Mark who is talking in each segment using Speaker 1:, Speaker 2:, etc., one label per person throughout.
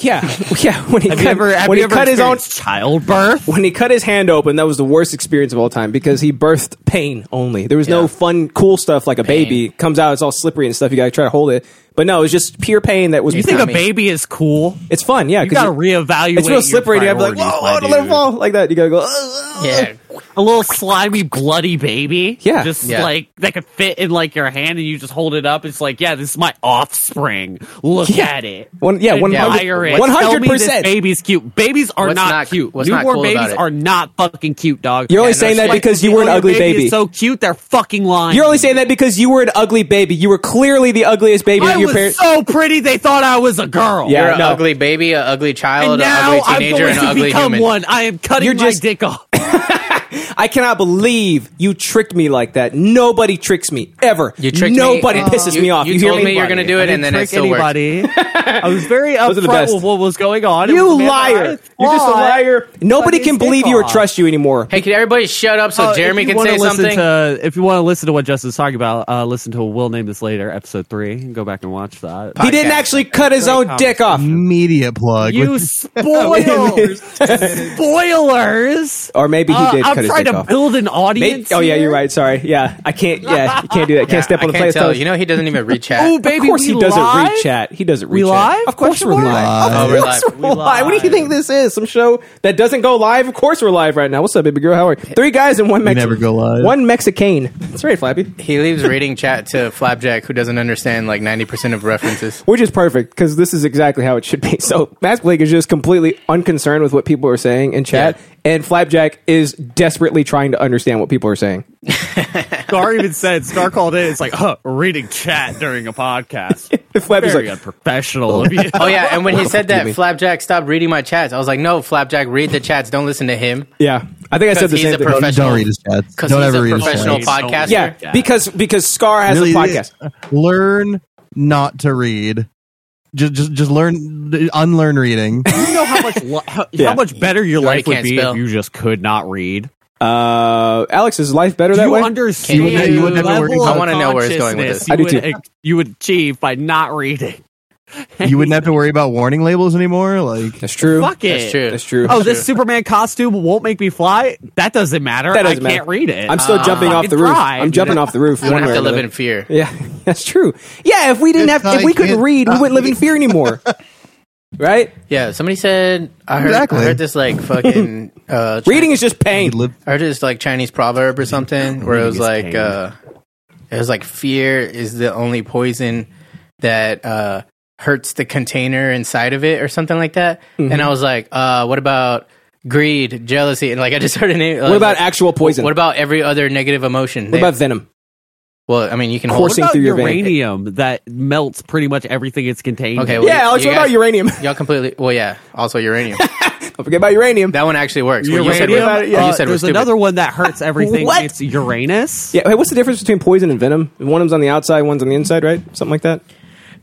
Speaker 1: Yeah, yeah. When he
Speaker 2: Have
Speaker 1: cut,
Speaker 2: you ever, have
Speaker 1: when
Speaker 2: you
Speaker 1: he
Speaker 2: ever
Speaker 1: cut his own
Speaker 2: experienced childbirth?
Speaker 1: when he cut his hand open, that was the worst experience of all time because he birthed pain only. There was
Speaker 2: Yeah.
Speaker 1: no fun, cool stuff like a baby comes out, it's all slippery and stuff. You gotta try to hold it, but no, it was just pure pain that was.
Speaker 3: You think
Speaker 2: I
Speaker 3: a
Speaker 2: mean-
Speaker 3: baby is cool?
Speaker 1: it's fun? Yeah,
Speaker 3: You
Speaker 1: 'cause
Speaker 3: gotta
Speaker 1: it-
Speaker 3: reevaluate.
Speaker 1: It's real slippery. and You
Speaker 3: Your
Speaker 1: have to be like, whoa,
Speaker 3: priorities, my
Speaker 1: whoa, don't let it
Speaker 3: dude."
Speaker 1: fall like that. You gotta go. "Ugh, ugh."
Speaker 2: Yeah.
Speaker 3: A little slimy, bloody baby.
Speaker 1: Yeah.
Speaker 3: just
Speaker 2: Yeah.
Speaker 3: like that could fit in like your hand, and you just hold it up. It's like, yeah, this is my offspring. Look
Speaker 1: Yeah.
Speaker 3: at it.
Speaker 1: One, yeah, one
Speaker 3: Admire it.
Speaker 1: hundred, one
Speaker 3: Tell
Speaker 1: hundred
Speaker 3: me this
Speaker 1: percent.
Speaker 3: Baby's cute. Babies are
Speaker 2: What's
Speaker 3: not,
Speaker 2: not-
Speaker 3: cute.
Speaker 2: what's not
Speaker 3: Newborn
Speaker 2: cool about
Speaker 3: babies
Speaker 2: it?
Speaker 3: are not fucking cute, dog.
Speaker 1: You're only
Speaker 2: no,
Speaker 1: saying
Speaker 2: it's
Speaker 1: that
Speaker 2: like-
Speaker 1: because you were an
Speaker 3: Oh, your
Speaker 1: ugly
Speaker 3: is
Speaker 1: baby.
Speaker 3: so cute, they're fucking lying.
Speaker 1: You're only saying that because you were an ugly baby. You were clearly the ugliest baby.
Speaker 3: I
Speaker 1: of your
Speaker 3: was
Speaker 1: parents.
Speaker 3: so pretty, they thought I was a girl.
Speaker 1: Yeah,
Speaker 2: You're an
Speaker 1: no.
Speaker 2: ugly baby, an ugly child,
Speaker 3: And
Speaker 2: an
Speaker 3: now
Speaker 2: ugly
Speaker 3: I'm
Speaker 2: teenager,
Speaker 3: going
Speaker 2: and an
Speaker 3: to
Speaker 2: ugly
Speaker 3: become
Speaker 2: human.
Speaker 3: one. I am cutting
Speaker 1: You're
Speaker 3: my
Speaker 1: just-
Speaker 3: dick off.
Speaker 1: I cannot believe you tricked me like that. Nobody tricks me ever.
Speaker 2: You tricked me.
Speaker 1: Nobody
Speaker 2: Uh,
Speaker 1: pisses
Speaker 2: you-
Speaker 1: me off.
Speaker 2: you
Speaker 1: hear
Speaker 2: told me you're gonna do it.
Speaker 3: I
Speaker 2: and then
Speaker 3: didn't
Speaker 2: it
Speaker 3: trick
Speaker 2: still works.
Speaker 3: anybody. I was very
Speaker 1: Those are the
Speaker 3: upfront
Speaker 1: best.
Speaker 3: with what was going on. It
Speaker 1: You
Speaker 3: was a man
Speaker 1: liar!
Speaker 3: that I
Speaker 1: You're just a
Speaker 3: thought
Speaker 1: liar. Nobody
Speaker 3: cut
Speaker 1: can
Speaker 3: his dick
Speaker 1: believe you or
Speaker 3: off.
Speaker 1: trust you anymore.
Speaker 2: Hey, can everybody shut up so
Speaker 3: Uh, if
Speaker 2: Jeremy
Speaker 3: you
Speaker 2: can
Speaker 3: wanna
Speaker 2: say
Speaker 3: listen
Speaker 2: something?
Speaker 3: To, if you want to listen to what Justin's talking about, uh, listen to We'll Name This Later, episode three, and go back and watch that.
Speaker 1: he didn't actually cut his own dick off.
Speaker 4: Media plug.
Speaker 3: You
Speaker 4: with-
Speaker 3: spoilers! spoilers!
Speaker 1: Or maybe he
Speaker 3: Uh,
Speaker 1: did
Speaker 3: I'm
Speaker 1: cut his
Speaker 3: trying
Speaker 1: dick
Speaker 3: to
Speaker 1: off.
Speaker 3: build an
Speaker 1: Maybe,
Speaker 3: audience.
Speaker 1: oh yeah,
Speaker 3: here.
Speaker 1: you're right. Sorry. Yeah, I can't. Yeah, you can't do that. Can't step on
Speaker 2: I
Speaker 1: the
Speaker 2: can't
Speaker 1: player's
Speaker 2: tell.
Speaker 1: toes.
Speaker 2: You know he doesn't even read chat.
Speaker 3: Oh baby,
Speaker 1: of course
Speaker 3: we
Speaker 1: he doesn't
Speaker 3: live?
Speaker 1: read chat. He doesn't read chat.
Speaker 3: We live?
Speaker 1: Of course
Speaker 3: Question
Speaker 1: we're
Speaker 3: mark?
Speaker 1: live.
Speaker 2: Oh,
Speaker 1: Of
Speaker 2: we're
Speaker 1: course
Speaker 2: live.
Speaker 1: we're
Speaker 3: We
Speaker 1: live. What do you
Speaker 3: live.
Speaker 1: think this is? Some show that doesn't go live? Of course we're live right now. What's up, baby girl? How are you? Three guys and one Mexican.
Speaker 4: never go live.
Speaker 1: One Mexican. That's right, Flappy.
Speaker 2: he leaves reading chat to Flapjack, who doesn't understand like ninety percent of references.
Speaker 1: Which is perfect because this is exactly how it should be. So Mask Blake is just completely unconcerned with what people are saying in chat, and Flapjack is desperately trying to understand what people are saying.
Speaker 3: Star even said Star called in. It's like, huh, reading chat during a podcast.
Speaker 1: Flapjack's
Speaker 3: Very
Speaker 1: like,
Speaker 3: unprofessional of you.
Speaker 2: Oh yeah, and when he said
Speaker 1: do you
Speaker 2: that
Speaker 1: mean?
Speaker 2: Flapjack stopped reading my chats, I was like, "No, Flapjack, read the chats. Don't listen to him."
Speaker 1: yeah, I think I said
Speaker 2: Because
Speaker 1: the
Speaker 2: he's
Speaker 1: same
Speaker 2: a
Speaker 1: thing.
Speaker 2: prof-
Speaker 4: don't,
Speaker 2: professional-
Speaker 4: don't read his chats.
Speaker 2: Because
Speaker 4: Don't
Speaker 2: he's
Speaker 4: ever
Speaker 2: a
Speaker 4: read his
Speaker 2: professional
Speaker 4: chats.
Speaker 2: podcaster.
Speaker 1: yeah,
Speaker 3: Yeah.
Speaker 1: because because Scar has
Speaker 4: Really,
Speaker 1: a podcast.
Speaker 4: Learn not to read. Just, just, just learn, unlearn reading.
Speaker 3: you know how much li- how,
Speaker 1: Yeah.
Speaker 3: how much better your
Speaker 2: You already
Speaker 3: life would
Speaker 2: can't
Speaker 3: be
Speaker 2: spell.
Speaker 3: if you just could not read.
Speaker 1: Uh, Alex, is life better
Speaker 3: Do
Speaker 1: that
Speaker 3: you
Speaker 1: way?
Speaker 3: understand?
Speaker 2: You would
Speaker 4: ne- you would never
Speaker 3: the
Speaker 4: worry
Speaker 3: level
Speaker 4: about-
Speaker 3: of
Speaker 2: I wanna know where it's going with this.
Speaker 3: consciousness
Speaker 1: I do
Speaker 3: you would
Speaker 1: too.
Speaker 3: ac- You would achieve by not reading.
Speaker 4: you wouldn't have to worry about warning labels anymore. Like,
Speaker 1: That's true.
Speaker 3: Fuck it.
Speaker 2: That's true.
Speaker 1: That's true.
Speaker 3: Oh, this Superman costume won't make me fly. That doesn't matter.
Speaker 1: That doesn't
Speaker 3: I can't
Speaker 1: matter.
Speaker 3: read it.
Speaker 1: I'm still jumping off
Speaker 3: Ah. fucking
Speaker 1: the roof.
Speaker 3: try.
Speaker 1: I'm jumping off the roof.
Speaker 2: You
Speaker 1: one
Speaker 2: don't have
Speaker 1: way
Speaker 2: to
Speaker 1: or
Speaker 2: live
Speaker 1: another.
Speaker 2: in fear.
Speaker 1: Yeah, that's true. Yeah, if we didn't
Speaker 4: It's
Speaker 1: have, if
Speaker 4: like
Speaker 1: we couldn't
Speaker 4: it-
Speaker 1: read, we wouldn't live in fear anymore, right?
Speaker 2: Yeah, somebody said I heard,
Speaker 4: Exactly.
Speaker 2: I heard this like fucking uh, Chi-
Speaker 1: Reading is just pain.
Speaker 4: you'd live
Speaker 2: I heard this like Chinese proverb or something where it was
Speaker 3: is
Speaker 2: like
Speaker 3: pain.
Speaker 2: uh, it was like fear is the only poison that uh, hurts the container inside of it or something like that. And I was like, uh, what about greed, jealousy, and like I just heard a name.
Speaker 1: What about actual poison?
Speaker 2: what about every other negative emotion?
Speaker 1: what about venom?
Speaker 2: well, I mean, you can
Speaker 1: Of
Speaker 2: hold.
Speaker 1: course
Speaker 3: What about
Speaker 1: through your vein.
Speaker 3: uranium that melts pretty much everything it's contained.
Speaker 2: Okay,
Speaker 3: in?
Speaker 2: well,
Speaker 1: Yeah, Alex,
Speaker 2: you
Speaker 1: what
Speaker 2: guys-
Speaker 1: about uranium?
Speaker 2: Y'all completely. Well, yeah. Also, uranium.
Speaker 1: Don't forget about uranium.
Speaker 2: that one actually works. What
Speaker 3: uranium.
Speaker 2: you said was- what
Speaker 3: uh,
Speaker 2: you said was
Speaker 3: there's
Speaker 2: stupid.
Speaker 3: another one that hurts everything.
Speaker 1: Oh, What?
Speaker 3: It's Uranus.
Speaker 1: Yeah, hey, what's the difference between poison and venom? One of them's on the outside, one's on the inside, right? Something like that.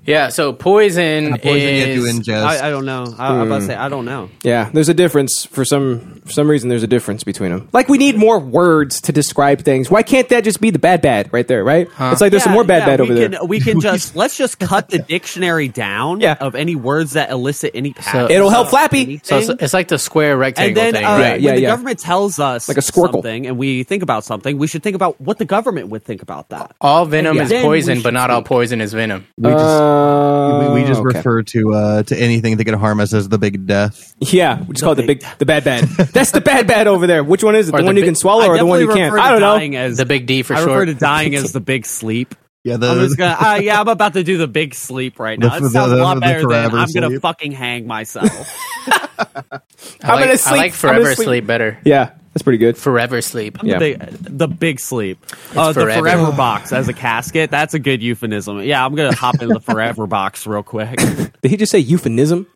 Speaker 2: Yeah. So poison,
Speaker 4: a poison you
Speaker 2: is.
Speaker 4: have to ingest.
Speaker 3: I, I don't know. I, I'm
Speaker 1: Hmm.
Speaker 3: about to say I don't know.
Speaker 1: Yeah, there's a difference for some for some reason. There's a difference between them. Like we need more words to describe things. Why can't that just be the bad bad right there? Right? It's like there's some
Speaker 3: Yeah,
Speaker 1: more bad
Speaker 3: yeah,
Speaker 1: bad
Speaker 3: we
Speaker 1: over
Speaker 3: can,
Speaker 1: there.
Speaker 3: We can just let's just cut the dictionary down
Speaker 1: Yeah.
Speaker 3: of any words that elicit any passion.
Speaker 1: It'll help Flappy.
Speaker 2: so it's,
Speaker 3: anything.
Speaker 2: it's like the square rectangle
Speaker 3: and then
Speaker 2: thing.
Speaker 3: uh,
Speaker 2: right?
Speaker 1: Right,
Speaker 3: when
Speaker 1: yeah,
Speaker 3: the
Speaker 1: yeah.
Speaker 3: government tells us
Speaker 1: Like a squircle.
Speaker 3: something and we think about something, we should think about what the government would think about that.
Speaker 2: All venom
Speaker 3: Yeah.
Speaker 2: is
Speaker 3: Then we
Speaker 2: poison, but
Speaker 3: should
Speaker 2: not all
Speaker 3: speak.
Speaker 2: poison is venom.
Speaker 4: we just,
Speaker 1: Uh,
Speaker 4: we, we just
Speaker 1: okay.
Speaker 4: refer to uh, to anything that could harm us as the big death.
Speaker 1: Yeah, we just call it the big the bad bad. That's the bad bad over there. Which one is it?
Speaker 2: Or
Speaker 1: The
Speaker 2: the
Speaker 1: one you
Speaker 2: big-
Speaker 1: can swallow or the one you
Speaker 3: definitely
Speaker 1: can't?
Speaker 3: refer to
Speaker 1: I don't
Speaker 3: dying
Speaker 1: know.
Speaker 3: As,
Speaker 2: The big D for
Speaker 3: I refer
Speaker 2: short.
Speaker 3: to dying as the big sleep.
Speaker 4: Yeah, the,
Speaker 3: I'm just gonna, uh, yeah, I'm about to do the big sleep right now.
Speaker 4: The-
Speaker 3: it sounds a
Speaker 4: the-
Speaker 3: lot
Speaker 4: the
Speaker 3: better than
Speaker 4: forever
Speaker 3: I'm gonna
Speaker 4: sleep.
Speaker 3: fucking hang myself.
Speaker 2: I
Speaker 1: I'm
Speaker 2: like,
Speaker 1: gonna sleep.
Speaker 2: I like
Speaker 1: I'm gonna
Speaker 2: forever
Speaker 1: sleep.
Speaker 2: sleep. better.
Speaker 1: Yeah, that's pretty good.
Speaker 2: Forever sleep.
Speaker 1: Yeah.
Speaker 3: the, the big sleep. Uh, the
Speaker 2: forever.
Speaker 3: forever box as a casket. That's a good euphemism. Yeah, I'm gonna hop in the forever box real quick.
Speaker 1: Did he just say euphemism?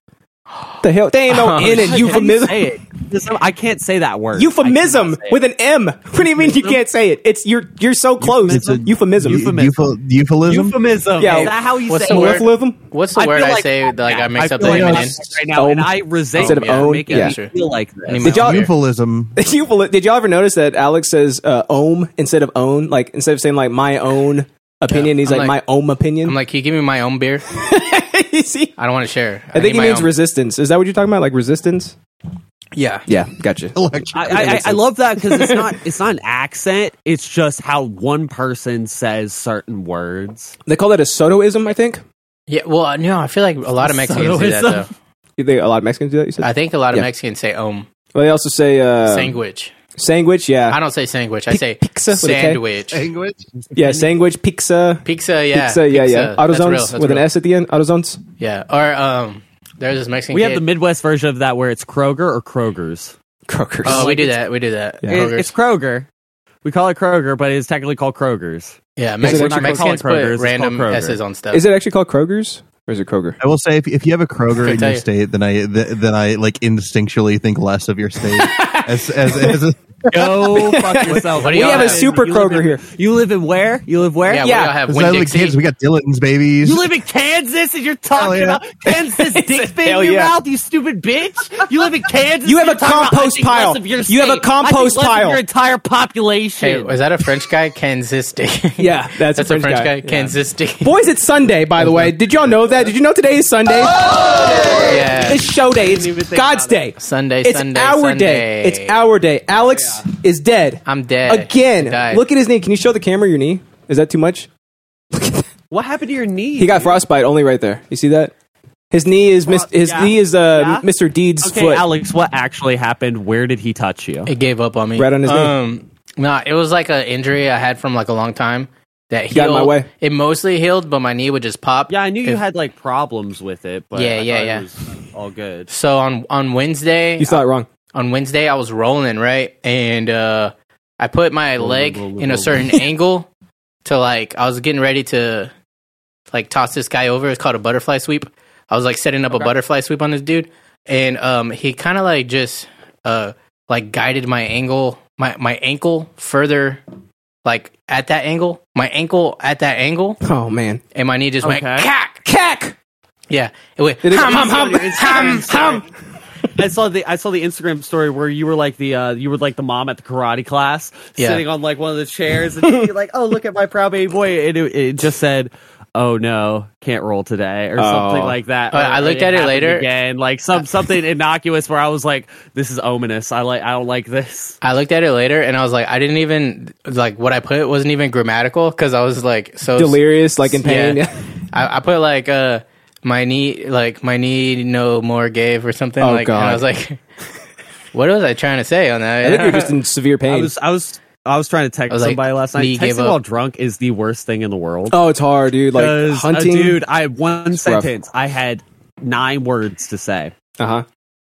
Speaker 1: The hell? They ain't
Speaker 2: Oh,
Speaker 3: Oh,
Speaker 1: no in it. Euphemism.
Speaker 3: Say it. There's no- I can't say that word.
Speaker 1: Euphemism with an M. What do you mean you can't say it? It's you're you're so close.
Speaker 4: It's a-
Speaker 1: euphemism.
Speaker 4: Euphemism. Euphemism.
Speaker 3: euphemism.
Speaker 1: Yeah.
Speaker 3: Yeah, is that how you
Speaker 2: What's
Speaker 3: say
Speaker 2: the
Speaker 3: it?
Speaker 2: word?
Speaker 1: Euphemism.
Speaker 2: What's the
Speaker 3: I
Speaker 2: word
Speaker 3: feel
Speaker 2: I
Speaker 3: like
Speaker 2: say? That, like I mix up the
Speaker 3: feel like
Speaker 2: name and
Speaker 3: I'm
Speaker 2: in.
Speaker 3: right now, and
Speaker 1: Own.
Speaker 3: I resent
Speaker 1: Instead of
Speaker 3: you for
Speaker 1: own,
Speaker 3: making
Speaker 1: yeah.
Speaker 3: me feel like this.
Speaker 2: Did y'all-
Speaker 4: Euphemism.
Speaker 1: Euphemism. Did y'all ever notice that Alex says uh, "ohm" instead of "own"? Like instead of saying like "my own opinion," he's
Speaker 2: I'm
Speaker 1: like,
Speaker 2: like-
Speaker 1: "my own opinion."
Speaker 2: I'm like, can you give me my own beer?
Speaker 1: crazy.
Speaker 2: I don't want to share.
Speaker 1: I
Speaker 2: need
Speaker 1: think he
Speaker 2: my
Speaker 1: means
Speaker 2: own.
Speaker 1: resistance. Is that what you're talking about? Like resistance?
Speaker 2: yeah.
Speaker 1: Yeah, gotcha.
Speaker 4: Electric.
Speaker 3: I, I, I, I love that because it's not it's not an accent. It's just how one person says certain words.
Speaker 1: They call that a Sotoism, I think.
Speaker 2: Yeah. Well, uh, no, I feel like a lot of Mexicans do that
Speaker 3: Sotoism.
Speaker 2: though.
Speaker 1: You think a lot of Mexicans do that? You said.
Speaker 2: I think a lot of
Speaker 1: Yeah.
Speaker 2: Mexicans say "om"
Speaker 1: well, they also say uh,
Speaker 2: sandwich.
Speaker 1: sandwich. Yeah,
Speaker 2: I don't say sandwich. I say
Speaker 1: pizza with a K.
Speaker 2: sandwich.
Speaker 4: language.
Speaker 1: yeah, sandwich, pizza,
Speaker 2: Pizza. Yeah.
Speaker 1: pizza. Yeah, yeah.
Speaker 2: That's real,
Speaker 1: Autozones
Speaker 2: that's
Speaker 1: with an
Speaker 2: real.
Speaker 1: S at the end. Autozones.
Speaker 2: Yeah. Or um, there's this Mexican.
Speaker 3: We have
Speaker 2: kid-
Speaker 3: the Midwest version of that where it's Kroger or Kroger's.
Speaker 1: Croakers.
Speaker 2: Oh, we do that. We do that.
Speaker 1: Yeah.
Speaker 3: It-
Speaker 2: Kroger's.
Speaker 3: it's Kroger. We call it Kroger, but it's technically called Kroger's.
Speaker 2: yeah.
Speaker 1: it
Speaker 2: Mexican,
Speaker 1: actually
Speaker 2: Mexicans
Speaker 3: called Kroger's?
Speaker 2: put
Speaker 3: It's
Speaker 2: random
Speaker 3: called Kroger.
Speaker 2: S's on stuff.
Speaker 1: Is it actually called Kroger's or is it Kroger?
Speaker 4: I will say if, if you have a Kroger in
Speaker 2: Tell
Speaker 4: your
Speaker 2: you.
Speaker 4: state, then I th- then I like instinctually think less of your state. as, as, as a,
Speaker 3: Go fuck yourself.
Speaker 2: What do
Speaker 1: We
Speaker 2: y'all
Speaker 1: have a
Speaker 2: have?
Speaker 1: super
Speaker 3: You live
Speaker 1: Kroger
Speaker 3: in-
Speaker 1: here.
Speaker 3: You live in where? You live where?
Speaker 2: yeah. We
Speaker 1: yeah.
Speaker 2: all have
Speaker 4: as I
Speaker 2: Win
Speaker 4: look kids,
Speaker 2: Dixie.
Speaker 4: we got Dillon's babies.
Speaker 3: You live in Kansas and you're talking
Speaker 4: Hell yeah.
Speaker 3: about Kansas dick spit
Speaker 1: hell
Speaker 3: in your
Speaker 1: yeah.
Speaker 3: mouth, you stupid bitch. You live in Kansas.
Speaker 1: You have
Speaker 3: and
Speaker 1: a
Speaker 3: you're talking about,
Speaker 1: compost
Speaker 3: I think,
Speaker 1: pile.
Speaker 3: less of your
Speaker 1: You have a
Speaker 3: state. I think
Speaker 1: compost
Speaker 3: less of
Speaker 1: pile.
Speaker 3: your entire population.
Speaker 2: Hey, was that a French guy? Kansas Dick.
Speaker 1: Yeah, that's,
Speaker 2: That's a French guy. Kansas Dick.
Speaker 1: Boys, it's Oh! Sunday, by the way. Did y'all know that? Did you know today is Sunday?
Speaker 2: Yeah.
Speaker 1: It's show day. It's
Speaker 3: even think
Speaker 1: God's
Speaker 3: about
Speaker 1: day.
Speaker 2: Sunday,
Speaker 1: It's
Speaker 2: Sunday,
Speaker 1: our
Speaker 2: Sunday.
Speaker 1: day. It's our day. Alex is dead.
Speaker 2: I'm dead. I
Speaker 1: Again.
Speaker 2: died.
Speaker 1: Look at his knee. Can you show the camera your knee? Is that too much?
Speaker 3: what happened to your knee?
Speaker 1: He got frostbite only right there. You see that? His knee is mis- his
Speaker 3: yeah.
Speaker 1: knee is uh,
Speaker 3: Yeah.
Speaker 1: Mr. Deed's
Speaker 3: Okay,
Speaker 1: foot.
Speaker 3: Alex, what actually happened? Where did he touch you?
Speaker 2: It gave up on me.
Speaker 1: Right on his knee.
Speaker 2: Um, nah, it was like an injury I had from like a long time that healed.
Speaker 1: Got in my way.
Speaker 2: It mostly healed, but my knee would just pop.
Speaker 3: Yeah, I knew you
Speaker 2: If-
Speaker 3: had like problems with it, but
Speaker 2: Yeah,
Speaker 3: I
Speaker 2: yeah,
Speaker 3: thought
Speaker 2: yeah.
Speaker 3: It was all good.
Speaker 2: So on on Wednesday,
Speaker 1: you saw it wrong.
Speaker 2: on Wednesday I was rolling right, and uh, I put my leg
Speaker 3: roll,
Speaker 2: in a
Speaker 3: roll,
Speaker 2: certain angle to like I was getting ready to like toss this guy over. It's called a butterfly sweep. I was like setting up a butterfly sweep on this dude, and um, he kind of like just uh like guided my angle my my ankle further like at that angle my ankle at that angle
Speaker 1: Oh man.
Speaker 2: and my knee just went
Speaker 3: Okay.
Speaker 2: cack
Speaker 1: Cack.
Speaker 2: yeah it went
Speaker 1: It is-
Speaker 2: hum hum hum
Speaker 3: Instagram,
Speaker 2: hum hum
Speaker 3: I saw the I saw the Instagram story where you were like the uh, you were like the mom at the karate class
Speaker 2: Yeah.
Speaker 3: sitting on like one of the chairs and you're like, oh look at my proud baby boy, and it, it just said. Oh no, can't roll today, or something
Speaker 1: Oh.
Speaker 3: like that.
Speaker 2: Uh,
Speaker 3: Or
Speaker 2: I looked at it
Speaker 3: happened
Speaker 2: later.
Speaker 3: again, like some something innocuous where I was like, "This is ominous. I like, I don't like this."
Speaker 2: I looked at it later and I was like, I didn't even like what I put wasn't even grammatical because I was like so
Speaker 1: Delirious, like in
Speaker 2: Yeah.
Speaker 1: pain.
Speaker 2: I, I put like uh my knee like my knee no more gave or something
Speaker 1: Oh,
Speaker 2: like and I
Speaker 1: God.
Speaker 2: was like, what was I trying to say on that?
Speaker 1: I think you're just in severe
Speaker 3: I
Speaker 1: pain.
Speaker 3: was, I was, I was trying to text
Speaker 2: was like,
Speaker 3: somebody last
Speaker 2: Lee
Speaker 3: night.
Speaker 2: gave
Speaker 3: Texting
Speaker 2: up.
Speaker 3: while drunk is the worst thing in the world.
Speaker 1: oh, it's hard, dude. Like
Speaker 3: 'Cause, uh,
Speaker 1: hunting.
Speaker 3: dude, I had one
Speaker 1: rough.
Speaker 3: sentence. I had nine words to say.
Speaker 1: Uh huh.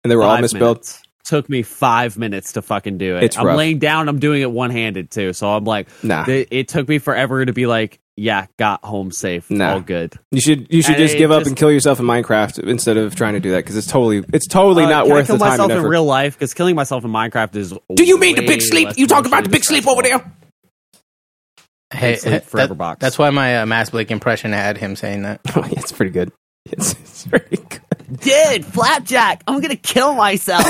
Speaker 1: And they were all
Speaker 3: Five
Speaker 1: misspelled.
Speaker 3: minutes. Took me five minutes to fucking do it.
Speaker 1: It's
Speaker 3: I'm
Speaker 1: rough.
Speaker 3: laying down. I'm doing it one handed too. So I'm like,
Speaker 1: Nah.
Speaker 3: th- it took me forever to be like, yeah, got home safe.
Speaker 1: Nah.
Speaker 3: All good.
Speaker 1: You should you should
Speaker 3: And
Speaker 1: just
Speaker 3: it
Speaker 1: give up
Speaker 3: just-
Speaker 1: and kill yourself in Minecraft instead of trying to do that because it's totally it's totally
Speaker 3: Uh,
Speaker 1: not
Speaker 3: can I
Speaker 1: worth
Speaker 3: kill
Speaker 1: the time
Speaker 3: myself
Speaker 1: and effort.
Speaker 3: in real life because killing myself in Minecraft is.
Speaker 1: do you mean the
Speaker 3: way
Speaker 1: big sleep?
Speaker 3: less
Speaker 1: You talking about the
Speaker 3: emotionally
Speaker 1: big sleep over
Speaker 3: stressful.
Speaker 1: there?
Speaker 2: Hey,
Speaker 3: Sleep
Speaker 2: that-
Speaker 3: Forever box.
Speaker 2: That's why my uh, Mass Blake impression had him saying that.
Speaker 1: Oh, yeah, it's pretty good. It's, it's pretty good.
Speaker 3: Dude, flapjack! I'm gonna kill myself.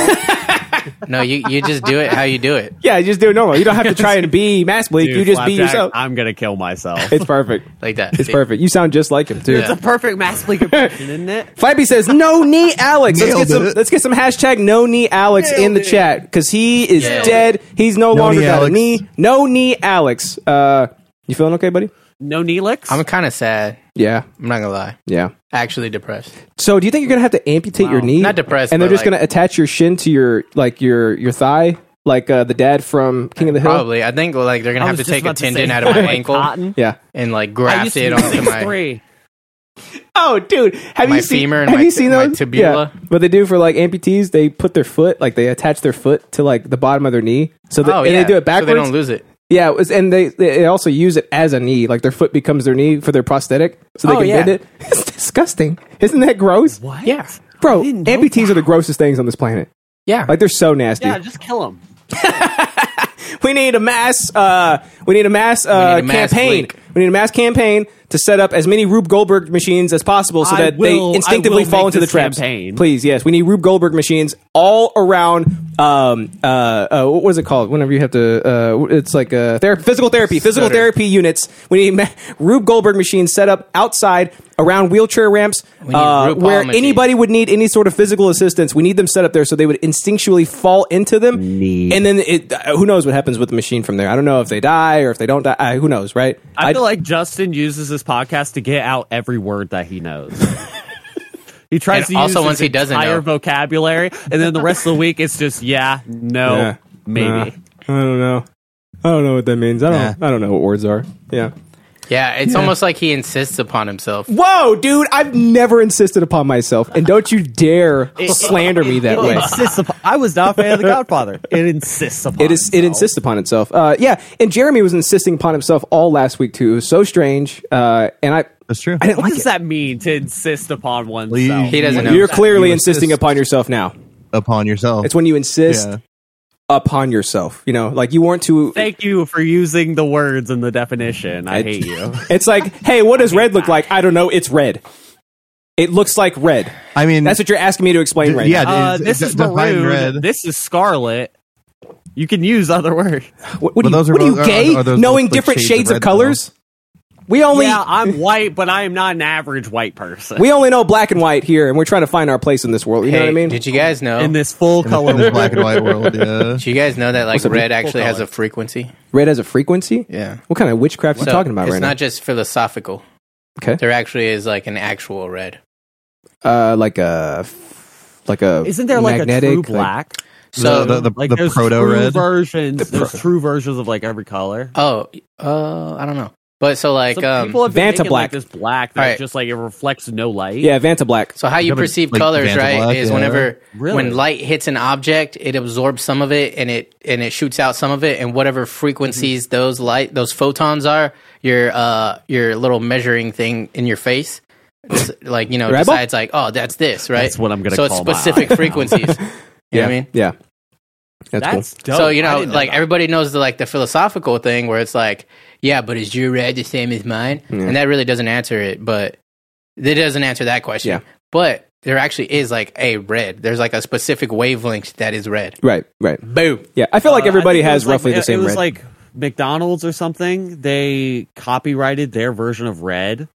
Speaker 2: No, you you just do it how you do it.
Speaker 1: Yeah, just do it normal. You don't have to try and be Mass Bleak.
Speaker 3: Dude,
Speaker 1: you just be
Speaker 3: Flapjack,
Speaker 1: yourself.
Speaker 3: I'm gonna kill myself.
Speaker 1: It's perfect.
Speaker 2: Like that.
Speaker 1: It's perfect. You sound just like him too.
Speaker 2: Yeah.
Speaker 3: perfect mass bleak impression, isn't it?
Speaker 1: Flappy says, "No knee, Alex." Let's get
Speaker 4: Nailed
Speaker 1: some.
Speaker 4: it.
Speaker 1: Let's get some hashtag No knee, Alex in the chat because he is
Speaker 2: Nailed
Speaker 1: dead. He's no,
Speaker 4: No
Speaker 1: longer
Speaker 4: knee,
Speaker 1: got a
Speaker 4: Alex.
Speaker 1: knee. No knee, Alex. Uh, you feeling okay, buddy?
Speaker 3: No Neelix?
Speaker 2: I'm kind of sad.
Speaker 1: Yeah,
Speaker 2: I'm not gonna lie.
Speaker 1: yeah.
Speaker 2: Actually depressed.
Speaker 1: So, do you think you're gonna have to amputate your knee?
Speaker 2: Not depressed,
Speaker 1: And they're
Speaker 2: but,
Speaker 1: just
Speaker 2: like-
Speaker 1: gonna attach your shin to your like your your thigh, like uh, the dad from King of the Hill.
Speaker 2: Probably. I think like they're gonna
Speaker 3: I
Speaker 2: have to
Speaker 3: was just
Speaker 2: take a
Speaker 3: about say,
Speaker 2: tendon out of my
Speaker 3: like
Speaker 2: ankle
Speaker 3: Cotton.
Speaker 1: Yeah.
Speaker 2: and like
Speaker 3: I used
Speaker 2: graft
Speaker 3: to
Speaker 2: it
Speaker 3: be
Speaker 2: onto my.
Speaker 3: 6'3".
Speaker 1: Oh, dude, have
Speaker 2: My
Speaker 1: you seen?
Speaker 2: femur and
Speaker 1: have
Speaker 2: my
Speaker 1: you
Speaker 2: t-
Speaker 1: seen
Speaker 2: my
Speaker 1: those?
Speaker 2: tibula.
Speaker 1: Yeah. What they do for like amputees, they put their foot, like they attach their foot to like the bottom of their knee, so that
Speaker 2: Oh,
Speaker 1: and
Speaker 2: yeah.
Speaker 1: they do it backwards.
Speaker 2: So they don't lose it.
Speaker 1: Yeah, it was, and they they also use it as a knee, like their foot becomes their knee for their prosthetic, so they
Speaker 2: Oh,
Speaker 1: can
Speaker 2: yeah.
Speaker 1: bend it. It's disgusting, isn't that gross,
Speaker 3: What?
Speaker 2: Yeah.
Speaker 1: bro?
Speaker 3: I didn't know
Speaker 1: Amputees are the grossest things on this planet.
Speaker 2: Yeah.
Speaker 1: Like they're so nasty.
Speaker 3: Yeah, just kill him.
Speaker 1: We need a mass. Uh, we need a mass, uh,
Speaker 2: need a mass
Speaker 1: campaign.
Speaker 2: leak.
Speaker 1: We need a mass campaign to set up as many Rube Goldberg machines as possible so
Speaker 3: I
Speaker 1: that
Speaker 3: will- I
Speaker 1: they instinctively
Speaker 3: will
Speaker 1: fall
Speaker 3: make
Speaker 1: into the
Speaker 3: this
Speaker 1: traps.
Speaker 3: campaign.
Speaker 1: Please, yes, we need Rube Goldberg machines all around. Um, uh, uh, what was it called? Whenever you have to, uh, it's like a therapy, physical therapy, physical
Speaker 2: Stutter.
Speaker 1: therapy units. We need ma- Rube Goldberg machines set up outside around wheelchair ramps
Speaker 2: need
Speaker 1: uh,
Speaker 2: Rube
Speaker 1: where
Speaker 2: Hall machines.
Speaker 1: anybody would need any sort of physical assistance. We need them set up there so they would instinctually fall into them. And then it, uh, who knows what happens with the machine from there? I don't know if they die or if they don't die. Uh, who knows, right?
Speaker 3: I feel like Justin uses this podcast to get out every word that he knows. he tries
Speaker 2: And
Speaker 3: to
Speaker 2: also
Speaker 3: use
Speaker 2: ones
Speaker 3: his
Speaker 2: he doesn't
Speaker 3: entire
Speaker 2: know.
Speaker 3: vocabulary, and then the rest of the week it's just yeah, no,
Speaker 1: Yeah.
Speaker 3: maybe.
Speaker 1: Nah. I don't know. I don't know what that means. I don't. I don't know what words are. Yeah.
Speaker 2: Yeah, it's almost like he insists upon himself.
Speaker 1: Whoa, dude! I've never insisted upon myself, and don't you dare slander me that
Speaker 3: It
Speaker 1: way.
Speaker 3: insists upon, I was not a fan of The Godfather. It insists upon.
Speaker 1: It is. It
Speaker 3: itself.
Speaker 1: insists upon itself. Uh, yeah, and Jeremy was insisting upon himself all last week too. It was so strange. Uh, and I,
Speaker 4: That's true.
Speaker 1: I didn't
Speaker 3: What
Speaker 1: like
Speaker 3: does
Speaker 1: it.
Speaker 3: that mean to insist upon oneself?
Speaker 4: Leave-
Speaker 2: He doesn't know.
Speaker 1: You're clearly
Speaker 4: You
Speaker 1: insisting
Speaker 4: insist.
Speaker 1: upon yourself now.
Speaker 4: Upon yourself.
Speaker 1: It's when you insist
Speaker 4: Yeah.
Speaker 1: upon yourself. You know, like you want to.
Speaker 3: Thank you for using the words and the definition. I
Speaker 1: I-
Speaker 3: hate you.
Speaker 1: It's like, hey, what does red look like? I don't know. It's red. It looks like red.
Speaker 4: I mean,
Speaker 1: That's what you're asking me to explain right
Speaker 4: yeah.
Speaker 1: now.
Speaker 3: Uh,
Speaker 4: d-
Speaker 3: this
Speaker 4: d-
Speaker 3: is
Speaker 4: define
Speaker 3: maroon.
Speaker 4: red.
Speaker 3: This is scarlet. You can use other words.
Speaker 1: What, what,
Speaker 4: But
Speaker 1: are, you,
Speaker 4: those are
Speaker 1: what are you,
Speaker 4: both- are-
Speaker 1: gay?
Speaker 4: are those
Speaker 1: Knowing
Speaker 4: both, like,
Speaker 1: different
Speaker 4: shades of
Speaker 1: shades of,
Speaker 4: red,
Speaker 1: colors? We only
Speaker 3: Yeah, I'm white, but I am not an average white person.
Speaker 1: we only know black and white here, and we're trying to find our place in this world. You know
Speaker 2: Hey,
Speaker 1: what I mean?
Speaker 2: did you guys know?
Speaker 3: Oh. in this full color
Speaker 4: in this
Speaker 3: world.
Speaker 4: black and white world. Yeah.
Speaker 2: do you guys know that like
Speaker 1: the
Speaker 2: red
Speaker 1: people
Speaker 2: actually has
Speaker 1: color?
Speaker 2: a frequency?
Speaker 1: red has a frequency.
Speaker 2: Yeah.
Speaker 1: What kind of witchcraft are you talking about
Speaker 2: it's
Speaker 1: right
Speaker 2: not just philosophical.
Speaker 1: Okay.
Speaker 2: There actually is like an actual red.
Speaker 1: now? Uh, like a f- like a
Speaker 3: Isn't there like
Speaker 1: magnetic,
Speaker 3: a true black?
Speaker 2: So
Speaker 4: The- the-
Speaker 3: like
Speaker 4: the
Speaker 3: there's
Speaker 4: proto
Speaker 3: true
Speaker 4: red?
Speaker 3: versions.
Speaker 1: pro-
Speaker 3: there's true versions of like every color.
Speaker 2: oh, uh I don't know. But so like
Speaker 3: Some
Speaker 2: um
Speaker 3: people have been making,
Speaker 1: Vantablack.
Speaker 3: like this black that
Speaker 2: Alright.
Speaker 3: just like it reflects no light.
Speaker 1: yeah, Vanta black.
Speaker 2: So how you
Speaker 4: Yeah, but,
Speaker 2: perceive
Speaker 4: like,
Speaker 2: colors,
Speaker 4: Vantablack,
Speaker 2: right, is
Speaker 4: yeah.
Speaker 2: whenever
Speaker 3: Really?
Speaker 2: when light hits an object, it absorbs some of it and it and it shoots out some of it, and whatever frequencies
Speaker 3: Mm-hmm.
Speaker 2: those light those photons are, your uh your little measuring thing in your face, it's like you know,
Speaker 1: Your eyeball?
Speaker 2: decides like, oh, that's this, right?
Speaker 3: That's what I'm gonna
Speaker 2: So
Speaker 3: call
Speaker 2: it's
Speaker 3: my
Speaker 2: specific
Speaker 3: eye.
Speaker 2: frequencies. You know what I mean?
Speaker 1: yeah, that's,
Speaker 3: that's
Speaker 1: cool.
Speaker 3: dope.
Speaker 2: so you
Speaker 3: I
Speaker 2: know,
Speaker 3: didn't
Speaker 2: like
Speaker 3: that.
Speaker 2: everybody knows the like the philosophical thing where it's like, yeah, but is your red the same as mine? And that really doesn't answer it, but it doesn't answer that question.
Speaker 1: Yeah.
Speaker 2: But there actually is like a red. There's like a specific wavelength that is red.
Speaker 1: Right, right.
Speaker 2: Boom.
Speaker 1: Yeah, I feel like
Speaker 3: Uh, I
Speaker 1: everybody
Speaker 3: think it
Speaker 1: has
Speaker 3: was, like,
Speaker 1: roughly
Speaker 3: it-
Speaker 1: the same
Speaker 3: It was
Speaker 1: red.
Speaker 3: like McDonald's or something. They copyrighted their version of red.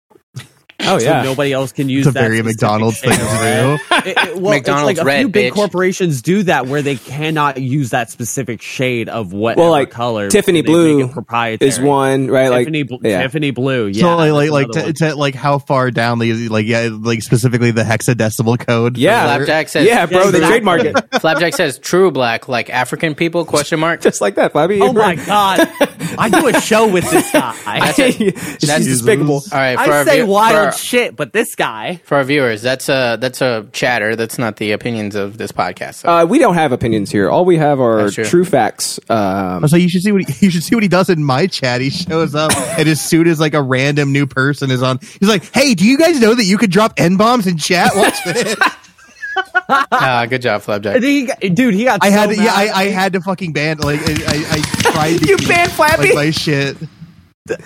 Speaker 1: oh
Speaker 3: So nobody else can use
Speaker 4: It's a
Speaker 3: that
Speaker 4: very
Speaker 3: specific
Speaker 4: McDonald's
Speaker 3: shade
Speaker 4: thing
Speaker 3: of
Speaker 4: to
Speaker 3: red.
Speaker 4: do.
Speaker 3: It- it- well, it's
Speaker 2: McDonald's
Speaker 3: like a few
Speaker 2: red,
Speaker 3: big
Speaker 2: bitch.
Speaker 3: corporations do that where they cannot use that specific shade of what
Speaker 1: well, like
Speaker 3: color
Speaker 1: Tiffany
Speaker 3: they make
Speaker 1: blue
Speaker 3: it proprietary.
Speaker 1: is one, right?
Speaker 3: Tiffany,
Speaker 1: like
Speaker 3: bl- Tiffany blue. Yeah,
Speaker 4: so like
Speaker 3: that's
Speaker 4: like like,
Speaker 3: another
Speaker 4: to,
Speaker 3: one.
Speaker 4: to, like how far down the like yeah like specifically the hexadecimal code.
Speaker 1: yeah,
Speaker 2: Flapjack says
Speaker 1: yeah, bro. They
Speaker 3: Exactly.
Speaker 1: trademark it
Speaker 2: Flapjack says true black, like African people, question mark.
Speaker 1: just like that, Bobby.
Speaker 3: Oh my god! I do a show with this guy. I,
Speaker 1: She's
Speaker 4: Jesus.
Speaker 1: despicable.
Speaker 2: All right, our
Speaker 3: say
Speaker 2: view-
Speaker 3: wild
Speaker 2: for our-
Speaker 3: shit, but this guy.
Speaker 2: for our viewers, that's a that's a chatter. That's not the opinions of this podcast. So.
Speaker 1: Uh, we don't have opinions here. All we have are
Speaker 2: That's true.
Speaker 1: true facts. Um,
Speaker 4: Oh, So you should see what he, you should see what he does in my chat. He shows up, and as soon as like a random new person is on, he's like, "Hey, do you guys know that you could drop n bombs in chat? Watch this."
Speaker 2: Ah, good job, Flapjack.
Speaker 3: And he got- dude, he got.
Speaker 4: I
Speaker 3: so
Speaker 4: had to, yeah,
Speaker 3: mad.
Speaker 4: I, I had to fucking ban like I, I, I tried. To
Speaker 1: You
Speaker 4: keep,
Speaker 1: banned Flappy?
Speaker 4: like, my shit.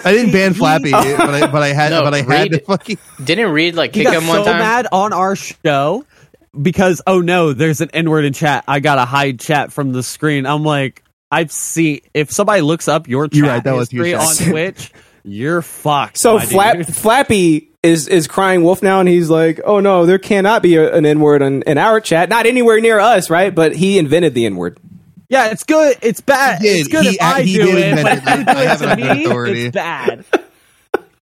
Speaker 4: I didn't ban Flappy, but I but I had
Speaker 2: No,
Speaker 4: but I had to
Speaker 2: read-
Speaker 4: fucking.
Speaker 2: Didn't Reed like
Speaker 3: he
Speaker 2: kick
Speaker 3: got
Speaker 2: him
Speaker 3: so
Speaker 2: one time?
Speaker 3: mad on our show because oh no, there's an N word in chat. I gotta hide chat from the screen. I'm like, I've seen if somebody looks up your chat
Speaker 4: You're right, that was your
Speaker 3: history on
Speaker 4: chat.
Speaker 3: Twitch, you're fucked.
Speaker 1: so
Speaker 3: my dude.
Speaker 1: Flap, Flappy is is crying wolf now, and he's like, "Oh no, there cannot be a, an N word in, in our chat. Not anywhere near us, right?" But he invented the N word.
Speaker 3: Yeah, it's good. It's bad.
Speaker 4: He did.
Speaker 3: It's good
Speaker 4: He
Speaker 3: if I
Speaker 4: ac- he
Speaker 3: do
Speaker 4: did
Speaker 3: it,
Speaker 4: invent
Speaker 3: but if you do it to
Speaker 4: it. I have it on good
Speaker 3: me,
Speaker 4: authority.
Speaker 3: it's bad.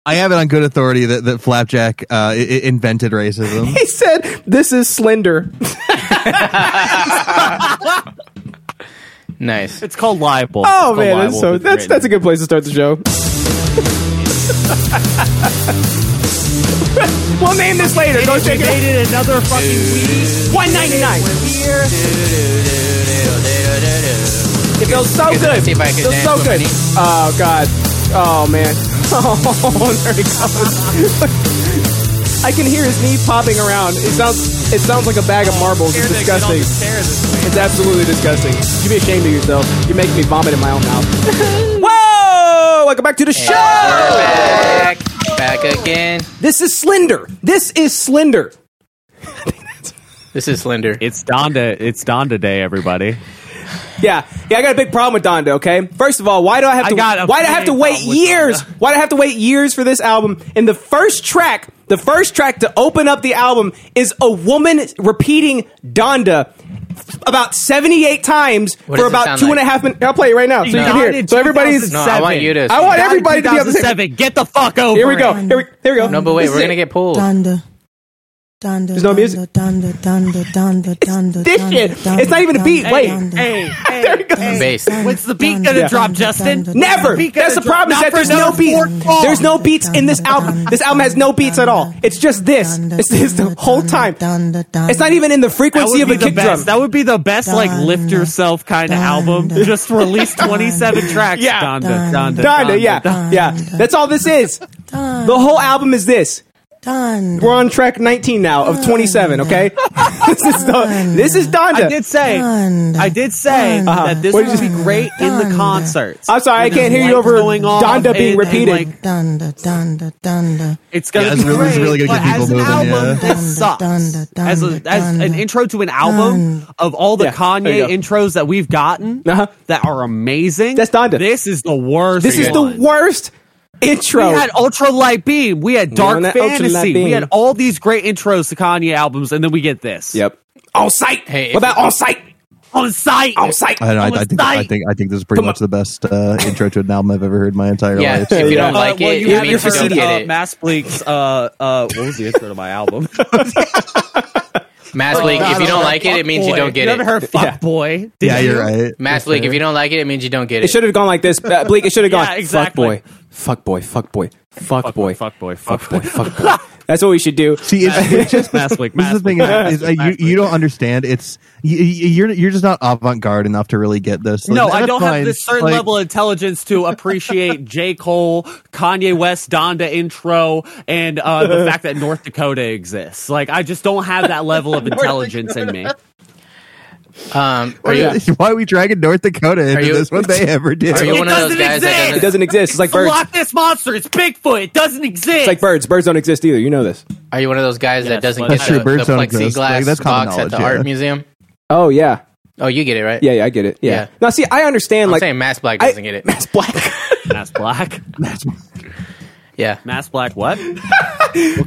Speaker 4: I have it on good authority that that Flapjack uh, i- i- invented racism.
Speaker 1: He said, "This is slender."
Speaker 2: Nice.
Speaker 3: It's called libel.
Speaker 1: Oh man, that's so that's that's a good place to start the show. we'll name this later. Go check it out.
Speaker 3: dated another fucking week.
Speaker 1: One ninety nine. It feels so good.
Speaker 2: see if I
Speaker 1: It
Speaker 2: can
Speaker 1: feels
Speaker 2: dance
Speaker 1: so
Speaker 2: with
Speaker 1: good.
Speaker 2: Minnie.
Speaker 1: Oh god. Oh man. Oh, there he goes. I can hear his knee popping around. It sounds it sounds like a bag of marbles. It's disgusting. It's absolutely disgusting. You should be ashamed of yourself. You're making me vomit in my own mouth. Whoa! Welcome back to the show.
Speaker 2: Back. Back again.
Speaker 1: This is Slender. This is Slender.
Speaker 2: This is Slender.
Speaker 3: It's Donda. It's Donda Day, everybody.
Speaker 1: Yeah, yeah. I got a big problem with Donda. Okay, first of all, why do I have
Speaker 3: I
Speaker 1: to?
Speaker 3: got a
Speaker 1: why do I have to
Speaker 3: big
Speaker 1: wait
Speaker 3: problem with
Speaker 1: years?
Speaker 3: Donda.
Speaker 1: Why do I have to wait years for this album? And the first track, the first track to open up the album is a woman repeating Donda about seventy-eight times for
Speaker 2: What does it
Speaker 1: about
Speaker 2: sound
Speaker 1: two and a
Speaker 2: like?
Speaker 1: half minutes. I'll play it right now so you
Speaker 2: No.
Speaker 1: can hear. it. So everybody's.
Speaker 2: No, I want you to.
Speaker 1: I want everybody to be on the same.
Speaker 3: 2007. Get the fuck over.
Speaker 1: Here we go.
Speaker 3: it.
Speaker 1: Here we, here we go.
Speaker 2: No, but wait,
Speaker 1: This is
Speaker 2: we're gonna
Speaker 1: it.
Speaker 2: get pulled.
Speaker 5: Donda. Donda. There's
Speaker 1: no music.
Speaker 5: Donda, Donda, Donda, Donda,
Speaker 1: this
Speaker 5: Donda,
Speaker 1: shit. It's not even a beat. Wait.
Speaker 3: Hey,
Speaker 1: There it goes.
Speaker 2: Bass.
Speaker 3: When's the beat gonna
Speaker 1: Yeah.
Speaker 3: drop, Justin?
Speaker 1: Never.
Speaker 3: Beat
Speaker 1: That's the
Speaker 3: gonna
Speaker 1: problem. Is that
Speaker 3: drop. Not
Speaker 1: there's
Speaker 3: for
Speaker 1: no
Speaker 3: another
Speaker 1: beats.
Speaker 3: four songs.
Speaker 1: There's no beats in this album. This album has no beats at all. It's just this. It's this the whole time. It's not even in the
Speaker 3: That
Speaker 1: frequency
Speaker 3: would
Speaker 1: of
Speaker 3: be
Speaker 1: a
Speaker 3: the
Speaker 1: kick drum.
Speaker 3: best. That would be the best, like lift yourself kind of album. Just release twenty seven tracks.
Speaker 1: Yeah.
Speaker 3: Donda, Donda,
Speaker 1: Donda, yeah, yeah. That's all this is. The whole album is this. We're on track 19 now of 27. Okay, this is the, this is
Speaker 3: I did
Speaker 1: Donda.
Speaker 3: say, I did say that this
Speaker 1: What
Speaker 3: would
Speaker 1: did you
Speaker 3: be great in the concerts.
Speaker 1: I'm sorry, I
Speaker 3: When
Speaker 1: can't
Speaker 3: there's
Speaker 1: hear you
Speaker 3: lights
Speaker 1: over
Speaker 3: going off
Speaker 1: Donda being
Speaker 3: and- and,
Speaker 1: repeated.
Speaker 3: like,
Speaker 5: Donda, Donda, Donda.
Speaker 3: it's gonna
Speaker 4: Yeah,
Speaker 3: be
Speaker 4: it's really- it's
Speaker 3: great,
Speaker 4: really gonna
Speaker 3: but
Speaker 4: get people
Speaker 3: as an
Speaker 4: moving,
Speaker 3: album,
Speaker 4: yeah.
Speaker 3: this sucks.
Speaker 5: Donda, Donda,
Speaker 3: as, a, as an
Speaker 5: Donda,
Speaker 3: intro to an album of all the
Speaker 1: Yeah, there you
Speaker 3: Kanye
Speaker 1: go.
Speaker 3: intros that we've gotten
Speaker 1: Uh-huh.
Speaker 3: that are amazing.
Speaker 1: That's Donda.
Speaker 3: This is the worst.
Speaker 1: This is the
Speaker 3: one.
Speaker 1: worst intro.
Speaker 3: We had Ultra Light Beam. We had Dark
Speaker 1: Oh. on that Ultra Light
Speaker 3: Fantasy.
Speaker 1: Beam.
Speaker 3: We had all these great intros to Kanye albums, and then we get this.
Speaker 1: Yep. On site.
Speaker 2: Hey,
Speaker 1: what about on site?
Speaker 3: On site.
Speaker 1: On site.
Speaker 4: I, don't know, I, I think
Speaker 3: Almost
Speaker 4: I think I think this is pretty
Speaker 1: Come
Speaker 4: much the best uh, intro to an album I've ever heard in my entire
Speaker 2: Yeah,
Speaker 4: life.
Speaker 2: if you
Speaker 1: Yeah.
Speaker 2: don't like
Speaker 3: Uh, well,
Speaker 2: it,
Speaker 3: you
Speaker 2: it
Speaker 3: haven't
Speaker 2: means you
Speaker 3: heard
Speaker 2: don't get
Speaker 3: uh,
Speaker 2: it.
Speaker 3: Mass Bleak's. Uh, uh, what was the intro to my album?
Speaker 2: Mass League, if you don't like it, it means you
Speaker 3: Fuck Boy.
Speaker 2: don't get
Speaker 3: You haven't
Speaker 2: it.
Speaker 3: heard Fuck Boy? Did
Speaker 4: Yeah,
Speaker 3: you?
Speaker 4: you're right.
Speaker 2: Mass League, if you don't like it, it means you don't get
Speaker 1: It
Speaker 2: it.
Speaker 1: should have gone like this. Uh, Bleak, it should have gone.
Speaker 3: Yeah, exactly.
Speaker 1: Fuck boy. Fuck boy. Fuck boy. Fuck boy.
Speaker 3: Fuck Boy. Fuck
Speaker 1: Boy.
Speaker 3: Boy.
Speaker 1: Fuck boy. That's what we should do.
Speaker 4: See, it's, it's just
Speaker 3: Mass Bleak.
Speaker 4: This is
Speaker 3: Mass
Speaker 4: the thing
Speaker 3: Bleak.
Speaker 4: is, is, uh, you, you don't understand. It's you, you're you're just not avant garde enough to really get this.
Speaker 3: No,
Speaker 4: Like,
Speaker 3: I
Speaker 4: that's
Speaker 3: don't
Speaker 4: fine.
Speaker 3: have this certain
Speaker 4: Like,
Speaker 3: level of intelligence to appreciate J. Cole, Kanye West, Donda intro, and uh, the fact that North Dakota exists. Like, I just don't have that level of intelligence in me.
Speaker 2: Um, are
Speaker 4: why-
Speaker 2: you
Speaker 4: Why are we dragging North Dakota into
Speaker 2: you-
Speaker 4: this? What they ever did?
Speaker 2: are you
Speaker 3: It
Speaker 2: one of those
Speaker 3: doesn't
Speaker 2: guys that
Speaker 1: It
Speaker 3: exist!
Speaker 2: doesn't?
Speaker 1: doesn't exist. It's like
Speaker 3: It's a
Speaker 1: birds.
Speaker 3: Loch Ness monster. It's Bigfoot. It doesn't exist.
Speaker 1: It's like birds. Birds don't exist either. You know this.
Speaker 2: Are you one of those guys that
Speaker 3: Yes,
Speaker 2: doesn't
Speaker 3: that's
Speaker 2: get
Speaker 4: true,
Speaker 2: the,
Speaker 4: birds
Speaker 2: the
Speaker 4: don't
Speaker 2: plexiglass
Speaker 4: exist. Like, that's common
Speaker 2: box at the
Speaker 4: knowledge, yeah.
Speaker 2: art museum?
Speaker 1: Oh yeah,
Speaker 2: Oh, you get it right.
Speaker 1: yeah, yeah. I get it. Yeah.
Speaker 2: Yeah.
Speaker 1: Now see, I understand.
Speaker 2: I'm
Speaker 1: like
Speaker 2: saying Mass Black
Speaker 1: I-
Speaker 2: doesn't get it.
Speaker 1: Mass Black.
Speaker 3: Mass Black.
Speaker 2: Yeah,
Speaker 3: Mass Black. What? what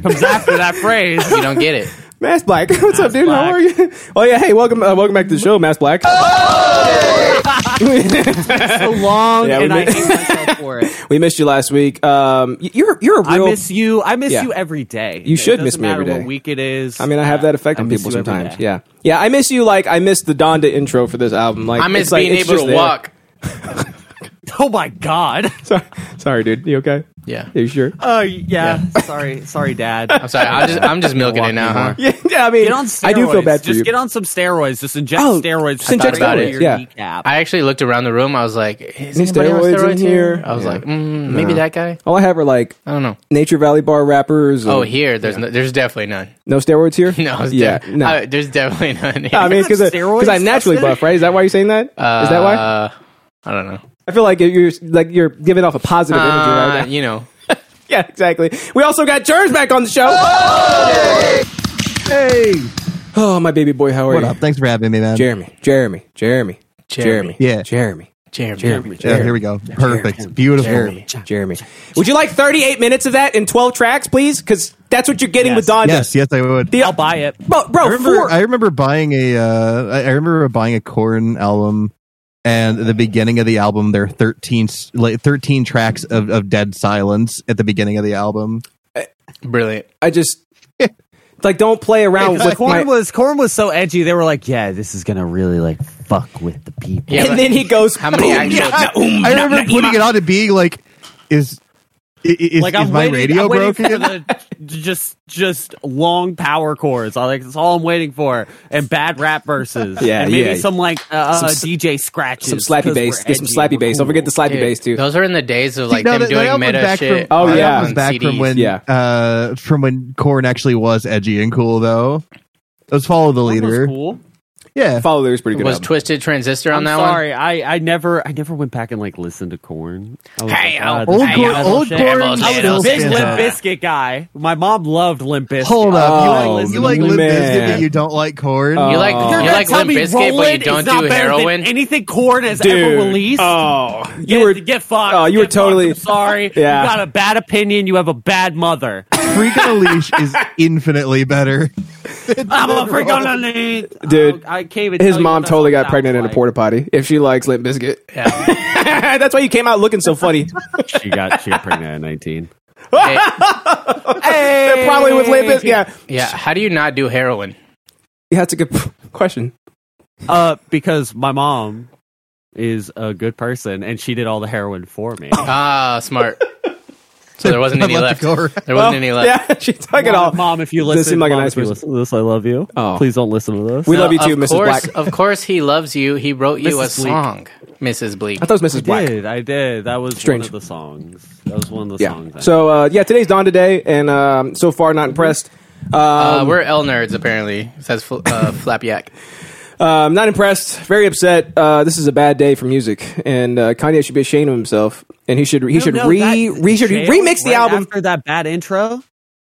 Speaker 3: comes after that phrase?
Speaker 2: you don't get it.
Speaker 1: Mass Black. What's up, dude?
Speaker 3: Black.
Speaker 1: How are you? Oh yeah. Hey, welcome. Uh, welcome back to the show, Mass Black.
Speaker 3: so long,
Speaker 1: Yeah, we
Speaker 3: and I
Speaker 1: mi-
Speaker 3: hate myself for it.
Speaker 1: we missed you last week. Um, y- you're you're a
Speaker 3: I
Speaker 1: real.
Speaker 3: miss you. I miss
Speaker 1: Yeah.
Speaker 3: you every day.
Speaker 1: You
Speaker 3: It
Speaker 1: should
Speaker 3: doesn't
Speaker 1: miss me every
Speaker 3: matter
Speaker 1: day.
Speaker 3: What week it is.
Speaker 1: I mean, I have that effect on
Speaker 3: miss
Speaker 1: people
Speaker 3: you every
Speaker 1: sometimes.
Speaker 3: day.
Speaker 1: Yeah, yeah. I miss you. Like I miss the Donda intro for this album. Like
Speaker 2: I miss
Speaker 1: it's like,
Speaker 2: being
Speaker 1: it's
Speaker 2: able
Speaker 1: just
Speaker 2: to
Speaker 1: there.
Speaker 2: walk.
Speaker 3: Oh my god.
Speaker 1: Sorry, sorry, dude. You okay?
Speaker 2: Yeah, Uh,
Speaker 1: Are you sure?
Speaker 3: Oh yeah. Sorry. Sorry, Dad.
Speaker 2: I'm sorry. I'm just I'm just milking it now. Huh?
Speaker 1: Yeah, yeah, I mean,
Speaker 3: Get on steroids.
Speaker 1: I do feel bad for
Speaker 3: Just
Speaker 1: you.
Speaker 3: get on some steroids. Just inject
Speaker 1: Oh,
Speaker 3: steroids.
Speaker 1: just inject
Speaker 3: straight into
Speaker 2: steroids,
Speaker 3: your
Speaker 1: yeah.
Speaker 3: kneecap.
Speaker 2: I actually looked around the room. I was like, is
Speaker 1: Any
Speaker 2: anybody on
Speaker 1: steroids in
Speaker 2: steroids here?
Speaker 1: here?
Speaker 2: I was
Speaker 1: Yeah.
Speaker 2: like, mm, maybe
Speaker 1: No.
Speaker 2: that guy.
Speaker 1: All I have are like
Speaker 2: I don't know.
Speaker 1: Nature Valley Bar rappers.
Speaker 2: Oh,
Speaker 1: or-
Speaker 2: here, there's no, there's definitely none.
Speaker 1: no steroids here.
Speaker 2: No, it's
Speaker 1: yeah,
Speaker 2: def-
Speaker 1: no.
Speaker 2: I- there's definitely none. Here.
Speaker 1: I mean, because
Speaker 3: Steroids?
Speaker 1: I'm naturally buff, right? Is that why you're saying that? Is that why?
Speaker 2: Uh, I don't know.
Speaker 1: I feel like you're like you're giving off a positive energy
Speaker 2: Uh,
Speaker 1: right now.
Speaker 2: you know,
Speaker 1: Yeah, exactly. We also got Germs back on the show.
Speaker 4: Hey,
Speaker 1: Oh, my baby boy, how are
Speaker 4: what
Speaker 1: you?
Speaker 4: up? Thanks for having me, man.
Speaker 1: Jeremy, Jeremy, Jeremy, Jeremy,
Speaker 2: Jeremy.
Speaker 4: Yeah.
Speaker 1: Jeremy,
Speaker 2: Jeremy.
Speaker 1: Jeremy,
Speaker 4: Yeah,
Speaker 1: Jeremy,
Speaker 4: here we go. Perfect. Beautiful.
Speaker 1: Jeremy, Jeremy. Would you like 38 minutes of that in 12 tracks, please? Because that's what you're getting
Speaker 3: Yes.
Speaker 1: with Donda.
Speaker 4: Yes, yes, I would.
Speaker 1: The-
Speaker 3: I'll buy it.
Speaker 1: Bro, bro,
Speaker 4: I remember,
Speaker 1: four.
Speaker 4: I remember buying a uh, I I remember buying a Korn album and at the beginning of the album there are 13 s- like 13 tracks of, of dead silence at the beginning of the album.
Speaker 2: Brilliant.
Speaker 1: I just like don't play around
Speaker 3: Because
Speaker 1: with my,
Speaker 3: Corn was Corn was so edgy. They were like, "Yeah, this is gonna really like fuck with the people."
Speaker 2: Yeah, but
Speaker 1: and then he goes.
Speaker 2: how many actual?
Speaker 4: I, I remember putting it on to being like is i- i- is,
Speaker 3: like
Speaker 4: is
Speaker 3: I'm
Speaker 4: my
Speaker 3: waiting,
Speaker 4: radio
Speaker 3: I'm waiting
Speaker 4: broken?
Speaker 3: for the- just just long power chords. I like that's all I'm waiting for, and bad rap verses.
Speaker 1: Yeah,
Speaker 3: and maybe
Speaker 1: yeah.
Speaker 3: some like uh,
Speaker 1: Some
Speaker 3: uh,
Speaker 1: s-
Speaker 3: DJ scratches,
Speaker 1: some slappy
Speaker 3: 'cause we're
Speaker 1: bass. Get some
Speaker 3: edgy,
Speaker 1: slappy
Speaker 3: we're
Speaker 1: bass. Don't
Speaker 3: cool.
Speaker 1: forget the slappy
Speaker 2: Dude,
Speaker 1: bass too.
Speaker 2: Those were in the days of like
Speaker 4: No,
Speaker 2: them
Speaker 4: that- that
Speaker 2: doing
Speaker 4: album was
Speaker 2: meta
Speaker 4: back
Speaker 2: shit.
Speaker 4: From,
Speaker 1: Oh,
Speaker 4: that
Speaker 1: yeah.
Speaker 4: album
Speaker 2: on
Speaker 4: was back from
Speaker 2: CDs.
Speaker 4: when
Speaker 1: Yeah.
Speaker 4: uh, from when Korn actually was edgy and cool though. Let's follow the
Speaker 3: Corn was
Speaker 4: leader.
Speaker 3: cool.
Speaker 4: Yeah.
Speaker 1: Follow There's pretty good.
Speaker 2: Was
Speaker 1: album.
Speaker 2: Twisted Transistor on
Speaker 3: I'm
Speaker 2: that
Speaker 3: sorry, I, I never I never went back and like listened to Corn. I was
Speaker 2: Hey,
Speaker 3: like, ah,
Speaker 2: old
Speaker 3: this
Speaker 4: Old
Speaker 3: is
Speaker 2: Hey,
Speaker 4: Corn,
Speaker 3: terrible
Speaker 4: old
Speaker 3: shit.
Speaker 2: Corn
Speaker 4: Corn,
Speaker 2: was
Speaker 3: I
Speaker 2: Yeah,
Speaker 3: was a
Speaker 2: those
Speaker 3: big
Speaker 2: bands
Speaker 3: Limp
Speaker 2: are-
Speaker 3: Biscuit guy. My mom loved Limp Biscuit.
Speaker 4: Hold up,
Speaker 1: Oh,
Speaker 4: you like you like Limp
Speaker 1: man.
Speaker 4: Bizkit, but you don't like corn.
Speaker 1: Oh.
Speaker 2: one? You like
Speaker 1: You're
Speaker 2: you
Speaker 1: gonna
Speaker 2: like
Speaker 3: tell
Speaker 2: Limp
Speaker 3: me
Speaker 2: Bizkit, but you
Speaker 3: Roland
Speaker 2: don't
Speaker 3: is not
Speaker 2: do
Speaker 3: better than
Speaker 2: heroin.
Speaker 3: Anything Corn has ever
Speaker 1: Dude.
Speaker 3: released.
Speaker 1: Oh, you
Speaker 3: Get,
Speaker 1: were
Speaker 3: get fucked.
Speaker 1: Oh, you
Speaker 3: Get
Speaker 1: were totally-
Speaker 3: fucked. I'm sorry.
Speaker 1: Yeah.
Speaker 3: You got a bad opinion. You have a bad mother.
Speaker 4: Freak on a leash is infinitely better.
Speaker 3: I'm a freak on the lead.
Speaker 1: Dude,
Speaker 3: I can't even
Speaker 1: His
Speaker 3: tell you
Speaker 1: mom
Speaker 3: what
Speaker 1: totally
Speaker 3: Oh, that
Speaker 1: got pregnant in
Speaker 3: sounds
Speaker 1: a porta potty. If she likes Limp Biscuit, that's why you came out looking so funny.
Speaker 3: like. She got she got pregnant at 19.
Speaker 2: Hey,
Speaker 1: They're probably with Limp Bizkit. Yeah,
Speaker 2: yeah, how do you not do heroin?
Speaker 1: yeah, that's a good p- question.
Speaker 3: Uh, because my mom is a good person and she did all the heroin for me.
Speaker 2: Ah, smart. So there wasn't
Speaker 4: I
Speaker 2: any
Speaker 4: let
Speaker 2: left.
Speaker 4: the gore-
Speaker 2: There wasn't any left.
Speaker 1: Oh, Yeah, she took it all.
Speaker 3: mom, mom, if you
Speaker 1: Does it
Speaker 3: listen,
Speaker 1: seem like a
Speaker 3: mom,
Speaker 1: nice
Speaker 3: if you
Speaker 1: person?
Speaker 3: listen to this, I love you.
Speaker 1: Oh.
Speaker 3: Please don't listen to this.
Speaker 1: We love you
Speaker 2: of
Speaker 1: too, Mrs.
Speaker 2: Course,
Speaker 1: Black.
Speaker 2: Of course, he loves you. He wrote you a
Speaker 3: Mrs. Bleak.
Speaker 2: song, Mrs. Bleak.
Speaker 1: I thought it was Mrs.
Speaker 3: I
Speaker 1: Black.
Speaker 3: did. I did. That was
Speaker 1: Strange.
Speaker 3: one of the songs. That was one of the songs.
Speaker 1: Yeah.
Speaker 3: I-
Speaker 1: So uh, yeah, today's Dawn today, and um, so far not impressed.
Speaker 2: uh, we're L nerds, apparently. Says fl- uh, Flapjack.
Speaker 1: Um, not impressed. Very upset. Uh, this is a bad day for music, and uh, Kanye should be ashamed of himself, and he should he
Speaker 3: No,
Speaker 1: should
Speaker 3: no,
Speaker 1: re,
Speaker 3: that-
Speaker 1: re should
Speaker 3: Jail,
Speaker 1: remix the
Speaker 3: right
Speaker 1: album.
Speaker 3: after that bad intro.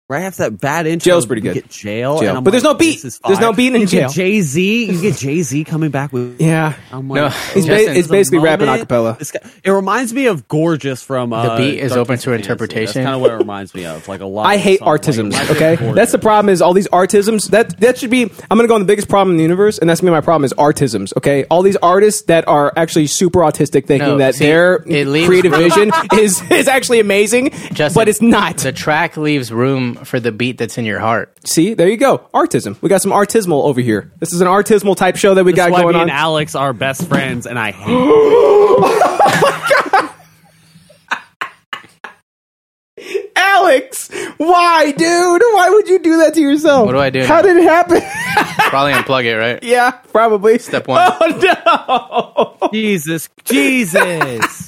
Speaker 3: Right after that bad intro,
Speaker 1: Jail's pretty
Speaker 3: you
Speaker 1: good.
Speaker 3: get jail,
Speaker 1: Jail.
Speaker 3: and I'm
Speaker 1: But there's
Speaker 3: like,
Speaker 1: no beat.
Speaker 3: this is
Speaker 1: There's no
Speaker 3: fire.
Speaker 1: beat in
Speaker 3: you
Speaker 1: jail.
Speaker 3: Jay Z, you get Jay Z coming back with
Speaker 1: yeah,
Speaker 3: I'm
Speaker 2: No,
Speaker 3: like,
Speaker 2: it's
Speaker 1: ba-
Speaker 2: Justin,
Speaker 1: it's
Speaker 2: the
Speaker 1: basically rapping a
Speaker 3: moment-
Speaker 1: cappella.
Speaker 3: this guy- it reminds me of Gorgeous from uh,
Speaker 2: beat is open to interpretation.
Speaker 3: That's kind of what it reminds me of. Like a lot.
Speaker 1: I
Speaker 3: of the
Speaker 1: hate
Speaker 3: song, like,
Speaker 1: artisms.
Speaker 3: reminds me of
Speaker 1: okay,
Speaker 3: Gorgeous.
Speaker 1: that's the problem. Is all these artisms that that should be? I'm gonna go on the biggest problem in the universe, and that's gonna be my problem is artisms. Okay, all these artists that are actually super autistic, thinking
Speaker 2: No,
Speaker 1: that
Speaker 2: see,
Speaker 1: their
Speaker 2: it leaves-
Speaker 1: creative vision is is actually amazing,
Speaker 2: Justin,
Speaker 1: but it's not.
Speaker 2: The track leaves room for the beat that's in your heart.
Speaker 1: See, there you go. Artism. We got some artismal over here. This is an artismal type show that we
Speaker 3: That's
Speaker 1: got
Speaker 3: why
Speaker 1: going
Speaker 3: me
Speaker 1: on.
Speaker 3: and Alex are best friends, and I hate. it.
Speaker 1: Alex, why, dude? Why would you do that to yourself?
Speaker 2: What do I do
Speaker 1: How
Speaker 2: now?
Speaker 1: did it happen?
Speaker 2: Probably unplug it, right?
Speaker 1: yeah, probably.
Speaker 2: Step one.
Speaker 1: Oh no!
Speaker 3: Jesus, Jesus,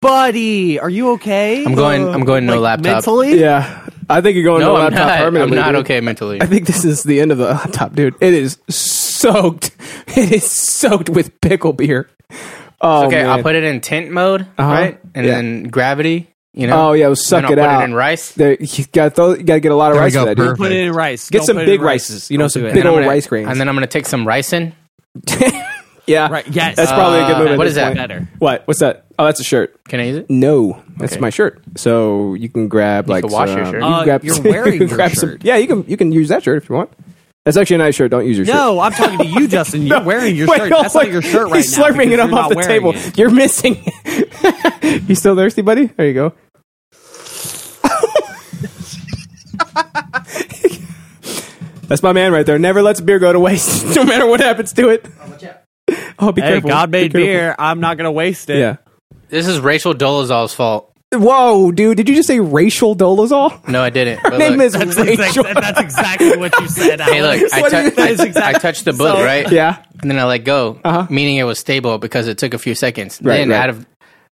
Speaker 3: buddy, are you okay?
Speaker 2: I'm going. I'm going no
Speaker 3: Like,
Speaker 2: laptop.
Speaker 3: mentally.
Speaker 1: Yeah, I think you're going
Speaker 2: No,
Speaker 1: to
Speaker 2: I'm
Speaker 1: laptop
Speaker 2: not. I'm
Speaker 1: permanently.
Speaker 2: not
Speaker 1: dude.
Speaker 2: okay mentally.
Speaker 1: I think this is the end of the laptop, dude. It is soaked. It is soaked with pickle beer. Oh,
Speaker 2: okay,
Speaker 1: man.
Speaker 2: I'll put it in tint mode, right? And
Speaker 1: Uh-huh. Yeah.
Speaker 2: then gravity. You know.
Speaker 1: Oh yeah, we'll suck
Speaker 2: then I'll
Speaker 1: it
Speaker 2: put
Speaker 1: out.
Speaker 2: it in rice.
Speaker 1: There, you gotta throw, you gotta get a lot of
Speaker 4: There we
Speaker 1: rice
Speaker 4: go,
Speaker 1: for that, dude.
Speaker 4: perfect.
Speaker 3: Put it in rice.
Speaker 1: Get
Speaker 3: Don't
Speaker 1: some
Speaker 3: put it
Speaker 1: big
Speaker 3: in rice.
Speaker 1: rices, you know,
Speaker 3: Don't
Speaker 1: some
Speaker 3: do it.
Speaker 1: big
Speaker 2: And I'm
Speaker 1: old
Speaker 2: gonna-
Speaker 1: rice grains.
Speaker 2: And then I'm gonna take some ricin.
Speaker 1: Yeah,
Speaker 3: Right, yes.
Speaker 1: That's probably a good
Speaker 2: Uh,
Speaker 1: move. at
Speaker 2: what
Speaker 1: this
Speaker 2: is that?
Speaker 1: point.
Speaker 3: Better.
Speaker 1: What? What's that? Oh, that's a shirt.
Speaker 2: Can I use it?
Speaker 1: No, that's
Speaker 2: Okay.
Speaker 1: my shirt. So you can grab like
Speaker 2: can wash your
Speaker 1: some-
Speaker 2: shirt.
Speaker 1: You can
Speaker 3: Uh,
Speaker 1: grab,
Speaker 3: you're wearing
Speaker 1: you can
Speaker 3: your
Speaker 1: grab Some,
Speaker 3: shirt.
Speaker 1: yeah, you can you can use that shirt if you want. That's actually a nice shirt. Don't use your shirt.
Speaker 3: No, I'm talking to you, Justin. You're wearing your
Speaker 1: Wait,
Speaker 3: shirt.
Speaker 1: no,
Speaker 3: That's
Speaker 1: look,
Speaker 3: not your shirt right
Speaker 1: He's
Speaker 3: now.
Speaker 1: slurping it
Speaker 3: because you're
Speaker 1: up
Speaker 3: not
Speaker 1: off the
Speaker 3: wearing
Speaker 1: table.
Speaker 3: it.
Speaker 1: You're missing. it. you still thirsty, buddy? There you go. That's my man right there. Never lets beer go to waste, no matter what happens to it. Oh, be
Speaker 3: Hey,
Speaker 1: careful.
Speaker 3: God
Speaker 1: Be
Speaker 3: made
Speaker 1: careful.
Speaker 3: beer. I'm not gonna waste it.
Speaker 1: Yeah.
Speaker 2: This is Rachel Dolezal's fault.
Speaker 1: Whoa, dude! Did you just say racial dolazol?
Speaker 2: No, I didn't. Her
Speaker 1: Name is
Speaker 3: That's,
Speaker 1: Rachel.
Speaker 3: exact- that's exactly what you said.
Speaker 2: Hey, look,
Speaker 3: Alex.
Speaker 2: I,
Speaker 1: What do
Speaker 2: tou-
Speaker 1: you-
Speaker 2: I,
Speaker 3: That's exactly-
Speaker 2: I touched the book,
Speaker 3: So-
Speaker 2: right?
Speaker 1: yeah.
Speaker 2: And then I let go,
Speaker 1: Uh-huh.
Speaker 2: meaning it was stable because it took a few seconds.
Speaker 1: Right,
Speaker 2: then
Speaker 1: right.
Speaker 2: out of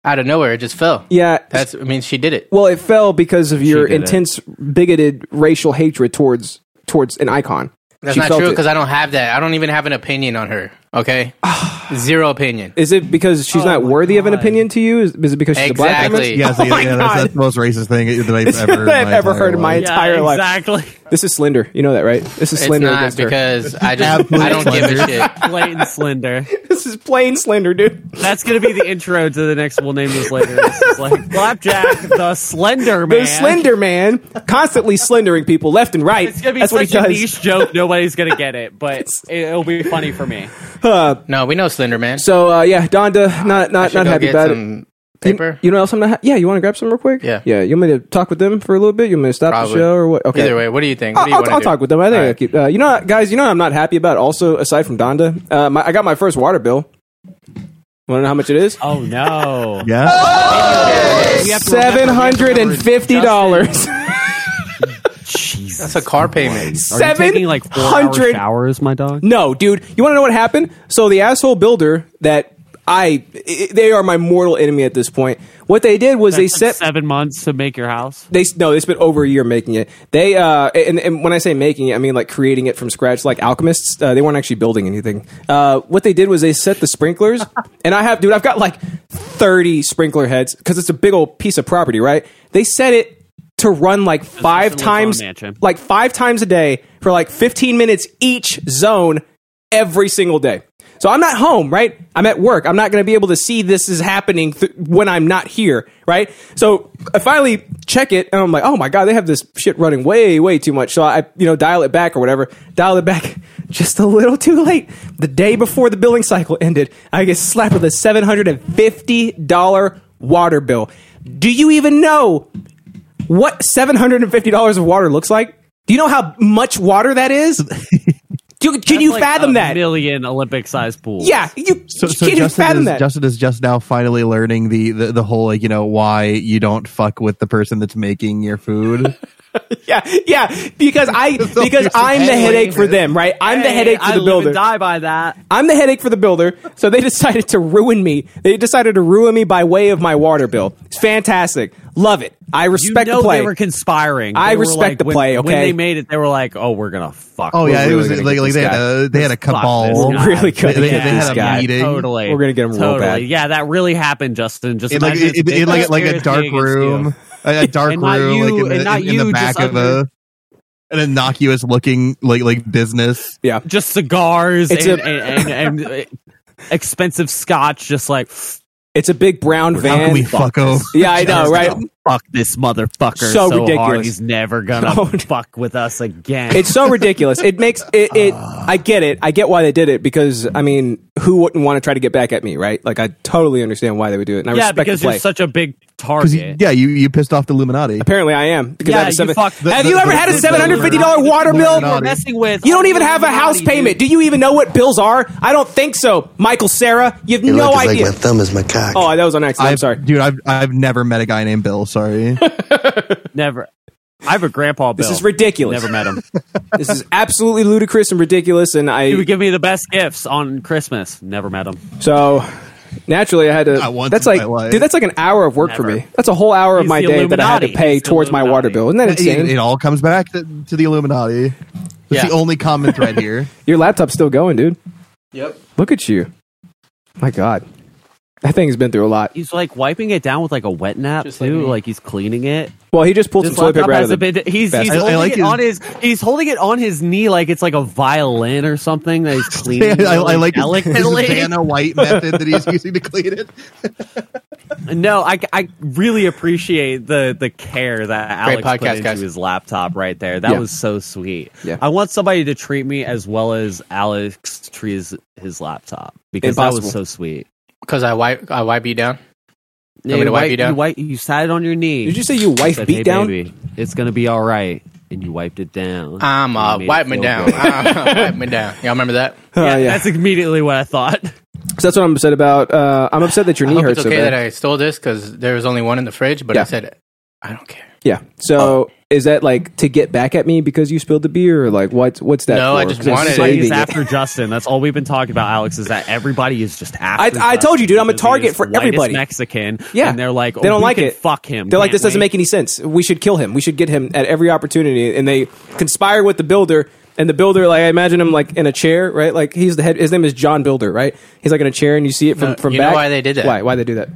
Speaker 2: out of nowhere, it just fell.
Speaker 1: Yeah.
Speaker 2: that's. I mean, she did it.
Speaker 1: Well, it fell because of your
Speaker 3: did it.
Speaker 1: intense bigoted racial hatred towards towards an icon.
Speaker 2: That's
Speaker 1: She
Speaker 2: not
Speaker 1: felt
Speaker 2: true
Speaker 1: it.
Speaker 2: because I don't have that. I don't even have an opinion on her. Okay,
Speaker 1: Ah.
Speaker 2: zero opinion.
Speaker 1: Is it because she's not worthy of an opinion to you? Is, is it because she's a black woman?
Speaker 2: Oh Exactly.
Speaker 4: Yes,
Speaker 1: Oh
Speaker 4: yeah,
Speaker 1: my
Speaker 4: yeah,
Speaker 1: God.
Speaker 4: that's, that's the most racist thing that I've ever, in
Speaker 1: I've
Speaker 4: my
Speaker 1: ever
Speaker 4: entire
Speaker 1: heard in my
Speaker 4: life.
Speaker 1: entire
Speaker 3: yeah,
Speaker 1: life.
Speaker 3: exactly.
Speaker 1: This is Slender. You know that, right? This is
Speaker 2: It's
Speaker 1: Slender
Speaker 2: not
Speaker 1: against her.
Speaker 2: because I just I don't give a shit.
Speaker 3: Plain and slender.
Speaker 1: This is plain Slender, dude.
Speaker 3: That's gonna be the intro to the next. We'll name this later. It's just like Flapjack, the Slender Man.
Speaker 1: The Slender Man, constantly slendering people left and right.
Speaker 3: It's gonna be
Speaker 1: That's what
Speaker 3: such
Speaker 1: he
Speaker 3: a
Speaker 1: does.
Speaker 3: niche joke. Nobody's gonna get it, but it'll be funny for me.
Speaker 2: No, we know Slender Man.
Speaker 1: So uh, yeah, Donda, not not
Speaker 2: Should
Speaker 1: not
Speaker 2: go
Speaker 1: happy
Speaker 2: get
Speaker 1: about it.
Speaker 2: some paper.
Speaker 1: You know what else I'm not? Ha- yeah, you want to grab some real quick?
Speaker 2: Yeah.
Speaker 1: yeah. You want me to talk with them for a little bit? You want me to stop
Speaker 2: Probably.
Speaker 1: the show or what? Okay.
Speaker 2: Either way, what do you think? What do
Speaker 1: I'll,
Speaker 2: you
Speaker 1: I'll,
Speaker 2: wanna
Speaker 1: I'll
Speaker 2: do?
Speaker 1: talk with them. I think
Speaker 2: All
Speaker 1: I
Speaker 2: right.
Speaker 1: keep. Uh, you know, what, guys. You know, what I'm not happy about. Also, aside from Donda, uh, my, I got my first water bill. Want to know how much it is?
Speaker 3: Oh no!
Speaker 4: Yeah,
Speaker 1: Seven hundred and fifty dollars.
Speaker 3: Jesus.
Speaker 2: It's a car payment.
Speaker 1: Seven hundred.
Speaker 3: hours, my dog?
Speaker 1: No, dude. You want to know what happened? So the asshole builder that I i they are my mortal enemy at this point. What they did was they set
Speaker 3: seven months to make your house.
Speaker 1: they no they spent over a year making it they uh and, and when i say making it i mean like creating it from scratch like alchemists uh, they weren't actually building anything uh what they did was they set the sprinklers and i have dude i've got like 30 sprinkler heads because it's a big old piece of property right they set it to run like five
Speaker 3: similar to our
Speaker 1: times
Speaker 3: mansion.
Speaker 1: like five times a day for like 15 minutes each zone every single day so I'm not home, right? I'm at work. I'm not going to be able to see this is happening th- when I'm not here, right? So I finally check it, and I'm like, oh my god, they have this shit running way, way too much. So I, you know, dial it back or whatever. Dial it back just a little too late. The day before the billing cycle ended, I get slapped with a seven hundred and fifty dollar water bill. Do you even know what seven hundred and fifty dollars of water looks like? Do you know how much water that is? Do, can you
Speaker 3: Like
Speaker 1: fathom
Speaker 3: a
Speaker 1: that?
Speaker 3: million Olympic sized pools?
Speaker 1: Yeah, you,
Speaker 4: So,
Speaker 1: you
Speaker 4: so
Speaker 1: can't even
Speaker 4: Justin,
Speaker 1: fathom
Speaker 4: is,
Speaker 1: that.
Speaker 4: Justin is just now finally learning the, the the whole like you know why you don't fuck with the person that's making your food.
Speaker 1: yeah, yeah, because I because I'm the headache for them, right? I'm the
Speaker 3: Hey,
Speaker 1: headache
Speaker 3: I
Speaker 1: for the
Speaker 3: live
Speaker 1: builder.
Speaker 3: And die by that.
Speaker 1: I'm the headache for the builder. So they decided to ruin me. They decided to ruin me by way of my water bill. It's fantastic. Love it. I respect
Speaker 3: you know
Speaker 1: the play.
Speaker 3: they were conspiring.
Speaker 1: I
Speaker 3: They were
Speaker 1: respect
Speaker 3: like-
Speaker 1: the
Speaker 3: when-
Speaker 1: play,
Speaker 3: when
Speaker 1: okay?
Speaker 3: they made it, they were like, "Oh, we're gonna fuck."
Speaker 4: Oh
Speaker 1: We're
Speaker 4: yeah,
Speaker 1: really
Speaker 4: it was
Speaker 1: gonna get
Speaker 4: like like
Speaker 1: this
Speaker 4: they had
Speaker 1: guy.
Speaker 4: a, they had a cabal.
Speaker 1: guy. We're really
Speaker 4: they,
Speaker 1: gonna
Speaker 4: they, they
Speaker 1: get this
Speaker 4: had a
Speaker 1: guy.
Speaker 4: meeting.
Speaker 3: Totally,
Speaker 1: We're gonna get 'em real
Speaker 3: totally.
Speaker 1: bad.
Speaker 3: Yeah, that really happened, Justin. Just
Speaker 4: in like
Speaker 3: imagine
Speaker 4: in,
Speaker 3: if
Speaker 4: in
Speaker 3: they
Speaker 4: like
Speaker 3: just
Speaker 4: like a
Speaker 3: conspiracy
Speaker 4: dark
Speaker 3: against
Speaker 4: room,
Speaker 3: you.
Speaker 4: a, a dark
Speaker 3: And not
Speaker 4: room,
Speaker 3: you-
Speaker 4: like in
Speaker 3: and
Speaker 4: the,
Speaker 3: not
Speaker 4: in, in
Speaker 3: you,
Speaker 4: the
Speaker 3: just
Speaker 4: back of a
Speaker 3: under-
Speaker 4: an innocuous looking like like business.
Speaker 1: yeah.
Speaker 3: Just cigars
Speaker 1: It's
Speaker 3: and,
Speaker 1: a-
Speaker 3: and, and, and, uh, expensive scotch. Just like
Speaker 1: It's a big brown van.
Speaker 4: How can we fuck over?
Speaker 1: yeah, I know, right?
Speaker 3: fuck this motherfucker
Speaker 1: So
Speaker 3: so,
Speaker 1: ridiculous.
Speaker 3: hard. He's never gonna
Speaker 1: So-
Speaker 3: fuck with us again.
Speaker 1: It's so ridiculous. It makes it, it. I get it. I get why they did it because I mean, who wouldn't want to try to get back at me, right? Like I totally understand why they would do it, and I
Speaker 3: yeah,
Speaker 1: respect the
Speaker 3: because
Speaker 1: play.
Speaker 3: you're such a big
Speaker 4: Because
Speaker 3: target.
Speaker 4: yeah, you you pissed off the Illuminati.
Speaker 1: Apparently, I am because I
Speaker 3: Yeah,
Speaker 1: have a
Speaker 3: you
Speaker 1: seven.
Speaker 3: fucked the-
Speaker 1: have
Speaker 4: the-
Speaker 1: you ever
Speaker 4: the-
Speaker 1: had a
Speaker 4: the-
Speaker 1: seven hundred fifty dollar water
Speaker 4: the-
Speaker 1: bill?
Speaker 4: the-
Speaker 3: We're messing with.
Speaker 1: You don't even have a house payment. Do you even know what bills are? I don't think so, Michael Sarah. You have
Speaker 6: Your
Speaker 1: no
Speaker 6: luck is
Speaker 1: idea.
Speaker 6: like my thumb is my cock.
Speaker 1: oh, that was on accident. I'm
Speaker 4: I've-
Speaker 1: sorry.
Speaker 4: dude. I've I've never met a guy named Bill. Sorry,
Speaker 3: Never. I have a grandpa. Bill.
Speaker 1: This is ridiculous.
Speaker 3: Never met him.
Speaker 1: this is absolutely ludicrous and ridiculous. And
Speaker 3: He would
Speaker 1: I
Speaker 3: give me the best gifts on Christmas. Never met him.
Speaker 1: so naturally I had to.
Speaker 4: I want
Speaker 1: that's
Speaker 4: to
Speaker 1: like
Speaker 4: my life.
Speaker 1: dude. That's like an hour of work for
Speaker 3: Never.
Speaker 1: me. That's a whole hour of
Speaker 3: He's
Speaker 1: my
Speaker 3: the
Speaker 1: day that I had to
Speaker 3: Illuminati.
Speaker 1: pay
Speaker 3: He's the
Speaker 1: towards my water
Speaker 3: Illuminati.
Speaker 1: bill. Isn't that
Speaker 4: it,
Speaker 1: insane?
Speaker 4: it all comes back to, to the Illuminati. That's
Speaker 2: Yeah.
Speaker 4: the only common thread here.
Speaker 1: Your laptop's still going, dude.
Speaker 2: Yep.
Speaker 1: Look at you. My God, that thing's been through a lot.
Speaker 3: He's like wiping it down with like a wet nap
Speaker 2: Just like
Speaker 3: too.
Speaker 2: me.
Speaker 3: Like, he's cleaning it.
Speaker 1: Well, he just pulled
Speaker 3: This
Speaker 1: some toilet
Speaker 3: laptop
Speaker 1: paper out of the
Speaker 3: hasn't been. He's, he's
Speaker 1: basket.
Speaker 4: I- I
Speaker 3: holding
Speaker 4: like
Speaker 3: it
Speaker 4: his-
Speaker 3: on his. He's holding it on his knee like it's like a violin or something that he's
Speaker 4: I,
Speaker 3: cleaning.
Speaker 4: I- I
Speaker 3: really
Speaker 4: like his, his
Speaker 3: delicately.
Speaker 4: Vanna White method that he's using to clean it.
Speaker 3: No, I, I really appreciate the the care that Alex put
Speaker 2: Great podcast,
Speaker 3: into
Speaker 2: guys.
Speaker 3: his laptop right there. That
Speaker 1: Yeah.
Speaker 3: was so sweet.
Speaker 1: Yeah.
Speaker 3: I want somebody to treat me as well as Alex treats his laptop because that
Speaker 1: Impossible.
Speaker 3: was so sweet.
Speaker 2: Because I wipe, I wipe you down.
Speaker 3: Yeah,
Speaker 2: me
Speaker 3: you,
Speaker 2: to wipe
Speaker 3: wipe-
Speaker 2: you down?
Speaker 3: you wipe- you sat it on your knee.
Speaker 1: Did you say you wife
Speaker 3: said,
Speaker 1: beat
Speaker 3: "Hey,
Speaker 1: down?
Speaker 3: baby, it's gonna be all right, and you wiped it down.
Speaker 2: I'm uh,
Speaker 3: You made it
Speaker 2: wipe me
Speaker 3: feel
Speaker 2: down.
Speaker 3: good.
Speaker 2: Uh, wipe me down. Y'all remember that?
Speaker 1: Oh,
Speaker 3: yeah,
Speaker 1: yeah.
Speaker 3: that's immediately what I thought.
Speaker 1: So that's what I'm upset about. Uh, I'm upset that your
Speaker 2: I
Speaker 1: knee
Speaker 2: hope
Speaker 1: hurts
Speaker 2: it's okay
Speaker 1: so bad.
Speaker 2: that I stole this because there was only one in the fridge, but
Speaker 1: Yeah.
Speaker 2: I said I don't care.
Speaker 1: yeah.
Speaker 3: Oh.
Speaker 1: So is that like to get back at me because you spilled the beer? Or like what? What's that?
Speaker 2: No, I
Speaker 1: for?
Speaker 2: just
Speaker 1: 'Cause I'm
Speaker 2: wanted it.
Speaker 1: saving
Speaker 3: Everybody's after Justin. That's all we've been talking about, Alex. Is that everybody is just after?
Speaker 1: I- I
Speaker 3: Justin
Speaker 1: told you, dude, I'm a
Speaker 3: because he
Speaker 1: target
Speaker 3: is
Speaker 1: for
Speaker 3: the whitest
Speaker 1: everybody.
Speaker 3: Mexican.
Speaker 1: Yeah.
Speaker 3: and they're like,
Speaker 1: They
Speaker 3: "Oh,
Speaker 1: don't
Speaker 3: we
Speaker 1: like
Speaker 3: can
Speaker 1: it.
Speaker 3: Fuck him.
Speaker 1: They're like,
Speaker 3: Can't
Speaker 1: this doesn't
Speaker 3: wait."
Speaker 1: make any sense. We should kill him. We should get him at every opportunity. And they conspire with the builder. And the builder, like I imagine him, like in a chair, right? Like he's the head. His name is John Builder, right? He's like in a chair, and you see it from
Speaker 2: No,
Speaker 1: from
Speaker 2: you know
Speaker 1: back.
Speaker 2: why they did that?
Speaker 1: Why? Why they do that?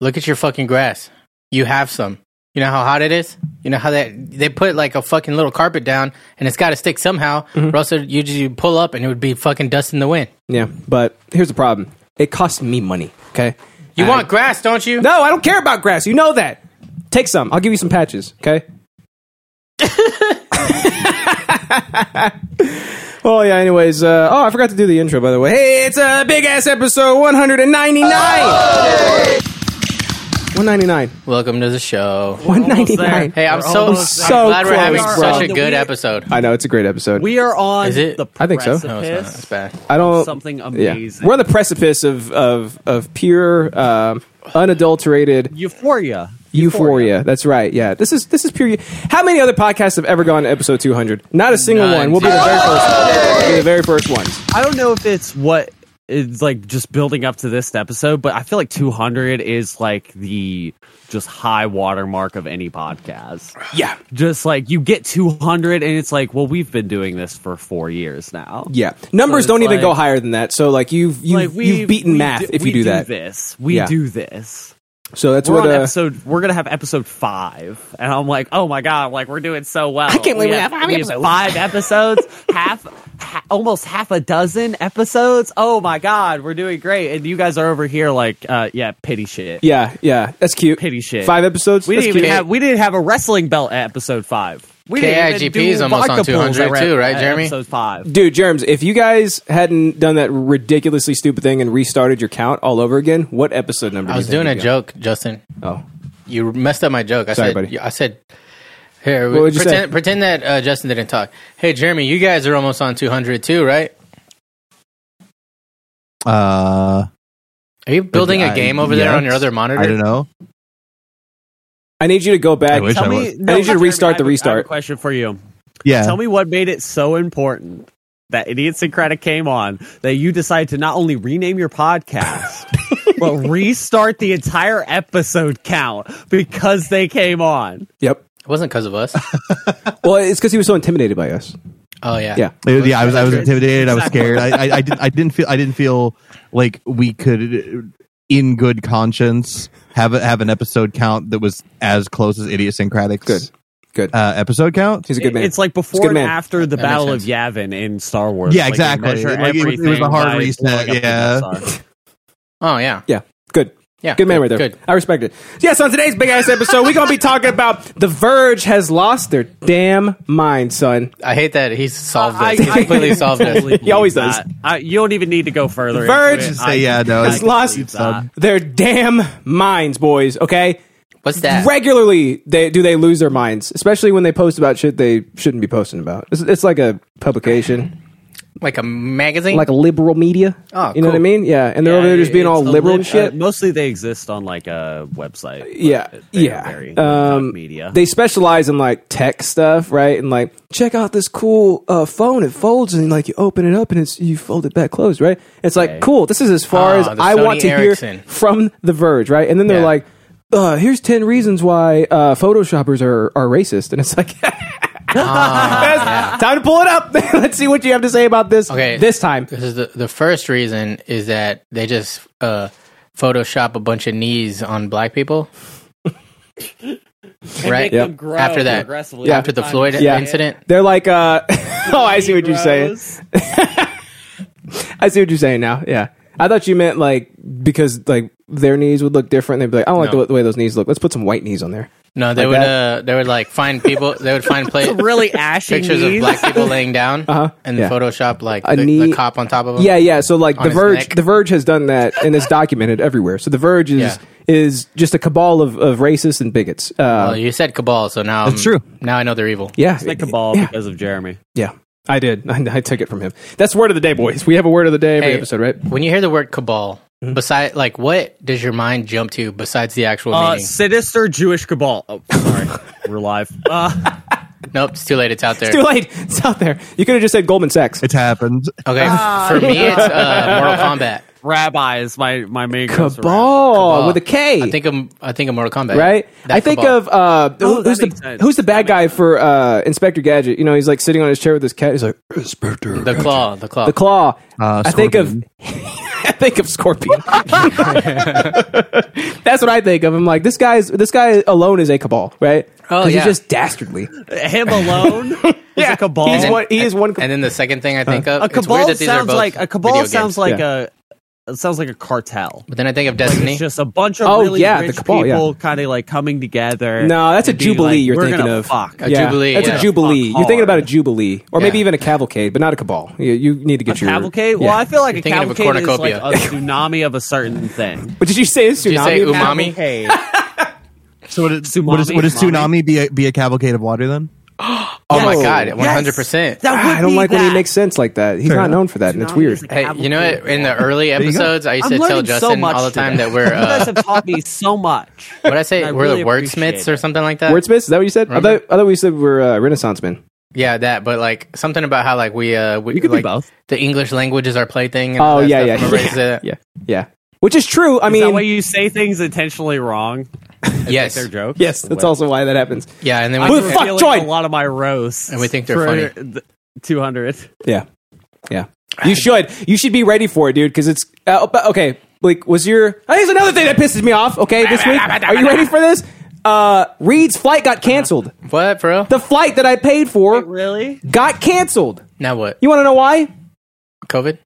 Speaker 2: Look at your fucking grass. You have some. You know how hot it is. You know how that they put like a fucking little carpet down, and it's got to stick somehow.
Speaker 1: Mm-hmm.
Speaker 2: Or else it- you just you pull up, and it would be fucking dust in the wind.
Speaker 1: Yeah. But here's the problem. It costs me money. Okay. Uh,
Speaker 2: You
Speaker 1: I-
Speaker 2: want grass, don't you?
Speaker 1: No, I don't care about grass. You know that. Take some. I'll give you some patches. Okay. Oh yeah. Anyways, uh, oh I forgot to do the intro by the way. Hey, it's a big ass episode 199. 199.
Speaker 2: Welcome to the show.
Speaker 1: 199.
Speaker 2: Hey, I'm
Speaker 3: We're
Speaker 2: so,
Speaker 3: almost
Speaker 2: I'm
Speaker 1: there.
Speaker 2: glad
Speaker 1: So
Speaker 2: we're having
Speaker 1: close, bro.
Speaker 2: such a good
Speaker 3: We-
Speaker 2: episode.
Speaker 1: I know it's a great episode.
Speaker 3: We are on
Speaker 2: Is it?
Speaker 3: the
Speaker 1: I think so.
Speaker 2: No, it's not. It's
Speaker 3: precipice
Speaker 2: bad.
Speaker 1: I don't
Speaker 3: something
Speaker 1: yeah.
Speaker 3: amazing.
Speaker 1: We're on the precipice of of of pure um, unadulterated
Speaker 3: Euphoria.
Speaker 1: Euphoria. That's right. Yeah. This is this is pure. How many other podcasts have ever gone to episode 200? Not a single
Speaker 2: None.
Speaker 1: one. We'll be the very first. We'll be the very first ones.
Speaker 3: I don't know if it's what it's like just building up to this episode, but I feel like 200 is like the just high watermark of any podcast.
Speaker 1: Yeah.
Speaker 3: Just like you get 200 and it's like, well, we've been doing this for four years now.
Speaker 1: Yeah, numbers
Speaker 3: So
Speaker 1: don't
Speaker 3: it's
Speaker 1: even go
Speaker 3: like-
Speaker 1: higher than that. So like you've you've,
Speaker 3: like we
Speaker 1: you've beaten
Speaker 3: we
Speaker 1: math if
Speaker 3: we
Speaker 1: you do, that.
Speaker 3: This we
Speaker 1: Yeah.
Speaker 3: do this.
Speaker 1: So that's
Speaker 3: we're
Speaker 1: what
Speaker 3: on
Speaker 1: uh,
Speaker 3: episode. We're gonna have episode five, and I'm like, oh my god, I'm like we're doing so well. I
Speaker 2: can't believe we
Speaker 3: have,
Speaker 2: have
Speaker 3: we
Speaker 2: five
Speaker 3: have five
Speaker 2: episodes.
Speaker 3: episodes, half, ha- almost half a dozen episodes. Oh my god, we're doing great, and you guys are over here like, uh, yeah, pity shit.
Speaker 1: yeah yeah that's cute.
Speaker 3: Pity shit.
Speaker 1: Five episodes.
Speaker 3: We
Speaker 1: That's
Speaker 3: didn't even
Speaker 1: cute.
Speaker 3: have we didn't have a wrestling belt at episode five. We didn't even
Speaker 2: KIGP is
Speaker 3: do
Speaker 2: almost on
Speaker 3: vodka pools
Speaker 2: 200
Speaker 3: at-
Speaker 2: too, right,
Speaker 3: at
Speaker 2: Jeremy?
Speaker 3: Episode five.
Speaker 1: Dude, Germs, if you guys hadn't done that ridiculously stupid thing and restarted your count all over again, what episode number?
Speaker 2: I
Speaker 1: do you
Speaker 2: was
Speaker 1: think
Speaker 2: doing a
Speaker 1: you'd be on?
Speaker 2: joke, Justin.
Speaker 1: Oh,
Speaker 2: You messed up my joke. I
Speaker 1: Sorry,
Speaker 2: said,
Speaker 1: buddy.
Speaker 2: I said, here,
Speaker 1: What would you
Speaker 2: pretend,
Speaker 1: say?
Speaker 2: pretend that uh, Justin didn't talk. Hey, Jeremy, you guys are almost on 200 too, right?
Speaker 4: Uh,
Speaker 2: Are you building
Speaker 4: I-
Speaker 2: a game over there
Speaker 4: yes.
Speaker 2: on your other monitor?
Speaker 4: uh, I don't know.
Speaker 1: I need you to go back.
Speaker 4: I wish
Speaker 3: Tell
Speaker 4: I
Speaker 3: me,
Speaker 4: was.
Speaker 3: no,
Speaker 1: I need you to
Speaker 3: Jeremy,
Speaker 1: restart the
Speaker 3: I have a- I have a
Speaker 1: restart.
Speaker 3: question for you.
Speaker 4: Yeah.
Speaker 3: Tell me what made it so important that Idiosyncratic came on that you decided to not only rename your podcast, but restart the entire episode count because they came on.
Speaker 1: Yep.
Speaker 2: It wasn't because of us.
Speaker 1: Well, it's because he was so intimidated by us.
Speaker 2: Oh, yeah.
Speaker 1: Yeah.
Speaker 4: It- yeah, I was. I was intimidated. I was scared. I, I, I didn't. I didn't feel. I didn't feel like we could, in good conscience, have a, have an episode count that was as close as idiosyncratic.
Speaker 1: Good. Good.
Speaker 4: uh, episode count.
Speaker 1: He's a good man.
Speaker 3: It's like
Speaker 1: It's a
Speaker 3: before
Speaker 1: good
Speaker 3: and
Speaker 1: man.
Speaker 3: after the
Speaker 2: That makes
Speaker 3: Battle of
Speaker 2: sense.
Speaker 3: Yavin in Star Wars.
Speaker 4: Yeah,
Speaker 3: Like, they
Speaker 4: exactly.
Speaker 3: measure
Speaker 4: Like, it was- it was a
Speaker 3: everything
Speaker 4: hard
Speaker 3: by
Speaker 4: reset,
Speaker 3: blowing up the
Speaker 4: yeah.
Speaker 3: Pulsar.
Speaker 2: Oh, yeah.
Speaker 1: yeah. Good.
Speaker 2: Yeah.
Speaker 1: Good man right there.
Speaker 2: Good.
Speaker 1: I respect it. Yes, on today's big ass episode, we're gonna be talking about The Verge has lost their damn mind, son.
Speaker 2: I hate that he's solved
Speaker 3: I-
Speaker 2: this. He
Speaker 3: I-
Speaker 2: completely solved this.
Speaker 1: He always does.
Speaker 3: That- I, you don't even need to go further. into
Speaker 1: Verge
Speaker 3: it.
Speaker 1: is
Speaker 3: I-
Speaker 4: Say, yeah, no,
Speaker 1: Has
Speaker 4: it's-
Speaker 1: lost
Speaker 3: believe that.
Speaker 1: their damn minds, boys. Okay.
Speaker 2: What's that?
Speaker 1: Regularly, they do they lose their minds, especially when they post about shit they shouldn't be posting about. It's, it's like a publication.
Speaker 2: Like a magazine?
Speaker 1: like a liberal media.
Speaker 2: Oh,
Speaker 1: you know what I
Speaker 2: cool.
Speaker 1: mean? Yeah, and they're over there just being
Speaker 3: it's
Speaker 1: all
Speaker 3: a
Speaker 1: liberal
Speaker 3: lit-
Speaker 1: and shit.
Speaker 3: uh, mostly they exist on like a website. but
Speaker 1: yeah,
Speaker 3: they are
Speaker 1: yeah.
Speaker 3: very
Speaker 1: Um,
Speaker 3: media.
Speaker 1: They specialize in like tech stuff, right? And like, check out this cool uh, phone. It folds, and like you open it up, and it's you fold it back closed, right? It's like cool. This is as far
Speaker 2: Ah,
Speaker 1: as
Speaker 2: the
Speaker 1: I want
Speaker 2: Sony
Speaker 1: to
Speaker 2: Ericsson.
Speaker 1: hear from The Verge, right? And then they're
Speaker 2: Yeah.
Speaker 1: like, uh, here's ten reasons why uh, photoshoppers are are racist, and it's like. Time to pull it up. Let's see what you have to say about this
Speaker 2: Okay.
Speaker 1: this time.
Speaker 2: This is the, the first reason is that they just uh, Photoshop a bunch of knees on black people. right?
Speaker 1: them
Speaker 3: grow
Speaker 2: After that.
Speaker 3: progressively
Speaker 2: After the
Speaker 3: over time.
Speaker 2: Floyd
Speaker 1: Yeah.
Speaker 2: incident.
Speaker 1: They're like, uh, oh, I see what you're saying. I see what you're saying now. Yeah. I thought you meant like because like their knees would look different. They'd be like, I don't like
Speaker 2: No.
Speaker 1: the, the way those knees look. Let's put some white knees on there.
Speaker 2: No, they
Speaker 1: Like
Speaker 2: would
Speaker 1: that?
Speaker 2: uh, they would like find people they would find pla-
Speaker 3: really ashy
Speaker 2: pictures of
Speaker 3: knees.
Speaker 2: black people laying down and
Speaker 1: Uh-huh. yeah.
Speaker 2: Photoshop like
Speaker 1: A
Speaker 2: the,
Speaker 1: knee-
Speaker 2: the cop on top of them.
Speaker 1: Yeah, yeah. So like
Speaker 2: On
Speaker 1: the
Speaker 2: his
Speaker 1: Verge,
Speaker 2: neck.
Speaker 1: the Verge has done that and it's documented everywhere. So the Verge is
Speaker 2: Yeah.
Speaker 1: is just a cabal of, of racists and bigots. Uh,
Speaker 2: Well, you said cabal, so now
Speaker 4: That's
Speaker 2: I'm-
Speaker 4: true.
Speaker 2: Now I know they're evil.
Speaker 1: yeah,
Speaker 3: It's like a ball
Speaker 1: Yeah,
Speaker 3: because of Jeremy.
Speaker 1: yeah. I did. I, I took it from him. That's word of the day, boys. We have a word of the day every
Speaker 2: Hey.
Speaker 1: episode, right?
Speaker 2: When you hear the word cabal,
Speaker 1: Mm-hmm.
Speaker 2: beside like what does your mind jump to besides the actual
Speaker 3: Uh,
Speaker 2: meaning?
Speaker 3: sinister Jewish cabal. Oh, sorry, we're live. Uh,
Speaker 2: Nope, it's too late. It's out there.
Speaker 1: Too late. It's out there. You could have just said Goldman Sachs.
Speaker 4: It's happened.
Speaker 2: Okay,
Speaker 3: Ah.
Speaker 2: for me it's uh, Mortal Kombat.
Speaker 3: rabbi is my my main
Speaker 1: Cabal,
Speaker 3: concern. Oh,
Speaker 1: with a K.
Speaker 2: I think of I think of Mortal Kombat.
Speaker 1: right?
Speaker 2: That
Speaker 1: I think
Speaker 2: cabal.
Speaker 1: of uh, who-
Speaker 3: that
Speaker 1: who's the
Speaker 3: makes sense.
Speaker 1: who's the bad guy for uh, Inspector Gadget. You know, he's like sitting on his chair with his cat. He's like
Speaker 2: the claw. The claw.
Speaker 1: the claw.
Speaker 4: Uh,
Speaker 1: I think of
Speaker 4: Scorpion.
Speaker 1: I think of Scorpion. That's what I think of. I'm like this guy's this guy alone is a cabal, right?
Speaker 2: Oh,
Speaker 1: 'Cause he's
Speaker 2: yeah.
Speaker 1: just dastardly.
Speaker 3: Him alone is a cabal.
Speaker 1: he's one. He is one.
Speaker 2: and then the second thing I
Speaker 1: Uh-huh.
Speaker 2: think of
Speaker 3: a
Speaker 2: it's weird
Speaker 3: cabal
Speaker 2: that these are
Speaker 3: sounds
Speaker 2: both
Speaker 3: like a
Speaker 2: video
Speaker 3: cabal
Speaker 2: games.
Speaker 3: sounds like
Speaker 1: Yeah.
Speaker 3: a it sounds like a cartel.
Speaker 2: But then I think of
Speaker 3: Like,
Speaker 2: Destiny.
Speaker 3: it's just a bunch of
Speaker 1: Oh,
Speaker 3: really
Speaker 1: yeah,
Speaker 3: rich
Speaker 1: the cabal, yeah.
Speaker 3: people kind of like coming together.
Speaker 1: no, that's a
Speaker 3: and being
Speaker 1: jubilee.
Speaker 3: like,
Speaker 1: you're
Speaker 3: "We're
Speaker 1: thinking
Speaker 3: gonna
Speaker 1: of
Speaker 3: fuck.
Speaker 2: A jubilee,
Speaker 1: That's
Speaker 2: yeah.
Speaker 1: a jubilee.
Speaker 3: Fuck
Speaker 1: You're thinking about a
Speaker 3: hard.
Speaker 1: jubilee, or maybe
Speaker 2: Yeah.
Speaker 1: even a cavalcade, but not a cabal. You, you need to get your
Speaker 3: cavalcade.
Speaker 1: Yeah.
Speaker 3: Well, I feel like a
Speaker 2: thinking of a
Speaker 3: cavalcade is like
Speaker 2: cornucopia.
Speaker 3: a tsunami of a certain thing.
Speaker 1: But did you say a tsunami?
Speaker 2: you say
Speaker 1: of
Speaker 2: umami?
Speaker 1: cavalcade?
Speaker 3: Cavalcade.
Speaker 4: So would, it, would, is,
Speaker 3: Tsunami.
Speaker 4: would a tsunami be a, be a cavalcade of water then?
Speaker 2: oh my
Speaker 1: Yes.
Speaker 2: god,
Speaker 1: Yes.
Speaker 2: one hundred percent.
Speaker 3: That would
Speaker 1: I don't
Speaker 3: be
Speaker 1: like when
Speaker 3: that.
Speaker 1: he makes sense like that. He's
Speaker 4: Fair
Speaker 1: not
Speaker 4: enough.
Speaker 1: known for that, and it's
Speaker 3: Tsunami
Speaker 1: weird.
Speaker 3: is a
Speaker 2: Hey, you know what?
Speaker 3: cavalcade.
Speaker 2: In the early
Speaker 4: you go.
Speaker 2: episodes, I used
Speaker 3: I'm
Speaker 2: to tell
Speaker 3: learning so
Speaker 2: Justin
Speaker 3: much
Speaker 2: all the time
Speaker 3: today.
Speaker 2: that we're
Speaker 3: You guys
Speaker 2: uh,
Speaker 3: have taught me so much.
Speaker 2: what I say
Speaker 3: I
Speaker 2: we're
Speaker 3: really
Speaker 2: wordsmiths
Speaker 3: appreciate
Speaker 2: or
Speaker 3: it.
Speaker 2: something like that.
Speaker 1: Wordsmiths? Is that what you said? I thought, I thought we said we're uh, Renaissance men.
Speaker 2: Yeah, that. But like something about how like we uh we
Speaker 3: You could
Speaker 2: like,
Speaker 3: be both.
Speaker 2: the English language is our plaything. And all
Speaker 1: Oh
Speaker 2: that
Speaker 1: yeah,
Speaker 2: stuff.
Speaker 1: yeah,
Speaker 2: Remember,
Speaker 1: yeah,
Speaker 2: it's a-
Speaker 1: yeah, yeah. Which is true. I
Speaker 3: Is that
Speaker 1: mean,
Speaker 3: why you say things intentionally wrong?
Speaker 2: yes,
Speaker 3: Their jokes.
Speaker 1: yes, that's
Speaker 3: Wait.
Speaker 1: also why that happens.
Speaker 2: yeah, and then
Speaker 1: Who
Speaker 2: we,
Speaker 1: the
Speaker 3: I'm
Speaker 1: fuck
Speaker 3: feeling
Speaker 1: joined?
Speaker 3: A lot of my roasts,
Speaker 2: And we think they're funny.
Speaker 3: Two hundred.
Speaker 1: Yeah, yeah. You should. You should be ready for it, dude. Because it's uh, but- okay. Like, was your? Oh, here's another thing that pisses me off. Okay, this week. Are you ready for this? Uh, Reed's flight got canceled.
Speaker 2: what, bro?
Speaker 1: The flight that I paid for
Speaker 3: Really?
Speaker 1: got canceled.
Speaker 2: now what?
Speaker 1: You want to know why?
Speaker 2: COVID?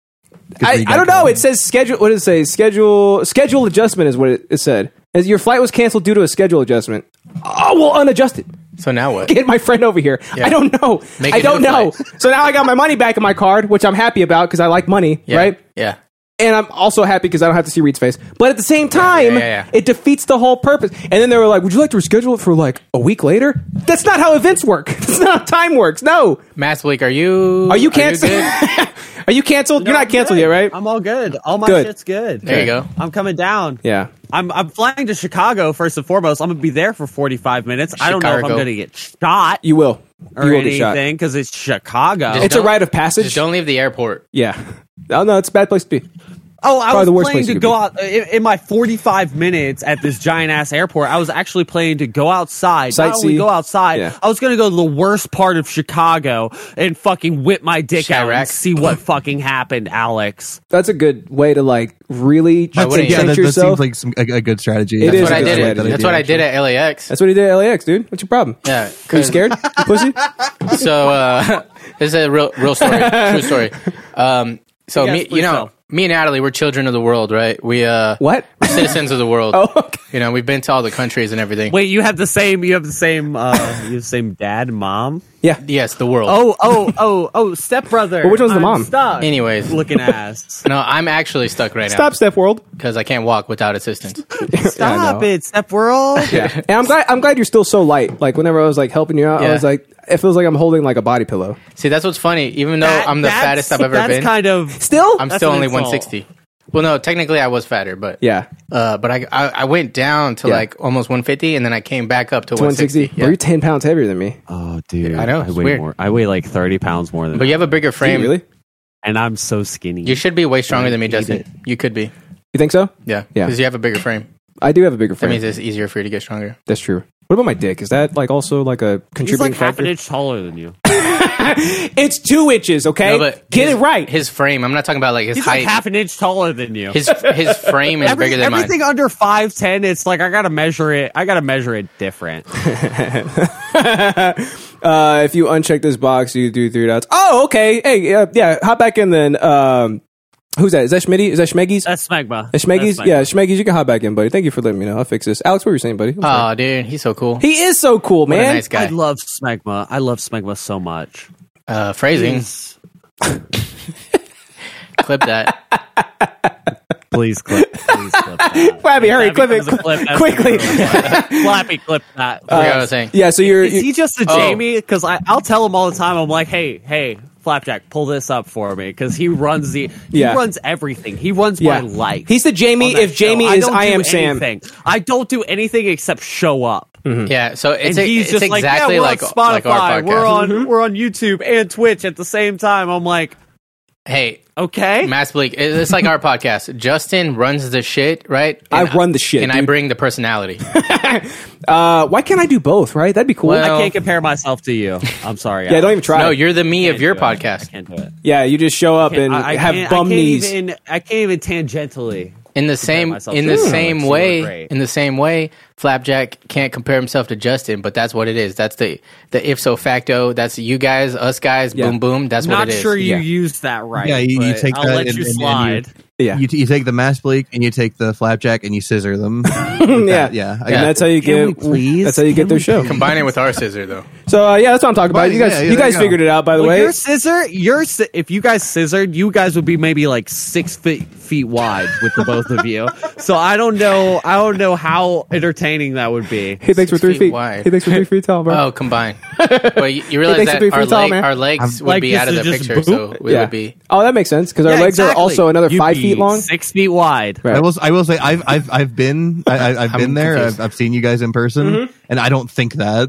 Speaker 1: I,
Speaker 4: Reed
Speaker 1: I
Speaker 4: got
Speaker 1: don't know.
Speaker 4: COVID.
Speaker 1: It says schedule. What did it say? Schedule schedule adjustment is what it, it said. As your flight was canceled due to a schedule adjustment. Oh well, unadjusted.
Speaker 2: So now what?
Speaker 1: Get my friend over here. I don't know.
Speaker 2: Make
Speaker 1: I
Speaker 2: a
Speaker 1: don't
Speaker 2: new
Speaker 1: know.
Speaker 2: flight.
Speaker 1: so now I got my money back in my card, which I'm happy about because I like money,
Speaker 2: Yeah,
Speaker 1: right?
Speaker 2: Yeah.
Speaker 1: and I'm also happy because I don't have to see Reed's face. But at the same time,
Speaker 2: yeah, yeah.
Speaker 1: it defeats the whole purpose. And then they were like, "Would you like to reschedule it for like a week later?" That's not how events work. That's not how time works. No,
Speaker 2: Mass week. Are you?
Speaker 1: are you canceled?
Speaker 2: good?
Speaker 1: are you canceled? You're not canceled yet, right?
Speaker 3: I'm all good. All my
Speaker 1: Good.
Speaker 3: shit's good.
Speaker 2: There you go.
Speaker 3: I'm coming down.
Speaker 1: yeah.
Speaker 3: I'm I'm flying to Chicago first and foremost. I'm gonna be there for 45 minutes. I don't know if I'm
Speaker 2: Chicago.
Speaker 3: gonna get shot
Speaker 1: You will.
Speaker 3: or
Speaker 1: you will get shot.
Speaker 3: anything because it's Chicago.
Speaker 2: Just
Speaker 1: It's a
Speaker 2: Don't-
Speaker 1: rite of passage.
Speaker 2: Just don't leave the airport.
Speaker 1: Yeah. Oh no, it's a bad place to be.
Speaker 3: oh, I
Speaker 1: probably
Speaker 3: was
Speaker 1: the worst
Speaker 3: planning
Speaker 1: place you
Speaker 3: to
Speaker 1: could
Speaker 3: go
Speaker 1: be.
Speaker 3: out in, in my 45 minutes at this giant ass airport. I was actually planning to go outside. Not only
Speaker 1: Sightsee.
Speaker 3: go outside,
Speaker 1: Yeah.
Speaker 3: I was gonna go to the worst part of Chicago and fucking whip my dick out and
Speaker 2: Chirac.
Speaker 3: see what fucking happened, Alex.
Speaker 1: That's a good way to like really
Speaker 2: wouldn't
Speaker 1: concentrate
Speaker 2: you?
Speaker 4: Yeah, that, that
Speaker 1: yourself.
Speaker 4: seems like some, a, a good strategy.
Speaker 1: It is
Speaker 2: That's what
Speaker 1: a
Speaker 2: I
Speaker 1: good
Speaker 2: did.
Speaker 1: way
Speaker 2: It.
Speaker 1: to
Speaker 2: That's
Speaker 1: do
Speaker 2: what
Speaker 1: it,
Speaker 2: I did at LAX.
Speaker 1: That's what he did at LAX, dude. What's your problem?
Speaker 2: yeah.
Speaker 1: Are you scared? You pussy?
Speaker 2: so uh, this is a real real story, true story. Um, so
Speaker 3: Yes,
Speaker 2: me,
Speaker 3: please
Speaker 2: you know,
Speaker 3: tell.
Speaker 2: me and Natalie, we're children of the world, right? We uh,
Speaker 1: What?
Speaker 2: We're citizens of the world.
Speaker 1: Oh, okay.
Speaker 2: you know, we've been to all the countries and everything.
Speaker 3: Wait, you have the same. You have the same. Uh, you have the same dad, and mom.
Speaker 1: Yeah.
Speaker 2: Yes, the world.
Speaker 3: Oh, oh, oh, oh, stepbrother.
Speaker 1: Well, which one's the
Speaker 3: I'm
Speaker 1: mom?
Speaker 3: Stuck.
Speaker 2: Anyways.
Speaker 3: looking ass.
Speaker 2: No, I'm actually stuck right
Speaker 1: Stop, Steph World.
Speaker 2: now because I can't walk without assistance.
Speaker 3: Stop it, step world.
Speaker 1: And I'm glad I'm glad you're still so light. Like whenever I was like helping you out, I
Speaker 2: Yeah.
Speaker 1: was like it feels like I'm holding like a body pillow.
Speaker 2: See, that's what's funny. Even though
Speaker 3: That-
Speaker 2: I'm the
Speaker 3: that's-
Speaker 2: fattest I've ever
Speaker 3: that's
Speaker 2: been,
Speaker 3: kind of.
Speaker 1: Still?
Speaker 2: I'm
Speaker 3: that's
Speaker 2: still
Speaker 3: an
Speaker 2: only
Speaker 3: insult.
Speaker 2: 160. Well, no, technically I was fatter, but
Speaker 1: yeah.
Speaker 2: uh, but I, I I went down to
Speaker 1: Yeah.
Speaker 2: like almost 150, and then I came back up to 160.
Speaker 1: 160. Bro, you're 10 pounds heavier than me.
Speaker 3: Oh, dude,
Speaker 2: I know,
Speaker 3: I
Speaker 2: it's
Speaker 3: weigh
Speaker 2: weird.
Speaker 3: more. I weigh like thirty pounds more than.
Speaker 2: But you have a bigger
Speaker 1: Do you
Speaker 2: frame.
Speaker 1: really?
Speaker 3: and I'm so skinny.
Speaker 2: You should be way stronger than me,
Speaker 3: Eat
Speaker 2: Justin.
Speaker 3: it.
Speaker 2: You could be.
Speaker 1: You think so?
Speaker 2: Yeah.
Speaker 1: Yeah.
Speaker 2: Because you have a bigger frame.
Speaker 1: I do have a bigger
Speaker 2: That
Speaker 1: frame.
Speaker 2: means it's easier for you to get stronger.
Speaker 1: That's true. What about my dick? Is that like also like a
Speaker 3: He's
Speaker 1: contributing
Speaker 3: like half an
Speaker 1: factor?
Speaker 3: inch taller than you.
Speaker 1: It's two inches, okay?
Speaker 2: No, but
Speaker 1: Get
Speaker 2: his-
Speaker 1: it right.
Speaker 2: His frame. I'm not talking about like his
Speaker 3: He's
Speaker 2: height.
Speaker 3: like half an inch taller than you.
Speaker 2: his his frame is
Speaker 3: Every-
Speaker 2: bigger than
Speaker 3: everything
Speaker 2: mine.
Speaker 3: under five ten, it's like I gotta measure it. I gotta measure it different.
Speaker 1: uh, if you uncheck this box, you do three dots. Oh, okay. Hey, uh, yeah, hop back in then. Um, who's that? Is that Schmitty? Is that Schmeggy's?
Speaker 3: That's smegma.
Speaker 1: That's Schmeggy's?
Speaker 3: That's smegma.
Speaker 1: Yeah, Schmeggy's, you can hop back in, buddy. Thank you for letting me know. I'll fix this. Alex, what were you saying, buddy? I'm
Speaker 3: Uh,
Speaker 1: sorry.
Speaker 2: Oh, dude, he's so cool.
Speaker 1: He is so cool,
Speaker 2: what a
Speaker 1: man.
Speaker 2: nice
Speaker 3: I
Speaker 2: guy.
Speaker 3: love smegma. I love smegma so much.
Speaker 2: Uh, phrasing.
Speaker 3: Please,
Speaker 2: Clip that.
Speaker 3: please clip. Please clip that.
Speaker 1: Flabby, hurry,
Speaker 3: That
Speaker 1: clip it
Speaker 3: becomes a clip. That's
Speaker 1: quickly.
Speaker 3: Flappy clip that.
Speaker 2: I forgot what I was saying.
Speaker 1: Yeah, so you're.
Speaker 3: Is
Speaker 1: you-
Speaker 3: he just a
Speaker 2: Oh.
Speaker 3: Jamie? Because I'll tell him all the time. I'm like, hey, hey, Flapjack, pull this up for me because he runs the he
Speaker 1: Yeah.
Speaker 3: runs everything. He runs
Speaker 1: yeah.
Speaker 3: my life.
Speaker 1: He's the Jamie
Speaker 3: on that
Speaker 1: if Jamie
Speaker 3: show.
Speaker 1: is
Speaker 3: don't
Speaker 1: I,
Speaker 3: do
Speaker 1: am Sam.
Speaker 3: anything. I don't do anything except show up.
Speaker 2: Yeah. So it's,
Speaker 3: And
Speaker 2: a,
Speaker 3: he's
Speaker 2: it's
Speaker 3: just
Speaker 2: exactly
Speaker 3: like,
Speaker 2: like,
Speaker 3: yeah, we're on Spotify,
Speaker 2: like our podcast.
Speaker 3: we're on
Speaker 1: Mm-hmm.
Speaker 3: we're on YouTube and Twitch at the same time. I'm like,
Speaker 2: hey,
Speaker 3: okay,
Speaker 2: Mass Bleak, it- it's like our podcast. Justin runs the shit, right?
Speaker 1: I
Speaker 2: And
Speaker 1: run the shit,
Speaker 2: And I
Speaker 1: dude.
Speaker 2: bring the personality.
Speaker 1: Uh, why can't I do both? Right? That'd be cool.
Speaker 3: I
Speaker 2: Well-
Speaker 3: can't compare myself to you. I'm sorry.
Speaker 1: yeah,
Speaker 3: Alex.
Speaker 1: don't even try.
Speaker 2: no,
Speaker 1: it.
Speaker 2: you're the me of
Speaker 3: Can't
Speaker 2: your
Speaker 3: do it. I
Speaker 2: podcast.
Speaker 3: can't do it.
Speaker 1: yeah, you just show up and
Speaker 3: I, I
Speaker 1: have
Speaker 3: can't,
Speaker 1: bum
Speaker 3: I can't
Speaker 1: knees.
Speaker 3: Even, I can't even tangentially.
Speaker 2: in the same
Speaker 3: myself
Speaker 2: in
Speaker 3: to
Speaker 2: the
Speaker 3: Alex.
Speaker 2: same
Speaker 3: You were
Speaker 2: way
Speaker 3: great.
Speaker 2: in the same way flapjack can't compare himself to justin but that's what it is that's the the if so facto that's you guys us guys
Speaker 1: Yeah.
Speaker 2: boom boom that's
Speaker 3: Not
Speaker 2: what it is
Speaker 3: sure you
Speaker 1: Yeah.
Speaker 3: used that right.
Speaker 4: Yeah, you- you
Speaker 3: but
Speaker 4: take
Speaker 3: I'll
Speaker 4: that
Speaker 3: let
Speaker 4: and-
Speaker 3: you
Speaker 4: and- and you-
Speaker 3: slide.
Speaker 1: yeah,
Speaker 4: You, you take the mass bleak and you take the flapjack and you scissor them.
Speaker 1: yeah,
Speaker 4: yeah, I
Speaker 1: And
Speaker 4: got
Speaker 1: that's how you
Speaker 3: Can we
Speaker 1: get.
Speaker 3: please?
Speaker 1: That's how you
Speaker 3: Can
Speaker 1: get their
Speaker 3: we
Speaker 1: show.
Speaker 2: combine it with our scissor though
Speaker 1: So uh, yeah, that's what I'm talking about.
Speaker 4: Right,
Speaker 1: You guys,
Speaker 4: yeah, yeah,
Speaker 1: you
Speaker 4: there
Speaker 1: guys
Speaker 4: you go.
Speaker 1: figured it out. By the
Speaker 3: Well,
Speaker 1: way,
Speaker 3: your scissor, your si- if you guys scissored, you guys would be maybe like six feet feet wide with the both of you. So I don't know, I don't know how entertaining that would be.
Speaker 1: hey, thanks for
Speaker 2: Six
Speaker 1: three
Speaker 2: feet
Speaker 1: feet.
Speaker 2: wide.
Speaker 1: Hey, thanks for three feet tall, bro.
Speaker 2: oh combine but you, you realize
Speaker 1: thanks for
Speaker 2: that
Speaker 1: being
Speaker 2: our,
Speaker 1: free tall,
Speaker 2: leg,
Speaker 1: man.
Speaker 2: our legs would
Speaker 3: like,
Speaker 2: be
Speaker 3: this
Speaker 2: out of
Speaker 3: is
Speaker 2: the
Speaker 3: just
Speaker 2: picture
Speaker 3: boop.
Speaker 2: so we
Speaker 1: yeah.
Speaker 2: would be
Speaker 1: Oh, that makes sense because our
Speaker 3: Yeah,
Speaker 1: legs are
Speaker 3: exactly.
Speaker 1: also another
Speaker 3: You'd
Speaker 1: five
Speaker 3: be
Speaker 1: feet long.
Speaker 3: six feet wide.
Speaker 1: Right.
Speaker 4: I will. I will say I've I've I've been I, I, I've
Speaker 2: I'm
Speaker 4: been there.
Speaker 2: confused.
Speaker 1: Mm-hmm.
Speaker 4: I've, I've seen you guys in person, and I don't think that.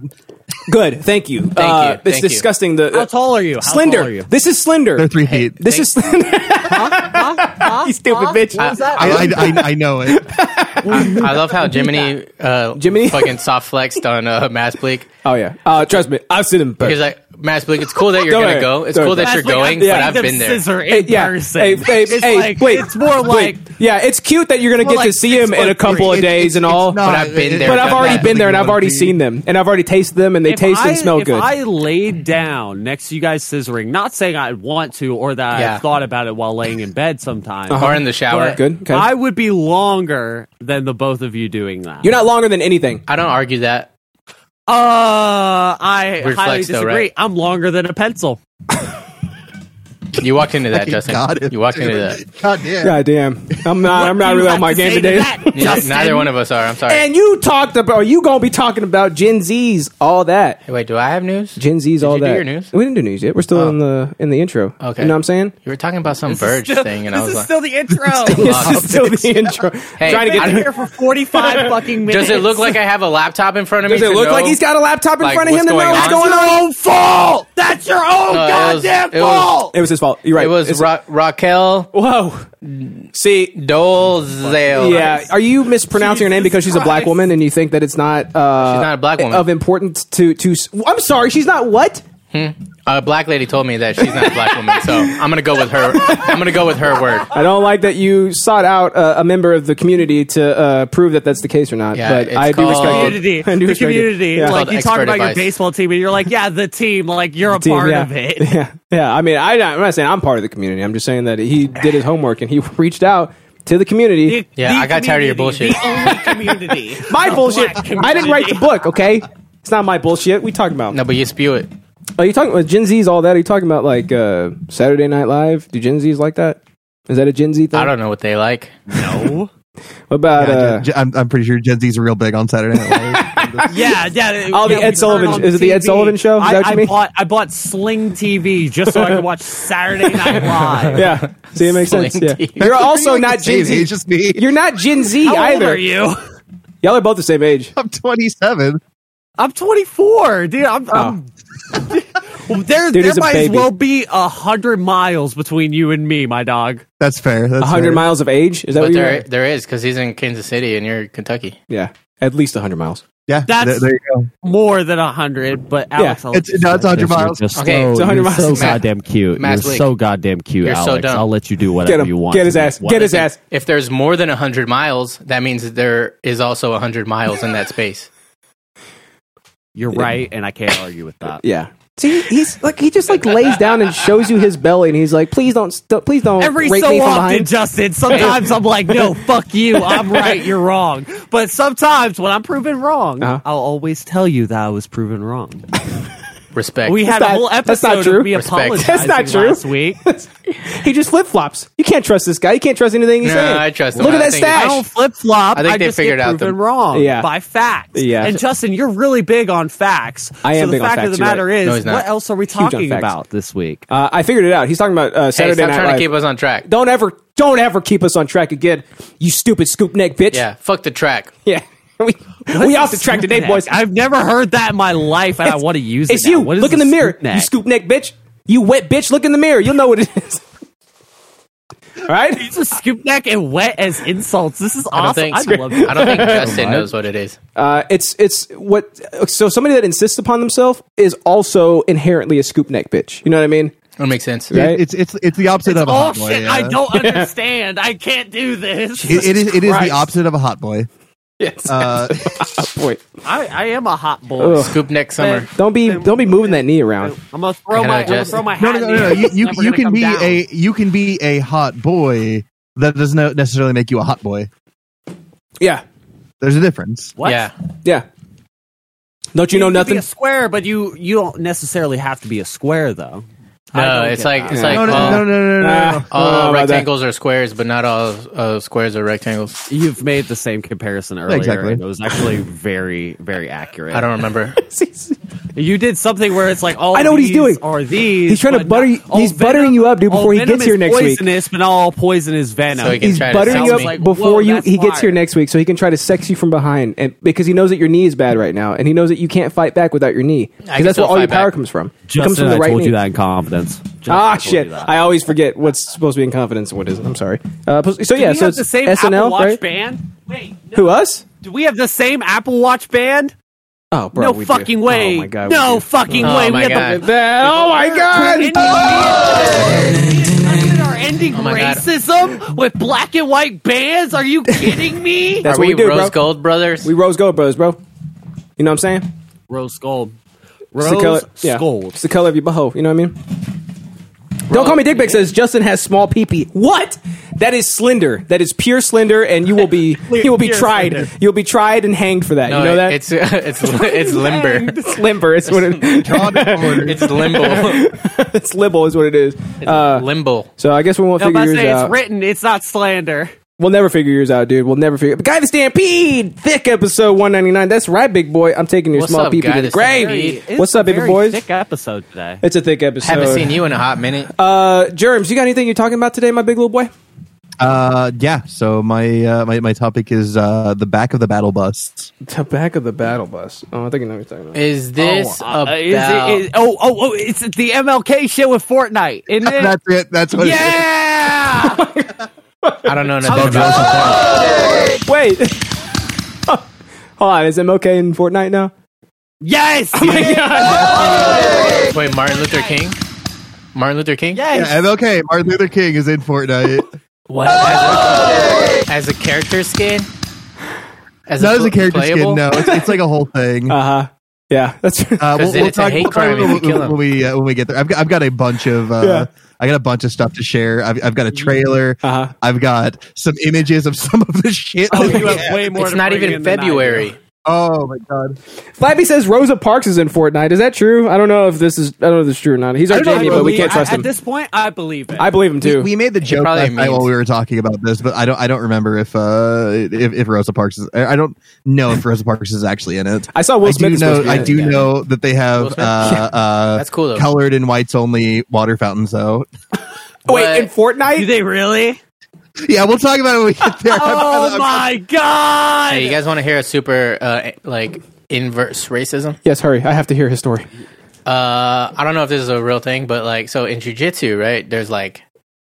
Speaker 1: Good. Thank you. Thank
Speaker 2: you,
Speaker 1: It's
Speaker 2: thank you.
Speaker 1: disgusting. The
Speaker 3: How tall are you? How
Speaker 1: slender.
Speaker 3: Tall are you?
Speaker 1: This is slender.
Speaker 4: They're three feet.
Speaker 1: This is slender. you stupid bitch.
Speaker 3: What was that?
Speaker 4: I, I, I, I know it.
Speaker 2: I love how Jiminy, uh,
Speaker 1: Jiminy?
Speaker 2: fucking soft flexed on uh, Mass Bleak.
Speaker 1: Oh yeah. Uh, trust me, I've seen him. burn.
Speaker 2: He's like, Mass Bleak, it's cool that you're
Speaker 1: Don't
Speaker 2: gonna
Speaker 1: worry.
Speaker 2: go. It's
Speaker 1: Don't
Speaker 2: cool
Speaker 1: worry.
Speaker 2: that you're
Speaker 3: That's like, I've
Speaker 2: going, but
Speaker 3: seen
Speaker 2: I've
Speaker 3: them
Speaker 2: been there.
Speaker 3: Scissor
Speaker 1: Hey,
Speaker 3: in
Speaker 1: yeah.
Speaker 3: person.
Speaker 1: Hey, hey,
Speaker 3: it's
Speaker 1: hey,
Speaker 3: like,
Speaker 1: wait.
Speaker 3: it's more like
Speaker 1: Wait. yeah, it's cute that you're gonna
Speaker 3: Well,
Speaker 1: get to
Speaker 3: like
Speaker 1: see him
Speaker 3: six
Speaker 1: in a
Speaker 3: foot
Speaker 1: couple
Speaker 3: three.
Speaker 1: of days and
Speaker 4: It's
Speaker 1: all.
Speaker 4: not-
Speaker 2: But I've been
Speaker 4: it-
Speaker 2: there,
Speaker 1: but
Speaker 2: done
Speaker 1: I've
Speaker 2: that.
Speaker 1: already been there and I've
Speaker 4: Like,
Speaker 1: already
Speaker 4: one
Speaker 1: seen them and I've already tasted them and they
Speaker 3: if
Speaker 1: taste
Speaker 3: I,
Speaker 1: and smell
Speaker 3: if
Speaker 1: good.
Speaker 3: I laid down next to you guys scissoring, not saying I'd want to or that
Speaker 2: Yeah.
Speaker 3: I've thought about it while laying in bed sometime.
Speaker 2: Or in the shower.
Speaker 3: but
Speaker 1: Good, Uh-huh. okay.
Speaker 3: I would be longer than the both of you doing that.
Speaker 1: you're not longer than anything.
Speaker 2: I don't argue that.
Speaker 3: Uh, I
Speaker 2: Weird
Speaker 3: highly
Speaker 2: flex, though,
Speaker 3: disagree.
Speaker 2: right?
Speaker 3: I'm longer than a pencil.
Speaker 2: You walked into that, Justin.
Speaker 4: God,
Speaker 2: you walked into that.
Speaker 4: God damn.
Speaker 1: God damn. I'm not. I'm not
Speaker 3: You
Speaker 1: really
Speaker 3: have
Speaker 1: on my
Speaker 3: to
Speaker 1: game
Speaker 3: say to
Speaker 1: today.
Speaker 3: that,
Speaker 2: Yeah,
Speaker 3: Justin.
Speaker 2: neither one of us are. I'm sorry.
Speaker 1: And you talked about. You gonna be talking about Gen Z's, all that.
Speaker 2: Hey, Wait, do I have news? You
Speaker 1: Gen Z's, all
Speaker 2: you do
Speaker 1: that.
Speaker 2: your news? Oh.
Speaker 1: We didn't do news yet. We're still in the in the intro.
Speaker 2: Okay.
Speaker 1: You know what I'm saying?
Speaker 2: were talking about some
Speaker 3: This is
Speaker 2: Verge
Speaker 3: still-
Speaker 2: thing, and
Speaker 3: this
Speaker 2: I was
Speaker 3: is
Speaker 2: like,
Speaker 3: still the intro.
Speaker 1: This is still the intro. Trying to
Speaker 2: I
Speaker 1: get.
Speaker 3: I've
Speaker 2: don't-
Speaker 3: been here for 45 fucking minutes.
Speaker 2: "Does it look like I have a laptop in front of me?"
Speaker 1: Does it
Speaker 2: to
Speaker 1: look
Speaker 2: know?
Speaker 1: like he's got a laptop in
Speaker 2: like,
Speaker 1: front of him
Speaker 2: what's
Speaker 1: to know what's
Speaker 2: going on?
Speaker 1: going on?
Speaker 3: own fault? That's your own
Speaker 2: No, it was- it was-
Speaker 1: It was his fault. You're right.
Speaker 2: It was
Speaker 1: It's-
Speaker 2: Ra- Raquel
Speaker 1: Whoa. See,
Speaker 2: Dolezal.
Speaker 1: Yeah, are you mispronouncing her name because she's a black
Speaker 3: Christ.
Speaker 1: woman and you think that it's not? Uh,
Speaker 2: She's not a black woman.
Speaker 1: of importance to to. s- I'm sorry, she's not what?
Speaker 2: A black lady told me that she's not a black woman, so I'm gonna go with her. I'm gonna go with her word.
Speaker 1: I don't like that you sought out uh, a member of the community to uh, prove that that's the case or not.
Speaker 2: Yeah,
Speaker 1: but
Speaker 2: it's
Speaker 1: I do respect it.
Speaker 2: called-
Speaker 3: community.
Speaker 1: I do
Speaker 3: The
Speaker 1: respect it.
Speaker 3: community.
Speaker 1: Oh. Yeah.
Speaker 3: Like
Speaker 2: Called
Speaker 3: you talk
Speaker 2: expert
Speaker 3: about your
Speaker 2: advice.
Speaker 3: baseball team and you're like, yeah, the team. Like you're a
Speaker 1: Team,
Speaker 3: part
Speaker 1: yeah.
Speaker 3: of it.
Speaker 1: Yeah, yeah. I mean, I, I'm not saying I'm part of the community. I'm just saying that he did his homework and he reached out to the community.
Speaker 3: The-
Speaker 2: Yeah,
Speaker 3: the
Speaker 2: I got tired of your
Speaker 3: community,
Speaker 2: bullshit.
Speaker 3: The only community.
Speaker 1: my
Speaker 3: The
Speaker 1: bullshit.
Speaker 3: black
Speaker 1: I didn't write the
Speaker 3: community.
Speaker 1: book. Okay, it's not my bullshit. We talking about?
Speaker 2: No, but you spew it.
Speaker 1: Are you talking about Gen Z's all that? Are you talking about like uh, Saturday Night Live? Do Gen Z's like that? Is that a Gen Z thing?
Speaker 2: I don't know what they like. Oh.
Speaker 3: No.
Speaker 1: What about
Speaker 4: Yeah,
Speaker 1: uh,
Speaker 4: Gen- I'm, I'm pretty sure Gen Z's are real big on Saturday Night Live.
Speaker 3: Yeah, yeah.
Speaker 1: Oh, the
Speaker 3: yeah,
Speaker 1: Ed
Speaker 3: we heard
Speaker 1: Sullivan-
Speaker 3: on
Speaker 1: is it the Ed
Speaker 3: TV.
Speaker 1: Sullivan show? Is
Speaker 3: I,
Speaker 1: that what you
Speaker 3: I
Speaker 1: mean?
Speaker 3: bought I bought Sling TV just so I could watch Saturday Night Live.
Speaker 1: yeah? See, it makes
Speaker 2: Sling
Speaker 1: sense. Yeah.
Speaker 2: TV.
Speaker 1: You're also
Speaker 4: Like
Speaker 1: not
Speaker 4: the
Speaker 1: Gen
Speaker 4: same
Speaker 1: Z.
Speaker 4: age as me.
Speaker 1: You're not Gen Z
Speaker 3: How old
Speaker 1: either.
Speaker 3: are you?
Speaker 1: all are both the same age.
Speaker 4: I'm 27.
Speaker 3: I'm 24, dude. I'm, I'm Well, there.
Speaker 1: Dude,
Speaker 3: there
Speaker 1: he's a
Speaker 3: might as
Speaker 1: baby.
Speaker 3: well be a hundred miles between you and me, my dog.
Speaker 4: That's fair. That's
Speaker 1: 100
Speaker 4: fair.
Speaker 1: miles of age? Is that
Speaker 2: But
Speaker 1: what you're?
Speaker 2: there, there is because he's in Kansas City and you're Kentucky.
Speaker 1: Yeah, at least 100 miles.
Speaker 4: Yeah,
Speaker 3: That's-
Speaker 4: there, there you go.
Speaker 3: More than a hundred, but Alex,
Speaker 1: Yeah,
Speaker 3: I'll
Speaker 4: It's, no, it's 100 miles.
Speaker 2: Okay, so- it's
Speaker 1: 100 you're miles. so
Speaker 2: Matt- goddamn
Speaker 3: cute.
Speaker 2: Matt's You're weak. so
Speaker 3: goddamn cute,
Speaker 2: You're so Alex. dumb. I'll
Speaker 3: let you do
Speaker 1: Get
Speaker 3: whatever
Speaker 1: him. Get his ass. Get his ass.
Speaker 2: If there's more than hundred miles, that means that there is also hundred miles in that space.
Speaker 3: You're right, and I can't argue with that.
Speaker 1: Yeah. See, he's like he just like lays down and shows you his belly, and he's like, "Please don't, st- please don't
Speaker 3: Every
Speaker 1: rape me
Speaker 3: so
Speaker 1: from
Speaker 3: often,
Speaker 1: behind."
Speaker 3: Justin. Sometimes I'm like, "No, fuck you. I'm right. You're wrong." But sometimes, when I'm proven wrong,
Speaker 1: Uh-huh.
Speaker 3: I'll always tell you that I was proven wrong.
Speaker 2: Respect.
Speaker 3: We had
Speaker 1: That's
Speaker 3: a
Speaker 1: not-
Speaker 3: whole
Speaker 1: that's not
Speaker 3: episode
Speaker 1: true.
Speaker 3: of me
Speaker 2: Respect.
Speaker 3: apologizing
Speaker 1: That's not true.
Speaker 3: last week.
Speaker 1: he just flip flops. You can't trust this guy. You can't trust anything he's
Speaker 2: No,
Speaker 1: saying.
Speaker 2: I trust him.
Speaker 1: Look at
Speaker 2: I
Speaker 1: that
Speaker 2: think-
Speaker 1: stash.
Speaker 3: I don't flip flop.
Speaker 2: I
Speaker 3: I
Speaker 2: think they
Speaker 3: just
Speaker 2: figured
Speaker 3: get
Speaker 2: out
Speaker 3: proven
Speaker 2: the-
Speaker 3: wrong
Speaker 1: Yeah.
Speaker 3: by facts.
Speaker 1: Yeah.
Speaker 3: And Justin, you're really big on facts.
Speaker 1: I am
Speaker 3: so the
Speaker 1: big on
Speaker 3: fact of
Speaker 1: facts,
Speaker 3: the
Speaker 1: you're
Speaker 3: matter
Speaker 1: right.
Speaker 2: No,
Speaker 3: is,
Speaker 2: he's not.
Speaker 3: what else are we
Speaker 1: on
Speaker 3: talking
Speaker 1: facts.
Speaker 3: about this week?
Speaker 1: Uh, I figured it out. He's talking about uh,
Speaker 2: hey,
Speaker 1: Saturday
Speaker 2: stop
Speaker 1: Night
Speaker 2: trying
Speaker 1: Live.
Speaker 2: to keep us on track.
Speaker 1: don't ever, don't ever keep us on track again. You stupid scoop neck bitch.
Speaker 2: Yeah, fuck the track.
Speaker 1: yeah. We, we off the track today,
Speaker 3: Scoop
Speaker 1: boys.
Speaker 3: neck. I've never heard that in my life, and I
Speaker 1: It's-
Speaker 3: want to use
Speaker 1: it's
Speaker 3: it. now.
Speaker 1: you.
Speaker 3: What is
Speaker 1: look in
Speaker 3: a
Speaker 1: the mirror.
Speaker 3: scoop neck?
Speaker 1: You scoop neck bitch. You wet bitch. Look in the mirror. You'll know what it is. All right.
Speaker 3: It's a scoop neck and wet as insults. This is
Speaker 2: I don't
Speaker 3: awesome.
Speaker 2: think.
Speaker 3: I love
Speaker 2: I don't think Justin
Speaker 3: Right.
Speaker 2: knows what it is.
Speaker 1: Uh, it's it's what. So somebody that insists upon themselves is also inherently a scoop neck bitch. You know what I mean?
Speaker 2: That makes sense.
Speaker 1: Right.
Speaker 4: It- It's, it's, it's the opposite of a
Speaker 3: Oh
Speaker 4: hot boy.
Speaker 3: shit!
Speaker 4: yeah.
Speaker 3: I don't understand. I can't do this.
Speaker 4: It- it is, it is the
Speaker 1: Christ.
Speaker 4: opposite of a hot boy.
Speaker 1: Yes.
Speaker 4: Uh,
Speaker 1: Boy,
Speaker 3: I, I am a hot boy.
Speaker 2: Scoop next summer.
Speaker 1: don't be don't be moving that knee around.
Speaker 3: I'm gonna throw
Speaker 2: I
Speaker 3: my I'm
Speaker 2: gotta
Speaker 3: gonna
Speaker 2: adjust.
Speaker 3: throw my
Speaker 4: no,
Speaker 3: hat.
Speaker 4: no, no,
Speaker 3: in
Speaker 4: no,
Speaker 3: the
Speaker 4: no.
Speaker 3: air.
Speaker 4: You,
Speaker 3: It's
Speaker 4: you,
Speaker 3: never
Speaker 4: you
Speaker 3: gonna
Speaker 4: can
Speaker 3: come
Speaker 4: be
Speaker 3: down.
Speaker 4: a you can be a hot boy. That doesn't necessarily make you a hot boy.
Speaker 1: Yeah.
Speaker 4: There's a difference.
Speaker 3: what?
Speaker 2: Yeah.
Speaker 1: Yeah. Don't you know
Speaker 3: could Be
Speaker 1: nothing?
Speaker 3: a square, but you you don't necessarily have to be a square though. I
Speaker 2: No,
Speaker 3: don't
Speaker 2: it's
Speaker 3: get
Speaker 2: like
Speaker 3: that.
Speaker 2: it's
Speaker 1: Yeah.
Speaker 2: like uh,
Speaker 4: No, no,
Speaker 2: all,
Speaker 4: no, no, no, no, no. no.
Speaker 1: Ah.
Speaker 2: all
Speaker 1: Oh, about that.
Speaker 2: rectangles are squares, but not all uh, squares are rectangles.
Speaker 3: You've made the same comparison earlier.
Speaker 4: Exactly.
Speaker 3: and It was actually very very accurate.
Speaker 2: I don't remember.
Speaker 3: You did something where it's like, oh,
Speaker 1: I know what he's
Speaker 3: these
Speaker 1: doing.
Speaker 3: Are these?
Speaker 1: He's trying to
Speaker 3: but
Speaker 1: butter
Speaker 3: not-
Speaker 1: you- he's
Speaker 3: all
Speaker 1: buttering you up, dude,
Speaker 3: all
Speaker 1: before he
Speaker 3: venom
Speaker 1: gets here
Speaker 3: is
Speaker 1: next week.
Speaker 3: Poisonous, but not all poison is venom.
Speaker 2: So he can
Speaker 1: He's
Speaker 2: try to
Speaker 1: buttering
Speaker 2: sell
Speaker 1: you up
Speaker 2: me.
Speaker 3: Like,
Speaker 1: before
Speaker 3: whoa,
Speaker 1: you
Speaker 3: that's
Speaker 1: he gets
Speaker 3: why.
Speaker 1: here next week, so he can try to sex you from behind, and because he knows that your knee is bad right now, and he knows that you can't fight back without your knee,
Speaker 2: I
Speaker 1: because
Speaker 2: can
Speaker 1: that's where
Speaker 2: still
Speaker 1: all your
Speaker 2: fight
Speaker 1: power
Speaker 2: back.
Speaker 1: comes from. It
Speaker 3: Justin,
Speaker 1: comes from the
Speaker 3: I
Speaker 1: right
Speaker 3: told
Speaker 1: knee.
Speaker 3: you that in confidence. Justin, I
Speaker 1: Ah,
Speaker 3: told you
Speaker 1: shit!
Speaker 3: that.
Speaker 1: I always forget what's supposed to be in confidence and what isn't. I'm sorry. Uh, pos- so
Speaker 3: Do
Speaker 1: yeah,
Speaker 3: we
Speaker 1: so
Speaker 3: have
Speaker 1: it's
Speaker 3: the same
Speaker 1: SNL,
Speaker 3: Apple Watch
Speaker 1: right?
Speaker 3: band. Wait, no.
Speaker 1: Who us?
Speaker 3: do we have the same Apple Watch band?
Speaker 1: Oh, bro,
Speaker 3: no
Speaker 1: we do.
Speaker 3: fucking way!
Speaker 1: Oh my god, we
Speaker 3: no
Speaker 1: do.
Speaker 3: fucking
Speaker 2: Oh
Speaker 3: way!
Speaker 2: my
Speaker 3: we have
Speaker 2: God.
Speaker 3: the
Speaker 1: That- oh my god! Oh.
Speaker 3: ending, we are ending
Speaker 2: Oh my God.
Speaker 3: racism with black and white bands. Are you kidding me?
Speaker 1: That's
Speaker 2: Are
Speaker 1: what
Speaker 2: we,
Speaker 1: we do, bro.
Speaker 2: Rose Gold Brothers?
Speaker 1: We rose gold, bros, bro. You know what I'm saying?
Speaker 3: Rose gold.
Speaker 1: It's
Speaker 3: Rose
Speaker 1: the color, yeah.
Speaker 3: gold.
Speaker 1: It's the color of your boho. You know what I mean? Don't call me dick pic. Says Justin has small peepee. What? That is slender. That is pure slender, and you will be you will be
Speaker 3: Pure
Speaker 1: tried.
Speaker 3: slender.
Speaker 1: You'll be tried and hanged for that.
Speaker 2: No,
Speaker 1: you know that
Speaker 2: it's it's it's
Speaker 1: Hanged.
Speaker 2: limber.
Speaker 1: It's limber. It's what it,
Speaker 2: it's limbo.
Speaker 1: it's libel is what it is. Uh,
Speaker 2: limbo.
Speaker 1: so I guess we won't
Speaker 3: No,
Speaker 1: figure
Speaker 3: but
Speaker 1: yours
Speaker 3: say it's
Speaker 1: out.
Speaker 3: written. It's not slander.
Speaker 1: We'll never figure yours out, dude. We'll never figure. Guy the Stampede, thick episode one ninety nine. That's right, big boy. I'm taking your
Speaker 2: What's
Speaker 1: small
Speaker 2: up,
Speaker 1: peepee
Speaker 2: Guy
Speaker 1: to the
Speaker 2: the
Speaker 1: grave.
Speaker 2: Stampede?
Speaker 1: What's up, baby boys?
Speaker 3: Thick episode today.
Speaker 1: It's a thick episode.
Speaker 2: Haven't seen you in a hot minute.
Speaker 1: Uh, Germs, you got anything you're talking about today, my big little boy?
Speaker 4: Uh, yeah. So my uh, my my topic is uh, the back of the battle bus.
Speaker 1: The back of the battle bus. Oh, I think I know what you're talking about.
Speaker 2: Is this
Speaker 3: oh, uh,
Speaker 2: about?
Speaker 3: is it, is, oh, oh, oh! It's the MLK shit with Fortnite, isn't it?
Speaker 4: That's it. That's what. It is.
Speaker 3: yeah.
Speaker 2: I don't know nothing
Speaker 3: Johnson.
Speaker 2: about.
Speaker 1: Wait. Hold on, is MLK in Fortnite now?
Speaker 3: yes.
Speaker 1: Oh
Speaker 2: Wait, Martin Luther King. Martin Luther King.
Speaker 3: Yes.
Speaker 4: Yeah, MLK, Martin Luther King is in Fortnite.
Speaker 2: What? As a, as a character skin? As
Speaker 4: Not as
Speaker 2: pl-
Speaker 4: a character
Speaker 2: playable?
Speaker 4: skin. No, it's, it's like a whole thing. Uh,
Speaker 1: Uh huh. Yeah, that's
Speaker 4: we'll,
Speaker 2: then
Speaker 4: we'll
Speaker 2: it's a
Speaker 4: talk
Speaker 2: hate
Speaker 4: we'll talk
Speaker 2: crime
Speaker 4: about
Speaker 2: if you
Speaker 4: it
Speaker 2: kill
Speaker 4: when,
Speaker 2: him.
Speaker 4: when we uh, when we get there. I've got I've got a bunch of uh,
Speaker 1: Yeah.
Speaker 4: I got a bunch of stuff to share. I've, I've got a trailer.
Speaker 1: Uh-huh.
Speaker 4: I've got some images of some of the shit. Oh,
Speaker 3: You have way more
Speaker 2: It's
Speaker 3: to
Speaker 2: not
Speaker 3: bring
Speaker 2: even
Speaker 3: in than I do.
Speaker 2: February.
Speaker 4: oh my god.
Speaker 1: Flappy says Rosa Parks is in Fortnite. Is that true? I don't know if this is. I don't know if this is true or not. He's our
Speaker 3: I don't
Speaker 1: Jamie,
Speaker 3: know,
Speaker 1: but we
Speaker 3: I-
Speaker 1: can't trust
Speaker 3: I-
Speaker 1: him.
Speaker 3: At this point, I believe it.
Speaker 1: I believe him too.
Speaker 4: We made the joke
Speaker 2: probably
Speaker 4: last night
Speaker 2: means-
Speaker 4: while we were talking about this, but I don't. I don't remember if uh, if, if Rosa Parks is. I don't know if Rosa Parks is actually in it.
Speaker 1: I saw Will
Speaker 4: I
Speaker 1: Smith
Speaker 4: do
Speaker 1: is supposed to be
Speaker 4: know.
Speaker 1: in
Speaker 4: I
Speaker 1: it,
Speaker 4: do
Speaker 2: yeah.
Speaker 4: know that they
Speaker 2: Will
Speaker 4: have uh,
Speaker 2: Smith?
Speaker 4: uh,
Speaker 2: That's cool, though.
Speaker 4: Colored and whites only water fountains, though.
Speaker 1: Oh, Wait, in
Speaker 3: Do
Speaker 1: Fortnite?
Speaker 3: they really?
Speaker 4: yeah, we'll talk about it when we get there.
Speaker 3: Oh my god!
Speaker 2: Hey, you guys want to hear a super uh, like inverse racism?
Speaker 1: yes, hurry. I have to hear his story.
Speaker 2: Uh, I don't know if this is a real thing, but like, so in jujitsu, right? There's like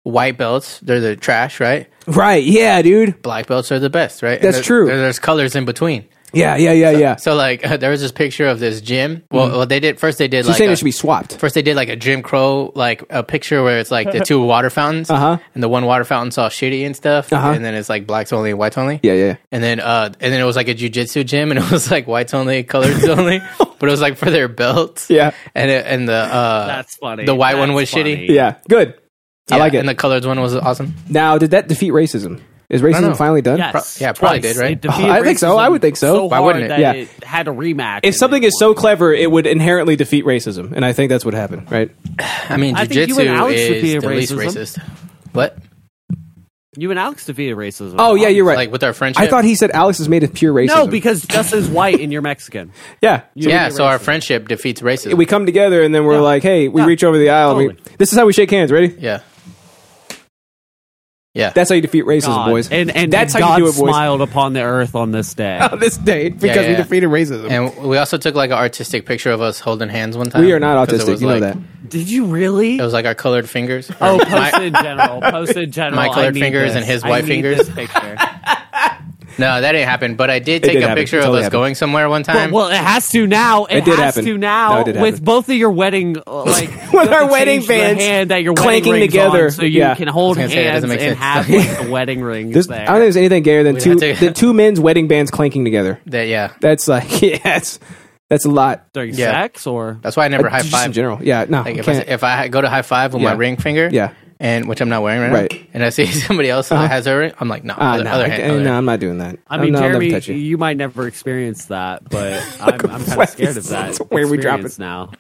Speaker 2: white belts. They're the trash, right?
Speaker 1: Right? Yeah, dude.
Speaker 2: Black belts are the best, right? And
Speaker 1: That's
Speaker 2: there-
Speaker 1: true.
Speaker 2: there- there's colors in between.
Speaker 1: Yeah, yeah, yeah, yeah.
Speaker 2: So like, there was this picture of this gym. Well,
Speaker 4: Mm-hmm.
Speaker 2: well they did first. They did
Speaker 1: She's
Speaker 2: like
Speaker 1: saying
Speaker 2: a-
Speaker 1: it should be swapped.
Speaker 2: First, they did like a Jim Crow like a picture where it's like the two water fountains,
Speaker 1: Uh-huh.
Speaker 2: and the one water fountain's all shitty and stuff,
Speaker 1: Uh-huh.
Speaker 2: and then it's like blacks only, whites only,
Speaker 1: Yeah, yeah.
Speaker 2: and then uh, and then it was like a jujitsu gym, and it was like whites only, colors only, but it was like for their belts,
Speaker 1: Yeah.
Speaker 2: and it, and the uh,
Speaker 3: That's funny.
Speaker 2: The white one
Speaker 3: That's
Speaker 2: was shitty.
Speaker 1: Yeah. Yeah. Good. I
Speaker 2: yeah,
Speaker 1: like it.
Speaker 2: and the colored one was awesome.
Speaker 1: Now, did that defeat racism? Is racism
Speaker 2: know.
Speaker 1: finally done?
Speaker 3: Yes,
Speaker 2: Pro- yeah, probably
Speaker 3: twice.
Speaker 2: did, right?
Speaker 3: It defeated
Speaker 1: I think so. I would
Speaker 3: racism
Speaker 1: think so.
Speaker 2: Why
Speaker 3: hard
Speaker 2: wouldn't it?
Speaker 3: that
Speaker 1: Yeah.
Speaker 3: had a rematch.
Speaker 1: If something is so clever, it would inherently defeat racism, and I think that's what happened, right?
Speaker 2: I mean,
Speaker 3: I think you and
Speaker 2: jujitsu
Speaker 3: Alex would
Speaker 2: is
Speaker 3: be
Speaker 2: the
Speaker 3: in
Speaker 2: least
Speaker 3: racism.
Speaker 2: racist. What?
Speaker 3: you and Alex defeated racism.
Speaker 1: Oh yeah, you're right.
Speaker 2: Like with our friendship?
Speaker 1: I thought he said Alex is made of pure racism.
Speaker 3: No, because Justin's white and you're Mexican.
Speaker 1: yeah,
Speaker 2: yeah.
Speaker 3: be
Speaker 2: So our
Speaker 3: racist.
Speaker 2: friendship defeats racism.
Speaker 1: we come together and then we're
Speaker 3: Yeah.
Speaker 1: like, hey, we
Speaker 3: Yeah.
Speaker 1: reach over the aisle. And we,
Speaker 3: Totally.
Speaker 1: this is how we shake hands. Ready?
Speaker 2: yeah. Yeah.
Speaker 1: That's how you defeat racism,
Speaker 3: God.
Speaker 1: boys.
Speaker 3: And and
Speaker 1: that's
Speaker 3: and
Speaker 1: how
Speaker 3: God
Speaker 1: you do it, boys.
Speaker 3: smiled upon the earth on this day.
Speaker 1: On this day, because
Speaker 2: Yeah, yeah,
Speaker 1: we
Speaker 2: yeah.
Speaker 1: defeated racism.
Speaker 2: And we also took like an artistic picture of us holding hands one time.
Speaker 1: we are not
Speaker 2: 'cause it
Speaker 1: autistic.
Speaker 2: was,
Speaker 1: You know
Speaker 2: like-
Speaker 1: that.
Speaker 3: Did you really?
Speaker 2: It was like our colored fingers.
Speaker 3: Oh,
Speaker 2: Or
Speaker 3: post
Speaker 2: my-
Speaker 3: in general. Post in general.
Speaker 2: My colored
Speaker 3: I need
Speaker 2: fingers
Speaker 3: this.
Speaker 2: and his
Speaker 3: I
Speaker 2: white
Speaker 3: need
Speaker 2: fingers.
Speaker 3: This picture.
Speaker 2: no, that didn't happen. But I did take
Speaker 1: did
Speaker 2: a
Speaker 1: happen.
Speaker 2: picture
Speaker 1: It
Speaker 2: of
Speaker 1: totally
Speaker 2: us
Speaker 1: happened.
Speaker 2: going somewhere one time.
Speaker 3: Well, it has to now. It,
Speaker 1: It did
Speaker 3: has
Speaker 1: happen.
Speaker 3: to now
Speaker 1: No, it did
Speaker 3: with
Speaker 1: happen.
Speaker 3: both of your wedding, uh,
Speaker 1: With
Speaker 3: like you have
Speaker 1: our
Speaker 3: to
Speaker 1: wedding
Speaker 3: change the
Speaker 1: bands
Speaker 3: hand that your
Speaker 1: clanking
Speaker 3: wedding rings
Speaker 1: together.
Speaker 3: on so you
Speaker 1: Yeah.
Speaker 3: can hold
Speaker 2: I
Speaker 3: hands
Speaker 2: was gonna say, that doesn't
Speaker 3: and
Speaker 2: make
Speaker 3: have
Speaker 2: sense.
Speaker 3: like, the wedding rings
Speaker 1: There's, I
Speaker 3: there.
Speaker 1: don't think there's anything gayer than two
Speaker 2: had to-
Speaker 1: than two men's wedding bands clanking together.
Speaker 2: That- yeah,
Speaker 1: That's like, yeah, that's that's a lot. Uh,
Speaker 3: during
Speaker 2: Yeah.
Speaker 3: sex or
Speaker 2: that's why I never high
Speaker 1: Just in
Speaker 2: five.
Speaker 1: general. Yeah, no,
Speaker 2: Like
Speaker 1: I
Speaker 2: if I,
Speaker 1: can't.
Speaker 2: if I go to high five with my
Speaker 1: Yeah.
Speaker 2: ring finger,
Speaker 1: Yeah.
Speaker 2: and which I'm not wearing right, now,
Speaker 1: Right. Uh-huh.
Speaker 2: and I see somebody else that has their ring, I'm like, no,
Speaker 1: Ah,
Speaker 2: other,
Speaker 1: no,
Speaker 2: other
Speaker 1: I-
Speaker 2: hand,
Speaker 1: I-
Speaker 2: other
Speaker 1: no,
Speaker 2: hand.
Speaker 1: I'm not doing that.
Speaker 3: I mean,
Speaker 1: Oh, no, I'll never
Speaker 3: Jeremy,
Speaker 1: touch
Speaker 3: you.
Speaker 1: you.
Speaker 3: might never experience that, but I'm, I'm kind of
Speaker 1: flex.
Speaker 3: scared of that.
Speaker 1: Where we drop
Speaker 3: experience
Speaker 1: it.
Speaker 3: now?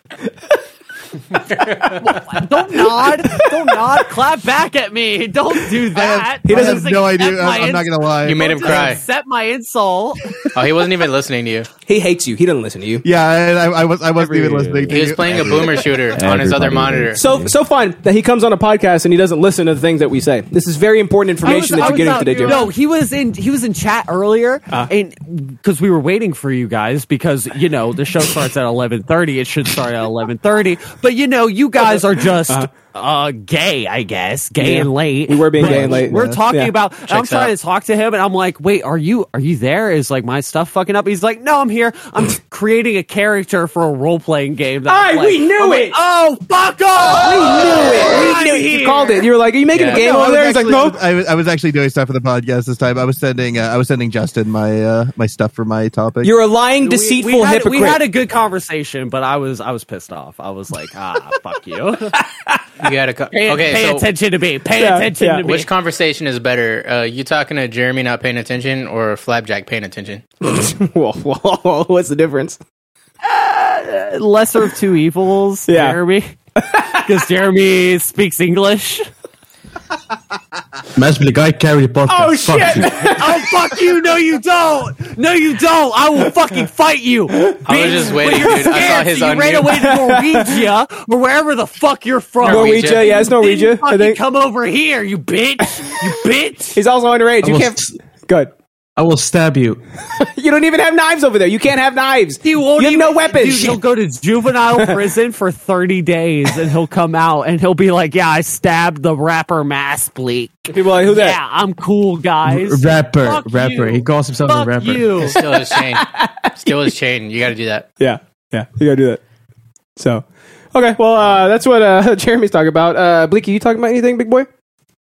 Speaker 3: don't nod! Don't nod! Clap back at me! Don't do that!
Speaker 4: He
Speaker 3: Don't
Speaker 4: doesn't
Speaker 3: just
Speaker 4: have no
Speaker 3: accept
Speaker 4: idea.
Speaker 3: my
Speaker 4: I, am not
Speaker 3: ins-
Speaker 4: gonna lie.
Speaker 2: You made him
Speaker 3: don't just
Speaker 2: cry.
Speaker 3: Accept my insult.
Speaker 2: Oh, he wasn't even listening to you.
Speaker 1: He hates you. He doesn't listen to you.
Speaker 4: Yeah, I, I- I was I wasn't even listening. To
Speaker 2: He was
Speaker 4: you.
Speaker 2: playing a boomer shooter on his other
Speaker 7: Everybody
Speaker 2: monitor.
Speaker 7: is.
Speaker 1: So so fine that he comes on a podcast and he doesn't listen to the things that we say. This is very important information
Speaker 3: I
Speaker 1: that
Speaker 3: was-
Speaker 1: you're getting
Speaker 3: I was
Speaker 1: today, Uh-huh. Jim.
Speaker 3: out- No, he was in he was in chat earlier, and because we were waiting for you guys because you know the show starts at eleven thirty. It should start at eleven thirty, but you know you guys are just. uh gay, I guess, gay
Speaker 1: Uh-huh. Yeah.
Speaker 3: and late.
Speaker 1: We were being
Speaker 3: But
Speaker 1: gay and late,
Speaker 3: We're
Speaker 1: yeah.
Speaker 3: talking
Speaker 1: Yeah.
Speaker 3: about. and I'm
Speaker 2: Checks
Speaker 3: trying
Speaker 2: out.
Speaker 3: to talk to him, and I'm like, "Wait, are you are you there? Is like my stuff fucking up?" He's like, "No, I'm here. I'm creating a character for a role playing game." that I'm
Speaker 1: Aye, we
Speaker 3: playing."
Speaker 1: knew
Speaker 3: I'm like,
Speaker 1: it!
Speaker 3: oh, fuck off!
Speaker 1: We knew it. We knew it. You called it. You were like, "Are you making
Speaker 2: Yeah.
Speaker 1: a game
Speaker 4: No, I
Speaker 1: over
Speaker 4: was
Speaker 1: there?" He's like,
Speaker 4: actually-
Speaker 1: "Nope."
Speaker 4: I was, I was actually doing stuff for the podcast this time. I was sending uh, I was sending Justin my uh, my stuff for my topic.
Speaker 1: You're a lying,
Speaker 3: We-
Speaker 1: deceitful
Speaker 3: we, had,
Speaker 1: hypocrite.
Speaker 3: We had a good conversation, but I was I was pissed off. I was like, ah, fuck you.
Speaker 2: You gotta co-
Speaker 3: Pay,
Speaker 2: okay.
Speaker 3: pay
Speaker 2: so
Speaker 3: attention to me. Pay
Speaker 1: Yeah,
Speaker 3: attention
Speaker 1: yeah.
Speaker 3: to me.
Speaker 2: which conversation is better? Uh, you talking to Jeremy not paying attention or Flapjack paying attention?
Speaker 1: whoa, whoa, whoa, what's the difference?
Speaker 3: Uh, lesser of two evils,
Speaker 1: Yeah.
Speaker 3: Jeremy. Because Jeremy speaks English.
Speaker 7: Must be the guy carry the podcast. Oh Fuck you.
Speaker 3: oh fuck you! No, you don't. No, you don't. I will fucking fight you. I
Speaker 2: was just waiting, dude. I saw his
Speaker 3: so you ran
Speaker 2: unmute.
Speaker 3: away to Norwegia or wherever the fuck you're from.
Speaker 2: Norwegia.
Speaker 1: Norwegia, yeah, it's
Speaker 3: Didn't
Speaker 1: Norwegia. I
Speaker 3: fucking
Speaker 1: think
Speaker 3: come over here, you bitch. You bitch.
Speaker 1: he's also underage.
Speaker 7: I
Speaker 1: You
Speaker 7: will
Speaker 1: can't.
Speaker 7: s-
Speaker 1: Good.
Speaker 7: I will stab you.
Speaker 1: You don't even have knives over there. You can't have knives.
Speaker 3: He won't
Speaker 1: you have
Speaker 3: even,
Speaker 1: no weapons.
Speaker 3: Dude, he'll go to juvenile prison for 30 days and he'll come out and he'll be like, Yeah, I stabbed the rapper Mass Bleak.
Speaker 1: People are like, who that?
Speaker 3: Yeah, I'm cool, guys.
Speaker 7: Rapper.
Speaker 3: Fuck
Speaker 7: rapper.
Speaker 3: you.
Speaker 7: He calls himself
Speaker 3: Fuck
Speaker 7: a rapper.
Speaker 3: you.
Speaker 2: Still his chain. Still his chain. You gotta do that.
Speaker 1: Yeah, yeah, you gotta do that. So, okay, well, uh, that's what uh, Jeremy's talking about. Uh, Bleaky, you talking about anything, big boy?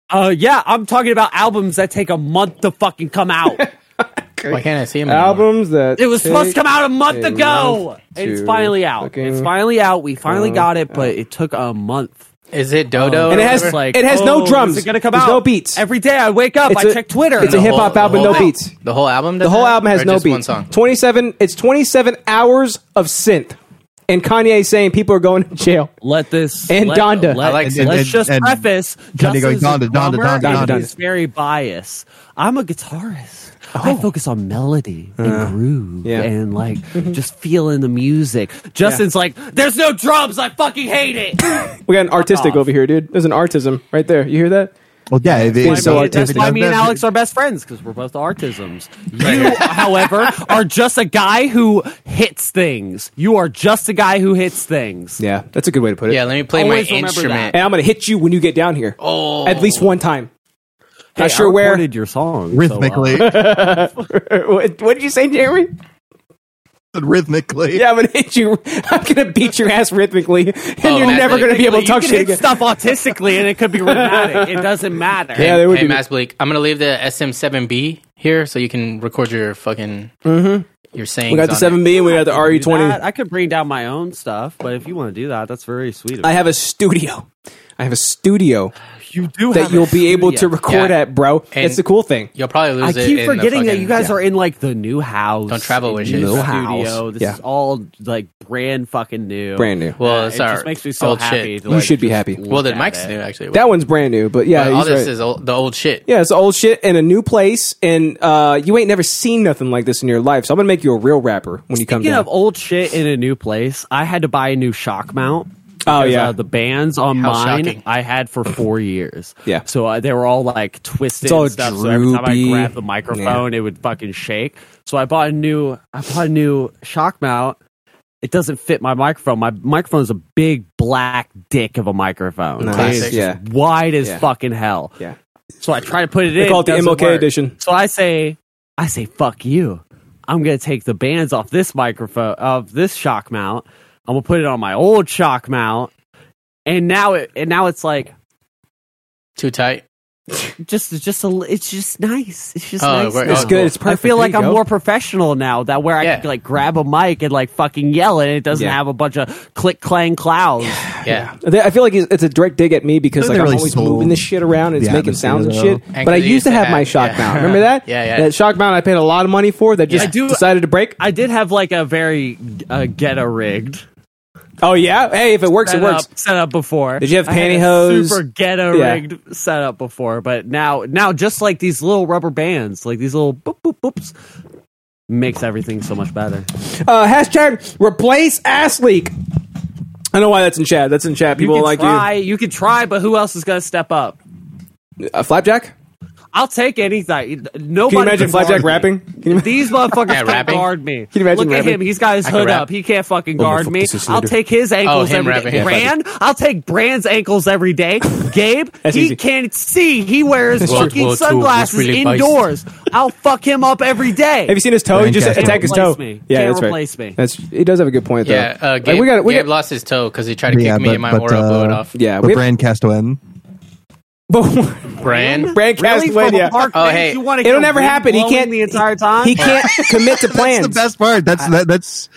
Speaker 3: Uh, yeah, I'm talking about albums that take a month to fucking come out.
Speaker 2: Why can't I see
Speaker 1: Mm.
Speaker 2: him? anymore?
Speaker 1: Albums that
Speaker 3: It was supposed to
Speaker 1: take-
Speaker 3: come out a month
Speaker 1: a
Speaker 3: ago.
Speaker 1: month
Speaker 3: And it's
Speaker 1: to
Speaker 3: finally out.
Speaker 1: fucking
Speaker 3: It's finally out. We finally
Speaker 1: come
Speaker 3: got it, but it took a month.
Speaker 2: Is it Dodo?
Speaker 3: Um,
Speaker 2: or
Speaker 1: And it has-
Speaker 2: whatever?
Speaker 1: it has no
Speaker 3: oh,
Speaker 1: drums.
Speaker 3: Is it gonna come
Speaker 1: There's
Speaker 3: out?
Speaker 1: no beats.
Speaker 3: Every day I wake up,
Speaker 1: It's
Speaker 3: I
Speaker 1: a-
Speaker 3: check Twitter.
Speaker 1: it's a
Speaker 3: and
Speaker 1: hip
Speaker 3: I'm
Speaker 1: hop
Speaker 2: the
Speaker 1: album, no
Speaker 2: whole thing?
Speaker 1: beats.
Speaker 2: The whole album.
Speaker 1: The
Speaker 2: does
Speaker 1: whole
Speaker 2: that?
Speaker 1: album has
Speaker 2: Or
Speaker 1: no
Speaker 2: just One
Speaker 1: beats.
Speaker 2: song.
Speaker 1: Twenty seven. It's twenty seven hours of synth, and Kanye saying people are going to jail.
Speaker 3: let this
Speaker 1: And
Speaker 3: let,
Speaker 1: Donda.
Speaker 3: Let,
Speaker 2: I like
Speaker 3: us
Speaker 2: that.
Speaker 4: And-
Speaker 3: just
Speaker 4: and-
Speaker 3: preface. Justin's
Speaker 4: goes,
Speaker 3: a
Speaker 4: Donda, Donda,
Speaker 3: drummer,
Speaker 4: Donda,
Speaker 3: and
Speaker 1: Donda.
Speaker 3: He's very biased. I'm a guitarist.
Speaker 1: Oh.
Speaker 3: I focus on melody and
Speaker 4: Uh-huh.
Speaker 3: groove
Speaker 1: yeah.
Speaker 3: and like just feeling the music. Justin's like, "There's no drums. I fucking hate it."
Speaker 1: We got an artistic over here, dude. There's an artism right there. You hear that?
Speaker 4: well, yeah, uh, it-
Speaker 1: Why
Speaker 4: it's
Speaker 1: so
Speaker 3: I mean,
Speaker 1: artistic.
Speaker 3: That's why me and
Speaker 4: That-
Speaker 3: Alex are best friends because we're both autisms. You, however, are just a guy who hits things. You are just a guy who hits things.
Speaker 1: Yeah, that's a good way to put it.
Speaker 2: Yeah, let me play my
Speaker 3: Always remember
Speaker 2: instrument.
Speaker 1: and I'm gonna hit you when you get down here.
Speaker 2: Oh.
Speaker 1: at least one time.
Speaker 3: Hey,
Speaker 1: Not sure
Speaker 3: I
Speaker 1: where.
Speaker 3: recorded your song
Speaker 4: rhythmically,
Speaker 7: uh,
Speaker 1: what, what did you say, Jeremy?
Speaker 4: rhythmically.
Speaker 1: Yeah, I'm gonna hit you. I'm gonna beat your ass rhythmically, and
Speaker 2: Oh,
Speaker 1: you're
Speaker 2: that's
Speaker 1: never
Speaker 2: it.
Speaker 1: gonna be able to
Speaker 3: You
Speaker 1: talk
Speaker 3: can
Speaker 1: shit
Speaker 3: hit
Speaker 1: again.
Speaker 3: stuff autistically, and it could be rhythmic. It doesn't matter.
Speaker 1: Yeah, they would
Speaker 2: hey,
Speaker 1: be-
Speaker 2: Mass Bleak, I'm gonna leave the SM7B here so you can record your fucking your sayings.
Speaker 1: Mm-hmm. We got the
Speaker 2: on
Speaker 1: seven B and we got the E
Speaker 3: Do
Speaker 1: RE20.
Speaker 3: that. I could bring down my own stuff, but if you want to do that, that's very sweet. Of
Speaker 1: I have a studio. I have a studio
Speaker 3: you do
Speaker 1: that you'll be able to record
Speaker 2: Yeah.
Speaker 1: at, bro.
Speaker 2: And-
Speaker 1: it's the cool thing.
Speaker 2: It. You'll probably
Speaker 3: I
Speaker 2: lose it.
Speaker 3: keep
Speaker 2: in the
Speaker 3: forgetting that
Speaker 2: fucking-
Speaker 3: you guys are in like the new house.
Speaker 2: Don't travel with shit.
Speaker 3: new
Speaker 2: Studio.
Speaker 3: house. This
Speaker 1: Yeah.
Speaker 3: is all like brand fucking new.
Speaker 1: Brand new.
Speaker 2: Well,
Speaker 3: Yeah,
Speaker 2: it's
Speaker 3: it
Speaker 2: our
Speaker 3: just makes me so
Speaker 2: old
Speaker 3: happy.
Speaker 2: shit.
Speaker 3: to,
Speaker 1: You
Speaker 3: like,
Speaker 1: should be
Speaker 3: just
Speaker 1: happy.
Speaker 3: look
Speaker 2: Well, the
Speaker 3: at
Speaker 2: mic's
Speaker 3: it.
Speaker 2: new actually.
Speaker 1: That one's brand new, but yeah,
Speaker 2: But all
Speaker 1: he's
Speaker 2: this
Speaker 1: right.
Speaker 2: is old, the old shit.
Speaker 1: yeah, it's old shit in a new place, and uh, you ain't never seen nothing like this in your life. So I'm gonna make you a real rapper when you come
Speaker 3: Speaking
Speaker 1: down. Oh,
Speaker 3: of old shit in a new place, I had to buy a new shock mount.
Speaker 1: Oh,
Speaker 3: because,
Speaker 1: yeah.
Speaker 3: uh, the bands on
Speaker 2: How
Speaker 3: mine
Speaker 2: shocking.
Speaker 3: I had for four years.
Speaker 1: Yeah.
Speaker 3: so uh, they were all like twisted.
Speaker 1: It's all
Speaker 3: and stuff, So every time I
Speaker 1: droopy.
Speaker 3: grabbed the microphone, it would fucking shake. So I bought a new. I bought a new shock mount. It doesn't fit my microphone. My microphone is a big black dick of a microphone.
Speaker 1: Nice.
Speaker 3: It's just
Speaker 1: Yeah.
Speaker 3: wide as
Speaker 1: Yeah.
Speaker 3: fucking hell.
Speaker 1: Yeah.
Speaker 3: So I try to put it in.
Speaker 1: they call it the
Speaker 3: doesn't
Speaker 1: MLK
Speaker 3: work.
Speaker 1: edition.
Speaker 3: So I say, I say, fuck you. I'm gonna take the bands off this microphone of this shock mount. I'm gonna put it on my old shock mount. And now it and now it's like
Speaker 2: Too tight.
Speaker 3: just it's just a li- it's just nice. It's just
Speaker 2: Oh,
Speaker 3: nice.
Speaker 2: we're-
Speaker 3: now.
Speaker 2: It's good.
Speaker 1: It's
Speaker 3: I
Speaker 1: perfect.
Speaker 3: feel like
Speaker 1: There
Speaker 3: I'm
Speaker 1: you go.
Speaker 3: more professional now that where I
Speaker 2: Yeah.
Speaker 3: can like grab a mic and like fucking yell and it doesn't
Speaker 1: Yeah.
Speaker 3: have a bunch of click clang clouds.
Speaker 2: Yeah.
Speaker 1: I feel like it's it's a direct dig at me because
Speaker 4: They're
Speaker 1: like I'm
Speaker 4: really
Speaker 1: always
Speaker 4: sold
Speaker 1: moving this shit around and it's
Speaker 4: the
Speaker 1: making
Speaker 4: atmosphere,
Speaker 1: sounds and
Speaker 4: though.
Speaker 1: shit.
Speaker 2: And
Speaker 1: but I
Speaker 2: 'cause they
Speaker 1: used to have, my shock
Speaker 2: yeah.
Speaker 1: mount. Remember that?
Speaker 2: Yeah, yeah.
Speaker 1: That shock mount I paid a lot of money for that just
Speaker 3: I do-
Speaker 1: decided to break.
Speaker 3: I did have like a very uh, ghetto rigged.
Speaker 1: oh yeah. Hey, if it works, it
Speaker 3: set
Speaker 1: works.
Speaker 3: up, set up before.
Speaker 1: Did you have
Speaker 3: I had a
Speaker 1: pantyhose?
Speaker 3: Super ghetto
Speaker 1: Yeah.
Speaker 3: rigged setup before, but now now just like these little rubber bands, like these little boop boop boops. makes everything so much better.
Speaker 1: Uh, hashtag replace ass leak. I don't know why that's in chat. That's in chat.
Speaker 3: You
Speaker 1: People
Speaker 3: can
Speaker 1: like
Speaker 3: try, you. can try, but who else is going to step up?
Speaker 1: you. Uh, Flapjack?
Speaker 3: I'll take anything. Nobody.
Speaker 1: Can you imagine Flapjack
Speaker 3: guard me.
Speaker 1: rapping? Can you,
Speaker 3: These motherfuckers
Speaker 2: Yeah,
Speaker 3: can't
Speaker 2: rapping.
Speaker 3: guard me.
Speaker 1: you imagine
Speaker 3: Look at
Speaker 1: rapping? Oh,
Speaker 3: him. He's got his
Speaker 2: I can
Speaker 3: hood
Speaker 2: rap. Oh,
Speaker 3: up. He can't fucking guard
Speaker 8: fuck
Speaker 3: me.
Speaker 8: this is
Speaker 3: I'll
Speaker 8: later.
Speaker 3: take his ankles
Speaker 2: him
Speaker 3: every day.
Speaker 2: rapping, yeah.
Speaker 3: Brand, I'll take Brand's ankles every day. Gabe,
Speaker 1: That's
Speaker 3: he
Speaker 1: easy.
Speaker 3: can't see. He wears
Speaker 2: World
Speaker 3: fucking
Speaker 2: War II was
Speaker 3: sunglasses
Speaker 2: really based.
Speaker 3: indoors. I'll fuck him up every day.
Speaker 1: have you seen his toe? He just
Speaker 4: Lancaster.
Speaker 1: attacked his
Speaker 3: Can't
Speaker 1: toe.
Speaker 3: replace me.
Speaker 1: Yeah,
Speaker 3: Can't
Speaker 1: that's right.
Speaker 3: replace me.
Speaker 1: That's he does have a good point though.
Speaker 2: Yeah, uh,
Speaker 1: Like,
Speaker 2: Gabe,
Speaker 1: we got we
Speaker 2: Gabe
Speaker 1: got
Speaker 2: lost his toe because he tried to kick me and my aura
Speaker 4: uh,
Speaker 2: blew it off.
Speaker 1: yeah.
Speaker 4: but
Speaker 1: We
Speaker 4: Brand Castaway.
Speaker 1: but
Speaker 2: Brand?
Speaker 1: Brand
Speaker 3: Really?
Speaker 1: Castaway,
Speaker 3: From a
Speaker 1: yeah.
Speaker 3: park
Speaker 2: Oh,
Speaker 3: bench,
Speaker 2: hey.
Speaker 3: you wanna
Speaker 1: It'll
Speaker 3: kill
Speaker 1: never
Speaker 3: Brand
Speaker 1: happen. He
Speaker 3: blowing
Speaker 1: can't
Speaker 3: the entire time.
Speaker 1: He can't commit to plans.
Speaker 4: That's the best part. That's that, that's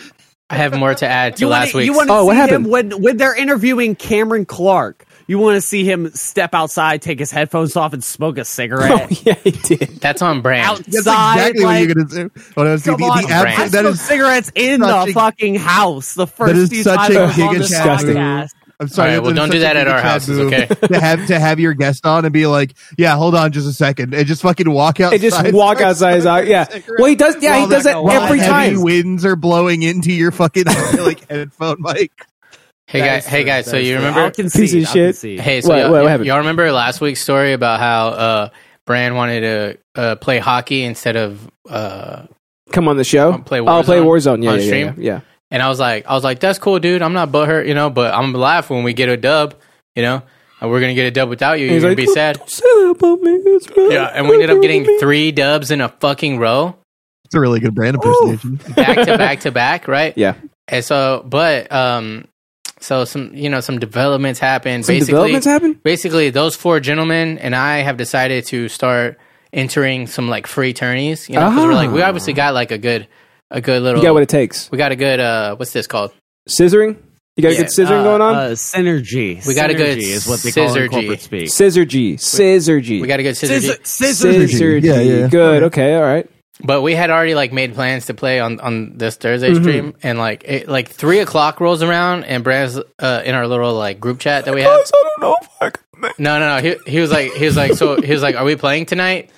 Speaker 2: I have more to add to
Speaker 3: You
Speaker 2: last
Speaker 3: wanna-
Speaker 2: week.
Speaker 3: You want to
Speaker 1: Oh,
Speaker 3: see
Speaker 1: what
Speaker 3: him
Speaker 1: happened?
Speaker 3: when when they're interviewing Cameron Clark. You want to see him step outside, take his headphones off, and smoke a cigarette
Speaker 1: yeah, he did.
Speaker 2: That's on brand.
Speaker 4: that's
Speaker 3: outside.
Speaker 4: exactly what
Speaker 3: like,
Speaker 4: you're gonna do. What I was
Speaker 3: come
Speaker 4: the,
Speaker 3: on,
Speaker 4: the abs-
Speaker 2: Brand.
Speaker 3: I
Speaker 4: that
Speaker 3: smoked
Speaker 4: is
Speaker 3: cigarettes in the
Speaker 4: such a-
Speaker 3: fucking house. The first
Speaker 4: is
Speaker 3: few
Speaker 4: such
Speaker 3: times
Speaker 4: a
Speaker 3: I was on
Speaker 4: giga
Speaker 3: this
Speaker 4: chastising.
Speaker 3: podcast.
Speaker 4: I'm sorry.
Speaker 2: All right, well,
Speaker 4: that's
Speaker 2: don't do
Speaker 4: such a
Speaker 2: that at
Speaker 4: big
Speaker 2: our house, it's
Speaker 4: taboo.
Speaker 2: okay.
Speaker 4: to have to have your guest on and be like, yeah, hold on, just a second, and just fucking walk out.
Speaker 1: They just walk outside his eye. Yeah. Well, he does. Yeah, he does that
Speaker 4: while
Speaker 1: every
Speaker 4: heavy
Speaker 1: time.
Speaker 4: Winds are blowing into your fucking like headphone mic.
Speaker 2: hey guys, hey guys. So you
Speaker 3: I'll
Speaker 2: remember?
Speaker 3: concede,
Speaker 1: Piece of
Speaker 3: I'll
Speaker 1: shit.
Speaker 3: concede.
Speaker 2: Hey, so
Speaker 1: What-
Speaker 2: y'all,
Speaker 1: what- what
Speaker 2: y'all-
Speaker 1: happened?
Speaker 2: y'all remember last week's story about how uh, Brand wanted to uh, play hockey instead of, uh,
Speaker 1: Come on the show.
Speaker 2: I'll play
Speaker 1: I'll play
Speaker 2: Warzone
Speaker 1: Warzone. Yeah,
Speaker 2: on
Speaker 1: yeah, yeah,
Speaker 2: stream.
Speaker 1: yeah.
Speaker 2: and I was like, I was like, that's cool, dude. I'm not butthurt, you know, but I'm gonna laugh when we get a dub, you know, and we're gonna get a dub without you. You're
Speaker 1: He's
Speaker 2: gonna
Speaker 1: like,
Speaker 2: be
Speaker 1: "Don't-
Speaker 2: sad.
Speaker 1: Say that about me. It's really-
Speaker 2: Yeah, and we ended up getting three dubs in a fucking row,
Speaker 4: It's a really good brand impersonation.
Speaker 2: back to back to back, right?
Speaker 1: Yeah.
Speaker 2: And so, but um, so some you know some developments happened.
Speaker 1: Some
Speaker 2: basically,
Speaker 1: developments happen?
Speaker 2: basically those four gentlemen and I have decided to start entering some like free tourneys. You know, 'cause we're like we obviously got like a good a good little
Speaker 1: Ah. You got what it takes.
Speaker 2: we got a good uh what's this called?
Speaker 1: Scissoring? You got a
Speaker 2: Yeah,
Speaker 1: good scissoring
Speaker 3: Uh,
Speaker 1: going on?
Speaker 3: uh, synergy.
Speaker 2: We got a good
Speaker 3: Synergy is what they call it in
Speaker 2: synergy.
Speaker 3: corporate speak.
Speaker 1: Scissor G. Scissor G.
Speaker 2: We got a good scissor.
Speaker 3: Scissor-
Speaker 1: Scissor
Speaker 3: Scissor.
Speaker 1: G.
Speaker 4: Yeah, yeah.
Speaker 1: Good. Okay. All right.
Speaker 2: but we had already like made plans to play on on this Thursday
Speaker 1: Mm-hmm.
Speaker 2: stream, and like it, like three o'clock rolls around, and Brad's uh, in our little like group chat that we have.
Speaker 1: I don't know if I can make
Speaker 2: No, no, no. He, he was like, he was like, so he was like, are we playing tonight?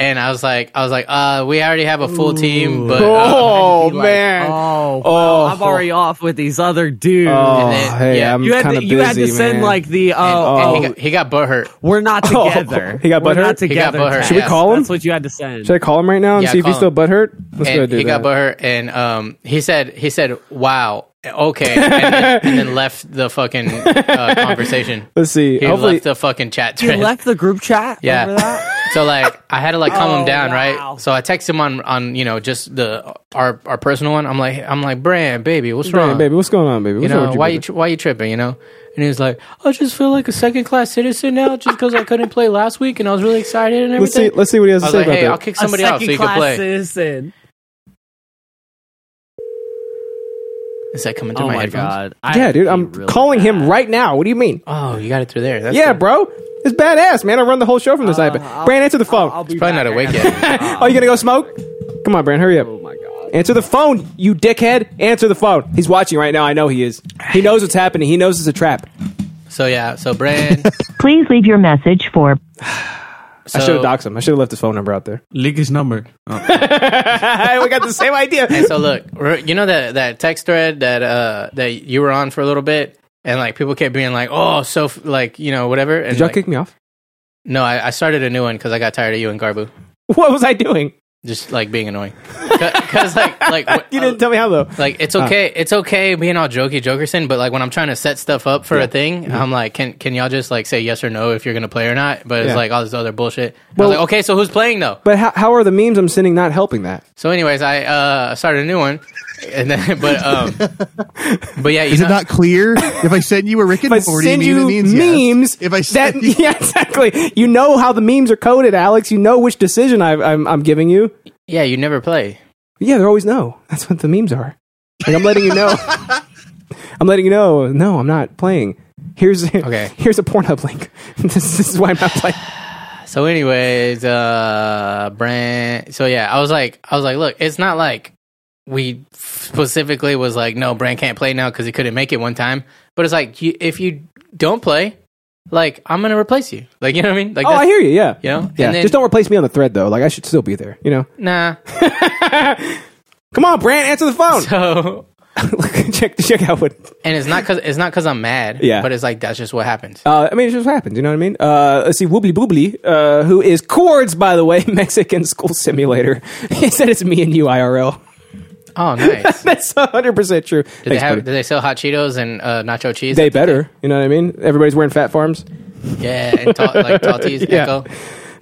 Speaker 2: And I was like, I was like, uh, we already have a full team, but uh,
Speaker 1: Oh,
Speaker 2: I'd be like-
Speaker 1: man.
Speaker 3: Oh,
Speaker 1: Oh.
Speaker 3: I'm already off with these other dudes.
Speaker 1: Oh,
Speaker 2: And then-
Speaker 1: hey,
Speaker 2: yeah.
Speaker 1: I'm
Speaker 3: you had
Speaker 1: kind
Speaker 3: to,
Speaker 1: of busy,
Speaker 3: you had to send
Speaker 1: man.
Speaker 3: like the oh,
Speaker 2: and
Speaker 3: oh,
Speaker 2: he got, he got butthurt.
Speaker 3: We're not
Speaker 1: Oh,
Speaker 3: together.
Speaker 1: he got
Speaker 3: We're
Speaker 1: butthurt?
Speaker 3: not
Speaker 1: He
Speaker 2: got
Speaker 3: together.
Speaker 2: butthurt,
Speaker 3: Tess.
Speaker 2: Should we
Speaker 1: call him?
Speaker 3: That's what you had to send.
Speaker 1: Should I call him right now and
Speaker 2: Yeah,
Speaker 1: see if he's
Speaker 2: call
Speaker 1: still
Speaker 2: him.
Speaker 1: butthurt? Let's go
Speaker 2: And
Speaker 1: do
Speaker 2: he
Speaker 1: that.
Speaker 2: got butthurt, and um, he said, he said, wow, okay, and then, and then left the fucking uh, conversation.
Speaker 1: Let's see.
Speaker 2: He
Speaker 1: Hopefully,
Speaker 2: left the fucking chat
Speaker 3: You
Speaker 2: thread.
Speaker 3: left the group chat.
Speaker 2: Yeah.
Speaker 3: Over that?
Speaker 2: So like I had to like calm
Speaker 3: Oh,
Speaker 2: him down,
Speaker 3: wow.
Speaker 2: right? So I text him on on you know just the our our personal one. I'm like I'm like Brand baby, what's
Speaker 1: Brandon,
Speaker 2: wrong,
Speaker 1: baby, what's going on, baby?
Speaker 2: uh, You
Speaker 1: What's wrong
Speaker 2: know
Speaker 1: with
Speaker 2: why you
Speaker 1: baby?
Speaker 2: tr- why you tripping? You know. And he was like, I just feel like a second class citizen now just because I couldn't play last week and I was really excited and
Speaker 1: Let's
Speaker 2: everything.
Speaker 1: see. Let's see what he has
Speaker 2: I
Speaker 1: to
Speaker 2: was
Speaker 1: say
Speaker 2: like,
Speaker 1: about
Speaker 2: hey, I'll
Speaker 1: that.
Speaker 2: kick somebody out so you can
Speaker 3: second-class
Speaker 2: play.
Speaker 3: citizen.
Speaker 2: Is that coming through
Speaker 3: Oh
Speaker 2: my,
Speaker 3: my
Speaker 2: headphones?
Speaker 3: god. I
Speaker 1: Yeah,
Speaker 3: have
Speaker 1: dude,
Speaker 3: to
Speaker 1: I'm
Speaker 3: pee really
Speaker 1: calling him
Speaker 3: bad.
Speaker 1: right now. What do you mean?
Speaker 2: Oh, you got it through there. That's
Speaker 1: yeah,
Speaker 2: good.
Speaker 1: bro. It's badass, man. I run the whole show from this
Speaker 3: Uh,
Speaker 1: iPad.
Speaker 3: I'll-
Speaker 1: Brand, answer the phone.
Speaker 3: I'll be
Speaker 2: Probably
Speaker 3: back.
Speaker 2: not
Speaker 3: I
Speaker 2: awake
Speaker 3: gotta
Speaker 2: yet.
Speaker 3: go.
Speaker 1: Are you gonna go smoke? Come on, Brand, hurry up.
Speaker 3: Oh my god.
Speaker 1: Answer the phone, you dickhead. Answer the phone. He's watching right now. I know he is. He knows what's happening. He knows it's a trap.
Speaker 2: So yeah, so Brand.
Speaker 5: Please leave your message for
Speaker 1: I should have
Speaker 2: so,
Speaker 1: doxed him. I should have left his phone number out there.
Speaker 9: Leak his number. Oh.
Speaker 1: Hey, we got the same idea.
Speaker 2: so look, re- you know that that text thread that uh that you were on for a little bit, and like people kept being like, oh, so f- like you know whatever. And
Speaker 1: Did y'all
Speaker 2: like,
Speaker 1: kick me off?
Speaker 2: No, I, I started a new one because I got tired of you and Garbu
Speaker 1: What was I doing?
Speaker 2: just like being annoying. Because like like wh-
Speaker 1: You
Speaker 9: Uh,
Speaker 1: didn't Ah. tell me how though.
Speaker 2: like it's okay, it's okay being all jokey jokerson, but like when I'm trying to set stuff up for a thing,
Speaker 1: Mm-hmm.
Speaker 2: I'm like, can can y'all just like say yes or no if you're gonna play or not? But it's
Speaker 1: Yeah.
Speaker 2: like all this other bullshit. And I
Speaker 1: Well-
Speaker 2: was like, okay, so who's playing though?
Speaker 1: But how, how are the memes I'm sending not helping that?
Speaker 2: So, anyways, I uh started a new one, and then but um but yeah, you
Speaker 4: Is
Speaker 2: know,
Speaker 4: it not clear? If I send you a Rick
Speaker 1: If I
Speaker 4: and Morty
Speaker 1: send
Speaker 4: meme,
Speaker 1: you
Speaker 4: it means yes.
Speaker 1: memes,
Speaker 4: If I
Speaker 1: that
Speaker 4: send you-
Speaker 1: yeah exactly. You know how the memes are coded, Alex. You know which decision I, I'm I'm giving you.
Speaker 2: yeah, you never play.
Speaker 1: Yeah, they always no. That's what the memes are. Like I'm letting you know. I'm letting you know. No, I'm not playing. Here's
Speaker 2: Okay.
Speaker 1: Here's a Pornhub link. this, this is why I'm not playing.
Speaker 2: So, anyways, uh, Brand. So yeah, I was like, I was like, look, it's not like we specifically was like, no, Brand can't play now because he couldn't make it one time. But it's like, you, if you don't play, like I'm gonna replace you. Like you know what I mean? Like
Speaker 1: Oh, I
Speaker 2: that's-
Speaker 1: hear you. Yeah.
Speaker 2: You know?
Speaker 1: Yeah.
Speaker 2: And then-
Speaker 1: Just don't replace me on the thread though. Like I should still be there. You know.
Speaker 2: Nah.
Speaker 1: Come on, Brant, answer the phone.
Speaker 2: So
Speaker 1: check check out what.
Speaker 2: and it's not cause it's not cause I'm mad.
Speaker 1: Yeah.
Speaker 2: But it's like that's just what happened.
Speaker 1: Uh, I mean, it just happens. You know what I mean? Uh, let's see, Woobly Boobly, uh, who is Cords, by the way, Mexican School Simulator. he said it's me and you IRL.
Speaker 2: Oh, nice.
Speaker 1: That's hundred percent true.
Speaker 2: Do they
Speaker 1: Thanks,
Speaker 2: have?
Speaker 1: buddy.
Speaker 2: Do they sell hot Cheetos and uh, nacho cheese?
Speaker 1: They better. You know what I mean? Everybody's wearing fat farms.
Speaker 2: yeah, and ta- like Tatis,
Speaker 1: Yeah.
Speaker 2: Echo.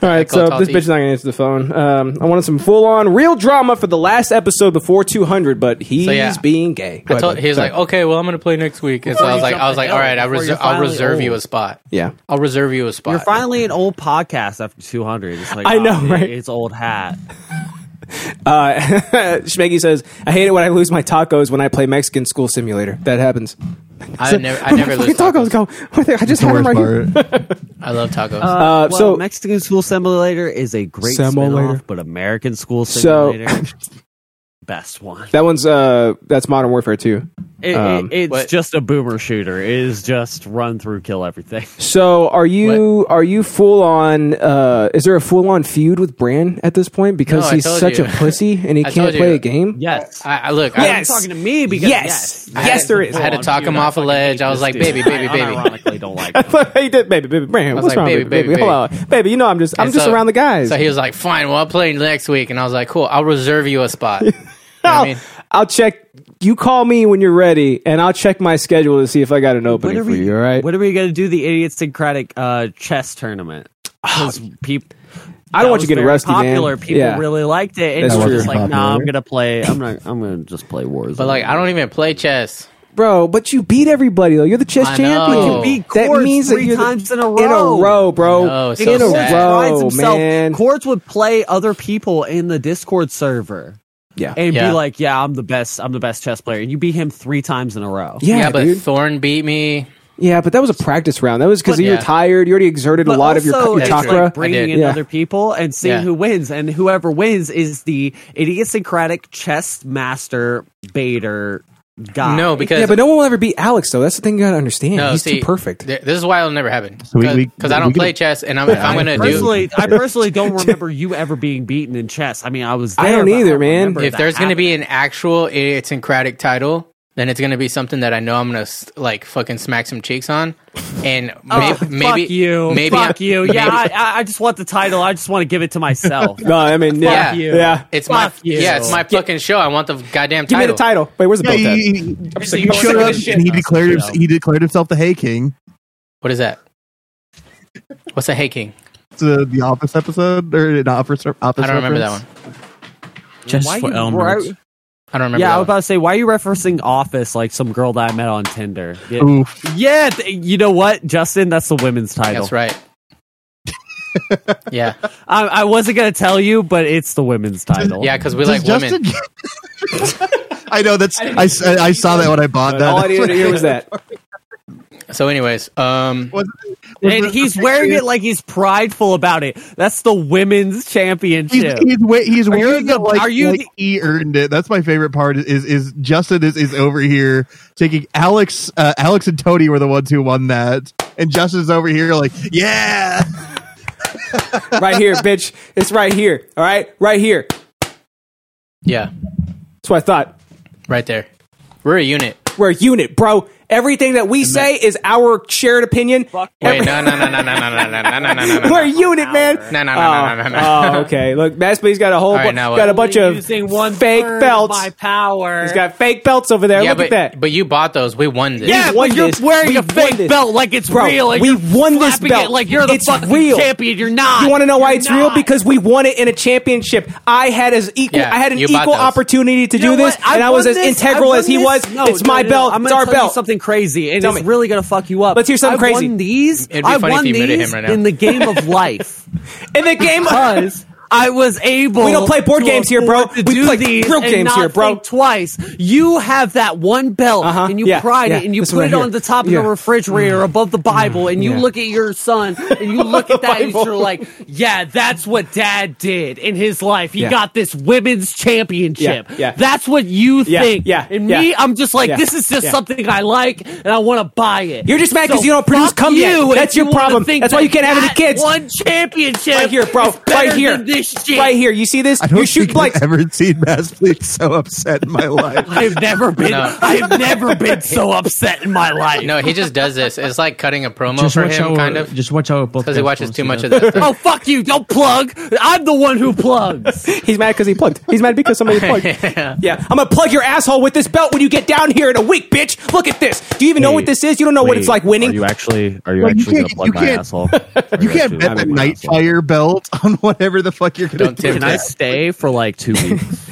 Speaker 1: All right,
Speaker 2: Echo
Speaker 1: so this
Speaker 2: Tatis.
Speaker 1: bitch is not gonna answer the phone. Um, I wanted some full-on real drama for the last episode before 200, but he's
Speaker 2: So, yeah.
Speaker 1: being gay. Go
Speaker 2: I
Speaker 1: ahead,
Speaker 2: told
Speaker 1: bud.
Speaker 2: he was
Speaker 1: Sorry.
Speaker 2: like, okay, well, I'm gonna play next week, and so I was like, I was like, all right, I
Speaker 3: Before
Speaker 2: reser-
Speaker 3: you're
Speaker 2: I'll
Speaker 3: finally
Speaker 2: reserve you
Speaker 3: old.
Speaker 2: a spot.
Speaker 1: yeah.
Speaker 2: I'll reserve you a spot.
Speaker 3: You're finally an old podcast after 200. It's like
Speaker 1: I
Speaker 3: oh,
Speaker 1: know,
Speaker 3: it-
Speaker 1: right?
Speaker 3: It's old hat.
Speaker 1: Uh, Schmeggy says, I hate it when I lose my tacos when I play Mexican School Simulator. That happens.
Speaker 2: I never, I never lose
Speaker 1: tacos.
Speaker 2: tacos.
Speaker 1: go. Where they- I just
Speaker 4: The
Speaker 1: had
Speaker 4: worst
Speaker 1: them right here.
Speaker 4: part.
Speaker 2: I love tacos.
Speaker 1: Uh,
Speaker 3: well,
Speaker 1: so-
Speaker 3: Mexican School Simulator is a great
Speaker 1: Simulator.
Speaker 3: spinoff, but American School
Speaker 1: So-
Speaker 3: Simulator, best one.
Speaker 1: That one's, uh, that's Modern Warfare 2.
Speaker 3: It, it-
Speaker 1: Um,
Speaker 3: it's
Speaker 2: What?
Speaker 3: just a boomer shooter. It is just run through, kill everything.
Speaker 1: So are you, are you full on, uh, is there a full on feud with Bran at this point? Because
Speaker 2: No, I
Speaker 1: he's
Speaker 2: told
Speaker 1: such
Speaker 2: you.
Speaker 1: a pussy and he
Speaker 2: I
Speaker 1: can't
Speaker 2: told
Speaker 1: play
Speaker 2: you.
Speaker 1: a game?
Speaker 3: Yes.
Speaker 2: I, I look.
Speaker 1: Yes.
Speaker 2: I,
Speaker 3: You're talking to me because
Speaker 1: Yes.
Speaker 3: yes,
Speaker 1: Yes, there is.
Speaker 2: I had to talk him off a ledge. I was like, baby, baby, baby.
Speaker 3: Ironically, don't like. him.
Speaker 1: he did, baby, baby, Bran.
Speaker 2: was
Speaker 1: What's
Speaker 2: like,
Speaker 1: wrong, baby,
Speaker 2: baby,
Speaker 1: baby,
Speaker 2: baby,
Speaker 1: Hold on, baby. You know, I'm just, I'm
Speaker 2: And
Speaker 1: just
Speaker 2: so-
Speaker 1: around the guys.
Speaker 2: So he was like, fine, well, I'll play next week, and I was like, cool, I'll reserve you a spot. You know what I
Speaker 1: I'll,
Speaker 2: mean?
Speaker 1: I'll check. You call me when you're ready, and I'll check my schedule to see if I got an opening for you. All right.
Speaker 3: When are we gonna do the idiosyncratic uh, chess tournament?
Speaker 1: Ah.
Speaker 3: 'Cause peop-
Speaker 1: I
Speaker 3: that
Speaker 1: don't want you
Speaker 3: was
Speaker 1: to get
Speaker 3: very
Speaker 1: rusty, man.
Speaker 3: popular. People
Speaker 1: Yeah.
Speaker 3: really liked it, and
Speaker 1: That's
Speaker 3: you were
Speaker 1: true.
Speaker 3: just like,
Speaker 4: Popular.
Speaker 3: "Nah, I'm gonna play. I'm not. I'm gonna just play Warzone."
Speaker 2: But like, I don't even play chess.
Speaker 1: bro. But you beat everybody though. You're the chess
Speaker 2: I know.
Speaker 1: champion.
Speaker 2: You beat
Speaker 1: that
Speaker 3: Quartz
Speaker 1: means
Speaker 3: three
Speaker 1: that you're the-
Speaker 3: times in a
Speaker 1: in a
Speaker 3: row.
Speaker 1: row, bro.
Speaker 2: know, it's
Speaker 1: in
Speaker 2: so
Speaker 1: a
Speaker 2: sad.
Speaker 1: row, man.
Speaker 3: Cords would play other people in the Discord server
Speaker 1: yeah,
Speaker 3: and
Speaker 2: Yeah.
Speaker 3: be like, "Yeah, I'm the best. I'm the best chess player." And you beat him three times in a row.
Speaker 1: yeah,
Speaker 2: but
Speaker 1: dude.
Speaker 2: Thorn beat me.
Speaker 1: yeah, but that was a practice round. That was because
Speaker 3: But-
Speaker 1: you were
Speaker 2: Yeah.
Speaker 1: tired. You already exerted a
Speaker 3: But
Speaker 1: lot of your,
Speaker 3: also,
Speaker 1: your
Speaker 3: it's
Speaker 1: chakra.
Speaker 3: Like
Speaker 2: I
Speaker 3: bringing
Speaker 2: did.
Speaker 3: in
Speaker 1: Yeah.
Speaker 3: other people and seeing
Speaker 2: Yeah.
Speaker 3: who wins, and whoever wins is the idiosyncratic chess master baiter guy.
Speaker 2: No, because
Speaker 1: Ah. yeah, but no one will ever beat Alex though. That's the thing you gotta understand.
Speaker 2: No,
Speaker 1: He's
Speaker 2: see,
Speaker 1: too perfect.
Speaker 2: th- this is why it'll never happen. Because
Speaker 4: So we- we-
Speaker 2: I don't
Speaker 4: we
Speaker 2: play
Speaker 4: can-
Speaker 2: chess, and I'm, if I'm gonna do,
Speaker 3: personally, I personally don't remember you ever being beaten in chess. I mean, I was. There,
Speaker 1: I don't
Speaker 3: but
Speaker 1: either, man.
Speaker 3: remember
Speaker 2: if
Speaker 3: that
Speaker 2: there's gonna be an actual idiosyncratic title, then it's gonna be something that I know I'm gonna s- like fucking smack some cheeks on, and
Speaker 3: happening.
Speaker 2: maybe,
Speaker 3: Oh, fuck you,
Speaker 2: maybe maybe
Speaker 3: fuck you. Yeah,
Speaker 2: maybe-
Speaker 3: I, I- I just want the title. I just want to give it to myself.
Speaker 1: No, I mean, yeah,
Speaker 2: Yeah.
Speaker 1: yeah.
Speaker 2: you. it's my
Speaker 3: Fuck you.
Speaker 2: yeah, it's my fucking show. I want the goddamn
Speaker 1: Give me
Speaker 2: title.
Speaker 1: the title. Wait, where's the
Speaker 4: yeah,
Speaker 1: belt at?
Speaker 4: he, he-
Speaker 2: So
Speaker 4: he
Speaker 2: you
Speaker 4: showed
Speaker 2: don't
Speaker 4: up
Speaker 2: give a shit.
Speaker 4: and he declared himself, he declared himself the Hay King.
Speaker 2: What is that? What's a hey king?
Speaker 4: To the Office episode or not Office? office
Speaker 2: I don't remember that
Speaker 4: reference.
Speaker 2: one.
Speaker 10: Just
Speaker 3: Why
Speaker 10: for
Speaker 3: you-
Speaker 10: Elmer's.
Speaker 2: I don't remember.
Speaker 3: Yeah,
Speaker 2: that
Speaker 3: I was
Speaker 2: one.
Speaker 3: about to say, why are you referencing Office like some girl that I met on Tinder? Yeah,
Speaker 4: Oof.
Speaker 3: yeah th- you know what, Justin? That's the women's title.
Speaker 2: That's right. yeah,
Speaker 3: I, I wasn't gonna tell you, but it's the women's title.
Speaker 2: yeah, because we
Speaker 4: Does
Speaker 2: like women.
Speaker 4: Justin- I know that's I, s- I- I saw that when I bought that.
Speaker 1: All I needed to hear was that.
Speaker 2: So, anyways, um,
Speaker 4: Was- was
Speaker 3: and
Speaker 4: the-
Speaker 3: he's wearing it like he's prideful about it. That's the women's
Speaker 4: He's,
Speaker 3: championship.
Speaker 4: he's, wa- he's wearing
Speaker 3: the-
Speaker 4: it like,
Speaker 3: are you
Speaker 4: like
Speaker 3: the-
Speaker 4: he earned it. That's my favorite part. Is is Justin is, is over here taking Alex? Uh, Alex and Tony were the ones who won that, and Justin's over here like, yeah.
Speaker 1: right here, bitch. It's right here. All right, right here.
Speaker 2: yeah,
Speaker 1: That's what I thought.
Speaker 2: right there. We're a unit.
Speaker 1: We're a unit, bro. Everything that we say is our shared opinion.
Speaker 2: Wait, no, no, no, no, no, no, no, no, no, no, no,
Speaker 1: We're
Speaker 2: no, no.
Speaker 1: a unit, man.
Speaker 2: No, no, no,
Speaker 1: oh,
Speaker 2: no, no, no, no.
Speaker 1: oh, okay. Look, Mass B's got a whole
Speaker 2: All right,
Speaker 1: bu-
Speaker 2: now what?
Speaker 1: got a bunch of
Speaker 3: using one
Speaker 1: fake
Speaker 3: third of
Speaker 1: belts.
Speaker 3: My power.
Speaker 1: He's got fake belts over there.
Speaker 2: Yeah,
Speaker 1: Look
Speaker 2: but
Speaker 1: at that.
Speaker 2: but you bought those. We won this.
Speaker 1: Yeah,
Speaker 3: yeah,
Speaker 1: won
Speaker 3: but you're
Speaker 1: this.
Speaker 3: wearing
Speaker 1: We
Speaker 3: a
Speaker 1: won
Speaker 3: fake
Speaker 1: this.
Speaker 3: belt like it's
Speaker 1: Bro,
Speaker 3: real. And
Speaker 1: we
Speaker 3: you're
Speaker 1: won this
Speaker 3: slapping
Speaker 1: belt.
Speaker 3: It like you're the
Speaker 1: It's
Speaker 3: fucking
Speaker 1: real.
Speaker 3: champion. You're not.
Speaker 1: you want to know why
Speaker 3: You're
Speaker 1: it's real?
Speaker 3: not.
Speaker 1: Because we won it in a championship. I had as equal.
Speaker 2: Yeah,
Speaker 1: I had an
Speaker 2: you bought
Speaker 1: equal
Speaker 2: those.
Speaker 1: opportunity to
Speaker 3: You
Speaker 1: do
Speaker 3: know
Speaker 1: this,
Speaker 3: what?
Speaker 1: and I was
Speaker 3: won
Speaker 1: as
Speaker 3: this.
Speaker 1: integral
Speaker 3: I
Speaker 1: as he
Speaker 3: won
Speaker 1: was.
Speaker 3: this. No,
Speaker 1: it's
Speaker 3: no,
Speaker 1: my
Speaker 3: no,
Speaker 1: belt.
Speaker 3: I'm
Speaker 1: it's
Speaker 3: gonna
Speaker 1: our
Speaker 3: tell you
Speaker 1: belt.
Speaker 3: something crazy, and
Speaker 1: Tell
Speaker 3: it's
Speaker 1: me.
Speaker 3: really gonna fuck you up.
Speaker 1: Let's hear something
Speaker 3: I
Speaker 1: crazy.
Speaker 3: Won these,
Speaker 2: It'd be
Speaker 3: I
Speaker 2: funny if
Speaker 3: won
Speaker 2: you muted
Speaker 3: these
Speaker 2: him right now.
Speaker 3: in the game of life
Speaker 1: in the game.
Speaker 3: because I was able.
Speaker 1: We don't play board
Speaker 3: to
Speaker 1: games here, bro.
Speaker 3: afford to
Speaker 1: We
Speaker 3: do
Speaker 1: play
Speaker 3: these
Speaker 1: group
Speaker 3: and
Speaker 1: games
Speaker 3: not
Speaker 1: here, bro.
Speaker 3: think Twice. You have that one belt
Speaker 1: Uh-huh.
Speaker 3: and you
Speaker 1: Yeah,
Speaker 3: pride
Speaker 1: yeah.
Speaker 3: it and you
Speaker 1: This
Speaker 3: put
Speaker 1: one
Speaker 3: it
Speaker 1: right here.
Speaker 3: on the top
Speaker 1: Yeah. Mm.
Speaker 3: of the refrigerator above the Bible and you look at your son and you look at that and you're like, yeah, that's what dad did in his life. He
Speaker 1: Yeah.
Speaker 3: got this women's championship.
Speaker 1: yeah.
Speaker 3: That's what you
Speaker 1: Yeah,
Speaker 3: think.
Speaker 1: yeah,
Speaker 3: And
Speaker 1: yeah.
Speaker 3: me, I'm just like,
Speaker 1: Yeah,
Speaker 3: this is just
Speaker 1: yeah.
Speaker 3: something I like and I want to buy it.
Speaker 1: You're just mad 'cause
Speaker 3: So
Speaker 1: you don't produce
Speaker 3: fuck
Speaker 1: cum yet.
Speaker 3: you
Speaker 1: That's
Speaker 3: if you
Speaker 1: your
Speaker 3: wanna
Speaker 1: problem.
Speaker 3: think
Speaker 1: That's why you can't have any
Speaker 3: that
Speaker 1: kids.
Speaker 3: One championship
Speaker 1: Right here, bro.
Speaker 3: is better
Speaker 1: Right here.
Speaker 3: than this shit.
Speaker 1: Right here. You see this?
Speaker 4: I don't
Speaker 1: You shoot
Speaker 4: think
Speaker 1: blanks.
Speaker 4: I've ever seen Mass Bleed so upset in my life.
Speaker 3: I've never been.
Speaker 2: No.
Speaker 3: I've never been so upset in my life.
Speaker 2: No, he just does this. It's like cutting a promo
Speaker 5: Just
Speaker 2: for
Speaker 5: watch
Speaker 2: him,
Speaker 5: our,
Speaker 2: kind of,
Speaker 5: Just watch our podcast.
Speaker 2: because he watches too much of
Speaker 5: that.
Speaker 2: that stuff.
Speaker 3: Oh fuck you! Don't plug. I'm the one who plugs.
Speaker 11: He's mad because he plugged. He's mad because somebody plugged.
Speaker 1: Yeah, I'm gonna plug your asshole with this belt when you get down here in a week, bitch. Look at this. Do you even know what
Speaker 12: Wait,
Speaker 1: this is? You don't know what
Speaker 12: Wait,
Speaker 1: it's like winning.
Speaker 12: Are you actually? Are you
Speaker 4: Well, you
Speaker 12: actually gonna
Speaker 4: can't-
Speaker 12: plug
Speaker 4: you
Speaker 12: my
Speaker 4: can't-
Speaker 12: asshole?
Speaker 4: You can't bet the Nightfire belt on whatever the fuck you're gonna
Speaker 2: Don't
Speaker 4: do.
Speaker 2: tempt us.
Speaker 3: stay for like two weeks?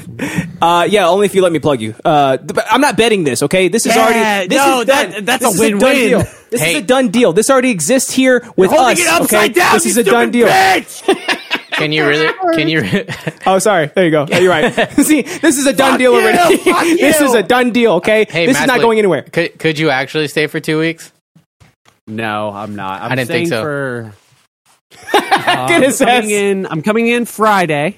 Speaker 1: Uh, yeah, only if you let me plug you. Uh, th- but I'm not betting this. Okay, this is
Speaker 3: Yeah,
Speaker 1: already. This
Speaker 3: no,
Speaker 1: is done.
Speaker 3: that- that's
Speaker 1: This
Speaker 3: a
Speaker 1: is done
Speaker 3: win-win.
Speaker 1: deal. This
Speaker 2: Hey.
Speaker 1: is a done deal. This already exists here with
Speaker 3: Holding
Speaker 1: us.
Speaker 3: it upside
Speaker 1: okay?
Speaker 3: down.
Speaker 1: This is
Speaker 3: you
Speaker 1: a done
Speaker 3: stupid
Speaker 1: deal.
Speaker 3: Bitch!
Speaker 2: Can you really? Can you? re-
Speaker 11: Oh, sorry. There you go. You're right.
Speaker 1: See, this is a done
Speaker 3: Fuck
Speaker 1: deal
Speaker 3: you,
Speaker 1: already.
Speaker 3: fuck
Speaker 1: this
Speaker 3: you.
Speaker 1: is a done deal. Okay,
Speaker 2: Hey,
Speaker 1: this is not
Speaker 2: Maslin,
Speaker 1: going anywhere.
Speaker 2: Could, could you actually stay for two weeks?
Speaker 3: No, I'm not. I'm
Speaker 2: I didn't think
Speaker 3: staying
Speaker 2: so.
Speaker 3: For,
Speaker 11: Get
Speaker 3: I'm
Speaker 11: his ass.
Speaker 3: coming in. I'm coming in Friday,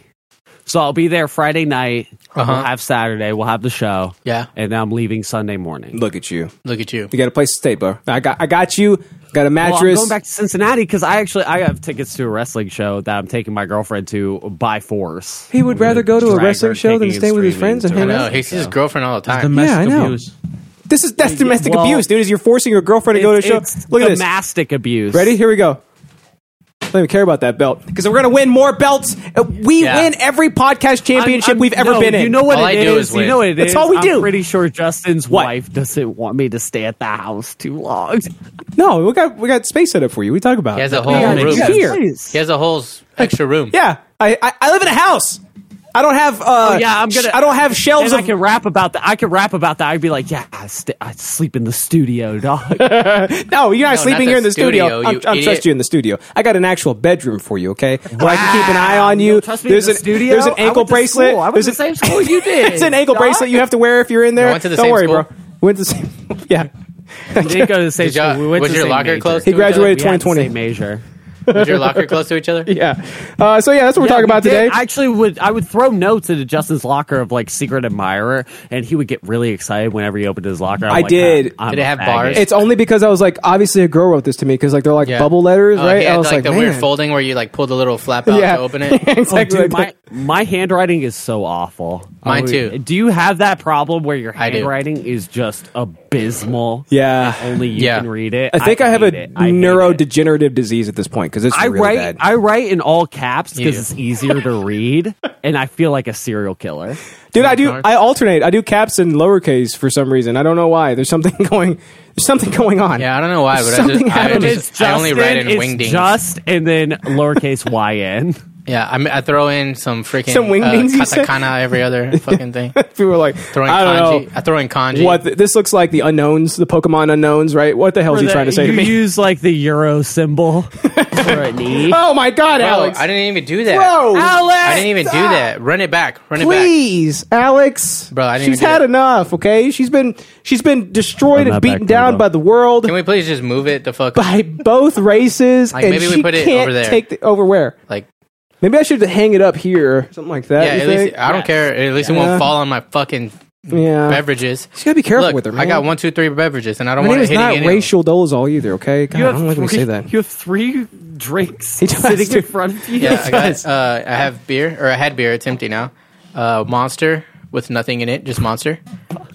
Speaker 3: so I'll be there Friday night. We'll have Saturday. We'll have the show,
Speaker 2: Yeah.
Speaker 3: and then I'm leaving Sunday morning.
Speaker 1: Look at you.
Speaker 2: Look at you.
Speaker 1: You got a place to stay, bro. I got. I got you. Got a
Speaker 3: Well,
Speaker 1: mattress.
Speaker 3: I'm going back to Cincinnati because I actually I have tickets to a wrestling show that I'm taking my girlfriend to by force.
Speaker 11: He would rather go to a wrestling show than stay with his friends and
Speaker 2: I
Speaker 11: hang
Speaker 2: know.
Speaker 11: out.
Speaker 2: He sees his girlfriend all the time.
Speaker 11: Yeah, I know.
Speaker 1: This is that's domestic
Speaker 3: well-
Speaker 1: abuse, dude. Is you're forcing your girlfriend to go to a show. Look at this.
Speaker 3: domestic abuse.
Speaker 1: Ready? Here we go. I don't even care about that belt because we're gonna win more belts. Uh, We
Speaker 2: Yeah.
Speaker 1: win every podcast championship
Speaker 3: I'm- I'm-
Speaker 1: we've ever
Speaker 3: no,
Speaker 1: been in.
Speaker 3: You know what
Speaker 2: All
Speaker 3: it
Speaker 2: I do
Speaker 3: is?
Speaker 2: is
Speaker 3: You
Speaker 2: win.
Speaker 3: know what it
Speaker 1: That's
Speaker 3: is?
Speaker 1: all we
Speaker 3: I'm
Speaker 1: do.
Speaker 3: pretty sure Justin's
Speaker 1: What?
Speaker 3: wife doesn't want me to stay at the house too long.
Speaker 1: no, we got we got space set up for you. We talk about
Speaker 2: He
Speaker 1: it.
Speaker 2: has a whole
Speaker 1: Yeah,
Speaker 2: room.
Speaker 1: you here.
Speaker 2: He has a whole s- extra room.
Speaker 1: Yeah, I, I I live in a house. I don't have. Uh,
Speaker 3: Oh, yeah, I'm gonna-
Speaker 1: I don't have
Speaker 3: And
Speaker 1: shelves.
Speaker 3: I
Speaker 1: Of,
Speaker 3: can rap about that. I can rap about that. I'd be like, yeah, I, st- I sleep in the studio, dog.
Speaker 1: no, you're not
Speaker 2: No,
Speaker 1: sleeping
Speaker 2: not
Speaker 1: here in
Speaker 2: the
Speaker 1: the studio.
Speaker 2: studio,
Speaker 1: I'm,
Speaker 2: you
Speaker 1: I'm
Speaker 2: idiot.
Speaker 1: trust you in the studio. I got an actual bedroom for you. Okay, where I can keep an eye on
Speaker 3: You
Speaker 1: you.
Speaker 3: don't trust me in
Speaker 1: there's
Speaker 3: the
Speaker 1: an
Speaker 3: studio?
Speaker 1: There's an
Speaker 3: I
Speaker 1: ankle
Speaker 3: went to
Speaker 1: bracelet.
Speaker 3: school. I went
Speaker 1: There's
Speaker 3: to the
Speaker 1: an-
Speaker 3: same school you did,
Speaker 1: it's an ankle
Speaker 3: dog.
Speaker 1: bracelet you have to wear if you're in there.
Speaker 2: I went to the
Speaker 1: don't
Speaker 2: same
Speaker 1: worry,
Speaker 2: school.
Speaker 1: bro. We went to the same. Yeah.
Speaker 3: We didn't go to the same
Speaker 2: Did y'all-
Speaker 3: school. We went
Speaker 2: was
Speaker 3: to the
Speaker 2: your
Speaker 3: same
Speaker 2: locker
Speaker 3: major.
Speaker 2: close?
Speaker 1: He
Speaker 2: to each other?
Speaker 1: graduated
Speaker 3: We had the
Speaker 1: 2020.
Speaker 3: same major.
Speaker 2: Was your locker close to each other?
Speaker 11: Yeah. Uh, so yeah, that's what we're
Speaker 3: Yeah,
Speaker 11: talking
Speaker 3: we
Speaker 11: about
Speaker 3: did.
Speaker 11: today.
Speaker 3: I actually would I would throw notes into Justin's locker of like secret admirer, and he would get really excited whenever he opened his locker. I'm
Speaker 1: I
Speaker 3: like,
Speaker 1: did.
Speaker 3: "Ah, I'm
Speaker 2: Did it
Speaker 3: a
Speaker 2: have
Speaker 3: faggot."
Speaker 2: bars?
Speaker 11: It's only because I was like, obviously a girl wrote this to me because like they're like
Speaker 2: Yeah.
Speaker 11: bubble letters,
Speaker 2: Oh,
Speaker 11: right?
Speaker 2: He had
Speaker 11: I was
Speaker 2: like,
Speaker 11: like,
Speaker 2: the
Speaker 11: man.
Speaker 2: weird folding where you like pull the little flap out
Speaker 11: Yeah.
Speaker 2: to open it.
Speaker 3: Oh,
Speaker 11: exactly. like
Speaker 3: dude, my,
Speaker 11: that.
Speaker 3: my handwriting is so awful.
Speaker 2: Mine
Speaker 3: I-
Speaker 2: too.
Speaker 3: Do you have that problem where your
Speaker 2: I do.
Speaker 3: handwriting is just abysmal?
Speaker 1: Yeah.
Speaker 3: Only you
Speaker 2: Yeah.
Speaker 3: can read it.
Speaker 1: I think I, have a
Speaker 3: hate it. I hate it.
Speaker 1: neurodegenerative disease at this point because it's
Speaker 3: I
Speaker 1: really
Speaker 3: write
Speaker 1: bad.
Speaker 3: I write in all caps
Speaker 2: You
Speaker 3: because
Speaker 2: do.
Speaker 3: it's easier to read, and I feel like a serial killer.
Speaker 1: Dude, I do. I alternate. I do caps and lowercase for some reason. I don't know why. There's something going. There's something going on.
Speaker 2: Yeah, I don't know why, but I
Speaker 1: Something
Speaker 2: just, I,
Speaker 1: happened.
Speaker 2: just, I only write in
Speaker 3: it's
Speaker 2: wingdings.
Speaker 3: Just and then lowercase yn.
Speaker 2: yeah, I, mean, I throw in some freaking
Speaker 1: Some wingdings
Speaker 2: uh,
Speaker 1: you said?
Speaker 2: katakana every other fucking thing.
Speaker 1: People are like,
Speaker 2: Throwing
Speaker 1: I
Speaker 2: kanji.
Speaker 1: don't
Speaker 2: I throw in kanji.
Speaker 1: know what the, this looks like. The unknowns, the Pokemon unknowns, right? What the hell is he
Speaker 3: Or the-
Speaker 1: trying to say
Speaker 3: you
Speaker 1: to me?
Speaker 3: use like the euro symbol for a knee.
Speaker 1: oh my God,
Speaker 2: Bro,
Speaker 1: Alex!
Speaker 2: I didn't even do that.
Speaker 1: Bro,
Speaker 2: I didn't even do that. Run it back. Run it back.
Speaker 1: Please, Alex.
Speaker 2: Bro, I didn't
Speaker 1: she's
Speaker 2: even do
Speaker 1: had
Speaker 2: it.
Speaker 1: enough. Okay, she's been she's been destroyed
Speaker 3: I'm
Speaker 1: and
Speaker 3: not
Speaker 1: beaten
Speaker 3: back there,
Speaker 1: down
Speaker 3: though.
Speaker 1: by the world,
Speaker 2: Can we please just move it the fuck up?
Speaker 1: by both races,
Speaker 2: Like,
Speaker 1: and
Speaker 2: maybe we
Speaker 1: she
Speaker 2: put it
Speaker 1: can't
Speaker 2: over there.
Speaker 1: take the, over where.
Speaker 2: Like,
Speaker 1: Maybe I should hang it up here, something like that.
Speaker 2: yeah,
Speaker 1: you
Speaker 2: at least
Speaker 1: think?
Speaker 2: I don't
Speaker 3: Yes.
Speaker 2: care. At least it
Speaker 1: Yeah.
Speaker 2: won't fall on my fucking
Speaker 1: yeah.
Speaker 2: beverages.
Speaker 1: You gotta be careful
Speaker 2: Look,
Speaker 1: with her. Man.
Speaker 2: I got one, two, three beverages, and I don't
Speaker 1: My
Speaker 2: want
Speaker 1: name
Speaker 2: it
Speaker 1: is
Speaker 2: hitting
Speaker 1: not
Speaker 2: any.
Speaker 1: racial dolezal either. Okay, God, I don't like when we say that.
Speaker 3: You have three drinks
Speaker 1: does,
Speaker 3: sitting in
Speaker 1: dude.
Speaker 3: front of you.
Speaker 2: Yeah, I got. Uh, I have beer, or I had beer. It's empty now. Uh, monster with nothing in it, just monster,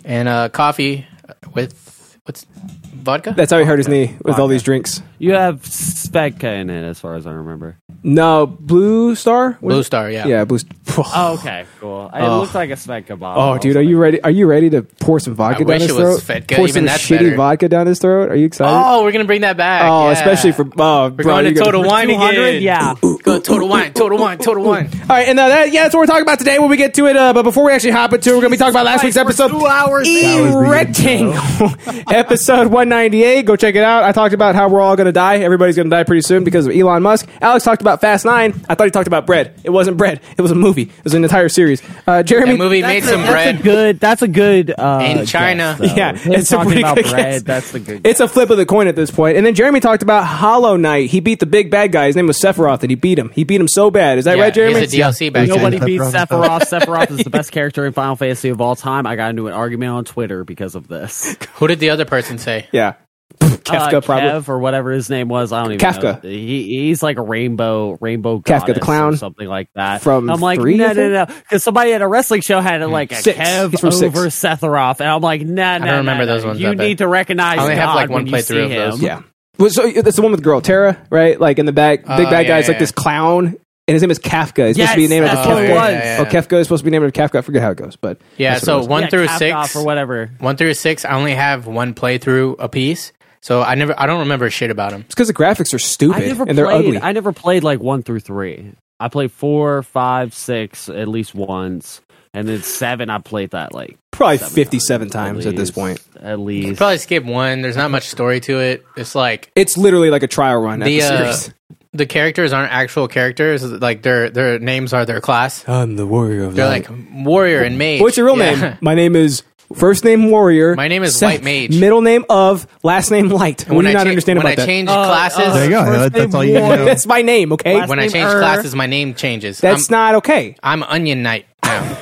Speaker 2: and uh, coffee with what's vodka.
Speaker 1: That's how he hurt his knee with all these drinks.
Speaker 3: You have Svedka in it, as far as I remember.
Speaker 1: No, Blue Star. What is
Speaker 2: Blue
Speaker 1: it?
Speaker 2: Star. Yeah.
Speaker 1: Yeah, Blue. Star.
Speaker 3: Oh, okay, cool. It looked like a Svedka bottle.
Speaker 1: Oh, dude, are you ready? Are you ready to pour some vodka
Speaker 2: I
Speaker 1: down
Speaker 2: wish
Speaker 1: his
Speaker 2: it was
Speaker 1: throat?
Speaker 2: Fedka,
Speaker 1: Pour
Speaker 2: even
Speaker 1: some
Speaker 2: that's
Speaker 1: shitty
Speaker 2: better.
Speaker 1: vodka down his throat. Are you excited?
Speaker 2: Oh, we're gonna bring that back.
Speaker 1: Oh,
Speaker 2: yeah.
Speaker 1: especially for oh,
Speaker 2: we're
Speaker 1: bro,
Speaker 2: going
Speaker 1: you
Speaker 2: to
Speaker 1: gotta-
Speaker 2: Total Wine again.
Speaker 3: Yeah.
Speaker 2: Go Total Wine. Total Wine. Total Wine.
Speaker 1: All right, and uh, that, yeah, that's what we're talking about today. When we get to it, uh, but before we actually hop into, it, we're going to be talking about last week's
Speaker 3: Christ,
Speaker 1: episode.
Speaker 3: we're two hours in.
Speaker 1: erecting episode 198. Go check it out. I talked about how we're all going to die. Everybody's going to die pretty soon because of Elon Musk. Alex talked about Fast Nine. I thought he talked about bread. It wasn't bread. It was a movie. It was an entire series. Uh, Jeremy,
Speaker 2: That movie made some
Speaker 3: That's a
Speaker 2: bread.
Speaker 3: good. That's a good. Uh,
Speaker 2: In China.
Speaker 3: guess, though.
Speaker 1: Yeah,
Speaker 3: Him
Speaker 1: it's a
Speaker 3: talking
Speaker 1: pretty
Speaker 3: about
Speaker 1: good
Speaker 3: bread.
Speaker 1: guess.
Speaker 3: That's the good.
Speaker 1: It's a flip of the coin at this point. And then Jeremy talked about Hollow Knight. He beat the big bad guy. His name was Sephiroth, and he beat him. He beat him so bad. Is that
Speaker 2: Yeah,
Speaker 1: right, Jeremy?
Speaker 2: He's a DLC back
Speaker 4: Nobody-
Speaker 2: then.
Speaker 3: Nobody beats Sephiroth.
Speaker 4: Sephiroth.
Speaker 3: Sephiroth is the best character in Final Fantasy of all time. I got into an argument on Twitter because of this.
Speaker 2: Who did the other person say?
Speaker 1: yeah. Kafka,
Speaker 3: uh,
Speaker 1: probably.
Speaker 3: Kev or whatever his name was. I don't even
Speaker 1: Kafka.
Speaker 3: know. He, he's like a rainbow, rainbow
Speaker 1: Kafka the
Speaker 3: goddess
Speaker 1: clown.
Speaker 3: or something like that.
Speaker 1: From
Speaker 3: I'm like,
Speaker 1: three,
Speaker 3: no,
Speaker 1: I
Speaker 3: no,
Speaker 1: think? Hmm.
Speaker 3: no, because somebody at a wrestling show had it like a
Speaker 1: Six.
Speaker 3: Kev
Speaker 1: He's from six.
Speaker 3: over Sephiroth, and I'm like, nah, nah, I
Speaker 2: don't remember those ones
Speaker 3: You
Speaker 2: that bad.
Speaker 3: need to recognize.
Speaker 2: I only have,
Speaker 3: God
Speaker 2: like, one
Speaker 3: when you
Speaker 2: playthrough
Speaker 3: see
Speaker 2: of those.
Speaker 3: him.
Speaker 1: Yeah. Well, so that's the one with girl Tara, right? Like in the back, big
Speaker 2: Oh,
Speaker 1: bad
Speaker 2: yeah,
Speaker 1: guy is like
Speaker 2: yeah.
Speaker 1: this clown, and his name is Kafka. He's supposed to be
Speaker 3: Yes,
Speaker 1: named
Speaker 3: that's
Speaker 1: after
Speaker 2: what
Speaker 1: Kafka.
Speaker 2: it was. Yeah, yeah,
Speaker 1: Oh, Kafka is supposed to be named after Kafka. I forget how it goes, but
Speaker 2: Yeah,
Speaker 1: that's what it
Speaker 2: so
Speaker 1: was.
Speaker 2: one
Speaker 3: Yeah,
Speaker 2: through
Speaker 3: Kafka
Speaker 2: six
Speaker 3: or whatever.
Speaker 2: One through six, I only have one playthrough a piece, so I never, I don't remember shit about them.
Speaker 1: it's because the graphics are stupid
Speaker 3: I never
Speaker 1: and they're
Speaker 3: played,
Speaker 1: ugly.
Speaker 3: I never played like one through three. I played four, five, six at least once, and then seven. I played that like
Speaker 1: Probably
Speaker 3: seven
Speaker 1: fifty-seven times
Speaker 3: times,
Speaker 1: at this
Speaker 3: least-
Speaker 1: point.
Speaker 3: At least
Speaker 2: Probably skip one. There's not much story to it. It's like
Speaker 1: It's literally like a trial run. at
Speaker 2: The,
Speaker 1: the
Speaker 2: uh,
Speaker 1: series.
Speaker 2: the characters aren't actual characters. Like their their names are their class.
Speaker 1: I'm the warrior of
Speaker 2: They're like warrior and mage.
Speaker 1: Oh, What's your real
Speaker 2: Yeah.
Speaker 1: name? My name is first name warrior.
Speaker 2: My name is
Speaker 1: sec-
Speaker 2: White Mage.
Speaker 1: Middle name of last name light.
Speaker 2: And
Speaker 1: What do you
Speaker 2: I
Speaker 1: not
Speaker 2: cha-
Speaker 1: understand
Speaker 2: when
Speaker 1: about
Speaker 2: I
Speaker 1: that?
Speaker 2: change
Speaker 3: Uh,
Speaker 2: classes,
Speaker 3: uh,
Speaker 4: There you go.
Speaker 3: First
Speaker 4: That's, that's
Speaker 3: name
Speaker 4: all you
Speaker 3: Roy.
Speaker 4: need to know.
Speaker 1: That's my name. Okay,
Speaker 3: Last
Speaker 2: when I
Speaker 3: name
Speaker 2: change
Speaker 3: Er.
Speaker 2: classes, my name changes.
Speaker 1: that's
Speaker 2: I'm,
Speaker 1: not okay.
Speaker 2: I'm Onion Knight now.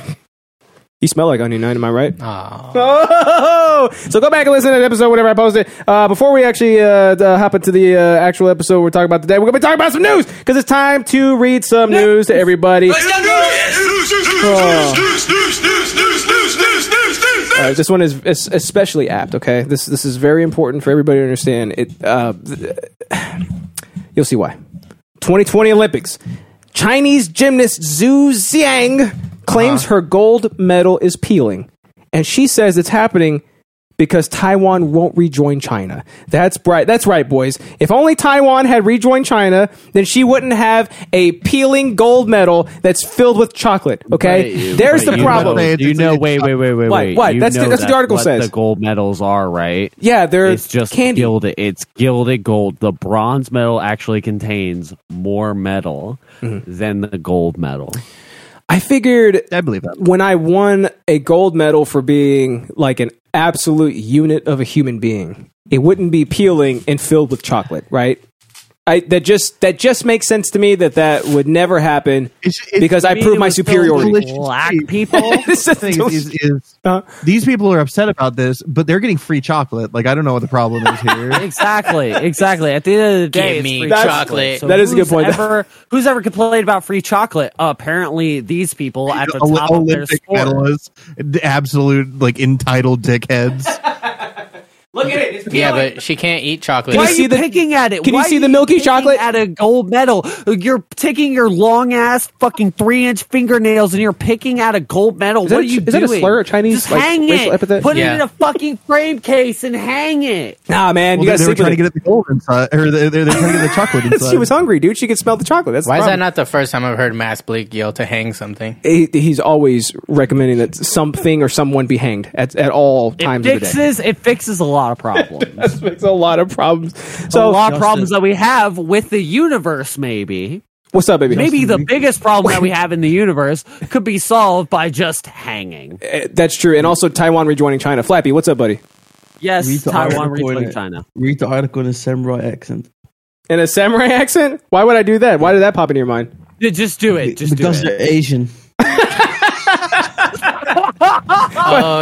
Speaker 1: You smell like onion night. Am I right?
Speaker 2: Aw.
Speaker 1: Oh, so go back and listen to that episode whenever I post it. Uh, before we actually uh, d- uh, hop into the uh, actual episode we're talking about today, we're gonna be talking about some news because it's time to read some news to everybody. All right, this one is is especially apt. Okay, this this is very important for everybody to understand. It uh, th- you'll see why. 2020 Olympics. Chinese gymnast Zhu Xiang claims
Speaker 4: Uh-huh.
Speaker 1: her gold medal is peeling, and she says it's happening because Taiwan won't rejoin China. That's right. That's right, boys. If only Taiwan had rejoined China, then she wouldn't have a peeling gold medal that's filled with chocolate. Okay, there's the
Speaker 4: you
Speaker 1: problem.
Speaker 4: know-
Speaker 3: you know, wait, wait, wait, wait,
Speaker 1: What?
Speaker 3: wait.
Speaker 1: What?
Speaker 3: You
Speaker 1: That's the-
Speaker 3: know
Speaker 1: that's what the
Speaker 3: that
Speaker 1: article
Speaker 3: what
Speaker 1: says.
Speaker 3: The gold medals are right.
Speaker 1: Yeah, they're
Speaker 3: It's just
Speaker 1: candy.
Speaker 3: gilded. It's gilded gold. The bronze medal actually contains more metal than the gold medal.
Speaker 1: I figured
Speaker 4: I believe that.
Speaker 1: when I won a gold medal for being like an absolute unit of a human being, it wouldn't be peeling and filled with chocolate, right? I, that just that just makes sense to me that that would never happen
Speaker 4: It's- it's-
Speaker 1: because I
Speaker 4: I mean,
Speaker 1: proved
Speaker 4: it
Speaker 1: my
Speaker 4: was so
Speaker 1: superiority.
Speaker 4: delicious.
Speaker 3: Black people.
Speaker 1: This is-
Speaker 4: Thing is, is
Speaker 1: Uh,
Speaker 4: these people are upset about this, but they're getting free chocolate. Like I don't know what the problem is here.
Speaker 3: exactly, exactly. At the end of the day,
Speaker 2: Give
Speaker 3: it's
Speaker 2: me
Speaker 3: free
Speaker 2: That's-
Speaker 3: chocolate.
Speaker 1: that is a good
Speaker 3: who's
Speaker 1: point.
Speaker 3: Ever, who's ever complained about free chocolate? Uh, apparently, these people at the
Speaker 4: Ol-
Speaker 3: top of their
Speaker 4: Olympic
Speaker 3: sport.
Speaker 4: medalists, the absolute like entitled dickheads.
Speaker 2: yeah, but she can't eat chocolate.
Speaker 1: Can
Speaker 3: Why
Speaker 1: you
Speaker 3: are
Speaker 1: see
Speaker 3: you
Speaker 1: the-
Speaker 3: picking at it?
Speaker 1: can you
Speaker 3: Why
Speaker 1: see
Speaker 3: are
Speaker 1: the milky
Speaker 3: picking
Speaker 1: chocolate?
Speaker 3: at a gold medal? You're taking your long ass fucking three inch fingernails and you're picking at a gold medal.
Speaker 1: that
Speaker 3: what
Speaker 1: a-
Speaker 3: are you
Speaker 1: is that
Speaker 3: doing?
Speaker 1: a slur, a Chinese,
Speaker 3: Just
Speaker 1: like,
Speaker 3: hang
Speaker 1: racial
Speaker 3: it.
Speaker 1: epithet?
Speaker 3: Put
Speaker 2: Yeah.
Speaker 3: it in a fucking frame case and hang it.
Speaker 1: nah, man,
Speaker 4: Well,
Speaker 1: you got
Speaker 4: they, they
Speaker 1: to
Speaker 4: were trying to get at the gold inside, or they, they're, they're trying to get the chocolate inside.
Speaker 1: She was hungry, dude. She could smell the chocolate. That's the
Speaker 2: Why is that
Speaker 1: problem.
Speaker 2: not the first time I've heard Mass Bleak yell to hang something?
Speaker 1: He, he's always recommending that something or someone be hanged at, at all times
Speaker 3: it
Speaker 1: of the day.
Speaker 3: fixes it fixes a lot of problems.
Speaker 1: Fix a lot of problems.
Speaker 3: a
Speaker 1: So,
Speaker 3: lot of problems that we have with the universe, maybe.
Speaker 1: what's up, baby?
Speaker 3: Maybe the biggest problem that we have in the universe could be solved by just hanging.
Speaker 1: Uh, That's true. And also Taiwan rejoining China. Flappy, what's up, buddy?
Speaker 3: Yes,
Speaker 6: Read the
Speaker 3: Taiwan
Speaker 6: article in
Speaker 3: rejoined
Speaker 6: it.
Speaker 3: China.
Speaker 6: Read the article in a samurai accent.
Speaker 1: In a samurai accent? Why would I do that? Why did that pop into your mind?
Speaker 3: Yeah, Just do it. Just do
Speaker 6: because
Speaker 3: it.
Speaker 6: they're Asian.
Speaker 2: Oh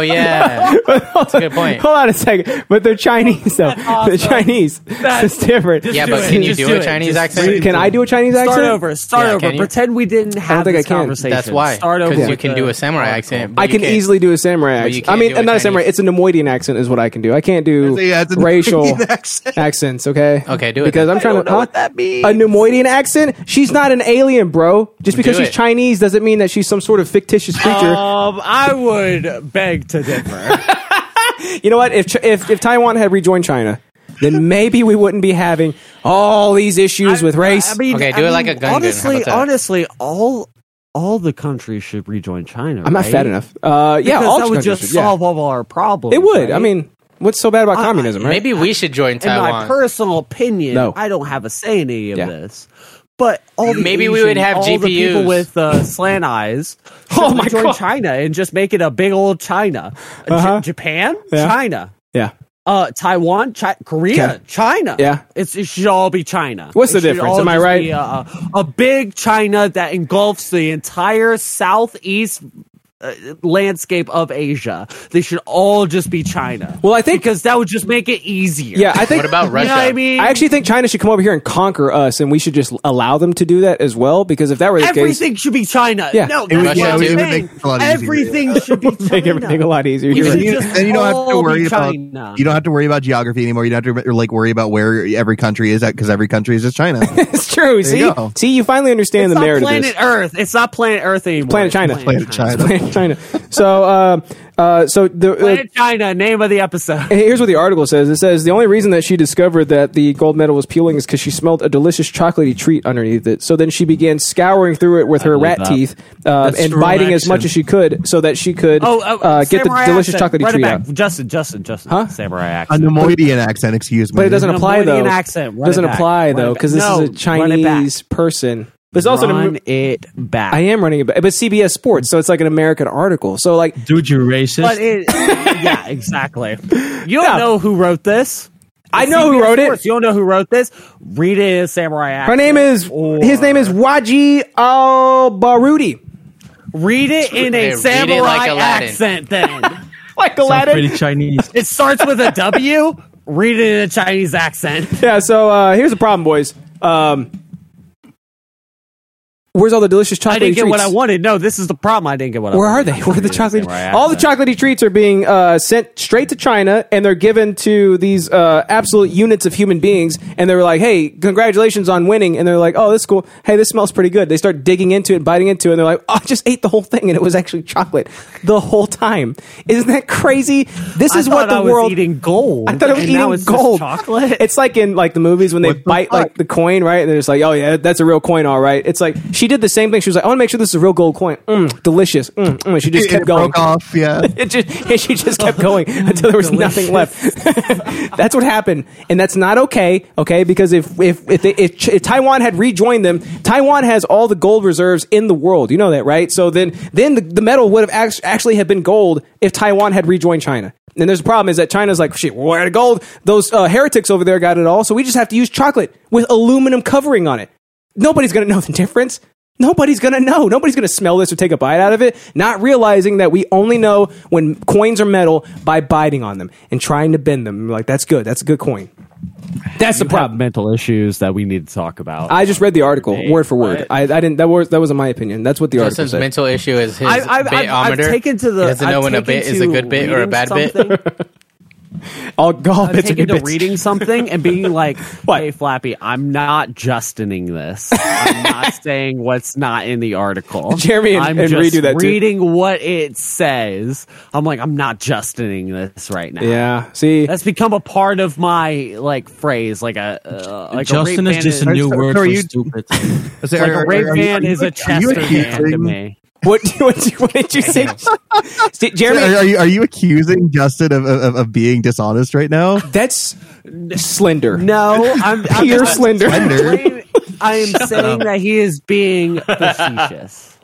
Speaker 2: yeah, that's a good point.
Speaker 1: Hold on a second. But they're Chinese, though. They're Chinese. That's different.
Speaker 2: Yeah,
Speaker 3: do
Speaker 2: but
Speaker 3: it.
Speaker 2: can you
Speaker 3: Just
Speaker 2: do,
Speaker 3: do
Speaker 2: a
Speaker 3: it.
Speaker 2: Chinese
Speaker 3: Just
Speaker 2: accent?
Speaker 1: Can I do a Chinese
Speaker 3: Start
Speaker 1: accent?
Speaker 3: over. Start
Speaker 2: Yeah, can
Speaker 3: over.
Speaker 2: you?
Speaker 3: Pretend we didn't have
Speaker 1: think
Speaker 3: this
Speaker 1: I can.
Speaker 3: conversation.
Speaker 2: That's why.
Speaker 3: Start over.
Speaker 2: Because you
Speaker 3: with
Speaker 2: can
Speaker 3: the
Speaker 2: do a samurai
Speaker 3: article.
Speaker 2: accent. but
Speaker 1: I
Speaker 2: you
Speaker 1: can
Speaker 2: can't-
Speaker 1: easily do a samurai
Speaker 2: But you
Speaker 1: accent. I
Speaker 2: can't
Speaker 1: mean,
Speaker 2: do
Speaker 1: not
Speaker 2: a
Speaker 1: a samurai.
Speaker 2: Chinese-
Speaker 1: It's a Nemoidian accent, is what I can do. I can't do
Speaker 4: Yeah, it's a
Speaker 1: racial
Speaker 4: Nemoidian accent.
Speaker 1: accents. Okay.
Speaker 2: Okay, do it
Speaker 1: Because
Speaker 2: then.
Speaker 1: I'm trying to.
Speaker 6: know what that means.
Speaker 1: A Nemoidian accent? She's not an alien, bro. Just because
Speaker 2: Do
Speaker 1: she's
Speaker 2: it.
Speaker 1: Chinese doesn't mean that she's some sort of fictitious creature.
Speaker 3: Um, I would beg to differ.
Speaker 1: You know what? If Ch- if if Taiwan had rejoined China, then maybe we wouldn't be having all these issues with race.
Speaker 3: I mean, I
Speaker 2: Okay, do it like
Speaker 3: mean,
Speaker 2: a Gungan. How
Speaker 3: Honestly,
Speaker 2: about that?
Speaker 3: honestly, all all the countries should rejoin China.
Speaker 1: I'm not
Speaker 3: right?
Speaker 1: fat enough. Uh, yeah,
Speaker 3: Because
Speaker 1: all
Speaker 3: that would
Speaker 1: countries
Speaker 3: just
Speaker 1: should, yeah.
Speaker 3: solve all of our problems.
Speaker 1: It would.
Speaker 3: right?
Speaker 1: I mean, What's so bad about communism? Right?
Speaker 2: Maybe we should join
Speaker 3: in my
Speaker 2: Taiwan.
Speaker 3: personal opinion,
Speaker 1: No.
Speaker 3: I don't have a say in any of
Speaker 1: Yeah.
Speaker 3: this. But all the
Speaker 2: Maybe we
Speaker 3: Asian-
Speaker 2: would have
Speaker 3: all the people
Speaker 2: GPUs.
Speaker 3: with uh, slant eyes.
Speaker 1: Oh
Speaker 3: should
Speaker 1: my
Speaker 3: join
Speaker 1: God.
Speaker 3: China and just make it a big old China. Uh,
Speaker 1: Uh-huh.
Speaker 3: J- Japan,
Speaker 1: Yeah.
Speaker 3: China,
Speaker 1: yeah.
Speaker 3: uh, Taiwan, chi- Korea,
Speaker 1: Okay.
Speaker 3: China.
Speaker 1: Yeah.
Speaker 3: it's, it should all be China.
Speaker 1: What's the
Speaker 3: It should
Speaker 1: difference?
Speaker 3: all
Speaker 1: Am I
Speaker 3: just
Speaker 1: right?
Speaker 3: be, uh, a big China that engulfs the entire southeast uh, landscape of Asia. They should all just be China.
Speaker 1: Well, I think-
Speaker 3: because that would just make it easier.
Speaker 1: Yeah, I think.
Speaker 2: What about
Speaker 3: You know
Speaker 2: Russia?
Speaker 3: what I mean?
Speaker 1: I actually think China should come over here and conquer us, and we should just allow them to do that as well. Because if that were the case,
Speaker 3: everything should be China.
Speaker 1: Yeah.
Speaker 3: No,
Speaker 2: It would-
Speaker 3: that's what
Speaker 2: yeah,
Speaker 3: I'm
Speaker 2: it would
Speaker 4: make
Speaker 3: saying.
Speaker 4: it a lot easier.
Speaker 3: Everything should be China.
Speaker 1: make everything a lot easier.
Speaker 3: We
Speaker 1: You're
Speaker 3: should
Speaker 1: right.
Speaker 3: just
Speaker 4: and you don't have to
Speaker 3: all
Speaker 4: worry
Speaker 3: be
Speaker 4: about
Speaker 3: China.
Speaker 4: you don't have to worry about geography anymore. You don't have to like worry about where every country is at because every country is just China.
Speaker 1: It's true. See,
Speaker 4: you go.
Speaker 1: see, you finally understand
Speaker 3: It's
Speaker 1: the
Speaker 3: not
Speaker 1: merit of
Speaker 3: planet
Speaker 1: this.
Speaker 3: Earth. It's not planet Earth anymore.
Speaker 1: Planet China.
Speaker 3: It's
Speaker 4: Planet China.
Speaker 1: Planet China. So, uh, uh, so the. uh,
Speaker 3: Planet China. Name of the episode.
Speaker 1: Hey, Here's what the article says. It says the only reason that she discovered that the gold medal was peeling is because she smelled a delicious chocolatey treat underneath it. So then she began scouring through it with her
Speaker 3: believe
Speaker 1: rat
Speaker 3: that.
Speaker 1: teeth uh,
Speaker 4: That's
Speaker 1: and
Speaker 4: true
Speaker 1: biting as
Speaker 4: action.
Speaker 1: much as she could so that she could
Speaker 3: Oh, oh
Speaker 1: uh, get the
Speaker 3: samurai
Speaker 1: delicious
Speaker 3: accent.
Speaker 1: chocolatey
Speaker 3: Run it
Speaker 1: treat
Speaker 3: back.
Speaker 1: out.
Speaker 3: Justin, Justin, Justin.
Speaker 1: Huh?
Speaker 3: Samurai
Speaker 4: A
Speaker 3: accent.
Speaker 4: Nemoidian accent, excuse me.
Speaker 1: But it doesn't
Speaker 3: An
Speaker 1: apply though.
Speaker 3: Avoidian accent. Run it
Speaker 1: Doesn't
Speaker 3: back.
Speaker 1: apply
Speaker 3: Run it
Speaker 1: though
Speaker 3: back.
Speaker 1: because this
Speaker 3: No,
Speaker 1: is a
Speaker 3: run it back.
Speaker 1: Chinese person. But it's also an
Speaker 3: Run
Speaker 1: Amer-
Speaker 3: it back.
Speaker 1: I am running it, back, but CBS Sports, so it's like an American article. So like,
Speaker 6: Dude, you're racist.
Speaker 3: But it, yeah, exactly. You don't know who wrote this.
Speaker 1: I know who
Speaker 3: CBS
Speaker 1: wrote it.
Speaker 3: Sports, You don't know who wrote this. Read it in a samurai accent.
Speaker 1: her name is
Speaker 3: or-
Speaker 1: his name is Waji Al Barudi.
Speaker 3: Read it in
Speaker 2: Hey,
Speaker 3: a
Speaker 2: read it
Speaker 3: samurai
Speaker 2: like Aladdin.
Speaker 3: accent. Then
Speaker 1: Like
Speaker 6: Sounds pretty Chinese.
Speaker 3: it starts with a W. Read it in a Chinese accent.
Speaker 1: Yeah, so uh, here's the problem, boys. Um, where's all the delicious chocolate?
Speaker 3: I didn't get what I wanted. No, this is the problem. I didn't get what I
Speaker 1: Where are
Speaker 3: wanted.
Speaker 1: they? Where are the
Speaker 3: Read it in a
Speaker 1: chocolate?
Speaker 3: samurai
Speaker 1: All the
Speaker 3: accent.
Speaker 1: chocolatey treats are being uh, sent straight to China, and they're given to these uh, absolute units of human beings. And they're like, "Hey, congratulations on winning!" And they're like, "Oh, this is cool. Hey, this smells pretty good." They start digging into it, biting into it, and they're like, "Oh, I just ate the whole thing, and it was actually chocolate the whole time." Isn't that crazy? This
Speaker 3: I
Speaker 1: is what
Speaker 3: thought
Speaker 1: the
Speaker 3: I was
Speaker 1: world
Speaker 3: eating gold.
Speaker 1: I thought it was
Speaker 3: and now
Speaker 1: eating
Speaker 3: it's just
Speaker 1: gold.
Speaker 3: Chocolate.
Speaker 1: It's like in like the movies when they
Speaker 4: What the
Speaker 1: bite like
Speaker 4: fuck?
Speaker 1: the coin, right? And they're just like, "Oh yeah, that's a real coin, all right." It's like she did the same thing. She was like, "I want to make sure this is a real gold coin." Mm, delicious. Mm, mm. and She just
Speaker 4: It-
Speaker 1: kept
Speaker 4: it
Speaker 1: going.
Speaker 4: broke off. Yeah,
Speaker 1: It just, and she just kept going until there was nothing left. that's what happened, and that's not okay. Okay, because if if if, they, if, Ch- if Taiwan had rejoined them, Taiwan has all the gold reserves in the world. You know that, right? So then then the, the metal would have act- actually have been gold if Taiwan had rejoined China. And there's a problem is that China's like shit. We're out of gold. Those uh, heretics over there got it all, so we just have to use chocolate with aluminum covering on it. Nobody's gonna know the difference. Nobody's gonna know. Nobody's gonna smell this or take a bite out of it, not realizing that we only know when coins are metal by biting on them and trying to bend them. We're like, that's good. That's a good coin. That's the problem.
Speaker 3: mental issues that we need to talk about.
Speaker 1: I just read the article word for word. I, I didn't. That was that wasn't my opinion. That's what the article
Speaker 2: Justin's
Speaker 1: said.
Speaker 2: mental issue is his
Speaker 3: I- I've- I've- I've
Speaker 2: bitometer.
Speaker 3: taken to the-
Speaker 2: he doesn't
Speaker 3: I've
Speaker 2: know when a
Speaker 3: taken
Speaker 2: bit is
Speaker 3: to
Speaker 2: a good bit or a
Speaker 3: reading
Speaker 2: bad
Speaker 3: something.
Speaker 2: bit.
Speaker 1: all all
Speaker 3: I've
Speaker 1: bits are
Speaker 3: taken
Speaker 1: good
Speaker 3: Uh, to
Speaker 1: bits.
Speaker 3: reading something and being like, "Hey, Flappy, I'm not justining this. I'm not saying what's not in the article.
Speaker 1: Jeremy and-
Speaker 3: I'm
Speaker 1: and
Speaker 3: just
Speaker 1: redo that too.
Speaker 3: reading what it says. I'm like, I'm not justining this right now.
Speaker 1: Yeah. See.
Speaker 3: That's become a part of my like phrase, like a uh, like
Speaker 6: Justin
Speaker 3: a rape
Speaker 6: is just a
Speaker 3: band
Speaker 6: new
Speaker 4: so-
Speaker 6: word
Speaker 4: so are
Speaker 6: for
Speaker 4: you-
Speaker 6: stupid.
Speaker 4: It's like,
Speaker 3: like
Speaker 4: are-
Speaker 3: a
Speaker 4: are-
Speaker 3: rape
Speaker 4: are you-
Speaker 3: band
Speaker 4: are you-
Speaker 3: is a
Speaker 4: are
Speaker 3: Chester
Speaker 4: you
Speaker 3: band to
Speaker 4: accusing-
Speaker 3: me.
Speaker 1: what, what, what did you say? See,
Speaker 4: Are,
Speaker 1: Jeremy,
Speaker 4: are you are you accusing Justin of, of of being dishonest right now?
Speaker 1: that's slender.
Speaker 3: No, I'm, I'm
Speaker 1: Pure
Speaker 3: just-
Speaker 1: slender.
Speaker 3: I am saying that he is being facetious.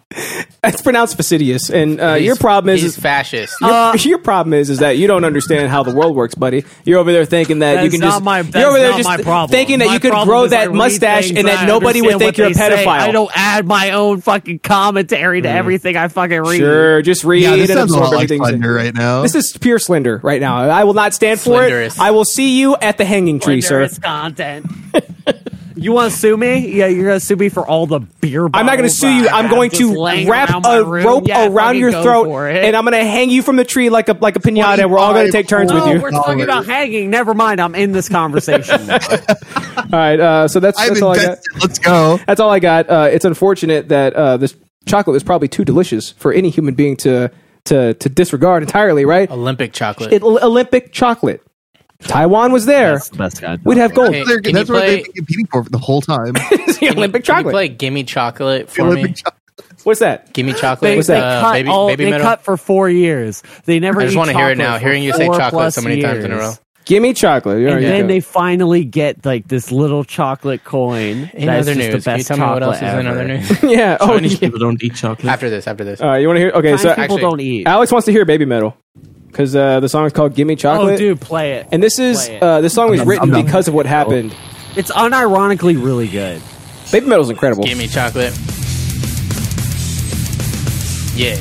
Speaker 1: It's pronounced fastidious, and uh, your problem is
Speaker 2: he's fascist.
Speaker 3: Oh.
Speaker 1: Your,
Speaker 3: Uh,
Speaker 1: your problem is is that you don't understand how the world works, buddy. You're over there thinking that,
Speaker 3: That
Speaker 1: you
Speaker 3: is
Speaker 1: can
Speaker 3: not
Speaker 1: just
Speaker 3: my- that
Speaker 1: you're over
Speaker 3: is
Speaker 1: there
Speaker 3: not
Speaker 1: just
Speaker 3: my problem.
Speaker 1: thinking that
Speaker 3: My
Speaker 1: you could
Speaker 3: problem
Speaker 1: grow
Speaker 3: is I
Speaker 1: that
Speaker 3: read
Speaker 1: mustache
Speaker 3: things
Speaker 1: and that
Speaker 3: I
Speaker 1: nobody would
Speaker 3: understand
Speaker 1: think
Speaker 3: what
Speaker 1: you're a
Speaker 3: they say.
Speaker 1: pedophile. Mm.
Speaker 3: I don't add my own fucking commentary to everything I fucking read.
Speaker 1: Sure, just read
Speaker 4: Yeah, this
Speaker 1: and
Speaker 4: sounds a
Speaker 1: absorb
Speaker 4: lot like
Speaker 1: everything.
Speaker 4: Slender right now.
Speaker 1: This is pure slender right now. I will not stand for it.
Speaker 2: Slenderous.
Speaker 1: I will see you at the hanging tree, sir.
Speaker 3: Slanderous content. you want to sue me? Yeah, you're gonna sue me for all the beer.
Speaker 1: I'm not
Speaker 3: going to
Speaker 1: sue you. I'm going to wrap a rope around your throat, and I'm going to hang you from the tree like a like a pinata. and We're all going to take turns
Speaker 3: No,
Speaker 1: with you.
Speaker 3: we're talking about hanging. Never mind. I'm in this conversation. now.
Speaker 1: All right, uh, so that's
Speaker 4: I'm
Speaker 1: that's all I got.
Speaker 4: invested. Let's go.
Speaker 1: That's all I got. Uh, it's unfortunate that uh, this chocolate was probably too delicious for any human being to to to disregard entirely. Right?
Speaker 2: Olympic chocolate.
Speaker 1: It, Olympic chocolate. Taiwan was there.
Speaker 3: That's the best guy.
Speaker 1: We'd have gold.
Speaker 2: Hey,
Speaker 4: They're-
Speaker 2: can
Speaker 4: that's
Speaker 2: you
Speaker 4: what
Speaker 2: play-
Speaker 4: they've been competing for the whole time.
Speaker 1: It's the Olympic
Speaker 2: Can you
Speaker 1: chocolate.
Speaker 2: play "Gimme Chocolate" for me?
Speaker 4: Olympic chocolate.
Speaker 1: What's that?
Speaker 2: Give me
Speaker 3: They,
Speaker 2: chocolate.
Speaker 1: What's
Speaker 3: they
Speaker 1: that?
Speaker 2: Uh,
Speaker 3: cut
Speaker 2: baby,
Speaker 3: all,
Speaker 2: baby
Speaker 3: they
Speaker 2: metal.
Speaker 3: cut for four years. They never.
Speaker 2: I just
Speaker 3: want to
Speaker 2: hear it now. Hearing you say chocolate so many times in a row.
Speaker 1: Give me chocolate. You
Speaker 3: And
Speaker 1: already
Speaker 3: then
Speaker 1: know.
Speaker 3: they finally get like this little chocolate coin.
Speaker 2: In
Speaker 3: that's
Speaker 2: other
Speaker 3: just
Speaker 2: news,
Speaker 3: the
Speaker 2: can you
Speaker 3: best
Speaker 2: tell me what else is
Speaker 3: chocolate
Speaker 2: in other
Speaker 3: ever. Uh.
Speaker 2: news?
Speaker 1: yeah. Oh,
Speaker 6: Chinese
Speaker 1: yeah.
Speaker 6: people don't eat chocolate.
Speaker 2: after this, after this.
Speaker 1: All right. You want to hear? Okay.
Speaker 3: Chinese
Speaker 1: So
Speaker 3: people
Speaker 2: actually-
Speaker 3: don't eat.
Speaker 1: Alex wants to hear baby metal because uh, the song is called "Give Me Chocolate."
Speaker 3: Oh, dude, play it.
Speaker 1: And this is
Speaker 3: Play it.
Speaker 1: uh, this song was
Speaker 4: I'm-
Speaker 1: written
Speaker 4: I'm-
Speaker 1: because of what happened.
Speaker 3: It's unironically really good.
Speaker 1: Baby metal's incredible.
Speaker 2: Give me chocolate. Yeah,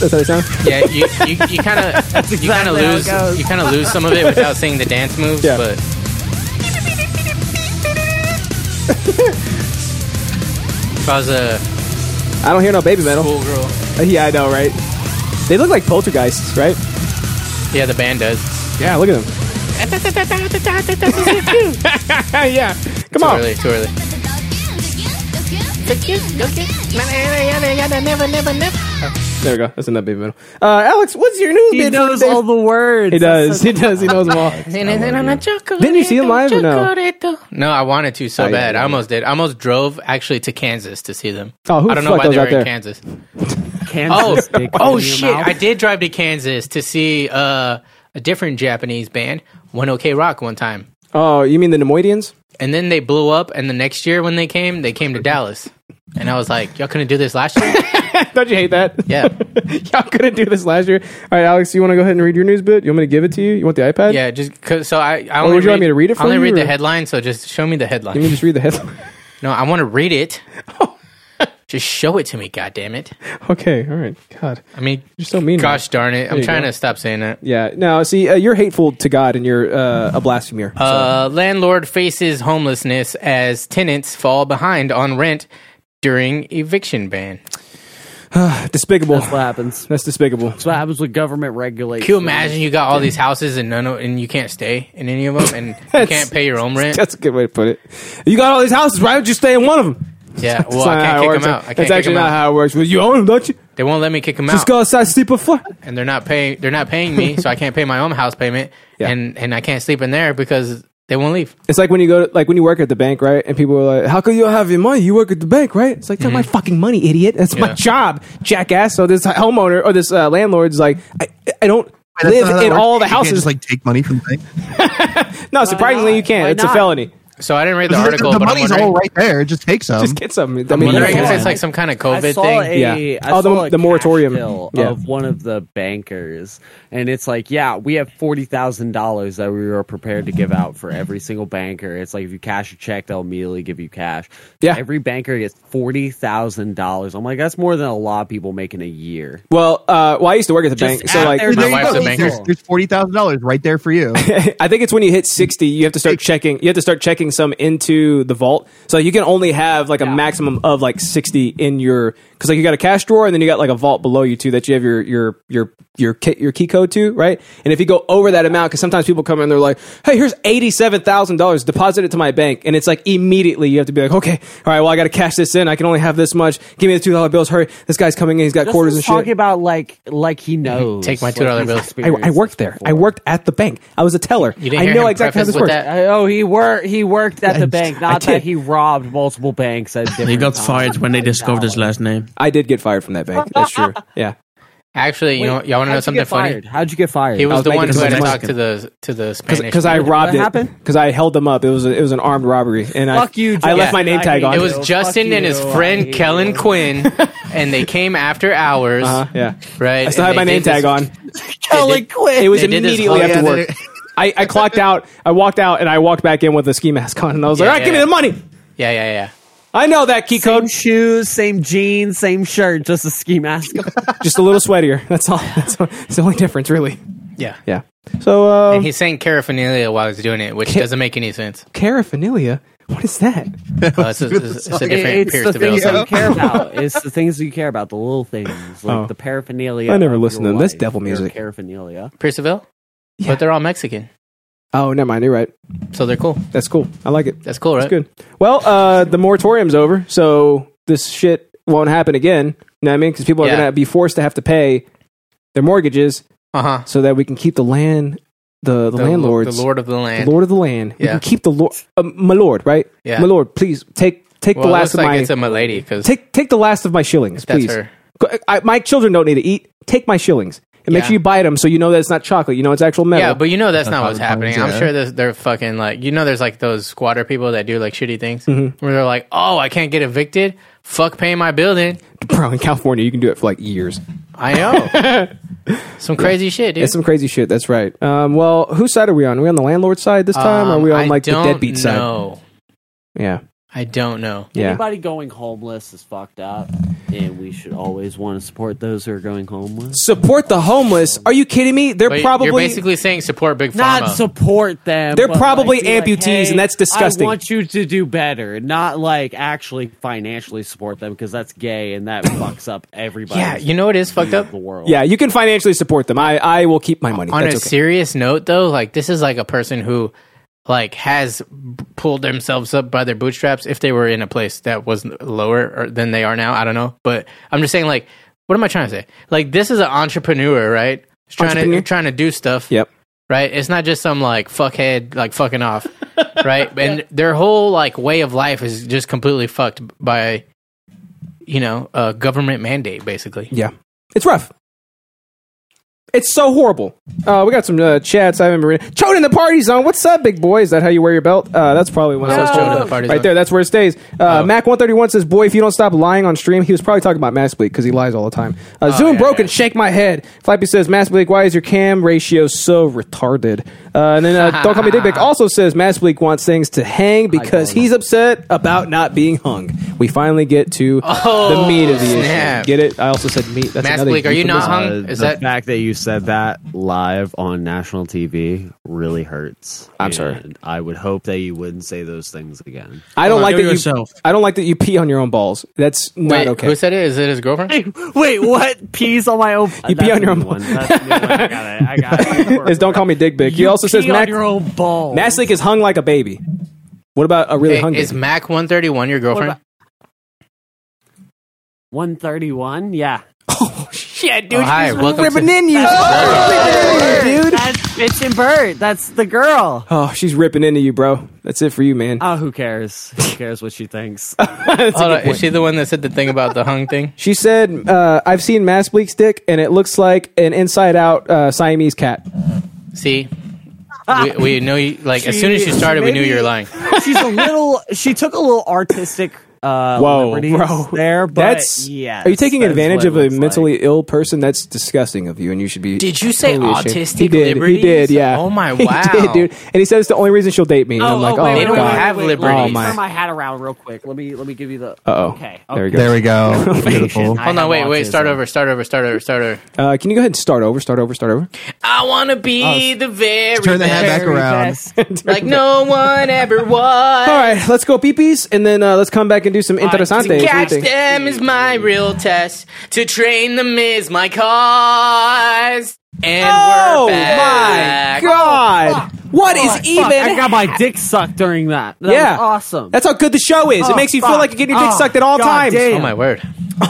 Speaker 1: That's how they sound.
Speaker 2: yeah. You you, you kind of you kind
Speaker 3: exactly how
Speaker 2: of
Speaker 3: it
Speaker 2: lose
Speaker 3: goes.
Speaker 2: you kind of lose some of it without seeing the dance moves.
Speaker 1: Yeah.
Speaker 2: But if I was a
Speaker 1: I don't hear no baby metal.
Speaker 2: cool girl,
Speaker 1: Uh, Yeah, I know, right? They look like poltergeists, right?
Speaker 2: yeah, the band does.
Speaker 1: Yeah, look at them. yeah, come
Speaker 2: Too
Speaker 1: on.
Speaker 2: early, too early.
Speaker 1: There we go. That's enough baby metal. Uh, Alex, what's your news?
Speaker 3: He
Speaker 1: bid for
Speaker 3: knows
Speaker 1: today?
Speaker 3: all the words.
Speaker 1: He does. He does. He knows them all.
Speaker 2: Didn't
Speaker 1: you see him live or no?
Speaker 2: No, I wanted to so
Speaker 1: Oh, yeah,
Speaker 2: bad.
Speaker 1: yeah,
Speaker 2: I almost did. I almost drove actually to Kansas to see them.
Speaker 1: Oh, who
Speaker 2: I don't know
Speaker 1: the fuck
Speaker 2: why
Speaker 1: goes
Speaker 2: they
Speaker 1: out
Speaker 2: were
Speaker 1: there?
Speaker 2: in Kansas. Oh,
Speaker 3: Kansas dick
Speaker 2: oh
Speaker 3: in your
Speaker 2: shit!
Speaker 3: mouth.
Speaker 2: I did drive to Kansas to see uh, a different Japanese band, One OK Rock, one time.
Speaker 1: Oh, you mean the Nemoidians?
Speaker 2: And then they blew up. And the next year when they came, they came to Dallas. And I was like, "Y'all couldn't do this last year."
Speaker 1: Don't you hate that?
Speaker 2: Yeah,
Speaker 1: Y'all couldn't do this last year. All right, Alex, you want to go ahead and read your news bit? You want me to give it to you? You want the iPad?
Speaker 2: yeah. Just cause, so I.
Speaker 1: Or
Speaker 2: I only
Speaker 1: Oh, would you want me to read it
Speaker 2: I
Speaker 1: for
Speaker 2: only
Speaker 1: you,
Speaker 2: read
Speaker 1: or-
Speaker 2: the headline. So just show me the
Speaker 1: You
Speaker 2: headline.
Speaker 1: can just Oh. read the headline.
Speaker 2: No, I want to read it. just show it to me. God damn it!
Speaker 1: okay, all right. God,
Speaker 2: I mean,
Speaker 1: you're so mean. man.
Speaker 2: Gosh darn it.
Speaker 1: you
Speaker 2: I'm trying
Speaker 1: go.
Speaker 2: to stop saying that.
Speaker 1: Yeah. Now, see, uh, you're hateful to God and you're uh, a blasphemer. so-
Speaker 2: Uh, landlord faces homelessness as tenants fall behind on rent during eviction ban.
Speaker 1: despicable.
Speaker 3: That's what happens.
Speaker 1: That's despicable.
Speaker 3: That's what happens with government regulation.
Speaker 2: Can you imagine you got all these houses and none of, and you can't stay in any of them and you can't pay your own rent?
Speaker 1: That's a good way to put it. You got all these houses. Why don't you stay in one of them?
Speaker 2: Yeah,
Speaker 1: That's
Speaker 2: well, I
Speaker 1: not how
Speaker 2: can't
Speaker 1: it
Speaker 2: kick
Speaker 1: works.
Speaker 2: them out. I can't
Speaker 1: That's
Speaker 2: kick
Speaker 1: actually
Speaker 2: them
Speaker 1: not
Speaker 2: out.
Speaker 1: how it works. Well, you own them, don't you?
Speaker 2: They won't let me kick them
Speaker 1: Just
Speaker 2: out,
Speaker 1: go outside, sleep on the floor.
Speaker 2: and they're not paying. They're not paying me, so I can't pay my own house payment,
Speaker 1: Yeah.
Speaker 2: and and I can't sleep in there because they won't leave.
Speaker 1: It's like when you go, to, like when you work at the bank, right? And people are like, "How come you don't have your money? You work at the bank, right?" It's like, "That's my fucking money, idiot. That's my
Speaker 2: Mm-hmm. Yeah.
Speaker 1: job, jackass." So this homeowner or this uh, landlord's like, "I, I don't
Speaker 4: That's not how
Speaker 1: live
Speaker 4: that
Speaker 1: in
Speaker 4: works.
Speaker 1: all the
Speaker 4: You can't
Speaker 1: houses."
Speaker 4: just like take money from things.
Speaker 1: no, surprisingly,
Speaker 3: not?
Speaker 1: you can't.
Speaker 3: Why
Speaker 1: it's a
Speaker 3: not?
Speaker 1: felony.
Speaker 2: So I didn't read the
Speaker 4: The-
Speaker 2: article,
Speaker 4: the
Speaker 2: but I'm
Speaker 4: money's
Speaker 2: wondering,
Speaker 4: all right there. Just take some.
Speaker 1: Just get some. I
Speaker 2: I'm
Speaker 1: mean,
Speaker 2: wondering
Speaker 3: Yeah.
Speaker 2: if it's like some kind of
Speaker 3: I
Speaker 2: COVID
Speaker 3: saw
Speaker 2: thing.
Speaker 3: A,
Speaker 1: Yeah.
Speaker 3: I
Speaker 1: Oh, the-
Speaker 3: saw a
Speaker 1: the moratorium.
Speaker 3: cash bill
Speaker 1: Yeah.
Speaker 3: of one of the bankers, and it's like, yeah, we have forty thousand dollars that we were prepared to give out for every single banker. It's like if you cash a check, they'll immediately give you cash.
Speaker 1: Yeah.
Speaker 3: every banker gets forty thousand dollars. I'm like, that's more than a lot of people make in a year.
Speaker 1: well, uh, well, I used to work at the
Speaker 3: Just
Speaker 1: bank, so
Speaker 3: out
Speaker 1: like,
Speaker 3: there,
Speaker 4: There you
Speaker 2: My wife's
Speaker 4: go.
Speaker 2: a banker.
Speaker 4: There's, there's forty thousand dollars right there for you.
Speaker 1: I think it's when you
Speaker 3: Mm.
Speaker 1: hit 60, you have to start checking. You have to start checking some into the vault. So you can only have like a maximum of like 60 in your because like you got a cash drawer and then you got like a vault below you too that you have your your your your key, your key code to right. And if you go over that amount, because sometimes people come in, they're like, "Hey, here's eighty seven thousand dollars. Deposit it to my bank." And it's like immediately you have to be like, "Okay, all right, well I got to cash this in. I can only have this much. Give me the two dollar bills. Hurry! This guy's coming in. He's got
Speaker 3: This
Speaker 1: quarters
Speaker 3: is
Speaker 1: and
Speaker 3: talking
Speaker 1: shit."
Speaker 3: about like like he knows.
Speaker 2: Take my
Speaker 3: like
Speaker 2: $2
Speaker 3: he's
Speaker 2: bills. I- I
Speaker 1: I, I
Speaker 3: experienced
Speaker 1: worked
Speaker 3: this
Speaker 1: there. I
Speaker 3: before.
Speaker 1: worked at the bank. I was a teller.
Speaker 2: You didn't
Speaker 1: I
Speaker 2: hear
Speaker 1: know
Speaker 2: him
Speaker 1: exactly how
Speaker 2: preface
Speaker 1: this
Speaker 2: with
Speaker 1: works.
Speaker 2: that?
Speaker 3: I- oh, he worked. He worked at the bank. Not
Speaker 1: did.
Speaker 3: that he robbed multiple banks. At
Speaker 6: He
Speaker 3: different
Speaker 6: got
Speaker 3: times.
Speaker 6: fired when they discovered his last name.
Speaker 1: I did get fired from that bank. That's true. Yeah.
Speaker 2: Actually, you know, y'all want to know
Speaker 3: How'd you
Speaker 2: something
Speaker 3: get
Speaker 2: funny?
Speaker 3: fired? How'd you get fired?
Speaker 2: He was,
Speaker 1: was
Speaker 2: the one
Speaker 1: making
Speaker 2: who had to
Speaker 6: some
Speaker 2: talk
Speaker 6: Mexican.
Speaker 2: to the to the Spanish.
Speaker 1: because I robbed it.
Speaker 3: happened?
Speaker 1: Because I held them up. It was a, it was an armed robbery, and
Speaker 3: Fuck
Speaker 1: I
Speaker 3: you,
Speaker 1: I left
Speaker 3: Justin.
Speaker 1: my name
Speaker 3: I
Speaker 1: tag
Speaker 3: hate
Speaker 1: on.
Speaker 2: it
Speaker 3: you.
Speaker 2: was
Speaker 3: Fuck
Speaker 2: Justin and his
Speaker 3: you. I
Speaker 2: friend
Speaker 3: hate
Speaker 2: Kellen
Speaker 3: you.
Speaker 2: Quinn, and they came after hours,
Speaker 1: Uh, yeah,
Speaker 2: right?
Speaker 1: I still
Speaker 2: and
Speaker 1: had my
Speaker 2: they
Speaker 1: name
Speaker 2: did
Speaker 1: tag
Speaker 2: this-
Speaker 1: on.
Speaker 2: Kellen
Speaker 1: Quinn. It was
Speaker 2: They did this
Speaker 1: immediately
Speaker 2: whole-
Speaker 1: after
Speaker 2: yeah,
Speaker 1: work. I, I clocked out. I walked out and I walked back in with a ski mask on, and I was like,
Speaker 2: Yeah,
Speaker 1: "All right, give me
Speaker 2: yeah.
Speaker 1: the money."
Speaker 2: Yeah, yeah, yeah.
Speaker 1: I know that key
Speaker 3: Same
Speaker 1: code.
Speaker 3: shoes, same jeans, same shirt, just a ski mask.
Speaker 1: Just a little sweatier. That's all. That's, all. That's the only difference, really.
Speaker 2: Yeah.
Speaker 1: Yeah. So uh,
Speaker 2: And he's saying paraphernalia while he's doing it, which doesn't make any sense.
Speaker 1: paraphernalia. What is that?
Speaker 2: Uh, it's, a, it's a different
Speaker 3: it's
Speaker 2: Pierce
Speaker 3: the
Speaker 2: DeVille
Speaker 3: things that you
Speaker 2: song.
Speaker 3: care about. It's the things that you care about, the little things, like
Speaker 1: Oh.
Speaker 3: the paraphernalia.
Speaker 1: I never
Speaker 3: of
Speaker 1: listened
Speaker 3: your
Speaker 1: to them. That's
Speaker 3: life,
Speaker 1: devil
Speaker 3: your
Speaker 1: music.
Speaker 3: Paraphernalia.
Speaker 2: Pierce DeVille?
Speaker 1: Yeah.
Speaker 2: But they're all Mexican,
Speaker 1: Oh, never mind. You're right.
Speaker 2: so they're cool.
Speaker 1: That's cool. I like it.
Speaker 2: That's cool, right?
Speaker 1: That's good. Well, uh, the moratorium's over, so this shit won't happen again. You know what I mean? Because people are
Speaker 2: Yeah.
Speaker 1: going to be forced to have to pay their mortgages
Speaker 2: Uh huh.
Speaker 1: so that we can keep the land, the, the, landlords,
Speaker 2: the lord of the land.
Speaker 1: the lord of the land. We
Speaker 2: Yeah.
Speaker 1: can keep the lord, uh, my lord, right?
Speaker 2: Yeah.
Speaker 1: My lord, please take Take
Speaker 2: Well,
Speaker 1: the
Speaker 2: it
Speaker 1: last
Speaker 2: looks
Speaker 1: of
Speaker 2: like
Speaker 1: my
Speaker 2: it's a milady because
Speaker 1: take take the last of my shillings,
Speaker 2: that's
Speaker 1: please.
Speaker 2: her.
Speaker 1: C- I- my children don't need to eat. Take my shillings and make
Speaker 2: Yeah.
Speaker 1: sure you bite them so you know that it's not chocolate. You know it's actual metal.
Speaker 2: Yeah, but you know that's not what's
Speaker 4: That's
Speaker 2: happening.
Speaker 4: how it
Speaker 2: I'm
Speaker 4: is, yeah.
Speaker 2: sure there's, they're fucking like you know there's like those squatter people that do like shitty things
Speaker 1: Mm-hmm.
Speaker 2: where they're like, oh, I can't get evicted. Fuck paying my building.
Speaker 1: bro, in California, you can do it for like years.
Speaker 2: I know some crazy shit, dude.
Speaker 1: It's some crazy shit. That's right. Um, well, whose side are we on? Are we on the landlord side this time, or are
Speaker 2: Um,
Speaker 1: we on
Speaker 2: I
Speaker 1: like the
Speaker 2: don't
Speaker 1: deadbeat side?
Speaker 2: know.
Speaker 1: Yeah,
Speaker 2: I don't know.
Speaker 1: yeah.
Speaker 3: Anybody going homeless is fucked up, and we should always want to support those who are going homeless.
Speaker 1: Support the homeless? Are you kidding me? They're
Speaker 2: But
Speaker 1: probably
Speaker 2: you're basically saying support big pharma.
Speaker 3: Not support them.
Speaker 1: They're
Speaker 3: but,
Speaker 1: probably
Speaker 3: be
Speaker 1: amputees,
Speaker 3: "Hey,
Speaker 1: and that's disgusting."
Speaker 3: I want you to do better, and not like actually financially support them because that's gay and that fucks up everybody.
Speaker 2: yeah, you know what is fucked up.
Speaker 3: the world.
Speaker 1: yeah. You can financially support them. I I will keep my money.
Speaker 2: on
Speaker 1: That's
Speaker 2: a
Speaker 1: okay.
Speaker 2: serious note though like this is like a person who like has b- pulled themselves up by their bootstraps if they were in a place that was lower or, than they are now i don't know but i'm just saying like what am i trying to say like this is an entrepreneur right He's trying
Speaker 1: Entrepreneur.
Speaker 2: to trying to do stuff
Speaker 1: Yep.
Speaker 2: right it's not just some like fuckhead like fucking off right and their whole like way of life is just completely fucked by you know a government mandate basically
Speaker 1: Yeah, it's rough. It's so horrible. Uh, we got some uh, chats. I haven't been reading. Chode in the party zone. What's up, big boy? Is that how you wear your belt? Uh, that's probably when
Speaker 2: What's
Speaker 1: I was
Speaker 2: up, Chode in the
Speaker 1: told.
Speaker 2: party
Speaker 1: right
Speaker 2: zone?
Speaker 1: there. That's where it stays.
Speaker 2: Oh.
Speaker 1: Uh, Mac one thirty one says, "Boy, if you don't stop lying on stream, he was probably talking about Mass Bleak because he lies all the time." Uh, Zoom
Speaker 2: Oh, yeah,
Speaker 1: broken.
Speaker 2: yeah.
Speaker 1: Shake my head. Flappy says, "Mass Bleak, why is your cam ratio so retarded?" Uh, and then uh, don't call me Dick Dick also says Mass Bleak wants things to hang because he's upset about not being hung. We finally get to the meat of the
Speaker 2: Oh, snap.
Speaker 1: issue. Get it? I also said meat. That's
Speaker 2: Mass
Speaker 1: another
Speaker 2: Bleak, are you not
Speaker 1: euphemism.
Speaker 2: hung? Uh-huh. Is
Speaker 3: the
Speaker 2: that-
Speaker 3: fact that you said that live on national TV really hurts? I'm
Speaker 1: sorry.
Speaker 3: I would hope that you wouldn't say those things again.
Speaker 1: I don't
Speaker 6: Come on,
Speaker 1: like
Speaker 6: give
Speaker 1: that
Speaker 6: yourself.
Speaker 1: you. I don't like that you pee on your own balls. That's not
Speaker 2: Wait,
Speaker 1: okay.
Speaker 2: who said it? Is it his girlfriend?
Speaker 3: Wait, what? Peas on my own.
Speaker 1: You pee on your own-
Speaker 3: That's a new one. I got it. I got it.
Speaker 1: It's don't call me Dick Big. He also
Speaker 3: pee
Speaker 1: says
Speaker 3: on
Speaker 1: Mac,
Speaker 3: your own ball.
Speaker 1: Mass Bleak is hung like a baby. What about a really
Speaker 2: Hey,
Speaker 1: hungry?
Speaker 2: Is Mac one thirty one your girlfriend?
Speaker 3: about- One thirty-one. Yeah. Oh,
Speaker 2: Dude, Oh, hi, welcome
Speaker 1: ripping
Speaker 2: to-
Speaker 1: in you, dude.
Speaker 3: That's Fitch and Bert. That's the girl.
Speaker 1: Oh, she's ripping into you, bro. That's it for you, man.
Speaker 3: Oh, who cares? Who cares what she thinks? uh,
Speaker 2: Hold on, is she the one that said the thing about the hung thing?
Speaker 1: She said, uh, "I've seen Mass Bleak's dick, and it looks like an inside-out uh, Siamese cat."
Speaker 2: See, we, we know you. Like as soon as you
Speaker 3: She-
Speaker 2: started, we knew
Speaker 3: maybe-
Speaker 2: you were lying.
Speaker 3: She's a little. She took a little artistic. Uh,
Speaker 1: Whoa,
Speaker 3: liberties
Speaker 1: bro.
Speaker 3: There, but
Speaker 1: That's
Speaker 3: yes,
Speaker 1: Are you taking
Speaker 3: that's
Speaker 1: advantage
Speaker 3: what it
Speaker 1: of a
Speaker 3: looks like.
Speaker 1: mentally ill person? That's disgusting of you, and you should be.
Speaker 2: Did you say
Speaker 1: totally ashamed.
Speaker 2: autistic
Speaker 1: He did.
Speaker 2: liberties?
Speaker 1: He did. Yeah.
Speaker 2: Oh my
Speaker 1: He
Speaker 2: wow,
Speaker 1: did, dude. And he said it's the only reason she'll date me. And
Speaker 3: Oh,
Speaker 1: I'm like,
Speaker 3: oh,
Speaker 1: oh,
Speaker 3: wait,
Speaker 2: They
Speaker 3: wait,
Speaker 2: don't
Speaker 3: wait,
Speaker 1: God.
Speaker 2: have
Speaker 3: wait, wait, Let
Speaker 2: liberties.
Speaker 3: me
Speaker 1: Oh, my.
Speaker 3: turn my hat around real quick. Let me let me give you the.
Speaker 1: Uh-oh.
Speaker 3: Okay.
Speaker 1: There we go.
Speaker 3: okay.
Speaker 4: There we go. Beautiful.
Speaker 3: I
Speaker 2: Hold on,
Speaker 3: have
Speaker 2: wait, wait. Start
Speaker 3: autism.
Speaker 2: over. Start over. Start over. Start over.
Speaker 1: Uh, can you go ahead and start over? Start over. Start over.
Speaker 2: I wanna be the very
Speaker 4: Turn the head
Speaker 2: best,
Speaker 4: back around.
Speaker 2: like no one ever
Speaker 1: All
Speaker 2: was.
Speaker 1: right, let's go peepees, and then uh, let's come back and do some interesante.
Speaker 2: To catch them is my real test. To train them is my cause. And
Speaker 1: Oh
Speaker 2: we're
Speaker 1: my
Speaker 2: back. Oh,
Speaker 1: God! What is even?
Speaker 3: Fuck, I got my dick sucked during that. That
Speaker 1: yeah,
Speaker 3: was awesome.
Speaker 1: That's how good the show is. it
Speaker 3: Oh,
Speaker 1: makes you feel
Speaker 3: fuck.
Speaker 1: like you're getting your dick
Speaker 3: Oh,
Speaker 1: sucked at all
Speaker 3: God
Speaker 1: times.
Speaker 3: damn.
Speaker 2: Oh my word.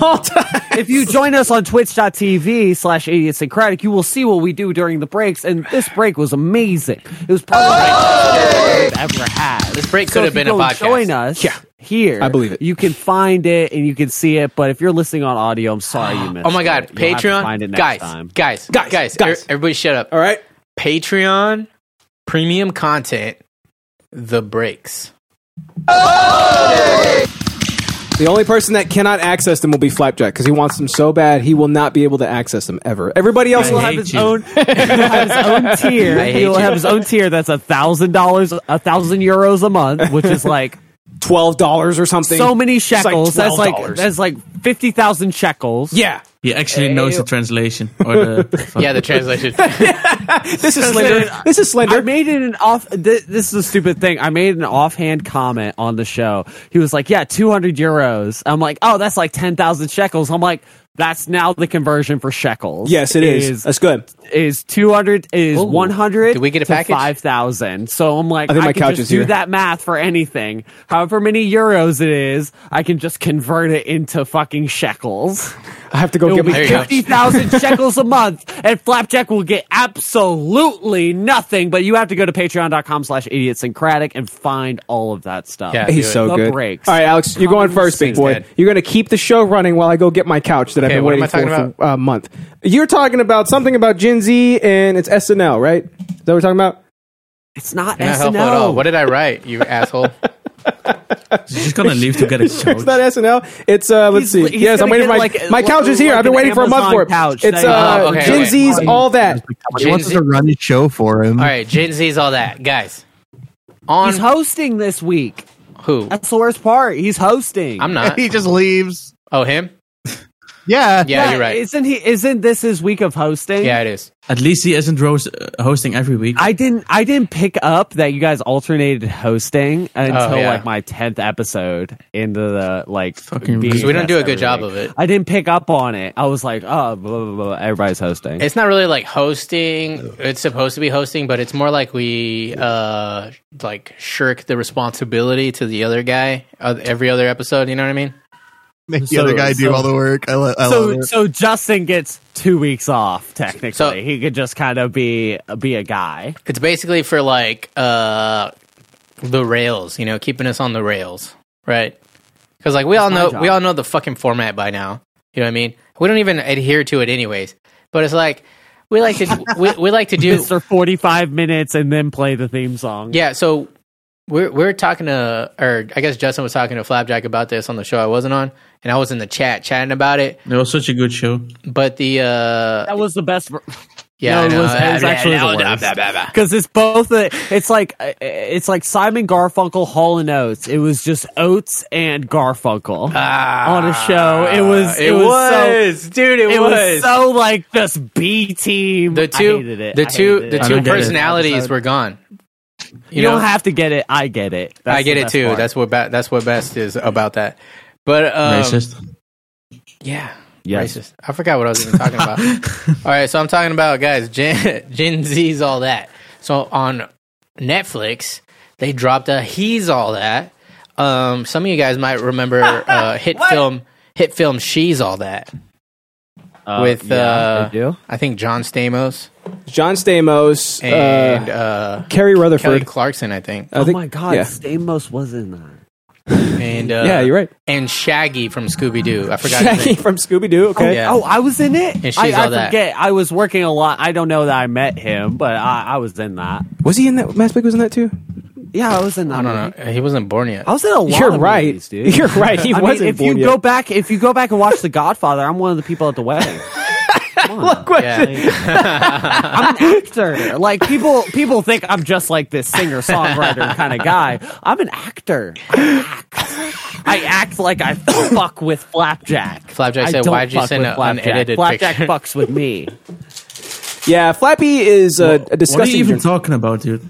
Speaker 1: All time.
Speaker 3: if you join us on twitch.tv slash idiosyncratic, you will see what we do during the breaks. And this break was amazing. It was probably the best break we've ever had.
Speaker 2: This break
Speaker 3: So
Speaker 2: could
Speaker 3: if
Speaker 2: have been
Speaker 3: you
Speaker 2: a
Speaker 3: go and
Speaker 2: podcast.
Speaker 3: Join us yeah. here.
Speaker 1: I believe it.
Speaker 3: You can find it and you can see it. But if you're listening on audio, I'm sorry you missed
Speaker 2: Oh my god,
Speaker 3: it. You'll have to find it
Speaker 2: Patreon.
Speaker 3: next
Speaker 2: Guys,
Speaker 3: time.
Speaker 2: guys,
Speaker 1: Guys,
Speaker 2: guys, guys,
Speaker 1: guys.
Speaker 2: er- everybody shut up.
Speaker 1: All right.
Speaker 2: Patreon premium content the breaks.
Speaker 1: The only person that cannot access them will be Flapjack because he wants them so bad he will not be able to access them ever. Everybody else will
Speaker 3: He'll
Speaker 1: have
Speaker 3: have
Speaker 1: his
Speaker 3: his own, he'll have his own tier.
Speaker 2: I hate
Speaker 3: He'll
Speaker 2: you.
Speaker 3: have his own tier that's a thousand dollars, a thousand euros a month, which is like
Speaker 1: twelve dollars or something.
Speaker 3: so many shekels.
Speaker 1: like
Speaker 3: that's like
Speaker 1: $12.
Speaker 3: that's like fifty thousand shekels.
Speaker 1: yeah,
Speaker 6: He actually knows the translation or the.
Speaker 2: Yeah, the translation.
Speaker 1: this is slender. This is
Speaker 3: I
Speaker 1: slender.
Speaker 3: made it an off. Th- this is a stupid thing. I made an offhand comment on the show. He was like, "Yeah, two hundred euros." I'm like, "Oh, that's like ten thousand shekels." I'm like, That's now the conversion for shekels.
Speaker 1: Yes, it is. That's good.
Speaker 3: Is two hundred is
Speaker 2: Ooh.
Speaker 3: one hundred?
Speaker 2: Did we get a package?
Speaker 3: Five thousand. So I'm like, I,
Speaker 1: I think my
Speaker 3: can
Speaker 1: couch
Speaker 3: just
Speaker 1: is
Speaker 3: do
Speaker 1: here.
Speaker 3: that math for anything. However many euros it is, I can just convert it into fucking shekels.
Speaker 1: I have to go
Speaker 3: It
Speaker 1: get
Speaker 3: will
Speaker 1: my
Speaker 3: be
Speaker 2: you go.
Speaker 3: fifty thousand shekels a month, and Flapjack will get absolutely nothing. But you have to go to Patreon.com/slash idiotsyncratic and find all of that stuff.
Speaker 2: Yeah.
Speaker 1: He's
Speaker 2: do it.
Speaker 1: so
Speaker 3: The
Speaker 1: good.
Speaker 3: breaks.
Speaker 1: All right, Alex, you're going
Speaker 3: Common
Speaker 1: first, big
Speaker 3: sense,
Speaker 1: boy.
Speaker 2: Dad.
Speaker 1: You're going to keep the show running while I go get my couch that
Speaker 2: Okay,
Speaker 1: I've been
Speaker 2: what am
Speaker 1: waiting
Speaker 2: I
Speaker 1: for
Speaker 2: talking
Speaker 1: for a month. You're talking about something about Gen Z and it's SNL, right? Is that what we're talking about?
Speaker 3: It's not
Speaker 2: Not helpful at all.
Speaker 3: SNL.
Speaker 2: What did I write, you asshole?
Speaker 6: He's just gonna leave to get a
Speaker 1: Sure, it's not
Speaker 6: coach.
Speaker 1: SNL. It's uh, let's
Speaker 3: He's-
Speaker 1: see.
Speaker 3: he's
Speaker 1: yes, I'm
Speaker 3: gonna
Speaker 1: waiting for my
Speaker 3: get, like,
Speaker 1: my
Speaker 3: a-
Speaker 1: couch is here.
Speaker 3: like
Speaker 1: I've been
Speaker 3: an
Speaker 1: waiting for a month
Speaker 3: Amazon
Speaker 1: for it.
Speaker 3: couch
Speaker 1: It's
Speaker 3: that-
Speaker 1: uh,
Speaker 2: Oh, okay,
Speaker 1: Gen
Speaker 2: wait.
Speaker 1: Z's, all that.
Speaker 4: He wants us to run his show for him.
Speaker 2: All right, Gen Z's all that, guys. On
Speaker 3: He's hosting this week.
Speaker 2: who?
Speaker 3: That's the worst part. He's hosting.
Speaker 2: I'm not.
Speaker 4: He just leaves.
Speaker 2: Oh, him?
Speaker 4: Yeah.
Speaker 2: Yeah, you're right.
Speaker 3: Isn't he? Isn't this his week of hosting?
Speaker 2: Yeah, it is.
Speaker 6: At least he isn't ro- hosting every week.
Speaker 3: I didn't. I didn't pick up that you guys alternated hosting until
Speaker 2: yeah.
Speaker 3: like my tenth episode into the like.
Speaker 6: Fucking
Speaker 3: being
Speaker 6: Because
Speaker 2: we don't
Speaker 3: guest
Speaker 2: do a
Speaker 3: every
Speaker 2: good job
Speaker 3: week.
Speaker 2: of it.
Speaker 3: I didn't pick up on it. I was like, oh, blah, blah, blah, everybody's hosting.
Speaker 2: It's not really like hosting. It's supposed to be hosting, but it's more like we uh like shirk the responsibility to the other guy uh, every other episode. You know what I mean?
Speaker 4: Make the
Speaker 3: So-
Speaker 4: other guy
Speaker 3: so-
Speaker 4: do all the work. I, lo- I love
Speaker 3: so,
Speaker 4: it.
Speaker 3: so Justin gets two weeks off. Technically,
Speaker 2: So-
Speaker 3: he could just kind of be be a guy.
Speaker 2: It's basically for like uh the rails. You know, keeping us on the rails, right? Because like we all
Speaker 3: my
Speaker 2: know,
Speaker 3: job.
Speaker 2: we all know the fucking format by now. You know what I mean? We don't even adhere to it, anyways. But it's like we like to we, we like to do
Speaker 3: Mister forty five minutes, and then play the theme song.
Speaker 2: Yeah, so we're we're talking to, or I guess Justin was talking to Flapjack about this on the show I wasn't on, and I was in the chat chatting about it.
Speaker 6: It was such a good show.
Speaker 2: But the uh,
Speaker 3: That was the best.
Speaker 2: yeah,
Speaker 3: no,
Speaker 2: I
Speaker 3: it
Speaker 2: know.
Speaker 3: was- it was actually the worst. because it's both a, it's like uh, it's like Simon Garfunkel Hall and Oates. It was just Oates and Garfunkel
Speaker 2: Ah,
Speaker 3: on a show. It was it, was, so
Speaker 2: dude,
Speaker 3: it was so like this B team.
Speaker 2: the
Speaker 3: I
Speaker 2: two
Speaker 3: hated it.
Speaker 2: the
Speaker 3: I
Speaker 2: two
Speaker 3: hated
Speaker 2: the
Speaker 3: it.
Speaker 6: I
Speaker 2: two
Speaker 6: don't get it.
Speaker 2: personalities were gone. You,
Speaker 3: You,
Speaker 2: know,
Speaker 3: don't have to get it. I get it. That's
Speaker 2: I get
Speaker 3: the
Speaker 2: it
Speaker 3: best
Speaker 2: too.
Speaker 3: part.
Speaker 2: That's what ba- that's what best is about that. But um,
Speaker 6: Racist.
Speaker 2: yeah,
Speaker 3: Yes.
Speaker 2: racist. I forgot what I was even talking about. all right, so I'm talking about guys, Gen, Gen Z's all that. So on Netflix, they dropped a He's All That. Um, some of you guys might remember uh, hit film hit film She's All That
Speaker 3: Uh,
Speaker 2: with
Speaker 3: yeah,
Speaker 2: uh,
Speaker 3: they do.
Speaker 2: I think John Stamos
Speaker 1: John Stamos,
Speaker 2: and
Speaker 1: uh,
Speaker 2: uh,
Speaker 1: Kerry
Speaker 2: Kelly
Speaker 1: Rutherford.
Speaker 2: Clarkson, I think,
Speaker 1: I
Speaker 3: oh
Speaker 1: think-
Speaker 3: my god,
Speaker 1: yeah.
Speaker 3: Stamos was in that.
Speaker 2: and uh,
Speaker 1: yeah, you're right.
Speaker 2: and Shaggy from Scooby Doo. I forgot. his
Speaker 1: Shaggy
Speaker 2: name.
Speaker 1: from Scooby Doo. Okay.
Speaker 2: Yeah.
Speaker 3: Oh, I was in it.
Speaker 2: And she's
Speaker 3: I, I
Speaker 2: all that.
Speaker 3: forget. I was working a lot. I don't know that I met him, but I, I was in that.
Speaker 1: Was he in that? Mass Big was in that too.
Speaker 3: Yeah, I was in that.
Speaker 2: I
Speaker 3: movie.
Speaker 2: don't know. He wasn't born yet.
Speaker 3: I was in a lot
Speaker 1: You're
Speaker 3: of
Speaker 1: right.
Speaker 3: movies, dude.
Speaker 1: You're right. He
Speaker 3: I mean,
Speaker 1: wasn't
Speaker 3: if
Speaker 1: born
Speaker 3: you
Speaker 1: yet.
Speaker 3: go back, if you go back and watch The Godfather, I'm one of the people at the wedding. Come on.
Speaker 2: Yeah.
Speaker 3: I'm an actor. Like people, people think I'm just like this singer songwriter kind of guy. I'm an actor. I act, I act like I fuck with Flapjack.
Speaker 2: Flapjack
Speaker 3: I
Speaker 2: said,
Speaker 3: don't
Speaker 2: "Why'd you
Speaker 3: fuck
Speaker 2: send
Speaker 3: with
Speaker 2: an
Speaker 3: Flapjack.
Speaker 2: unedited
Speaker 3: Flapjack
Speaker 2: picture?"
Speaker 3: fucks with me.
Speaker 1: Yeah, Flappy is uh, a
Speaker 6: What are you
Speaker 1: disgusting.
Speaker 6: even
Speaker 1: drink.
Speaker 6: talking about, dude?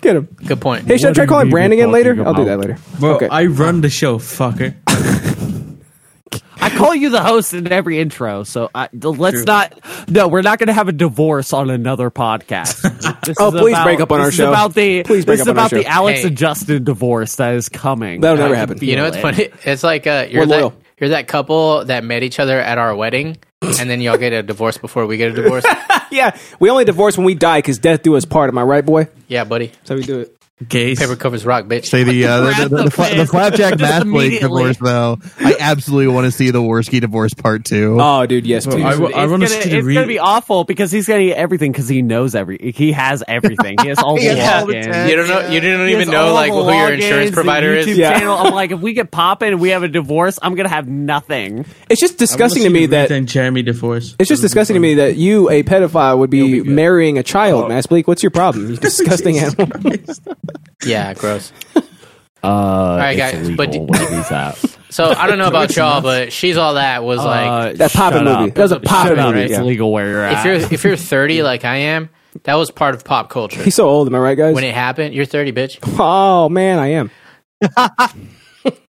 Speaker 1: Get him.
Speaker 2: Good point.
Speaker 1: Hey, should I
Speaker 6: What
Speaker 1: try
Speaker 6: are
Speaker 1: calling
Speaker 6: you
Speaker 1: Brandon again
Speaker 6: talking
Speaker 1: later? I'll do
Speaker 6: about?
Speaker 1: that later.
Speaker 6: Bro,
Speaker 1: okay.
Speaker 6: I run the show, fucker.
Speaker 3: I call you the host in every intro, so I, th- let's not. No, we're not going to have a divorce on another podcast. This
Speaker 1: Oh,
Speaker 3: is
Speaker 1: please break up on
Speaker 3: this
Speaker 1: our
Speaker 3: is
Speaker 1: show.
Speaker 3: About the
Speaker 1: Please break
Speaker 3: this is
Speaker 1: up on our
Speaker 3: about the
Speaker 1: show.
Speaker 3: Alex
Speaker 2: Hey.
Speaker 3: and Justin divorce that is coming.
Speaker 1: That'll
Speaker 3: I
Speaker 1: never
Speaker 3: can
Speaker 1: happen.
Speaker 3: feel
Speaker 2: You know what's
Speaker 3: it.
Speaker 2: funny? It's like uh, you're
Speaker 1: We're
Speaker 2: that
Speaker 1: loyal.
Speaker 2: you're that couple that met each other at our wedding, and then y'all get a divorce before we get a divorce.
Speaker 1: yeah, we only divorce when we die because death do us part. Am I right, boy? That's
Speaker 2: yeah, buddy.
Speaker 1: how we do it.
Speaker 6: Gays.
Speaker 2: Paper covers rock, bitch.
Speaker 4: Say the, uh, the, the, the, the, fla- the flapjack
Speaker 3: Just
Speaker 4: math league
Speaker 3: immediately.
Speaker 4: divorce though. I absolutely want to see the Worski divorce part two.
Speaker 1: Oh, dude, yes, please.
Speaker 6: I, wa- I
Speaker 3: It's,
Speaker 6: want
Speaker 3: gonna,
Speaker 6: to see the
Speaker 3: it's gonna be
Speaker 6: re-
Speaker 3: awful because he's gonna get everything because he knows every he has everything he has all the
Speaker 4: He has all the
Speaker 3: logins
Speaker 4: tech.
Speaker 2: You don't know. You don't
Speaker 3: He has
Speaker 2: even know
Speaker 3: all
Speaker 2: like
Speaker 3: the
Speaker 2: who your
Speaker 3: logins,
Speaker 2: insurance
Speaker 3: the
Speaker 2: provider
Speaker 3: YouTube
Speaker 2: is.
Speaker 1: Yeah.
Speaker 3: channel. I'm like if we get popping and we have a divorce I'm gonna have nothing
Speaker 1: it's just disgusting to me that
Speaker 6: Then Jeremy divorce.
Speaker 1: it's just disgusting to me that you, a pedophile, would be marrying a child. Mass Bleak, what's your problem? You disgusting animal.
Speaker 2: Yeah, gross.
Speaker 3: uh all
Speaker 2: right, it's guys, but legal d- when So I don't know about y'all, but she's all that was like.
Speaker 1: That poppin'
Speaker 3: shut
Speaker 1: movie.
Speaker 3: up.
Speaker 1: That was a poppin'
Speaker 3: Shut up.
Speaker 1: movie,
Speaker 3: It's
Speaker 1: yeah.
Speaker 3: legal where you're at.
Speaker 2: If you're if you're 30 like I am, that was part of pop culture.
Speaker 1: He's so old. Am I right, guys?
Speaker 2: When it happened, you're 30, bitch.
Speaker 1: oh man, I am.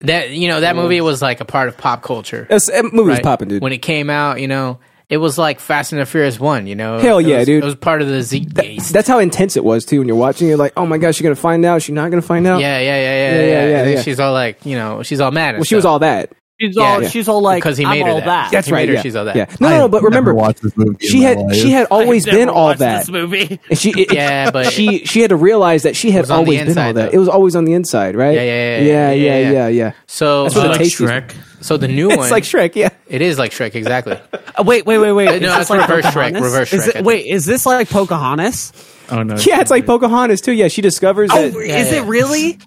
Speaker 2: that you know that movie was like a part of pop culture.
Speaker 1: That's, that movie was
Speaker 2: right?
Speaker 1: popping, dude.
Speaker 2: When it came out, you know, it was like Fast and the Furious One. You know,
Speaker 1: Hell
Speaker 2: It
Speaker 1: yeah,
Speaker 2: was-
Speaker 1: dude.
Speaker 2: It was part of the Z
Speaker 1: That- that's how intense it was too. When you're watching, you're like, "Oh my gosh, you're gonna find out. She's not gonna find out."
Speaker 2: Yeah, yeah, yeah, yeah,
Speaker 1: Yeah,
Speaker 2: yeah.
Speaker 1: yeah, yeah,
Speaker 2: And then
Speaker 1: yeah.
Speaker 2: She's all like, you know, she's all mad. and
Speaker 1: Well, she was
Speaker 2: stuff.
Speaker 1: all that.
Speaker 3: She's
Speaker 2: Yeah,
Speaker 3: all
Speaker 2: yeah.
Speaker 3: she's all like
Speaker 2: because he
Speaker 3: I'm
Speaker 2: made her
Speaker 3: all
Speaker 2: that.
Speaker 3: that.
Speaker 1: That's
Speaker 2: He
Speaker 1: right.
Speaker 2: made her,
Speaker 1: yeah,
Speaker 2: she's all that.
Speaker 1: Yeah. No, no, no. But remember,
Speaker 4: watched this movie. in
Speaker 1: she
Speaker 4: my
Speaker 1: had
Speaker 4: life.
Speaker 1: she had always
Speaker 3: I've never
Speaker 1: been all
Speaker 3: watched
Speaker 1: that.
Speaker 3: This movie.
Speaker 1: And she it-
Speaker 2: Yeah, but-
Speaker 1: she she had to realize that she had
Speaker 2: was on the
Speaker 1: always been
Speaker 2: inside,
Speaker 1: all that.
Speaker 2: though.
Speaker 1: It was always on the inside, right?
Speaker 2: Yeah, yeah, yeah,
Speaker 1: yeah, yeah,
Speaker 2: yeah, yeah,
Speaker 1: yeah,
Speaker 2: yeah.
Speaker 1: yeah.
Speaker 2: So,
Speaker 1: what
Speaker 2: uh,
Speaker 1: the
Speaker 6: like
Speaker 1: taste is-
Speaker 6: Shrek.
Speaker 2: so the new one,
Speaker 1: It's like Shrek. Yeah,
Speaker 2: it is like Shrek, exactly.
Speaker 3: Uh, wait, wait, wait, wait.
Speaker 2: No,
Speaker 3: Is this
Speaker 2: that's
Speaker 3: like
Speaker 2: reverse Shrek,
Speaker 3: Pocahontas?
Speaker 2: reverse
Speaker 3: Is
Speaker 2: Shrek,
Speaker 3: it-
Speaker 2: I think.
Speaker 3: wait, is this like Pocahontas?
Speaker 6: Oh no.
Speaker 1: yeah. It's like Pocahontas too. Yeah, she discovers
Speaker 3: Oh,
Speaker 1: that.
Speaker 2: yeah,
Speaker 3: is
Speaker 2: yeah.
Speaker 3: it really?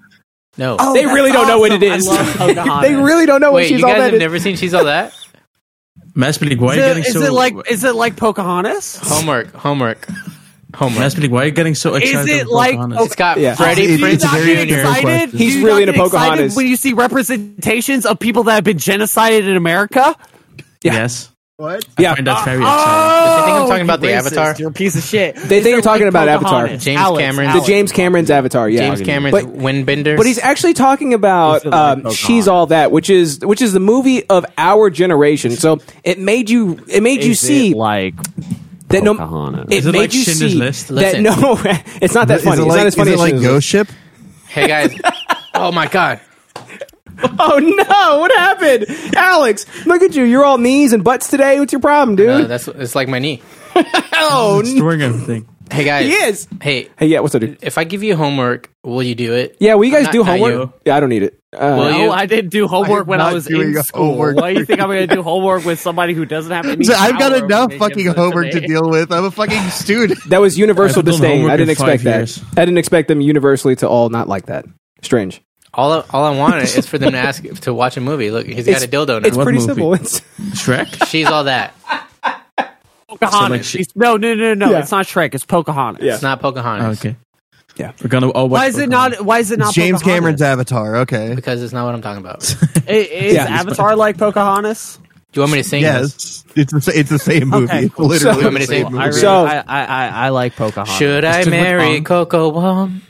Speaker 2: No,
Speaker 3: Oh,
Speaker 1: They
Speaker 3: that's
Speaker 1: really don't know what it
Speaker 3: awesome.
Speaker 1: is.
Speaker 3: I love Pocahontas.
Speaker 1: They really don't know what
Speaker 2: wait,
Speaker 1: oh, she's
Speaker 2: you
Speaker 1: all
Speaker 2: guys
Speaker 1: that.
Speaker 2: have never seen she's all that.
Speaker 6: Mass Pelic, why are
Speaker 3: Is
Speaker 6: you
Speaker 3: it,
Speaker 6: getting
Speaker 3: is
Speaker 6: so?
Speaker 3: it like is it like Pocahontas?
Speaker 2: Homework, homework, homework.
Speaker 6: Mass Pelic, why are you getting so excited?
Speaker 3: it
Speaker 6: about
Speaker 3: like-
Speaker 6: Pocahontas?
Speaker 2: It's got
Speaker 1: Oh, Yeah.
Speaker 3: Do
Speaker 2: Freddie
Speaker 3: you
Speaker 2: Prince
Speaker 3: not get
Speaker 2: Jr.
Speaker 3: excited? Do
Speaker 1: He's
Speaker 3: you
Speaker 1: really
Speaker 3: not
Speaker 1: into
Speaker 3: get excited
Speaker 1: Pocahontas.
Speaker 3: When you see representations of people that have been genocided in America,
Speaker 6: Yes.
Speaker 1: Yeah.
Speaker 6: I find that very exciting.
Speaker 3: oh,
Speaker 2: think I'm talking
Speaker 3: you
Speaker 2: about the
Speaker 3: racist.
Speaker 2: Avatar?
Speaker 3: You're a piece of shit.
Speaker 1: They think
Speaker 3: Is
Speaker 1: I'm
Speaker 3: it
Speaker 1: talking
Speaker 3: like
Speaker 1: about Avatar.
Speaker 3: Pocahontas?
Speaker 2: James
Speaker 3: Alex,
Speaker 2: Cameron's-
Speaker 1: the
Speaker 3: Alex.
Speaker 1: James Cameron's Avatar. Yeah,
Speaker 2: James Cameron's
Speaker 1: But
Speaker 2: Windbender.
Speaker 1: But he's actually talking
Speaker 3: He's
Speaker 1: about
Speaker 3: the
Speaker 1: um,
Speaker 3: Lego
Speaker 1: she's
Speaker 3: god.
Speaker 1: all that, which is which is the movie of our generation. So it made you it made you
Speaker 3: Is it
Speaker 1: see
Speaker 3: like
Speaker 1: that no
Speaker 3: Pocahontas?
Speaker 1: it,
Speaker 6: Is it
Speaker 1: made
Speaker 6: like
Speaker 1: you
Speaker 6: Schindler's
Speaker 1: see
Speaker 6: List?
Speaker 1: that
Speaker 2: Listen.
Speaker 1: no it's not that
Speaker 4: Is it
Speaker 1: funny.
Speaker 4: like-
Speaker 1: it's not as funny
Speaker 4: is it
Speaker 1: as
Speaker 4: like
Speaker 1: Schindler's
Speaker 4: Ghost Ship?
Speaker 2: hey guys, oh my god,
Speaker 1: List. Oh no! What happened, Alex? Look at you. You're all knees and butts today. What's your problem, dude?
Speaker 2: uh, that's it's like my knee.
Speaker 1: oh no!
Speaker 6: Destroying everything.
Speaker 2: Hey guys,
Speaker 1: He is.
Speaker 2: Hey,
Speaker 1: Hey, yeah. What's up, dude?
Speaker 2: if I give you homework, will you do it?
Speaker 1: Yeah, will you guys
Speaker 2: Not-
Speaker 1: do
Speaker 2: not
Speaker 1: homework?
Speaker 2: you.
Speaker 1: Yeah, I don't need it. Uh,
Speaker 2: Will
Speaker 3: No,
Speaker 2: you?
Speaker 3: I didn't do homework
Speaker 4: I'm
Speaker 3: when I
Speaker 4: not
Speaker 3: was
Speaker 4: doing
Speaker 3: in school.
Speaker 4: homework.
Speaker 3: Why do you think I'm going to do homework with somebody who doesn't have any?
Speaker 4: So I've got
Speaker 3: power over
Speaker 4: enough
Speaker 3: me
Speaker 4: fucking
Speaker 3: given
Speaker 4: homework to
Speaker 3: me?
Speaker 4: deal with. I'm a fucking student.
Speaker 1: that was universal
Speaker 6: I've done
Speaker 1: disdain.
Speaker 6: homework
Speaker 1: I didn't
Speaker 6: in five
Speaker 1: expect that.
Speaker 6: years.
Speaker 1: I didn't expect them universally to all not like that. Strange.
Speaker 2: All I, all I wanted is for them to ask to watch a movie. Look, he's got a dildo now.
Speaker 1: It's pretty
Speaker 6: movie?
Speaker 1: simple. It's,
Speaker 6: Shrek.
Speaker 2: She's all that.
Speaker 3: Pocahontas.
Speaker 6: So, like, she-
Speaker 3: no, no, no, no.
Speaker 1: Yeah.
Speaker 3: It's not Shrek. It's Pocahontas.
Speaker 1: Yeah.
Speaker 2: It's not Pocahontas
Speaker 6: Oh, okay.
Speaker 1: Yeah.
Speaker 6: We're gonna. Oh,
Speaker 3: Why is it not? Why is it not?
Speaker 4: James Cameron's
Speaker 3: Pocahontas?
Speaker 4: Avatar. Okay.
Speaker 2: because it's not what I'm talking about. Do
Speaker 3: I- Is
Speaker 1: Yeah.
Speaker 3: Avatar like Pocahontas?
Speaker 2: you want me to sing? this?
Speaker 4: Yes, it's the, sa- it's the same movie.
Speaker 3: Okay, cool.
Speaker 4: Literally,
Speaker 2: So- I'm gonna
Speaker 4: the same
Speaker 2: say-
Speaker 4: movie.
Speaker 1: So-
Speaker 3: I, I, I, I like Pocahontas.
Speaker 2: Should I
Speaker 6: It's too much
Speaker 2: marry
Speaker 6: on.
Speaker 2: Coco Wong?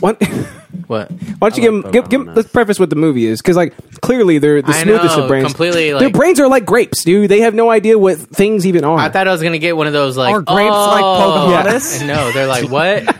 Speaker 1: why why
Speaker 2: What?
Speaker 1: don't you give, them, give, give 'em- let's preface what the movie is because like clearly they're the
Speaker 2: I
Speaker 1: smoothest
Speaker 2: know,
Speaker 1: of brains.
Speaker 2: completely,
Speaker 1: Their
Speaker 2: like-
Speaker 1: brains are like grapes, dude. They have no idea what things even are.
Speaker 2: I thought I was gonna get one of those like
Speaker 3: Are grapes like
Speaker 2: oh.
Speaker 3: Pocahontas?
Speaker 2: And No, they're like what?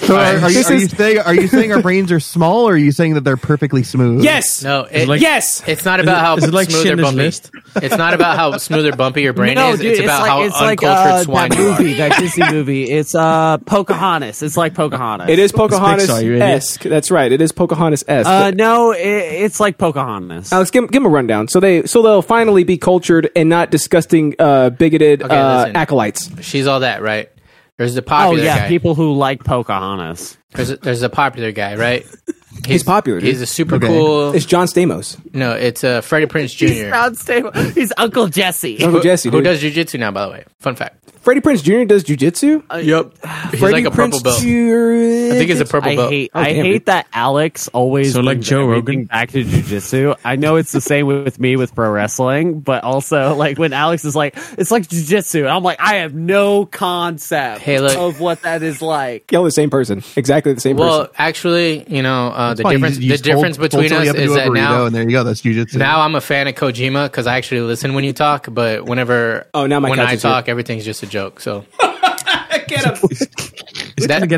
Speaker 4: So are, uh, are you,
Speaker 1: This
Speaker 4: are you
Speaker 1: is-
Speaker 4: saying are you saying our brains are small, or are you saying that they're perfectly smooth?
Speaker 1: yes,
Speaker 2: No, it,
Speaker 6: like-
Speaker 1: yes.
Speaker 2: It's not about
Speaker 6: it-
Speaker 2: how
Speaker 6: is it like
Speaker 2: smooth or
Speaker 6: Schindler's
Speaker 2: bumpy.
Speaker 6: List?
Speaker 2: It's not about how smooth or bumpy your brain
Speaker 3: no,
Speaker 2: is.
Speaker 3: dude,
Speaker 2: it's about
Speaker 3: like,
Speaker 2: how
Speaker 3: it's like
Speaker 2: uncultured
Speaker 3: uh,
Speaker 2: swine
Speaker 3: that
Speaker 2: you are.
Speaker 3: movie, that Disney movie. It's uh, Pocahontas. It's like Pocahontas.
Speaker 1: It is
Speaker 6: Pixar, you idiot.
Speaker 1: Pocahontas esque. That's right. It is Pocahontas esque.
Speaker 3: Uh, no, it, it's like Pocahontas.
Speaker 1: Alex, uh, give, give 'em a rundown. So they so they'll finally be cultured and not disgusting, uh, bigoted
Speaker 2: Okay,
Speaker 1: uh,
Speaker 2: listen.
Speaker 1: acolytes.
Speaker 2: She's all that, right? There's the
Speaker 3: oh
Speaker 2: popular
Speaker 3: yeah,
Speaker 2: guy.
Speaker 3: people who like Pocahontas.
Speaker 2: There's a, there's a popular guy, right? He's,
Speaker 1: popular, dude.
Speaker 2: He's a super cool.
Speaker 1: It's John Stamos,
Speaker 2: No, it's uh, Freddie Prince Jr.
Speaker 3: He's Uncle Jesse.
Speaker 1: Uncle Jesse,
Speaker 2: who
Speaker 1: dude.
Speaker 2: does jujitsu now, by the way. Fun fact.
Speaker 1: Freddie Prince Jr. does jujitsu.
Speaker 2: Yep. He's
Speaker 1: Uh, Freddie
Speaker 2: like a
Speaker 1: Prince
Speaker 2: purple belt.
Speaker 1: Jr.
Speaker 2: I think he's a purple
Speaker 3: I
Speaker 2: belt.
Speaker 3: hate,
Speaker 1: Oh,
Speaker 3: I
Speaker 1: damn,
Speaker 3: hate
Speaker 1: dude.
Speaker 3: that Alex always
Speaker 6: So, like,
Speaker 3: brings
Speaker 6: Joe
Speaker 3: everything
Speaker 6: Rogan?
Speaker 3: back to jujitsu. I know it's the same with me with pro wrestling, but also like when Alex is like, it's like jujitsu. I'm like, I have no concept
Speaker 2: Hey, look.
Speaker 3: of what that is like.
Speaker 1: Y'all the same person, exactly the same person.
Speaker 2: Well, actually, you know, uh, the
Speaker 4: Well, you
Speaker 2: difference
Speaker 4: just- you
Speaker 2: the
Speaker 4: just
Speaker 2: difference
Speaker 4: fold-
Speaker 2: between
Speaker 4: fold somebody
Speaker 2: us
Speaker 4: up into
Speaker 2: is
Speaker 4: a
Speaker 2: that
Speaker 4: burrito,
Speaker 2: now
Speaker 4: and there you go. That's jujitsu.
Speaker 2: now I'm a fan of Kojima because I actually listen when you talk, but whenever
Speaker 1: Oh, now my
Speaker 2: when
Speaker 1: couch
Speaker 2: I
Speaker 1: is here.
Speaker 2: talk, everything's just a joke. So that,
Speaker 6: get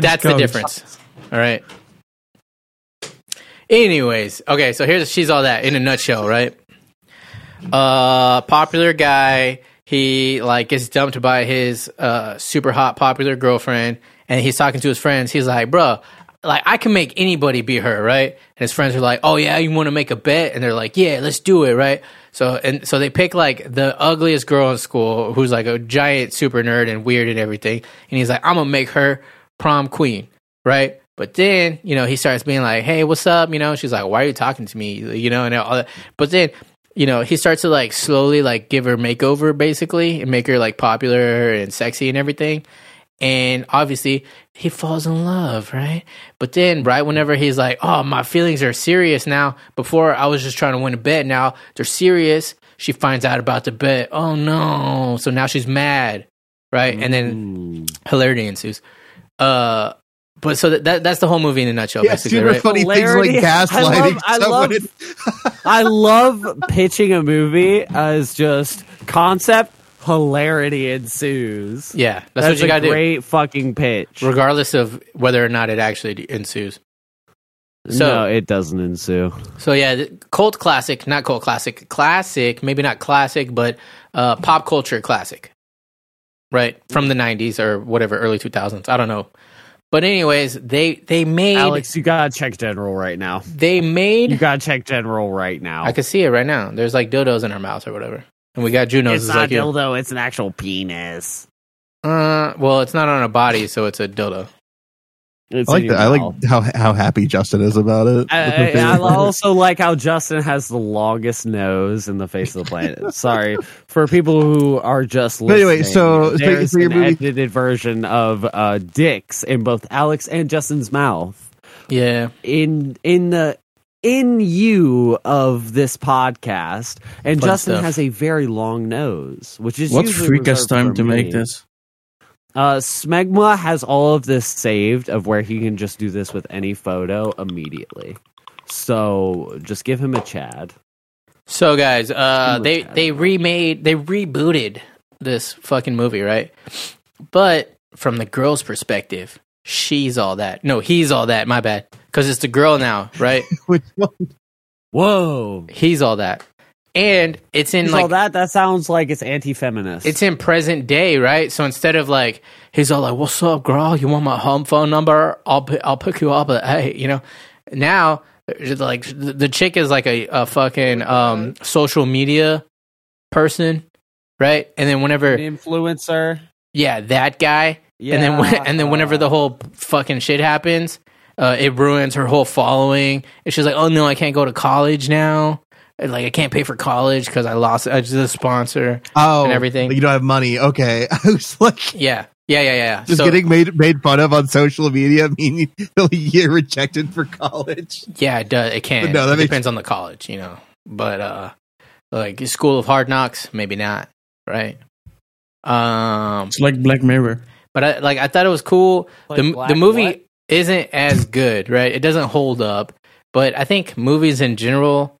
Speaker 2: that's the
Speaker 6: coach.
Speaker 2: difference. All right. Anyways, okay, so here's she's all that in a nutshell, right? Uh popular guy, he like gets dumped by his uh super hot popular girlfriend and he's talking to his friends. He's like, "Bruh, like I can make anybody be her, right?" And his friends are like, "Oh yeah, you want to make a bet?" And they're like, "Yeah, let's do it, right?" So and so they pick like the ugliest girl in school who's like a giant super nerd and weird and everything. And he's like, "I'm going to make her prom queen, right? But then, you know, he starts being like, "Hey, what's up?" You know, she's like, "Why are you talking to me?" You know, and all that. But then, you know, he starts to like slowly like give her makeover basically and make her like popular and sexy and everything. And obviously, he falls in love, right? But then, right whenever he's like, "Oh, my feelings are serious now. Before I was just trying to win a bet. Now they're serious." She finds out about the bet. Oh no! So now she's mad, right? And then hilarity ensues. Uh, But so that, that that's the whole movie in a nutshell,
Speaker 4: Yeah,
Speaker 2: basically,
Speaker 4: super
Speaker 2: right?
Speaker 4: funny
Speaker 3: Hilarity.
Speaker 4: things like
Speaker 3: I love-
Speaker 4: gaslighting.
Speaker 3: I
Speaker 4: someone
Speaker 3: love-
Speaker 4: in-
Speaker 3: I love pitching a movie as just concept hilarity ensues.
Speaker 2: Yeah, that's,
Speaker 3: that's,
Speaker 2: what you
Speaker 3: a
Speaker 2: gotta
Speaker 3: great fucking pitch.
Speaker 2: do, regardless of whether or not it actually ensues. So-
Speaker 3: no, it doesn't ensue.
Speaker 2: So yeah, th- cult classic, not cult classic, classic, maybe not classic, but uh, pop culture classic, right from the '90s or whatever, early 2000s. I don't know, but anyways, they they made
Speaker 3: Alex, you gotta check general right now.
Speaker 2: they made.
Speaker 3: You gotta check general right now.
Speaker 2: I can see it right now. There's like dildos in our mouths or whatever, and we got Junos.
Speaker 3: it's
Speaker 2: It's
Speaker 3: not
Speaker 2: like you.
Speaker 3: dildo. It's an actual penis.
Speaker 2: Uh, well, it's not on a body, so it's a dildo.
Speaker 3: It's
Speaker 4: I like
Speaker 3: in your
Speaker 4: that. I
Speaker 3: mouth.
Speaker 4: like how how happy Justin is about
Speaker 2: Uh,
Speaker 4: it.
Speaker 3: I, I- I also like how Justin has the longest nose in the face of the planet. Sorry for people who are just
Speaker 4: But
Speaker 3: listening.
Speaker 4: anyway, so- so-
Speaker 3: there's
Speaker 4: so your
Speaker 3: an
Speaker 4: movie-
Speaker 3: edited version of uh, dicks in both Alex and Justin's mouth
Speaker 2: Yeah,
Speaker 3: in in the in you of this podcast, and
Speaker 2: Fun
Speaker 3: Justin
Speaker 2: stuff.
Speaker 3: has a very long nose, which is
Speaker 6: What's
Speaker 3: usually
Speaker 6: Freaka's
Speaker 3: reserved
Speaker 6: time
Speaker 3: for
Speaker 6: to
Speaker 3: me.
Speaker 6: make this?
Speaker 3: Uh, Smegma has all of this saved of where he can just do this with any photo immediately. So just give him a Chad.
Speaker 2: So guys, uh,
Speaker 3: Similar
Speaker 2: they
Speaker 3: to
Speaker 2: they remade, they rebooted this fucking movie, right? But from the girl's perspective, she's all that. No, he's all that. My bad, because it's the girl now, right?
Speaker 4: Which one?
Speaker 3: Whoa!
Speaker 2: he's all that, and it's in
Speaker 3: He's
Speaker 2: like
Speaker 3: all that that sounds like it's anti-feminist.
Speaker 2: it's in present day, right? So instead of like he's all like, "What's up, girl? You want my home phone number? I'll pi- I'll pick you up." But hey, you know, now like the the chick is like a, a fucking um social media person, right? And then whenever
Speaker 3: an influencer.
Speaker 2: yeah, that guy.
Speaker 3: Yeah.
Speaker 2: And then when, and then whenever the whole fucking shit happens, uh, it ruins her whole following. And she's like, "Oh no, I can't go to college now. And, like I can't pay for college because I lost I just a sponsor."
Speaker 4: Oh,
Speaker 2: and everything.
Speaker 4: You don't have money. Okay, I was like.
Speaker 2: Yeah, yeah, yeah, yeah.
Speaker 4: Just
Speaker 2: so
Speaker 4: getting made made fun of on social media mean you'll get rejected for college.
Speaker 2: yeah, it does. It can.
Speaker 4: But no, that
Speaker 2: it
Speaker 4: makes-
Speaker 2: depends on the college, you know. But uh, like School of Hard Knocks, maybe not. Right. Um,
Speaker 6: It's like Black Mirror.
Speaker 2: but I, like I thought it was cool.
Speaker 3: Like
Speaker 2: the
Speaker 3: Black
Speaker 2: the movie
Speaker 3: what?
Speaker 2: isn't as good, right? It doesn't hold up. But I think movies in general,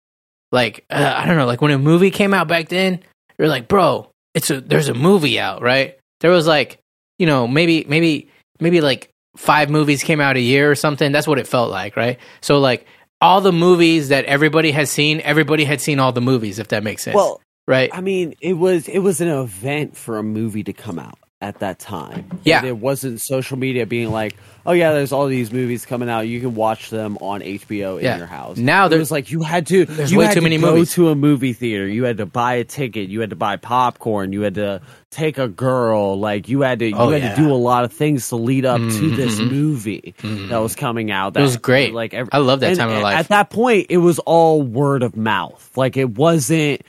Speaker 2: like uh, I don't know, like when a movie came out back then, you're like, bro, it's a there's a movie out, right? There was like, you know, maybe maybe maybe like five movies came out a year or something. That's what it felt like, right? So like all the movies that everybody has seen, everybody had seen all the movies, if that makes sense,
Speaker 3: well,
Speaker 2: right?
Speaker 3: I mean, it was it was an event for a movie to come out at that time.
Speaker 2: Yeah.
Speaker 3: And it wasn't social media being like, "Oh yeah, there's all these movies coming out. You can watch them on HBO in
Speaker 2: Yeah.
Speaker 3: your house."
Speaker 2: Now
Speaker 3: it
Speaker 2: there-
Speaker 3: was like you had to.
Speaker 2: there's
Speaker 3: you
Speaker 2: way
Speaker 3: had
Speaker 2: too
Speaker 3: to
Speaker 2: many
Speaker 3: go
Speaker 2: movies.
Speaker 3: to a movie theater. You had to buy a ticket. You had to buy popcorn. You had to take a girl. Like you had to. You
Speaker 2: Oh,
Speaker 3: had
Speaker 2: yeah. Mm-hmm.
Speaker 3: to do a lot of things to lead up to this movie that was coming out. That
Speaker 2: was great. I love that time in
Speaker 3: and
Speaker 2: life.
Speaker 3: At that point, it was all word of mouth. Like it wasn't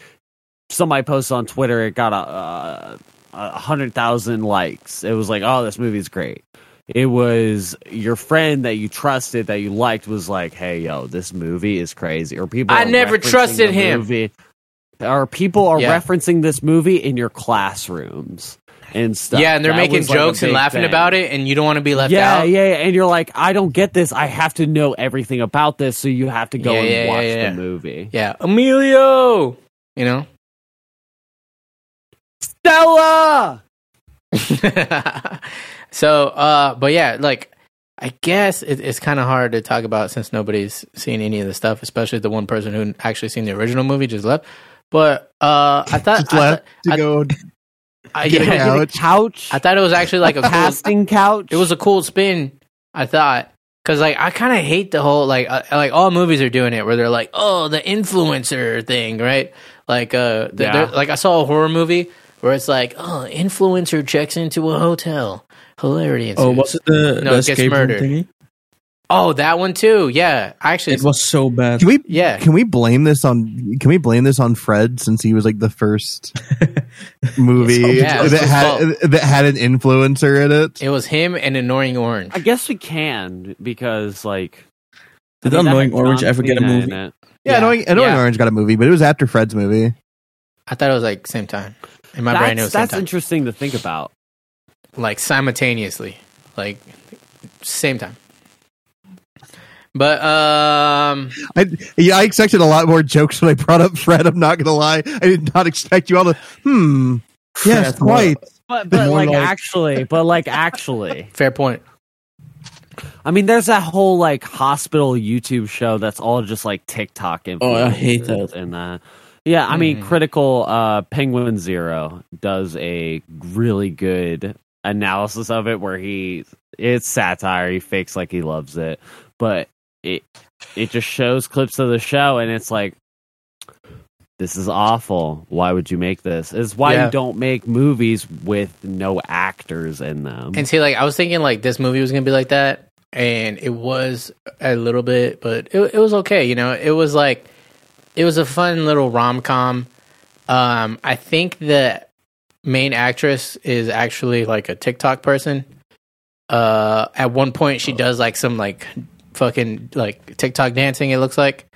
Speaker 3: somebody posted on Twitter, it got a, uh, a hundred thousand likes. It was like, oh, this movie's great. It was your friend that you trusted that you liked was like, hey, yo, this movie is crazy. Or people,
Speaker 2: I
Speaker 3: are
Speaker 2: never
Speaker 3: referencing
Speaker 2: trusted
Speaker 3: the
Speaker 2: him.
Speaker 3: Movie, or people are
Speaker 2: Yeah.
Speaker 3: referencing this movie in your classrooms and stuff.
Speaker 2: yeah, and they're
Speaker 3: That
Speaker 2: making
Speaker 3: was, like, a
Speaker 2: jokes and
Speaker 3: big
Speaker 2: laughing
Speaker 3: thing.
Speaker 2: about it, and you don't want to be left
Speaker 3: yeah,
Speaker 2: out.
Speaker 3: yeah, yeah, and you're like, I don't get this. I have to know everything about this, so you have to go
Speaker 2: Yeah,
Speaker 3: and
Speaker 2: yeah, yeah,
Speaker 3: watch
Speaker 2: yeah.
Speaker 3: the movie.
Speaker 2: Yeah, Emilio. You know.
Speaker 3: Stella.
Speaker 2: so, uh, but yeah, like I guess it, it's kind of hard to talk about since nobody's seen any of the stuff, especially the one person who actually seen the original movie just left. But uh, I thought,
Speaker 4: Just
Speaker 2: I
Speaker 4: left to
Speaker 2: I-
Speaker 4: go
Speaker 2: thought I,
Speaker 4: get a
Speaker 2: yeah,
Speaker 4: couch.
Speaker 3: couch.
Speaker 2: I thought it was actually like a cool,
Speaker 3: casting couch.
Speaker 2: it was a cool spin. I thought because like I kind of hate the whole like uh, like all movies are doing it where they're like oh the influencer thing right like uh th-
Speaker 3: Yeah.
Speaker 2: there- like I saw a horror movie where it's like oh influencer checks into a hotel hilarity ensues.
Speaker 6: Oh, was it the,
Speaker 2: No,
Speaker 6: the
Speaker 2: it gets
Speaker 6: escape room
Speaker 2: murdered.
Speaker 6: thingy?
Speaker 2: oh that one too yeah actually
Speaker 6: It was so bad.
Speaker 4: Can we
Speaker 2: Yeah.
Speaker 4: Can we blame this on Can we blame this on Fred since he was like the first movie
Speaker 2: Yeah, it's
Speaker 4: that
Speaker 2: his
Speaker 4: had that had an influencer in it?
Speaker 2: it was him and annoying orange
Speaker 3: I guess we can because like
Speaker 6: Did
Speaker 3: I mean, that
Speaker 6: Annoying
Speaker 3: had
Speaker 6: Orange
Speaker 3: John
Speaker 6: ever get a
Speaker 3: Cena in
Speaker 6: movie?
Speaker 3: it.
Speaker 4: Yeah, Annoying, Annoying
Speaker 2: yeah.
Speaker 4: Orange got a movie, but it was after Fred's movie.
Speaker 2: I thought it was like same time in my brain it
Speaker 3: That's,
Speaker 2: was same
Speaker 3: that's
Speaker 2: time
Speaker 3: interesting to think about.
Speaker 2: like simultaneously like same time But um,
Speaker 4: I, yeah, I expected a lot more jokes when I brought up Fred. I'm not gonna lie, I did not expect you all to. Hmm. Yes, right.
Speaker 3: But but
Speaker 4: More
Speaker 3: like
Speaker 4: like-
Speaker 3: actually, but like actually,
Speaker 2: fair point.
Speaker 3: I mean, there's that whole like hospital YouTube show that's all just like TikTok influencers
Speaker 6: Oh, I hate that.
Speaker 3: and that. Yeah, I mean, critical uh, Penguin Zero does a really good analysis of it where he it's satire. He fakes like he loves it, but it it just shows clips of the show, and it's like. This is awful. Why would you make this? Is why
Speaker 2: Yeah.
Speaker 3: you don't make movies with no actors in them.
Speaker 2: And see, like I was thinking, like this movie was gonna be like that, and it was a little bit, but it it was okay. You know, it was like it was a fun little rom com. Um, I think the main actress is actually like a TikTok person. Uh, at one point, she does like some like fucking like TikTok dancing. It looks like.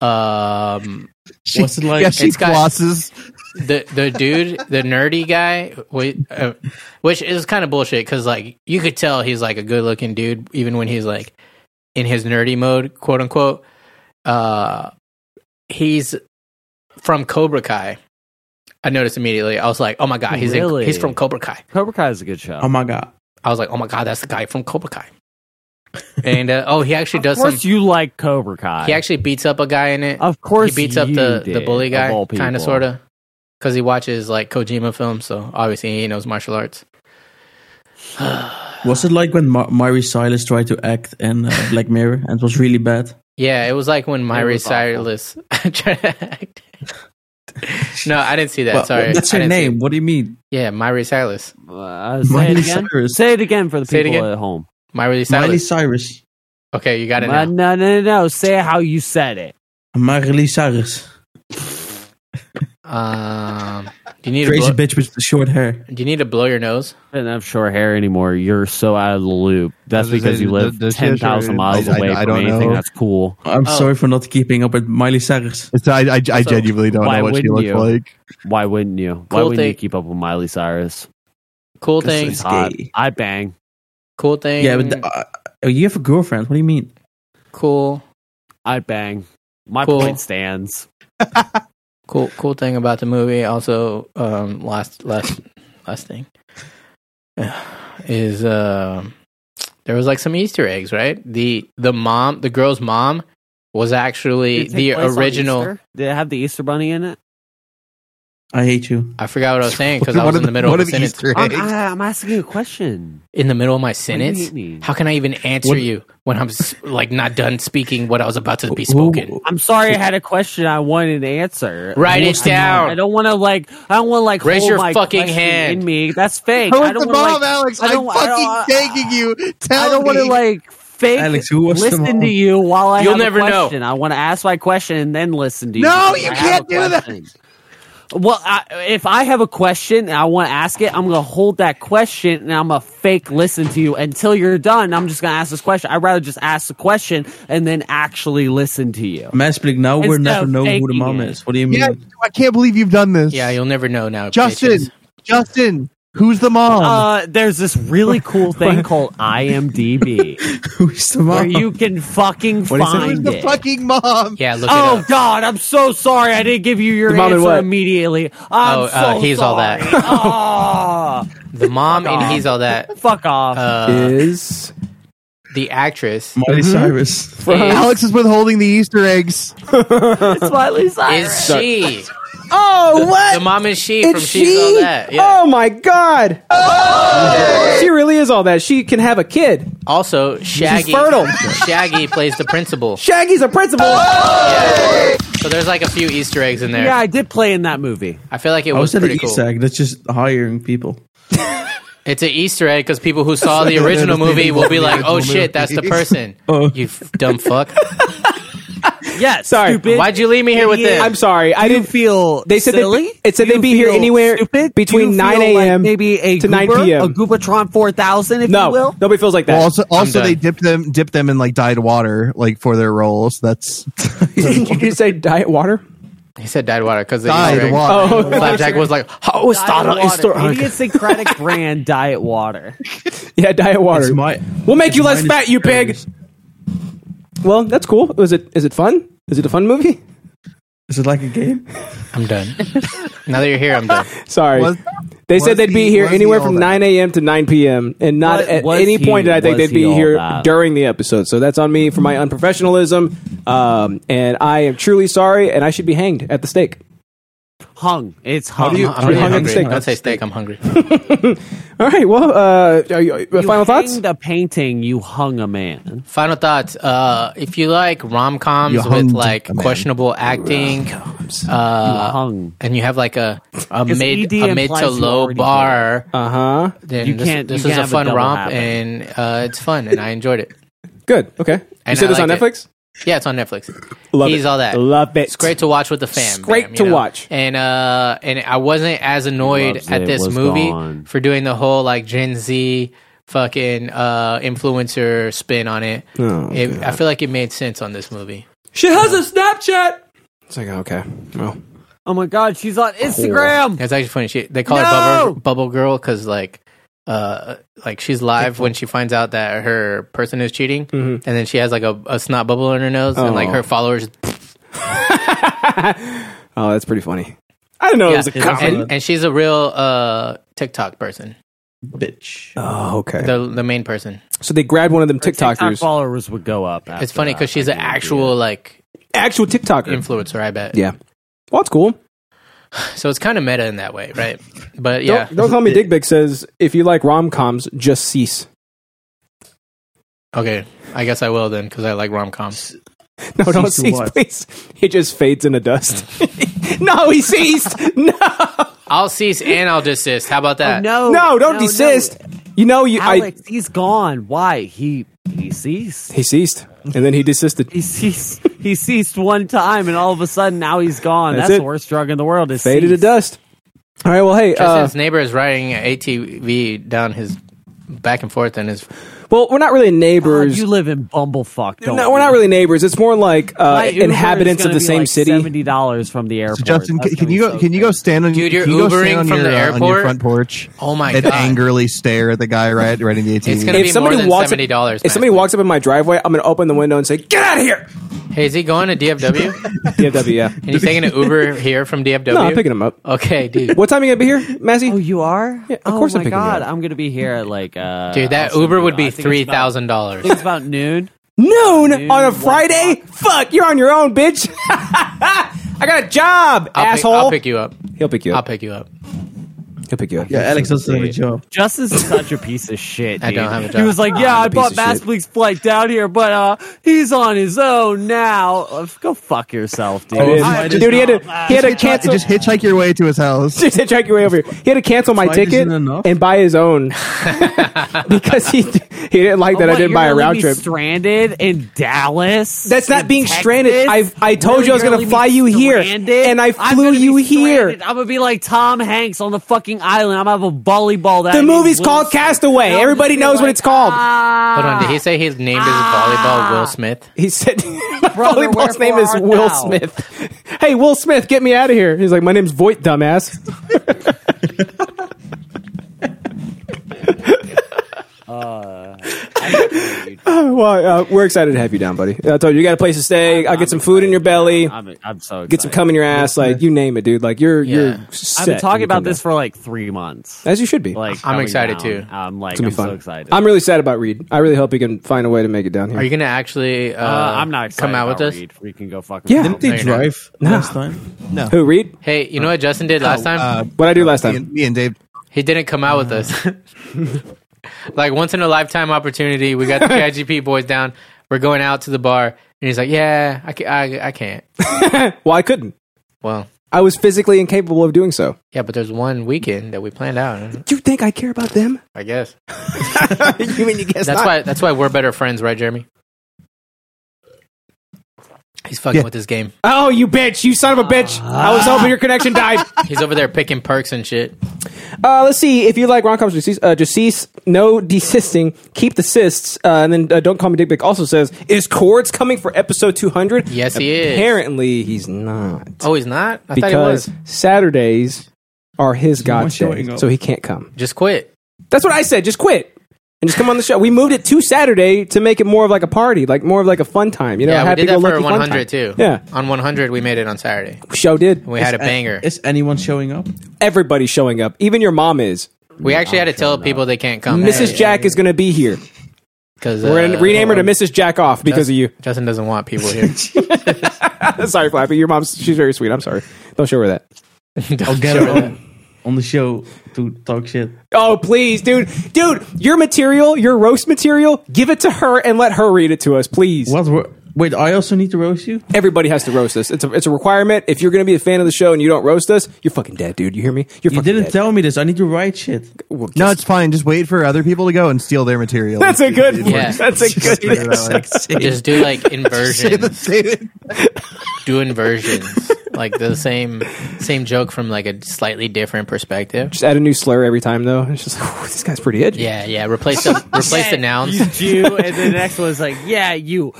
Speaker 2: Um,
Speaker 4: She,
Speaker 6: What's it like?
Speaker 4: Yeah, she
Speaker 2: It's got-
Speaker 4: glosses.
Speaker 2: the the dude, the nerdy guy, wait, uh, which is kind of bullshit because like you could tell he's like a good looking dude even when he's like in his nerdy mode, quote unquote. Uh, he's from Cobra Kai. I noticed immediately. I was like, oh my god, he's in-
Speaker 3: Really?
Speaker 2: he's from Cobra Kai.
Speaker 3: Cobra Kai is a good show.
Speaker 6: Oh my god.
Speaker 2: I was like, oh my god, that's the guy from Cobra Kai. And uh, oh, he actually does
Speaker 3: of course
Speaker 2: some.
Speaker 3: you like Cobra Kai.
Speaker 2: He actually beats up a guy in it.
Speaker 3: of course,
Speaker 2: he beats up
Speaker 3: you
Speaker 2: the, the
Speaker 3: did,
Speaker 2: bully
Speaker 3: of
Speaker 2: guy,
Speaker 3: all
Speaker 2: kind of
Speaker 3: people.
Speaker 2: sort of, because he watches like Kojima films, so obviously he knows martial arts.
Speaker 6: Was it like when Ma- Mari Silas tried to act in uh, Black Mirror and it was really bad?
Speaker 2: Yeah, it was like when Myri
Speaker 3: was awful.
Speaker 2: Cyrus tried to act. no, I didn't see that.
Speaker 6: Well,
Speaker 2: Sorry,
Speaker 6: that's
Speaker 2: I
Speaker 6: her
Speaker 2: didn't see
Speaker 6: name. What do you mean?
Speaker 2: it. Yeah, Myri Cyrus.
Speaker 3: Uh, say it
Speaker 6: Miley
Speaker 3: again.
Speaker 6: Cyrus.
Speaker 3: Say it again for the
Speaker 2: Say it
Speaker 3: people
Speaker 2: again.
Speaker 3: at home.
Speaker 2: Myri
Speaker 6: Miley
Speaker 2: Cyrus.
Speaker 6: Cyrus.
Speaker 2: Okay, you got it
Speaker 3: Uh, no,
Speaker 2: now.
Speaker 3: no, no, no. Say it how you said it.
Speaker 6: Miley Cyrus.
Speaker 2: Um, do you need
Speaker 6: Crazy
Speaker 2: to blow,
Speaker 6: bitch with the short hair.
Speaker 2: do you need to blow your nose?
Speaker 3: I didn't have short hair anymore. You're so out of the loop. That's
Speaker 4: I was gonna
Speaker 3: because
Speaker 4: say,
Speaker 3: you live
Speaker 4: th- does she have
Speaker 3: ten thousand
Speaker 4: short-
Speaker 3: miles
Speaker 4: I- I-
Speaker 3: away
Speaker 4: I
Speaker 3: from
Speaker 4: don't
Speaker 3: anything
Speaker 4: know.
Speaker 3: that's cool.
Speaker 6: I'm
Speaker 2: Oh.
Speaker 6: sorry for not keeping up with Miley Cyrus.
Speaker 4: So I, I, I genuinely don't
Speaker 3: why
Speaker 4: know what she
Speaker 3: wouldn't
Speaker 4: looks
Speaker 3: you?
Speaker 4: like.
Speaker 3: Why wouldn't you? Why
Speaker 2: Cool
Speaker 3: wouldn't you
Speaker 2: thing-
Speaker 3: keep up with Miley Cyrus?
Speaker 2: Cool
Speaker 6: This
Speaker 2: thing,
Speaker 6: is-
Speaker 3: It's hot.
Speaker 6: gay.
Speaker 3: I bang.
Speaker 2: cool thing.
Speaker 6: Yeah, but uh, oh, you have a girlfriend. What do you mean?
Speaker 2: cool,
Speaker 3: I bang. My
Speaker 2: Cool.
Speaker 3: point stands.
Speaker 2: cool, cool thing about the movie. Also, um, last last last thing is um, there was like some Easter eggs, right? The the mom, the girl's mom, was actually
Speaker 3: Did it take
Speaker 2: the
Speaker 3: place on
Speaker 2: original.
Speaker 3: Easter? Did it have the Easter bunny in it?
Speaker 6: I hate you.
Speaker 2: I forgot what I was saying because I
Speaker 4: What
Speaker 2: was
Speaker 4: are
Speaker 2: in the middle
Speaker 4: what
Speaker 2: of a
Speaker 4: are the
Speaker 2: sentence.
Speaker 4: Easter
Speaker 3: I'm,
Speaker 4: eggs?
Speaker 3: I, am asking you a question.
Speaker 2: In the middle of my
Speaker 3: Why do you hate
Speaker 2: sentence.
Speaker 3: me?
Speaker 2: How can I even answer
Speaker 6: What-
Speaker 2: you when I'm s- like not done speaking what I was about to be
Speaker 6: Who-
Speaker 2: spoken?
Speaker 3: I'm sorry I had a question I wanted an answer.
Speaker 2: Write
Speaker 3: I
Speaker 2: it
Speaker 3: don't-
Speaker 2: down.
Speaker 3: I don't want to like. I don't want to like.
Speaker 2: Raise
Speaker 3: hold
Speaker 2: your
Speaker 3: my
Speaker 2: fucking
Speaker 3: question
Speaker 2: hand.
Speaker 3: in me. That's fake.
Speaker 4: How
Speaker 3: I
Speaker 4: is
Speaker 3: don't
Speaker 4: the
Speaker 3: want to
Speaker 4: bomb,
Speaker 3: like.
Speaker 4: Alex?
Speaker 3: I
Speaker 4: I'm
Speaker 3: don't- I don't-
Speaker 4: fucking begging you. Tell
Speaker 3: I don't want to
Speaker 4: me.
Speaker 3: like fake.
Speaker 6: Alex, who was the
Speaker 3: listen
Speaker 6: mom?
Speaker 3: to you while I
Speaker 2: You'll
Speaker 3: have a
Speaker 2: never know.
Speaker 3: question. I want to ask my question and then listen to you.
Speaker 4: No,
Speaker 3: because
Speaker 4: you
Speaker 3: I have
Speaker 4: can't
Speaker 3: a
Speaker 4: do that.
Speaker 3: question. Well, I, if I have a question and I want to ask it, I'm going to hold that question and I'm going to fake listen to you until you're done. I'm just going to ask this question. I'd rather just ask the question and then actually listen to you.
Speaker 6: Mansplaining, now we'll
Speaker 3: Instead
Speaker 6: never
Speaker 3: of
Speaker 6: know who the
Speaker 3: faking
Speaker 6: mom
Speaker 3: it.
Speaker 6: is. What do you mean?
Speaker 4: Yeah, I can't believe you've done this.
Speaker 2: Yeah, you'll never know now.
Speaker 4: Justin,
Speaker 2: bitches.
Speaker 4: Justin, who's the
Speaker 1: Um,
Speaker 4: mom?
Speaker 3: Uh, there's this really cool thing called IMDb
Speaker 6: Who's the
Speaker 3: where
Speaker 6: mom?
Speaker 3: you can fucking
Speaker 6: What is it?
Speaker 4: who's
Speaker 3: find
Speaker 4: the
Speaker 3: it.
Speaker 4: fucking mom?
Speaker 2: Yeah, look it
Speaker 3: Oh
Speaker 2: up.
Speaker 3: God! I'm so sorry. I didn't give you your
Speaker 1: The mom and
Speaker 3: answer
Speaker 1: what?
Speaker 3: immediately. I'm
Speaker 2: Oh,
Speaker 3: so
Speaker 2: uh, he's
Speaker 3: sorry.
Speaker 2: all that.
Speaker 3: Ah,
Speaker 2: The mom and
Speaker 3: off.
Speaker 2: he's all that.
Speaker 3: fuck off.
Speaker 2: Uh,
Speaker 1: is
Speaker 2: the actress
Speaker 6: Miley Cyrus.
Speaker 2: is-
Speaker 4: Alex is withholding the Easter eggs.
Speaker 3: it's Miley Cyrus.
Speaker 2: is she.
Speaker 1: oh what?
Speaker 2: The mom is she from
Speaker 1: It's
Speaker 2: She's
Speaker 1: she?
Speaker 2: All That. Yeah. Oh!
Speaker 1: Oh my god! She really is all that. She can have a kid.
Speaker 2: Also, Shaggy.
Speaker 1: fertile.
Speaker 2: Shaggy plays the principal.
Speaker 1: Shaggy's a principal.
Speaker 3: Oh!
Speaker 2: So there's like a few Easter eggs in there.
Speaker 3: yeah, I did play in that movie.
Speaker 2: I feel like it
Speaker 6: I
Speaker 2: was
Speaker 6: was at E
Speaker 2: pretty
Speaker 6: an
Speaker 2: cool.
Speaker 6: Easter egg. That's just hiring people.
Speaker 2: It's an Easter egg because people who saw the
Speaker 4: That's
Speaker 2: original
Speaker 4: the
Speaker 2: movie will be
Speaker 4: original
Speaker 2: like, "Oh
Speaker 4: movie.
Speaker 2: shit, that's the person."
Speaker 6: Oh.
Speaker 2: You f- dumb fuck.
Speaker 3: Yes.
Speaker 1: Sorry.
Speaker 3: Stupid.
Speaker 2: Why'd you leave me here with
Speaker 3: Idiot.
Speaker 2: this?
Speaker 1: I'm sorry. I
Speaker 3: Do you
Speaker 1: didn't.
Speaker 3: feel
Speaker 1: They said they-
Speaker 3: silly?
Speaker 1: it said
Speaker 3: Do
Speaker 1: they'd
Speaker 3: you
Speaker 1: be here
Speaker 3: feel
Speaker 1: anywhere
Speaker 3: stupid?
Speaker 1: between
Speaker 3: Do you
Speaker 1: 9
Speaker 3: feel
Speaker 1: a.m.
Speaker 3: maybe a
Speaker 1: to 9
Speaker 3: Goober,
Speaker 1: p.m..
Speaker 3: a Goobatron 4000 if you
Speaker 1: No,
Speaker 3: will.
Speaker 1: nobody feels like that.
Speaker 4: Well, also, also
Speaker 2: done.
Speaker 4: they dip them, dip them in like dyed water, like for their rolls. That's
Speaker 1: Did you just say diet water?
Speaker 2: He said dyed water because the Easter
Speaker 4: dyed
Speaker 2: egg.
Speaker 3: Oh,
Speaker 4: water.
Speaker 2: Flapjack was like, "How is
Speaker 3: Diet
Speaker 2: that an Easter
Speaker 3: water.
Speaker 2: egg?"
Speaker 3: Idiosyncratic brand diet water.
Speaker 1: Yeah, diet water.
Speaker 6: It's my.
Speaker 1: we'll make you less
Speaker 6: Miley
Speaker 1: fat, you pig.
Speaker 6: Cyrus.
Speaker 1: Well, that's cool. Was it? Is it fun? Is it a fun movie?
Speaker 6: Is it like a game?
Speaker 2: I'm done. now that you're here, I'm done.
Speaker 1: Sorry,
Speaker 4: Was-
Speaker 1: they said
Speaker 4: was
Speaker 1: they'd be
Speaker 4: he-
Speaker 1: here
Speaker 4: was he
Speaker 1: anywhere
Speaker 4: all
Speaker 1: from
Speaker 4: that?
Speaker 1: 9 a.m. to 9 p.m. and not
Speaker 3: Was-
Speaker 1: at
Speaker 3: was
Speaker 1: any
Speaker 3: he-
Speaker 1: point did I think
Speaker 3: was
Speaker 1: they'd be
Speaker 3: he all
Speaker 1: here
Speaker 3: that?
Speaker 1: during the episode. So that's on me for my unprofessionalism, um, and I am truly sorry. And I should be hanged at the stake.
Speaker 3: Hung. It's hung.
Speaker 2: I'm,
Speaker 1: you-
Speaker 2: I'm really
Speaker 1: hung on
Speaker 2: hungry.
Speaker 1: steak?
Speaker 2: Don't say steak. I'm hungry.
Speaker 1: All right. Well, uh, are you- uh,
Speaker 3: You
Speaker 1: final thoughts.
Speaker 3: hanged a painting. You hung a man.
Speaker 2: Final thoughts. Uh, if you like rom
Speaker 4: You
Speaker 2: coms
Speaker 4: hung
Speaker 2: with like
Speaker 4: a man.
Speaker 2: questionable acting,
Speaker 3: you
Speaker 2: uh,
Speaker 3: hung.
Speaker 2: and you have like a, a
Speaker 3: Because
Speaker 2: mid
Speaker 3: ED
Speaker 2: a mid
Speaker 3: implies
Speaker 2: to
Speaker 3: you
Speaker 2: low
Speaker 3: already
Speaker 2: bar,
Speaker 1: Uh huh.
Speaker 2: then
Speaker 3: You
Speaker 2: this,
Speaker 3: can't-
Speaker 2: this
Speaker 3: you
Speaker 2: is
Speaker 3: can't
Speaker 2: a
Speaker 3: have a
Speaker 2: fun
Speaker 3: double
Speaker 2: romp,
Speaker 3: happen.
Speaker 2: and uh, it's fun, and I enjoyed it.
Speaker 1: Good. Okay. You
Speaker 2: And
Speaker 1: said
Speaker 2: I
Speaker 1: this on
Speaker 2: liked it.
Speaker 1: Netflix.
Speaker 2: Yeah, it's on Netflix.
Speaker 1: Love
Speaker 2: He's
Speaker 1: it.
Speaker 2: all that.
Speaker 1: Love it.
Speaker 2: It's great to watch with the fam.
Speaker 1: It's great
Speaker 2: fam,
Speaker 1: to
Speaker 2: you know?
Speaker 1: watch.
Speaker 2: And uh, and I wasn't as annoyed
Speaker 3: Loves
Speaker 2: at
Speaker 3: it,
Speaker 2: this
Speaker 3: was
Speaker 2: movie
Speaker 3: gone.
Speaker 2: for doing the whole like Gen Z fucking uh, influencer spin on it.
Speaker 1: Oh,
Speaker 2: it I feel like it made sense on this movie.
Speaker 1: She has a Snapchat. It's like okay. Well,
Speaker 3: Oh my god, she's on Instagram.
Speaker 2: That's actually funny. She, they call her
Speaker 3: No!
Speaker 2: Bubble Bubble Girl because like. Uh, like she's live when she finds out that her person is cheating, and
Speaker 1: Mm-hmm.
Speaker 2: then she has like a, a snot bubble in her nose, and like
Speaker 1: Oh.
Speaker 2: her followers
Speaker 1: oh, that's pretty funny. I don't know. It was a
Speaker 2: Yeah,
Speaker 1: comedy.
Speaker 2: and, and she's a real uh, TikTok person,
Speaker 6: Bitch.
Speaker 1: Oh, okay.
Speaker 2: the the main person.
Speaker 1: so they grabbed one of them
Speaker 3: TikTok
Speaker 1: TikTokers,
Speaker 3: followers would go up. after
Speaker 2: It's funny
Speaker 3: that.
Speaker 2: because she's
Speaker 3: I
Speaker 2: an
Speaker 3: do agree.
Speaker 2: actual like
Speaker 1: actual TikToker.
Speaker 2: influencer, I bet.
Speaker 1: Yeah. Well, it's cool.
Speaker 2: So it's kind of meta in that way, right? But yeah,
Speaker 1: Don't, don't call me Dick Big says if you like rom coms, just cease.
Speaker 2: okay. I guess I will then because I like rom coms.
Speaker 1: No, don't
Speaker 6: Cease to
Speaker 1: cease,
Speaker 6: what?
Speaker 1: please. He just fades into dust. no, he ceased. No,
Speaker 2: I'll cease and I'll desist. How about that?
Speaker 3: No,
Speaker 1: Oh, no, don't desist. You know, you. I,
Speaker 3: Alex, he's gone. Why? He he ceased.
Speaker 1: he ceased, and then he desisted.
Speaker 3: He ceased. he ceased one time, and all of a sudden, now he's gone.
Speaker 1: That's
Speaker 3: That's,
Speaker 1: it.
Speaker 3: the worst drug in the world. Is
Speaker 1: Faded to
Speaker 3: cease.
Speaker 1: dust. All right. Well, hey. Uh,
Speaker 2: Tristan's neighbor is riding an ATV down his back and forth, and his
Speaker 1: well, we're not really
Speaker 3: God,
Speaker 1: neighbors.
Speaker 3: you live in bumblefuck. Don't
Speaker 1: no, we're
Speaker 3: you?
Speaker 1: not really neighbors. It's more like
Speaker 3: My
Speaker 1: uh,
Speaker 3: Uber is
Speaker 1: inhabitants of
Speaker 3: gonna
Speaker 1: the
Speaker 3: be
Speaker 1: same
Speaker 3: like
Speaker 1: city.
Speaker 3: Seventy dollars from the airport.
Speaker 4: Justin,
Speaker 3: That's
Speaker 4: can,
Speaker 3: gonna
Speaker 4: can you
Speaker 3: be
Speaker 4: go?
Speaker 3: so
Speaker 4: can you go
Speaker 3: crazy.
Speaker 4: stand on?
Speaker 2: Dude, you're
Speaker 4: can you go stand
Speaker 2: Ubering
Speaker 4: on
Speaker 2: from the
Speaker 4: your, uh, on your
Speaker 2: airport?
Speaker 4: front porch.
Speaker 2: Oh my
Speaker 4: and
Speaker 2: God.
Speaker 4: angrily stare at the guy right riding the ATV.
Speaker 2: it's gonna be more than seventy dollars.
Speaker 1: If somebody walks up in my driveway, I'm gonna open the window and say, "Get out of here!"
Speaker 2: hey, is he going to DFW?
Speaker 1: DFW, yeah.
Speaker 2: and he's taking an Uber here from DFW.
Speaker 1: No, I'm picking him up.
Speaker 2: Okay, dude.
Speaker 1: What time are you gonna be here, Massey?
Speaker 3: Oh, you are?
Speaker 1: Yeah, of course
Speaker 3: oh
Speaker 1: I'm picking
Speaker 3: my
Speaker 1: you
Speaker 3: god,
Speaker 1: up.
Speaker 3: I'm gonna be here at like uh
Speaker 2: Dude, that
Speaker 3: I'll
Speaker 2: Uber
Speaker 3: send
Speaker 2: would
Speaker 3: you- I think
Speaker 2: be
Speaker 3: it's
Speaker 2: three
Speaker 3: about-
Speaker 2: thousand dollars.
Speaker 3: I think it's about noon.
Speaker 1: Noon on
Speaker 3: Noon,
Speaker 1: a
Speaker 3: one
Speaker 1: Friday? Fuck, you're on your own, bitch. I got a job, asshole.
Speaker 2: I'll pick you up.
Speaker 1: He'll pick you
Speaker 2: I'll
Speaker 1: up.
Speaker 2: pick you up.
Speaker 1: He'll pick you up.
Speaker 6: Yeah, Alex doesn't have a job.
Speaker 3: Justice is such a piece of shit.
Speaker 2: I don't
Speaker 3: dude.
Speaker 2: have a
Speaker 3: He
Speaker 2: job.
Speaker 3: was like, "Yeah,
Speaker 1: I'm a
Speaker 3: I
Speaker 1: piece
Speaker 3: bought
Speaker 1: of
Speaker 3: Massbleek's flight down here, but uh, he's on his own now." Uh, go fuck yourself, dude.
Speaker 1: It is.
Speaker 6: I just-
Speaker 1: Dude, he had to he had to cancel.
Speaker 4: Just hitchhike your way to his house.
Speaker 1: Just hitchhike your way over here. He had to cancel my
Speaker 6: Five
Speaker 1: ticket
Speaker 6: isn't enough.
Speaker 1: and buy his own because he he didn't like that I
Speaker 3: What,
Speaker 1: didn't
Speaker 3: Oh
Speaker 1: buy
Speaker 3: you're
Speaker 1: a
Speaker 3: gonna
Speaker 1: round
Speaker 3: leave me
Speaker 1: trip.
Speaker 3: Stranded in Dallas.
Speaker 1: That's not
Speaker 3: In
Speaker 1: being
Speaker 3: Texas?
Speaker 1: stranded. I I told
Speaker 3: Really,
Speaker 1: you I was
Speaker 3: you're
Speaker 1: gonna
Speaker 3: leave
Speaker 1: fly
Speaker 3: me
Speaker 1: you here,
Speaker 3: stranded?
Speaker 1: and I
Speaker 3: I'm
Speaker 1: flew
Speaker 3: gonna be
Speaker 1: you here.
Speaker 3: stranded. I'm gonna be like Tom Hanks on the fucking island. I'm gonna have a volleyball. That
Speaker 1: The
Speaker 3: I need
Speaker 1: movie's
Speaker 3: Will
Speaker 1: called
Speaker 3: Smith.
Speaker 1: Castaway.
Speaker 3: And I'm
Speaker 1: Everybody
Speaker 3: just gonna
Speaker 1: knows
Speaker 3: be
Speaker 1: what
Speaker 3: like,
Speaker 1: it's called.
Speaker 3: "Ah."
Speaker 2: Hold on, did he say his name is volleyball Will Smith?
Speaker 1: He said, "My
Speaker 3: Brother,
Speaker 1: volleyball's
Speaker 3: wherefore
Speaker 1: name is
Speaker 3: art
Speaker 1: Will
Speaker 3: thou?
Speaker 1: Smith." Hey, Will Smith, get me out of here. He's like, "My name's Voight, dumbass." Uh, well, uh, we're excited to have you down, buddy. I told you, you got a place to stay. I'll get some food in your belly.
Speaker 3: I'm, I'm so excited.
Speaker 1: Get some cum in your ass. Like you name it, dude. Like you're
Speaker 2: Yeah. I've
Speaker 1: you're.
Speaker 2: been
Speaker 1: set
Speaker 3: I've been
Speaker 1: when
Speaker 3: talking
Speaker 1: you
Speaker 3: about
Speaker 1: come
Speaker 3: this
Speaker 1: down.
Speaker 3: for like three months.
Speaker 1: as you should be.
Speaker 3: Like
Speaker 2: I'm
Speaker 3: coming
Speaker 2: excited,
Speaker 3: down.
Speaker 2: too.
Speaker 3: I'm like
Speaker 1: It's gonna
Speaker 3: I'm
Speaker 1: be fun.
Speaker 3: so excited.
Speaker 1: I'm really sad about Reed. I really hope he can find a way to make it down here.
Speaker 2: Are you gonna actually? Uh,
Speaker 3: Uh, I'm not excited
Speaker 2: come out with
Speaker 3: about
Speaker 2: us.
Speaker 3: Reed. We can go fucking.
Speaker 1: Yeah.
Speaker 6: Didn't
Speaker 2: No,
Speaker 6: they
Speaker 2: you're not.
Speaker 6: drive last time?
Speaker 1: Who Reed?
Speaker 2: Hey, you know what Justin did
Speaker 1: Oh,
Speaker 2: last time?
Speaker 4: Uh,
Speaker 1: What I do last
Speaker 4: me,
Speaker 1: time?
Speaker 4: and, me and Dave.
Speaker 2: he didn't come out
Speaker 1: uh,
Speaker 2: with us. like once in a lifetime opportunity, we got the KIGP boys down. We're going out to the bar, and he's like, "Yeah, I, ca- I, I can't."
Speaker 1: Well, I couldn't.
Speaker 2: Well,
Speaker 1: I was physically incapable of doing so.
Speaker 2: yeah, but there's one weekend that we planned out.
Speaker 1: Do you think I care about them?
Speaker 2: I guess
Speaker 1: you mean you guess
Speaker 2: that's
Speaker 1: not?
Speaker 2: why. That's why we're better friends, right, Jeremy? He's fucking
Speaker 4: Yeah.
Speaker 2: with this game.
Speaker 1: Oh, you bitch! You son of a bitch! I was hoping your connection died.
Speaker 2: He's over there picking perks and shit.
Speaker 1: Uh, let's see. If you like rom coms, just cease, uh, just cease. No desisting. Keep the cysts. Uh, and then uh, don't call me Dick Bick also says, Is Cords coming for episode 200?
Speaker 2: Yes, he is.
Speaker 1: Apparently, he's not.
Speaker 2: Oh, he's not. I thought he
Speaker 1: because
Speaker 2: was.
Speaker 1: Saturdays are his
Speaker 6: not
Speaker 1: God
Speaker 6: showing
Speaker 1: day,
Speaker 6: up.
Speaker 1: so he can't come.
Speaker 2: Just quit.
Speaker 1: That's what I said. Just quit. and just come on the show. We moved it to Saturday to make it more of like a party, like more of like a fun time. You know,
Speaker 2: Yeah, we
Speaker 1: happy
Speaker 2: did
Speaker 1: go
Speaker 2: that for
Speaker 1: lucky fun
Speaker 2: 100
Speaker 1: time.
Speaker 2: too.
Speaker 1: Yeah,
Speaker 2: on 100 we made it on Saturday.
Speaker 1: show did.
Speaker 2: We had a banger.
Speaker 6: Is anyone showing up?
Speaker 1: Everybody's showing up. Even your mom is.
Speaker 2: We actually had to tell people they can't come.
Speaker 1: Mrs. Jack is going to be here.
Speaker 2: because
Speaker 1: We're going to rename her to Mrs. Jack off because of you.
Speaker 2: Justin doesn't want people here.
Speaker 1: sorry, Flappy. Your mom's she's very sweet. I'm sorry. Don't show her that.
Speaker 6: I'll get her on, on the show to talk shit.
Speaker 1: Oh, please, dude. Dude, your material, your roast material, give it to her and let her read it to us, please.
Speaker 6: What? were- Wait, I also need to roast you.
Speaker 1: Everybody has to roast us. It's a, it's a requirement. If you're going to be a fan of the show and you don't roast us, you're fucking dead, dude. You hear me? You're
Speaker 6: You
Speaker 1: fucking
Speaker 6: didn't
Speaker 1: dead.
Speaker 6: tell me this. I need to write shit.
Speaker 1: Well,
Speaker 4: No,
Speaker 1: just-
Speaker 4: it's fine. Just wait for other people to go and steal their material.
Speaker 1: that's a good one.
Speaker 2: Yeah.
Speaker 1: That's a good
Speaker 4: Figure it out.
Speaker 2: Just do like
Speaker 4: Say the
Speaker 2: inversions.
Speaker 4: same-
Speaker 2: do inversions. Like the same same joke from like a slightly different perspective.
Speaker 1: Just add a new slur every time, though. It's just like, "Ooh, this guy's pretty edgy.
Speaker 2: Yeah, yeah. Replace the replace the
Speaker 3: You
Speaker 2: nouns.
Speaker 3: Jew, and the next one's like, yeah, you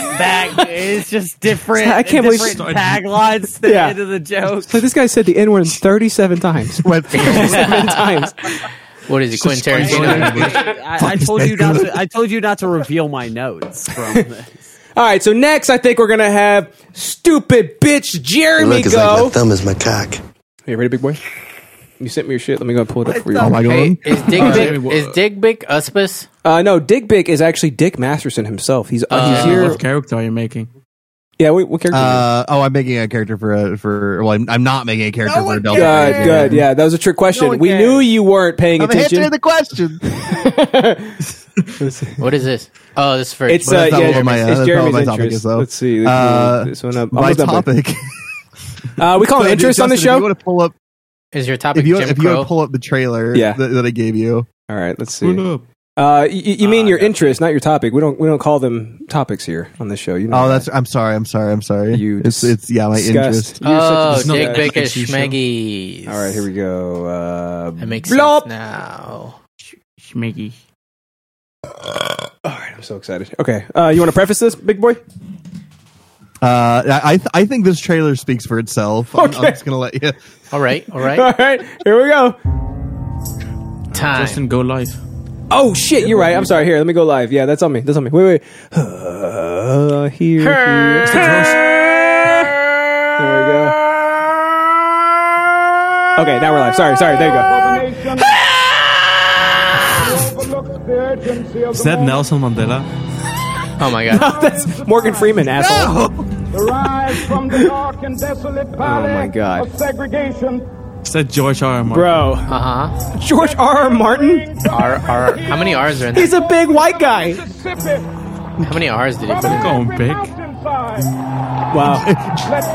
Speaker 3: back. It's just different.
Speaker 1: I can't believe-
Speaker 3: different taglines. The
Speaker 1: Yeah.
Speaker 3: end of the joke.
Speaker 1: So this guy said the N word 37 times.
Speaker 4: Went-
Speaker 1: Seven times.
Speaker 2: What is it, Quentin Tarantino?
Speaker 3: I, I told you not to. I told you not to reveal my notes from this.
Speaker 1: All right, so next I think we're going to have stupid bitch Jeremy
Speaker 5: Look, it's
Speaker 1: go.
Speaker 5: like my thumb is my cock.
Speaker 1: You ready, big boy? You sent me your shit. Let me go and pull it up for you.
Speaker 4: oh my
Speaker 2: Hey,
Speaker 4: god.
Speaker 2: is Dig Big is Dig Big Uspis?
Speaker 1: Uh, no, Dick Bick is actually Dick Masterson himself. He's, uh, he's here.
Speaker 6: What character are you making?
Speaker 1: Yeah, wait, what character? are
Speaker 4: Uh, oh, I'm making a character for a for. Well, I'm, I'm not making a character for adult.
Speaker 1: you? Good, good. Yeah, that was a trick question. we knew you weren't paying
Speaker 4: I'm answering
Speaker 1: attention.
Speaker 4: the question.
Speaker 2: What is this? Oh, this is for
Speaker 1: It's
Speaker 4: Well,
Speaker 1: uh,
Speaker 4: that's not
Speaker 1: yeah,
Speaker 4: what my,
Speaker 1: it's
Speaker 4: uh, that's not what
Speaker 1: Jeremy's
Speaker 4: my
Speaker 1: interest.
Speaker 4: topic is, though.
Speaker 1: Let's see. Let's
Speaker 4: Uh,
Speaker 1: move this one up.
Speaker 4: My
Speaker 1: Almost done, bud.
Speaker 4: topic.
Speaker 1: Uh, we call it
Speaker 4: So,
Speaker 1: interest on the
Speaker 4: Justin, If you
Speaker 1: show.
Speaker 4: want to pull up,
Speaker 2: is your topic
Speaker 4: if you,
Speaker 2: Jim
Speaker 4: if you
Speaker 2: Crow?
Speaker 4: want to pull up the trailer
Speaker 1: Yeah.
Speaker 4: that, that I gave you,
Speaker 1: All right, let's see. Uh, you, you mean your interest, not your topic. We don't we don't call them topics here on this show. You know
Speaker 4: oh,
Speaker 1: that.
Speaker 4: that's. I'm sorry. I'm sorry. I'm sorry.
Speaker 1: You
Speaker 4: it's
Speaker 1: dis-
Speaker 4: it's yeah. My
Speaker 1: Disgust.
Speaker 4: interest.
Speaker 1: You're such a
Speaker 2: oh,
Speaker 1: disgust.
Speaker 2: Dig Big is
Speaker 6: Show.
Speaker 2: Schmeggies.
Speaker 1: All right, here we go. Uh,
Speaker 2: That makes sense now.
Speaker 6: Schmiggy.
Speaker 1: All right, I'm so excited. Okay, uh, you want to preface this, big boy?
Speaker 4: Uh, I I th- I think this trailer speaks for itself. I'm, I'm
Speaker 1: Okay.
Speaker 4: just gonna let you.
Speaker 2: All right, all right.
Speaker 1: All right, here we go.
Speaker 2: Time.
Speaker 6: Justin, go live.
Speaker 1: Oh shit, you're right. I'm sorry. Here, let me go live. Yeah, that's on me. That's on me. Wait, wait. Uh, here, here. There we go. Okay, now we're live. Sorry, sorry. There you go.
Speaker 6: Is that Nelson Mandela?
Speaker 2: oh my god.
Speaker 1: That's Morgan Freeman,
Speaker 4: Ah!
Speaker 1: asshole.
Speaker 6: Oh,
Speaker 12: from the dark and desolate
Speaker 1: Oh my god,
Speaker 12: segregation.
Speaker 6: Is that George R. R. Martin?
Speaker 1: bro.
Speaker 2: Uh huh.
Speaker 1: George R. R. Martin.
Speaker 2: R R. How many R's are in there?
Speaker 1: He's a big white guy.
Speaker 2: How many R's did he put? in?
Speaker 6: Come on, Vic.
Speaker 1: Wow.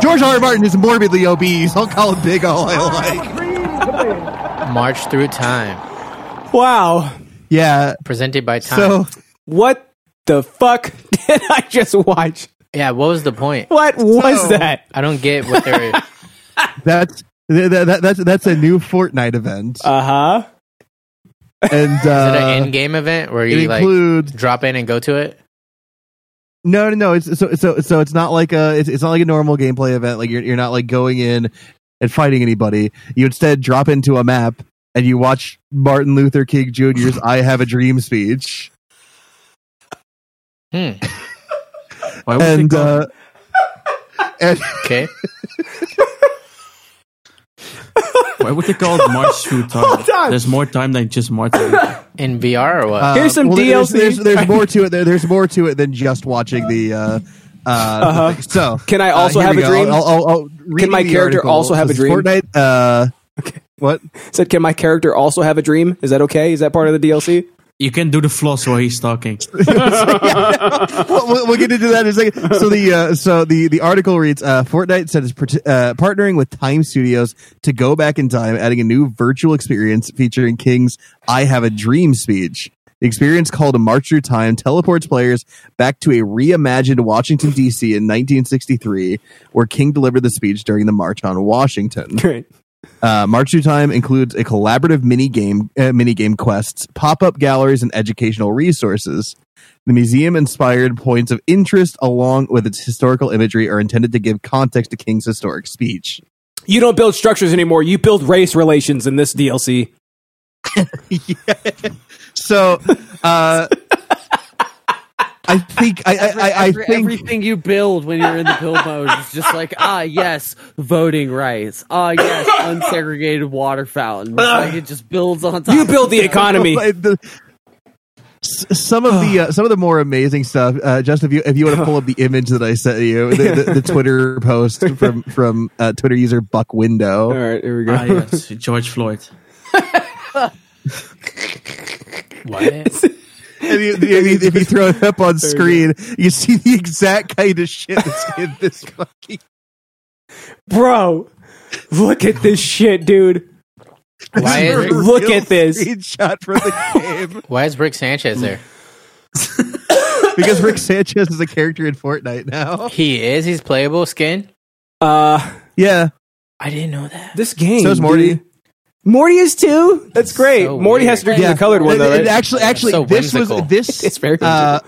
Speaker 4: George R. R. Martin is morbidly obese. I'll call him big all I
Speaker 6: Ah.
Speaker 4: like.
Speaker 2: March through time.
Speaker 1: Wow.
Speaker 4: Yeah.
Speaker 2: Presented by time.
Speaker 4: So
Speaker 1: What the fuck did I just watch?
Speaker 2: yeah. What was the point?
Speaker 1: What was
Speaker 4: So-
Speaker 1: that?
Speaker 2: I don't get what they're.
Speaker 4: that's th- th- that, that's that's a new Fortnite event,
Speaker 1: Uh huh.
Speaker 4: and
Speaker 2: Is it an
Speaker 4: uh,
Speaker 2: in game event where
Speaker 4: it
Speaker 2: you like
Speaker 4: includes
Speaker 2: drop in and go to it?
Speaker 4: No, no, no. It's so so so. It's not like a. It's, it's not like a normal gameplay event. Like you're you're not like going in and fighting anybody. You instead drop into a map and you watch Martin Luther King Jr.'s "I Have a Dream" speech.
Speaker 2: Hmm.
Speaker 6: Why would they
Speaker 4: And
Speaker 6: go-
Speaker 4: uh, and
Speaker 2: Okay.
Speaker 6: Why would they call it March through time? There's more time than just Martin.
Speaker 2: In VR or what?
Speaker 4: uh,
Speaker 1: Here's some
Speaker 4: there's-
Speaker 1: DLC.
Speaker 4: There's, there's, more to it. There, there's more to it than just watching the. Uh, uh,
Speaker 1: Uh-huh.
Speaker 4: thing. so uh,
Speaker 1: Can I also
Speaker 4: here
Speaker 1: have
Speaker 4: we
Speaker 1: a
Speaker 4: go.
Speaker 1: dream?
Speaker 4: I'll- I'll- I'll read
Speaker 1: Can my
Speaker 4: the
Speaker 1: character
Speaker 4: article.
Speaker 1: also have
Speaker 4: This
Speaker 1: a
Speaker 4: is
Speaker 1: dream?
Speaker 4: Fortnite. Uh, What?
Speaker 1: Said, can my character also have a dream? Is that okay? Is that part of the DLC?
Speaker 6: You can do the floss while he's talking.
Speaker 4: we'll, we'll- we'll get into that in a second. So the uh, so the the article reads: uh, Fortnite said it's part- uh, partnering with Time Studios to go back in time, adding a new virtual experience featuring King's "I Have a Dream" speech. The experience called a March Through Time teleports players back to a reimagined Washington D.C. in 1963, where King delivered the speech during the March on Washington.
Speaker 1: Great.
Speaker 4: Uh, March Through Time includes a collaborative mini game, uh, mini game quests, pop up galleries, and educational resources. The museum inspired points of interest, along with its historical imagery, are intended to give context to King's historic speech.
Speaker 1: You don't build structures anymore. You build race relations in this DLC.
Speaker 4: So, uh, I think I I, I, I
Speaker 3: Every-
Speaker 4: think
Speaker 3: everything you build when you're in the build mode is just like ah yes voting rights ah yes unsegregated water fountain It's like it just builds on top
Speaker 1: You build the economy.
Speaker 4: Like the- s- some of the uh, some of the more amazing stuff. Uh, Justin, if you if you want to pull up the image that I sent you, the, the, the Twitter post from from uh, Twitter user Buck Window.
Speaker 1: All right, here we go.
Speaker 6: Ah, yes, George Floyd.
Speaker 2: What?
Speaker 4: If you, if you- if you throw it up on screen, you see the exact kind of shit that's in this fucking.
Speaker 1: Bro, look at this shit, dude.
Speaker 2: Why is
Speaker 4: This is a
Speaker 2: Rick,
Speaker 1: Look
Speaker 4: real
Speaker 1: at this.
Speaker 4: screenshot from the game
Speaker 2: why is Rick Sanchez there?
Speaker 4: because Rick Sanchez is a character in Fortnite now.
Speaker 2: He is. He's playable skin.
Speaker 1: Uh,
Speaker 4: Yeah,
Speaker 2: I didn't know that.
Speaker 1: this game.
Speaker 4: so is Morty.
Speaker 1: dude. Morty is too. That's great.
Speaker 2: So
Speaker 1: Morty
Speaker 2: weird.
Speaker 1: has to drink
Speaker 4: Yeah.
Speaker 1: the colored one
Speaker 4: And-
Speaker 1: though.
Speaker 4: and
Speaker 1: Right?
Speaker 4: Actually, actually,
Speaker 2: So
Speaker 4: this
Speaker 2: whimsical.
Speaker 4: was this.
Speaker 1: It's very
Speaker 4: uh,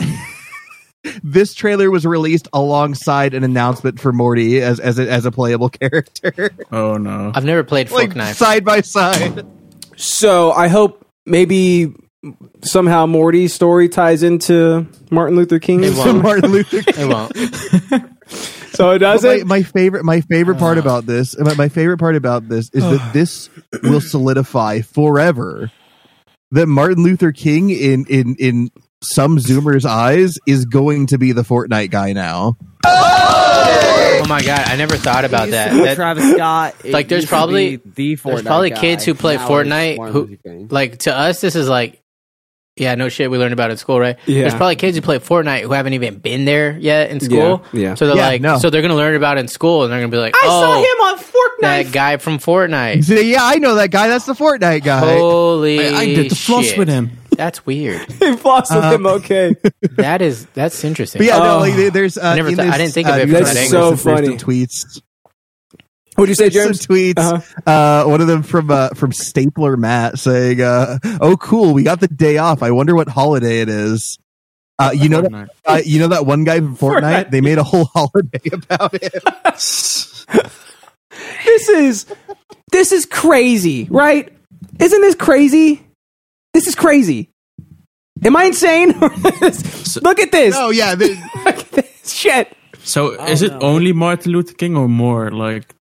Speaker 4: this trailer was released alongside an announcement for Morty as as a, as a playable character,
Speaker 6: Oh no.
Speaker 2: I've never played Fork
Speaker 4: like
Speaker 2: Knife.
Speaker 4: side by side.
Speaker 1: So I hope maybe somehow Morty's story ties into Martin Luther
Speaker 2: It
Speaker 1: King's.
Speaker 2: won't.
Speaker 4: Martin Luther.
Speaker 2: It
Speaker 4: King.
Speaker 2: won't.
Speaker 1: So it does
Speaker 4: my,
Speaker 1: it.
Speaker 4: my favorite, my favorite part about this, my, my favorite part about this is that this will solidify forever that Martin Luther King in in in some Zoomers' eyes is going to be the Fortnite guy now.
Speaker 2: Oh my god! I never thought
Speaker 3: It
Speaker 2: about
Speaker 3: used
Speaker 2: that.
Speaker 3: to be
Speaker 2: That-
Speaker 3: Travis Scott. it
Speaker 2: like, there's
Speaker 3: used to
Speaker 2: probably-
Speaker 3: be the Fortnite
Speaker 2: there's probably
Speaker 3: guy.
Speaker 2: kids who play
Speaker 3: Now it's
Speaker 2: Fortnite
Speaker 3: Martin
Speaker 2: who-
Speaker 3: Luther King.
Speaker 2: like to us, this is like, yeah, no shit. We learned about it at school, right?
Speaker 1: Yeah.
Speaker 2: There's probably kids who play Fortnite who haven't even been there yet in school.
Speaker 1: Yeah, yeah.
Speaker 2: So they're
Speaker 4: Yeah,
Speaker 2: like,
Speaker 4: no.
Speaker 2: so they're gonna learn about it in school, and they're gonna be like, oh,
Speaker 1: on Fortnite.
Speaker 2: that guy from
Speaker 4: You
Speaker 2: Fortnite.
Speaker 4: say, yeah, I know that guy. That's the Fortnite guy.
Speaker 2: Holy!
Speaker 6: I, I did the floss
Speaker 2: shit.
Speaker 6: with him.
Speaker 2: That's weird.
Speaker 1: They flossed with him. Okay.
Speaker 2: That is that's interesting.
Speaker 4: But yeah, no,
Speaker 1: Oh.
Speaker 4: like there- there's. Uh,
Speaker 2: I never
Speaker 4: in
Speaker 2: thought- I
Speaker 4: this,
Speaker 2: didn't think of
Speaker 4: uh,
Speaker 2: it from
Speaker 4: there's
Speaker 1: that
Speaker 4: some-
Speaker 1: angle.
Speaker 4: there's some
Speaker 1: That's so funny.
Speaker 4: Tweets.
Speaker 1: What'd you say,
Speaker 4: Some
Speaker 1: James?
Speaker 4: tweets.
Speaker 1: Uh-huh.
Speaker 4: Uh, one of them from uh, from Stapler Matt saying, uh, "Oh, cool, we got the day off. I wonder what holiday it is." Uh, you know, that, uh, you know that one guy from Fortnite. They made a whole holiday about it.
Speaker 1: This is this is crazy, right? Isn't this crazy? This is crazy. Am I insane? Look at this.
Speaker 4: Oh yeah, they,
Speaker 1: Look at this shit.
Speaker 6: So is it only Martin Luther King or more like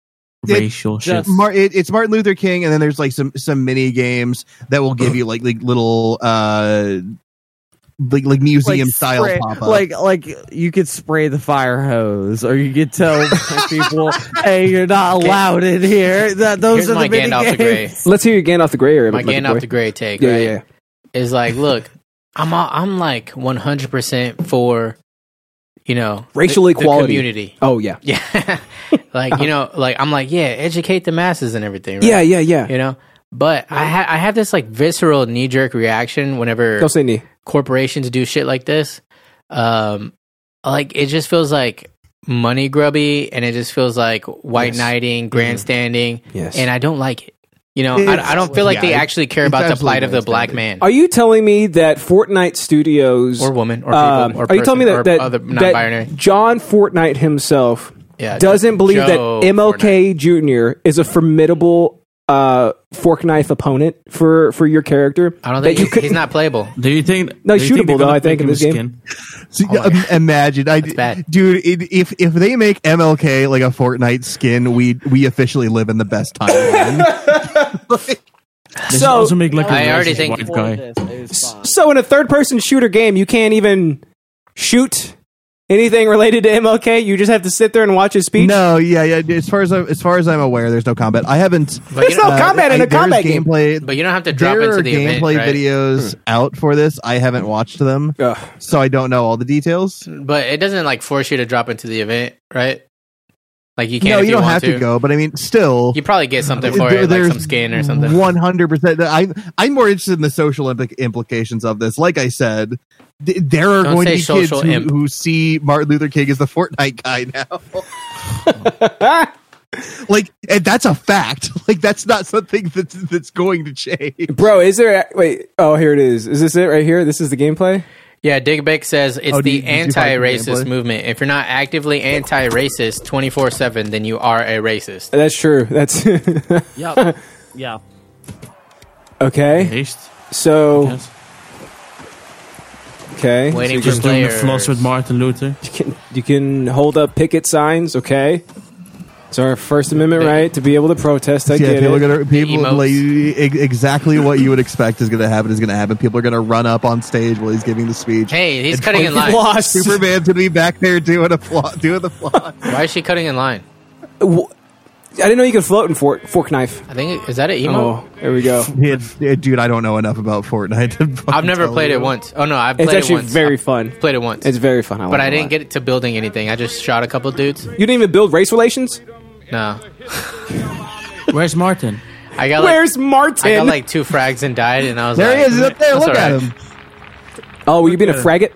Speaker 6: racial shit?
Speaker 3: just-
Speaker 4: Mar- it, it's Martin Luther King, and then there's like some some mini games that will give you like like little uh like like museum style
Speaker 3: spray-
Speaker 4: pop up.
Speaker 3: Like like you could spray the fire hose, or you could tell people, "Hey, you're not allowed in here." That those
Speaker 2: Here's
Speaker 3: are the
Speaker 2: my
Speaker 3: mini
Speaker 2: Gandalf the Grey.
Speaker 3: games.
Speaker 1: Let's hear your Gandalf the Grey area.
Speaker 2: My Gandalf the Grey take.
Speaker 1: Yeah,
Speaker 2: right?
Speaker 1: yeah, yeah.
Speaker 2: is like, look, I'm all, I'm like 100 percent for, you know,
Speaker 1: Racial
Speaker 2: the- the
Speaker 1: equality.
Speaker 2: community.
Speaker 1: Oh yeah.
Speaker 2: Yeah, like you know, like I'm like, yeah, educate the masses and everything. Right?
Speaker 1: Yeah, yeah, yeah.
Speaker 2: you know. But I ha- I have this like visceral knee jerk reaction whenever
Speaker 1: Don't say knee.
Speaker 2: corporations do shit like this. Um, like it just feels like money grubby, and it just feels like white knighting, grandstanding,
Speaker 1: Mm-hmm. Yes.
Speaker 2: and I don't like it. You know,
Speaker 4: It's-
Speaker 2: I, I don't feel like
Speaker 4: yeah,
Speaker 2: they
Speaker 4: it-
Speaker 2: actually care
Speaker 4: it's
Speaker 2: about the
Speaker 4: absolutely
Speaker 2: plight of the black
Speaker 4: grandstanding.
Speaker 2: man
Speaker 1: Are you telling me that Fortnite Studios
Speaker 2: or woman or people
Speaker 1: Um,
Speaker 2: or
Speaker 1: are you telling me
Speaker 2: person
Speaker 1: that,
Speaker 2: or
Speaker 1: that,
Speaker 2: other
Speaker 1: that
Speaker 2: non-binary?
Speaker 1: John Fortnite himself
Speaker 2: Yeah,
Speaker 1: doesn't believe
Speaker 2: Joe
Speaker 1: that MLK Jr. is a formidable uh, fork knife opponent for, for your character?
Speaker 2: I don't think
Speaker 1: that
Speaker 2: he- he's not playable.
Speaker 6: Do you think?
Speaker 1: No,
Speaker 6: do you think
Speaker 1: shootable,
Speaker 6: they're
Speaker 1: though,
Speaker 6: gonna
Speaker 1: I think,
Speaker 6: make
Speaker 1: in
Speaker 6: him
Speaker 1: this game.
Speaker 6: skin?
Speaker 4: So,
Speaker 2: Oh
Speaker 4: im- imagine, I
Speaker 2: bad.
Speaker 4: dude, it, if if they make MLK like a Fortnite skin, we we officially live in the best timeline.
Speaker 6: They should
Speaker 1: So-
Speaker 6: also make like a
Speaker 2: I already
Speaker 6: racist
Speaker 2: think-
Speaker 6: white guy.
Speaker 1: So in a third person shooter game, you can't even shoot anything related to MLK. You just have to sit there and watch his speech.
Speaker 4: no, yeah, yeah. As far as I, as far as I'm aware, there's no combat. I haven't. uh,
Speaker 2: But you,
Speaker 1: There's
Speaker 2: don't,
Speaker 1: no combat in
Speaker 4: I-
Speaker 1: a combat
Speaker 4: there's
Speaker 1: game. Hmm.
Speaker 4: gameplay.
Speaker 2: but you don't have to drop
Speaker 4: there
Speaker 2: into
Speaker 4: are
Speaker 2: the event,
Speaker 4: gameplay
Speaker 2: right?
Speaker 4: videos out for this. I haven't watched them,
Speaker 1: Ugh.
Speaker 4: so I don't know all the details.
Speaker 2: But it doesn't like force you to drop into the event, right? Like you can't.
Speaker 4: No,
Speaker 2: if
Speaker 4: you don't
Speaker 2: want
Speaker 4: have to. go, but I mean, still,
Speaker 2: You probably get something for
Speaker 4: There-
Speaker 2: it, like
Speaker 4: there's
Speaker 2: some skin or something.
Speaker 4: One hundred percent. I'm I'm more interested in the social impli- implications of this. Like I said, th- there are
Speaker 2: Don't
Speaker 4: going to
Speaker 2: say
Speaker 4: be kids
Speaker 2: social
Speaker 4: who,
Speaker 2: imp.
Speaker 4: who see Martin Luther King as the Fortnite guy now. like, and that's a fact. Like, that's not something that's that's going to change.
Speaker 1: Bro, is there a, wait, oh here it is. Is this it right here? This is the gameplay?
Speaker 2: Yeah, Digbeck says it's
Speaker 4: Oh, do you-
Speaker 2: the
Speaker 4: did you find the
Speaker 2: anti-racist
Speaker 4: gameplay?
Speaker 2: movement. If you're not actively anti-racist 24/7, then you are a racist.
Speaker 1: That's true. That's
Speaker 3: Yep. Yeah.
Speaker 1: Okay.
Speaker 6: Haste,
Speaker 1: So
Speaker 6: yes.
Speaker 1: okay,
Speaker 2: Waiting for
Speaker 6: Just doing the
Speaker 2: players.
Speaker 6: floss with Martin Luther.
Speaker 1: you can you can hold up picket signs. Okay. It's our First Amendment right to be able to protest. I
Speaker 4: yeah,
Speaker 1: get
Speaker 4: people are
Speaker 1: it.
Speaker 4: gonna people
Speaker 2: emotes.
Speaker 4: like, e- exactly what you would expect is gonna happen is gonna happen. People are gonna run up on stage while he's giving the speech.
Speaker 2: Hey, he's cutting in line.
Speaker 1: Lost.
Speaker 4: Superman's gonna be back there doing a plot, doing the plot.
Speaker 2: Why is she cutting in line?
Speaker 1: Wh- I didn't know you could float in fork, fork knife.
Speaker 2: I think is that an emo?
Speaker 1: Oh, there we go.
Speaker 4: Yeah, d- dude, I don't know enough about Fortnite. To
Speaker 2: I've never
Speaker 4: tell
Speaker 2: played
Speaker 4: you.
Speaker 2: it once. Oh no, I've
Speaker 1: It's
Speaker 2: played
Speaker 1: actually
Speaker 2: it once.
Speaker 1: very
Speaker 2: I've
Speaker 1: fun.
Speaker 2: played it once.
Speaker 1: It's very fun.
Speaker 2: but I didn't get it to building anything. I just shot a couple dudes.
Speaker 1: You didn't even build race relations.
Speaker 2: No,
Speaker 6: Where's Martin?
Speaker 2: I got like,
Speaker 1: Where's Martin?
Speaker 2: I got like two frags and died, and I was
Speaker 4: There he
Speaker 2: like,
Speaker 4: is, he's up there.
Speaker 2: "That's
Speaker 4: Look at
Speaker 2: alright."
Speaker 4: him.
Speaker 1: oh, were you being a fraggot?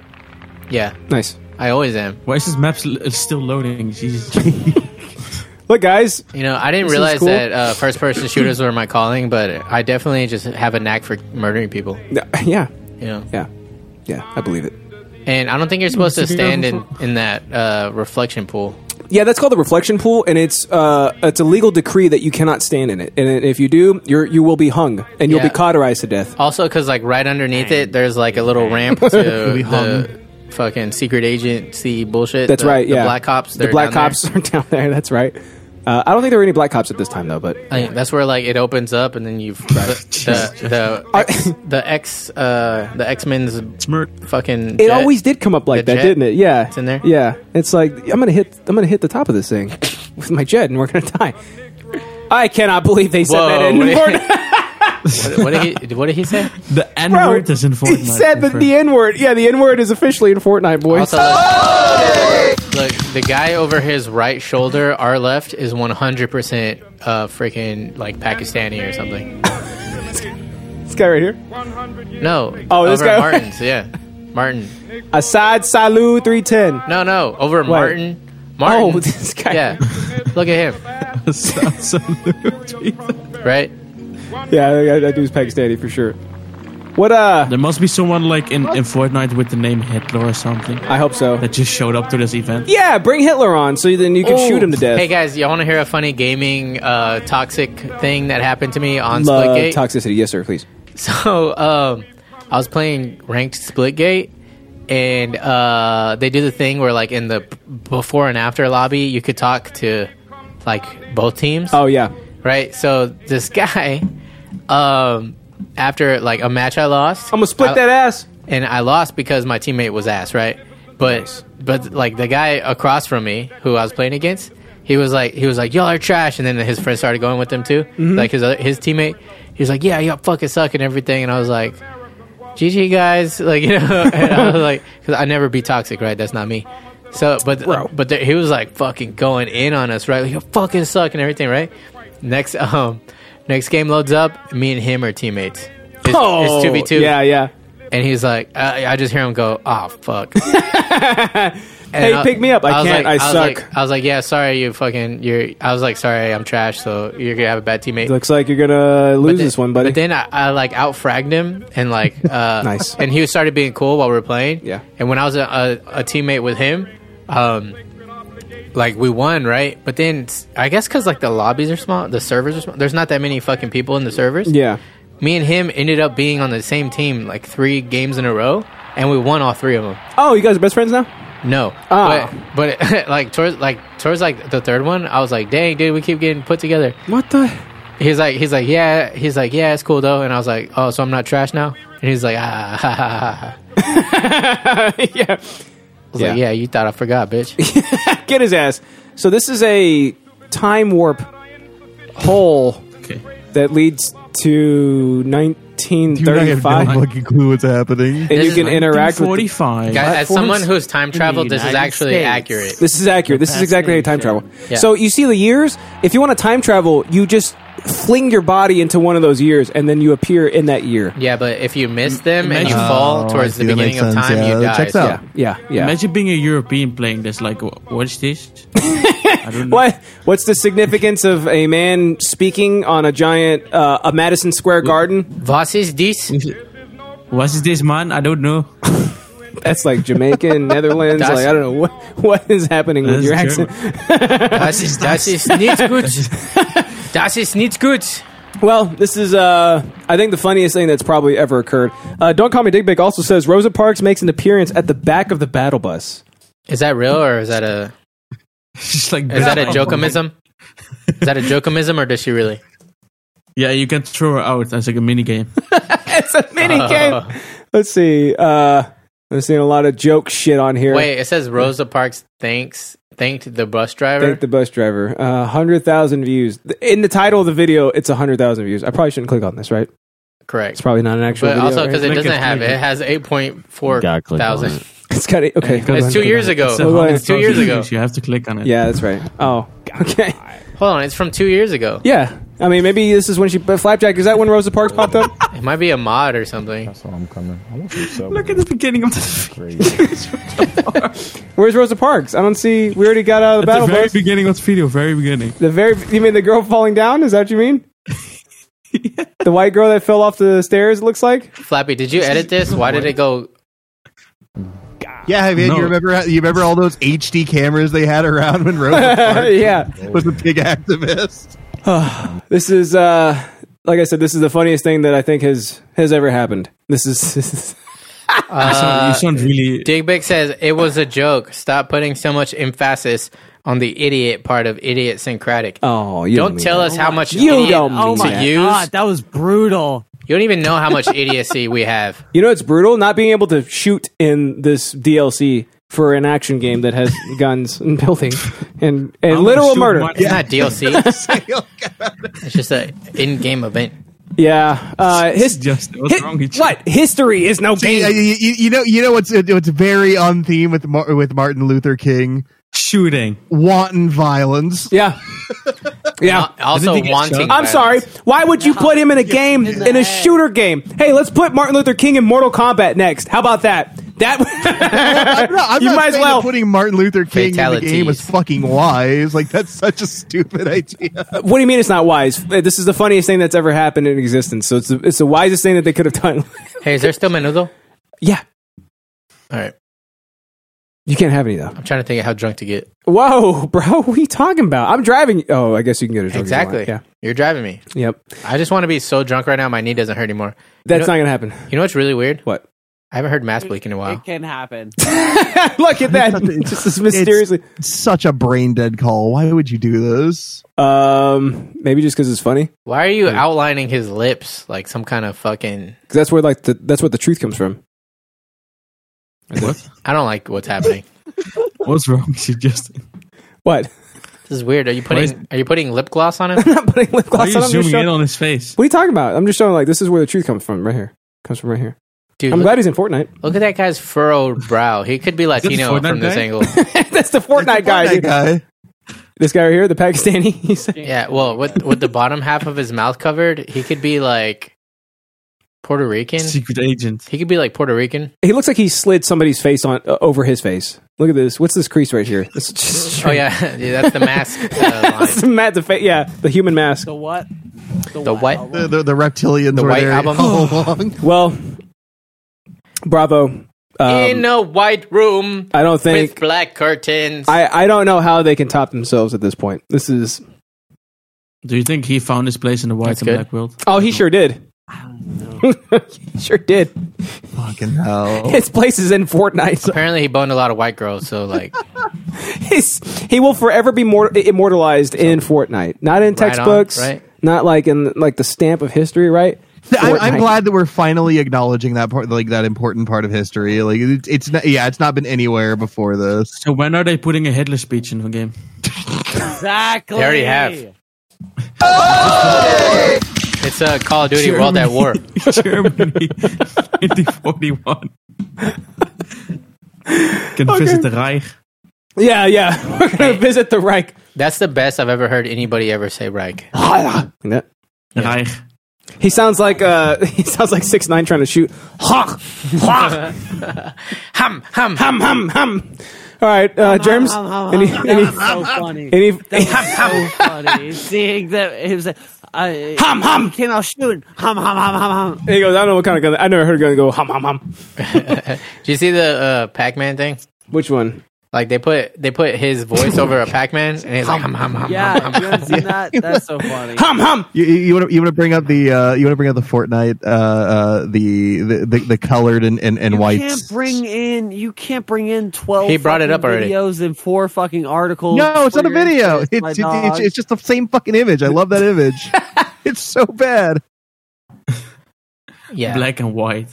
Speaker 2: Yeah,
Speaker 1: Nice.
Speaker 2: I always am.
Speaker 6: Why is this map sl- it's still loading? Jesus.
Speaker 1: Look, guys,
Speaker 2: You know, I didn't
Speaker 1: This is
Speaker 2: realize
Speaker 1: cool.
Speaker 2: that uh, first-person shooters were my calling, but I definitely just have a knack for murdering people.
Speaker 1: No, yeah,
Speaker 2: You know,
Speaker 1: yeah, yeah. I believe it.
Speaker 2: and I don't think you're supposed to stand in in that uh, reflection pool.
Speaker 1: Yeah, that's called the reflection pool, and it's uh, it's a legal decree that you cannot stand in it, and if you do, you're you will be hung and you'll
Speaker 2: Yeah.
Speaker 1: be cauterized to death.
Speaker 2: Also, because like right underneath it, there's like a little ramp to the fucking secret agency bullshit.
Speaker 1: That's
Speaker 2: the-
Speaker 1: right.
Speaker 2: the
Speaker 1: yeah,
Speaker 2: black cops.
Speaker 1: The
Speaker 2: they're
Speaker 1: black
Speaker 2: down there.
Speaker 1: cops are down there. That's right. Uh, I don't think there were any black cops at this time though, but
Speaker 2: I think that's where like it opens up, and then you've the the the, X, the X uh the X Men's
Speaker 6: Smirk.
Speaker 2: fucking.
Speaker 1: it
Speaker 2: jet.
Speaker 1: always did come up like that,
Speaker 2: The jet?
Speaker 1: didn't it? Yeah,
Speaker 2: It's in there?
Speaker 1: Yeah, it's like I'm gonna hit I'm gonna hit the top of this thing with my jet, and we're gonna die. I cannot believe they said
Speaker 2: Whoa,
Speaker 1: that
Speaker 2: what,
Speaker 1: in
Speaker 2: did, what, did he, what did he say?
Speaker 6: The N word is in Fortnite.
Speaker 1: He said
Speaker 6: my
Speaker 1: that the N word. Yeah, the N word is officially in Fortnite, boys.
Speaker 2: Also, look, look, the guy over his right shoulder, our left, is 100% uh, freaking like Pakistani or something.
Speaker 1: this guy right here.
Speaker 2: No.
Speaker 1: Oh, this
Speaker 2: over
Speaker 1: guy-
Speaker 2: Martin's, yeah. Martin.
Speaker 1: Assad Salu 310.
Speaker 2: No, no, over Martin. Martin.
Speaker 1: Oh, this guy.
Speaker 2: Yeah. Look at him,
Speaker 6: friend.
Speaker 2: right?
Speaker 1: Yeah, that, that dude's Pakistani for sure. What, uh,
Speaker 6: there must be someone like in, in Fortnite with the name Hitler or something
Speaker 1: I hope so.
Speaker 6: that just showed up to this event.
Speaker 1: Yeah, bring Hitler on so then you can shoot him to death.
Speaker 2: Hey guys, y'all want to hear a funny gaming uh, toxic thing that happened to me on
Speaker 1: Love
Speaker 2: Splitgate?
Speaker 1: toxicity. Yes, sir, please.
Speaker 2: So um, I was playing ranked Splitgate, and uh, they do the thing where like in the b- before and after lobby, you could talk to like both teams,
Speaker 1: Oh, yeah.
Speaker 2: right? So this guy, um, after like a match I lost,
Speaker 1: I'm going to split
Speaker 2: I-
Speaker 1: that ass.
Speaker 2: and I lost because my teammate was ass, right? But but like the guy across from me who I was playing against, he was like he was like y'all are trash, and then his friend started going with him too, like his other, his teammate. He was like yeah y'all fucking suck and everything, and I was like. GG guys, like you know, and I was like, because I never be toxic, right? That's not me. So, but but there, he was like fucking going in on us, right? Like you fucking suck and everything, right? Next um, next game loads up, me and him are teammates. It's,
Speaker 1: Oh.
Speaker 2: it's two v two.
Speaker 1: Yeah, yeah.
Speaker 2: And he's like, I, I just hear him go, oh, fuck. And
Speaker 1: Hey, pick me up. I
Speaker 2: was
Speaker 1: can't.
Speaker 2: like-
Speaker 1: I
Speaker 2: was
Speaker 1: suck.
Speaker 2: like- I was like, yeah, sorry, you fucking, you're, I was like, sorry, I'm trash, so you're going to have a bad teammate.
Speaker 1: Looks like you're going to lose
Speaker 2: But
Speaker 1: this
Speaker 2: then-
Speaker 1: one, buddy.
Speaker 2: But then I, I like outfragged him and like, uh,
Speaker 1: Nice.
Speaker 2: And he started being cool while we were playing.
Speaker 1: Yeah.
Speaker 2: And when I was a, a, a teammate with him, um, like we won, right? But then s- I guess because like the lobbies are small, the servers are small. There's not that many fucking people in the servers
Speaker 1: yeah.
Speaker 2: me and him ended up being on the same team like three games in a row, and we won all three of them.
Speaker 1: Oh, you guys are best friends now?
Speaker 2: No,
Speaker 1: Ah.
Speaker 2: but but like towards like towards like the third one, I was like, dang, dude, we keep getting put together.
Speaker 1: What the?
Speaker 2: He's like, he's like, yeah, he's like, yeah, it's cool though, and I was like, oh, so I'm not trash now. And he's like, ah, ha, ha, ha, ha.
Speaker 1: yeah.
Speaker 2: I was like,
Speaker 1: Yeah.
Speaker 2: yeah, you thought I forgot, bitch.
Speaker 1: Get his ass. So this is a time warp hole
Speaker 6: Okay.
Speaker 1: that leads to
Speaker 4: You and I have
Speaker 1: 1935.
Speaker 4: no fucking clue what's happening.
Speaker 1: and
Speaker 2: This
Speaker 1: you
Speaker 2: is
Speaker 1: can interact with. the-
Speaker 6: 45.
Speaker 2: Guys, as
Speaker 1: Platforms
Speaker 2: someone who's time traveled, this is
Speaker 6: United
Speaker 2: actually
Speaker 6: States.
Speaker 2: accurate.
Speaker 1: This is accurate. This is exactly how time travel.
Speaker 2: Yeah.
Speaker 1: So you see the years. If you want to time travel, you just fling your body into one of those years, and then you appear in that year.
Speaker 2: Yeah, but if you miss them and you
Speaker 6: Imagine-
Speaker 2: fall towards
Speaker 4: see,
Speaker 2: the
Speaker 4: that
Speaker 2: beginning
Speaker 4: makes
Speaker 2: of
Speaker 4: sense.
Speaker 2: time,
Speaker 4: Yeah,
Speaker 2: you
Speaker 4: that
Speaker 2: die.
Speaker 4: checks
Speaker 2: so-
Speaker 4: out.
Speaker 1: Yeah, yeah, yeah.
Speaker 6: Imagine being a European playing this. Like, wh- what is this? I don't know.
Speaker 1: What? What's the significance of a man speaking on a giant, uh, a Madison Square Garden?
Speaker 2: Was is this?
Speaker 6: What is this, man? I don't know.
Speaker 1: That's like Jamaican, Netherlands.
Speaker 2: That's-
Speaker 1: Like I don't know what what is happening with
Speaker 6: That's
Speaker 1: your accent.
Speaker 6: German.
Speaker 2: Das ist, das ist nicht gut. Das ist nicht gut.
Speaker 1: Well, this is, uh, I think, the funniest thing that's probably ever occurred. Uh, Don't Call Me Dick Pic also says Rosa Parks makes an appearance at the back of the battle bus.
Speaker 2: Is that real or is that a
Speaker 6: She's like,
Speaker 2: is that a jokeism? Is that a jokeism or does she really?
Speaker 6: Yeah, you can throw her out as like a mini game.
Speaker 1: It's a mini
Speaker 2: Uh,
Speaker 1: game. Let's see. Uh, I'm seeing a lot of joke shit on here.
Speaker 2: Wait, it says Rosa Parks thanks thanked the bus driver.
Speaker 1: Thank the bus driver. Uh, 100,000 views. In the title of the video, it's 100,000 views. I probably shouldn't click on this, right?
Speaker 2: Correct.
Speaker 1: It's probably not an actual
Speaker 2: but
Speaker 1: video.
Speaker 2: also
Speaker 1: right?
Speaker 2: because it
Speaker 6: Click it,
Speaker 2: doesn't have it.
Speaker 6: click
Speaker 2: It has eight point four
Speaker 3: You gotta click on
Speaker 2: thousand.
Speaker 3: it.
Speaker 1: it's got it. Okay.
Speaker 6: Because-
Speaker 2: It's two years ago.
Speaker 6: a hundred
Speaker 2: It's two years
Speaker 6: thousand
Speaker 2: ago.
Speaker 6: views. You have to click on it.
Speaker 1: Yeah, that's right. Oh, okay.
Speaker 2: Hold on, it's from two years ago.
Speaker 1: Yeah. I mean, maybe this is when she. But Flapjack, is that when Rosa Parks popped up?
Speaker 2: It might be a mod or something.
Speaker 12: So I'm coming. I want you so
Speaker 6: Look at the beginning of the,
Speaker 1: Where's Rosa Parks? I don't see. We already got out of the
Speaker 6: at the
Speaker 1: battle
Speaker 6: very
Speaker 1: bus.
Speaker 6: beginning of the video. Very beginning.
Speaker 1: the very. You mean the girl falling down? Is that what you mean? The white girl that fell off the stairs. It looks like.
Speaker 2: Flappy, did you edit this? Why did it go?
Speaker 4: Yeah, I mean,
Speaker 6: No.
Speaker 4: you remember how- you remember all those HD cameras they had around when Rosa Parks
Speaker 1: yeah.
Speaker 4: was a big activist.
Speaker 1: This is. uh Like I said, this is the funniest thing that I think has has ever happened. This is. This is
Speaker 2: Uh,
Speaker 6: You sound- you sound really.
Speaker 2: Digbick says it was a joke. Stop putting so much emphasis on the idiot part of idiot syncratic.
Speaker 1: oh, you
Speaker 2: don't
Speaker 1: mean
Speaker 2: tell
Speaker 1: that. Oh
Speaker 2: us how much
Speaker 1: You
Speaker 2: idiot
Speaker 1: don't mean
Speaker 2: to
Speaker 1: that.
Speaker 2: use.
Speaker 3: that was brutal.
Speaker 2: You don't even know how much idiocy we have.
Speaker 1: You know, it's brutal not being able to shoot in this DLC for an action game that has guns and buildings and and
Speaker 6: I'm
Speaker 1: literal
Speaker 6: shoot
Speaker 1: murder.
Speaker 6: one-
Speaker 2: It's not DLC.
Speaker 1: oh
Speaker 2: it's just a in-game event.
Speaker 1: Yeah, uh, his,
Speaker 6: Just what's
Speaker 1: hi-
Speaker 6: wrong with you?
Speaker 1: what history is no
Speaker 4: See, uh,
Speaker 1: game.
Speaker 4: you, you- you know, you know what's what's very on theme with Mar- with Martin Luther King,
Speaker 6: Shooting.
Speaker 4: wanton violence.
Speaker 1: Yeah, yeah.
Speaker 2: Also
Speaker 6: Doesn't he get
Speaker 2: wanting.
Speaker 6: shot?
Speaker 1: I'm
Speaker 2: violence.
Speaker 1: sorry. Why would you put him in a game in a shooter game? Hey, let's put Martin Luther King in Mortal Kombat next. How about that? That
Speaker 4: No, I'm
Speaker 1: You
Speaker 4: not
Speaker 1: might as
Speaker 4: saying
Speaker 1: well.
Speaker 4: that putting Martin Luther King in the game
Speaker 2: Fatalities.
Speaker 4: was fucking wise. Like that's such a stupid idea.
Speaker 1: what do you mean it's not wise? This is the funniest thing that's ever happened in existence. So it's the, it's the wisest thing that they could have done.
Speaker 2: Hey, is there still menudo?
Speaker 1: yeah,
Speaker 2: All right,
Speaker 1: you can't have any though.
Speaker 2: I'm trying to think of how drunk to get.
Speaker 1: Whoa, bro, what are you talking about? I'm driving. Oh, I guess you can get a drink if you want.
Speaker 2: Exactly. You're driving me.
Speaker 1: Yeah. Yep.
Speaker 2: I just want to be so drunk right now. My knee doesn't hurt anymore.
Speaker 1: That's
Speaker 2: know-
Speaker 1: not gonna happen.
Speaker 2: You know what's really weird?
Speaker 1: What?
Speaker 2: I haven't heard Mass Bleak in a
Speaker 3: It
Speaker 2: while.
Speaker 3: can happen.
Speaker 1: Look at that. Just as mysteriously.
Speaker 4: It's such a brain dead call. Why would you do this?
Speaker 1: Um, maybe just because it's funny.
Speaker 2: Why are you outlining his lips like some kind of fucking?
Speaker 1: 'Cause that's where like the, that's what the truth comes from.
Speaker 6: What?
Speaker 2: I don't like what's happening.
Speaker 6: What's wrong with you, Justin?
Speaker 1: What?
Speaker 2: This is weird. Are you
Speaker 6: is-
Speaker 2: putting? Are you putting lip gloss on him?
Speaker 1: I'm not putting lip
Speaker 6: Why
Speaker 1: gloss
Speaker 6: are you
Speaker 1: on. I'm just
Speaker 6: zooming in
Speaker 1: showing,
Speaker 6: on his face?
Speaker 1: what are you talking about? I'm just showing like this is where the truth comes from. Right here. Comes from right here.
Speaker 2: Dude,
Speaker 1: I'm
Speaker 2: look,
Speaker 1: glad he's in Fortnite.
Speaker 2: look at that guy's furrowed brow. He could be
Speaker 6: that the
Speaker 2: Latino
Speaker 6: Fortnite
Speaker 2: from this
Speaker 6: guy?
Speaker 2: angle.
Speaker 1: that's the Fortnite guy.
Speaker 4: That
Speaker 1: dude.
Speaker 4: guy.
Speaker 1: This guy right here, the Pakistani. He's
Speaker 2: Yeah, well, with with the bottom half of his mouth covered, he could be like Puerto Rican.
Speaker 6: Secret agent.
Speaker 2: He could be like Puerto Rican.
Speaker 1: he looks like he slid somebody's face on uh, over his face. Look at this. What's this crease right here? This is just
Speaker 2: Oh yeah, yeah that's the mask uh, line.
Speaker 1: That's the ma- the fa- yeah, the human mask.
Speaker 3: The what? The,
Speaker 2: The what?
Speaker 4: The, the, the reptilians
Speaker 2: The
Speaker 4: were
Speaker 2: White
Speaker 4: there
Speaker 2: Album.
Speaker 4: all along.
Speaker 1: Well, bravo. Um,
Speaker 2: In a white room
Speaker 1: I don't
Speaker 2: with
Speaker 1: think
Speaker 2: black curtains.
Speaker 1: I, I don't know how they can top themselves at this point. This is
Speaker 6: Do you think he found his place in the white
Speaker 2: That's
Speaker 6: and
Speaker 2: good.
Speaker 6: black world?
Speaker 1: oh he sure did. He sure did.
Speaker 4: Fucking hell.
Speaker 1: His place is in Fortnite.
Speaker 2: Apparently, he boned a lot of white girls. So like,
Speaker 1: He's, he will forever be mor- immortalized in Fortnite. Not in
Speaker 2: on,
Speaker 1: textbooks.
Speaker 2: right.
Speaker 1: Not like in like the stamp of history. Right.
Speaker 4: I'm, I'm
Speaker 1: Fortnite.
Speaker 4: glad that we're finally acknowledging that part, like that important part of history. Like it, it's not, yeah, it's not been anywhere before this.
Speaker 6: So when are they putting a Hitler speech in the game?
Speaker 3: Exactly.
Speaker 2: They already have. it's a Call of Duty World at War.
Speaker 6: Germany, 1941. Can visit the Reich.
Speaker 1: Yeah. Yeah. We're gonna visit the Reich.
Speaker 2: That's the best I've ever heard anybody ever say Reich.
Speaker 1: That-
Speaker 6: Reich.
Speaker 1: He sounds like uh he sounds like six nine trying to shoot. Ha ha
Speaker 2: Hum hum hum
Speaker 1: hum hum hum. All right, uh, Germs. Any, any,
Speaker 3: That's so funny.
Speaker 1: any,
Speaker 3: so funny. Seeing that he was like, I
Speaker 1: hum hum.
Speaker 3: came out shooting. Hum hum hum hum hum.
Speaker 1: And he goes, I don't know what kind of gun. I never heard a gun go hum hum hum.
Speaker 2: Do you see the uh, Pac Man thing?
Speaker 1: Which one?
Speaker 2: Like they put they put his voice over a Pac Man, and he's like, hum, hum, hum, hum,
Speaker 3: Yeah,
Speaker 2: hum.
Speaker 3: you haven't seen that? That's so funny.
Speaker 1: Hum hum.
Speaker 4: You, you want to you want to bring up the uh, you want to bring up the Fortnite uh, uh, the, the the the colored and and, and
Speaker 3: You
Speaker 4: whites.
Speaker 3: can't bring in. You can't bring in twelve.
Speaker 2: He brought it
Speaker 3: fucking
Speaker 2: up already.
Speaker 3: Videos and four fucking articles.
Speaker 4: no, it's
Speaker 3: for
Speaker 4: not a
Speaker 3: your
Speaker 4: video. It's
Speaker 3: interest, my
Speaker 4: it's, it's
Speaker 3: dog.
Speaker 4: it's just the same fucking image. I love that image. it's so bad.
Speaker 2: Yeah,
Speaker 6: Black and white.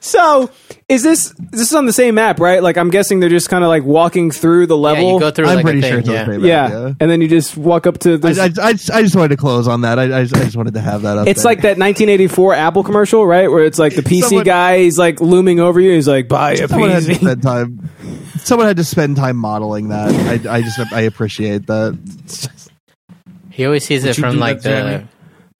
Speaker 1: So is this this is on the same map, right? Like I'm guessing they're just kind of like walking through the
Speaker 2: yeah.
Speaker 1: level.
Speaker 2: You go through.
Speaker 4: I'm
Speaker 2: like
Speaker 4: pretty
Speaker 2: a thing,
Speaker 4: sure it's
Speaker 2: yeah.
Speaker 4: on the same
Speaker 1: yeah.
Speaker 4: map,
Speaker 1: and then you just walk up to
Speaker 4: I,
Speaker 1: this.
Speaker 4: I, I, just, I just wanted to close on that. I, I, just, I just wanted to have that up.
Speaker 1: it's
Speaker 4: there.
Speaker 1: like that 1984 Apple commercial, right? Where it's like the PC
Speaker 4: Someone-
Speaker 1: guy, he's like looming over you. He's like, "Buy a
Speaker 4: someone had to
Speaker 1: PC."
Speaker 4: spend time. Someone had to spend time modeling that. I, I just I appreciate that.
Speaker 2: He always sees it
Speaker 6: you
Speaker 2: from
Speaker 6: do
Speaker 2: like
Speaker 6: that,
Speaker 2: the
Speaker 6: Jeremy?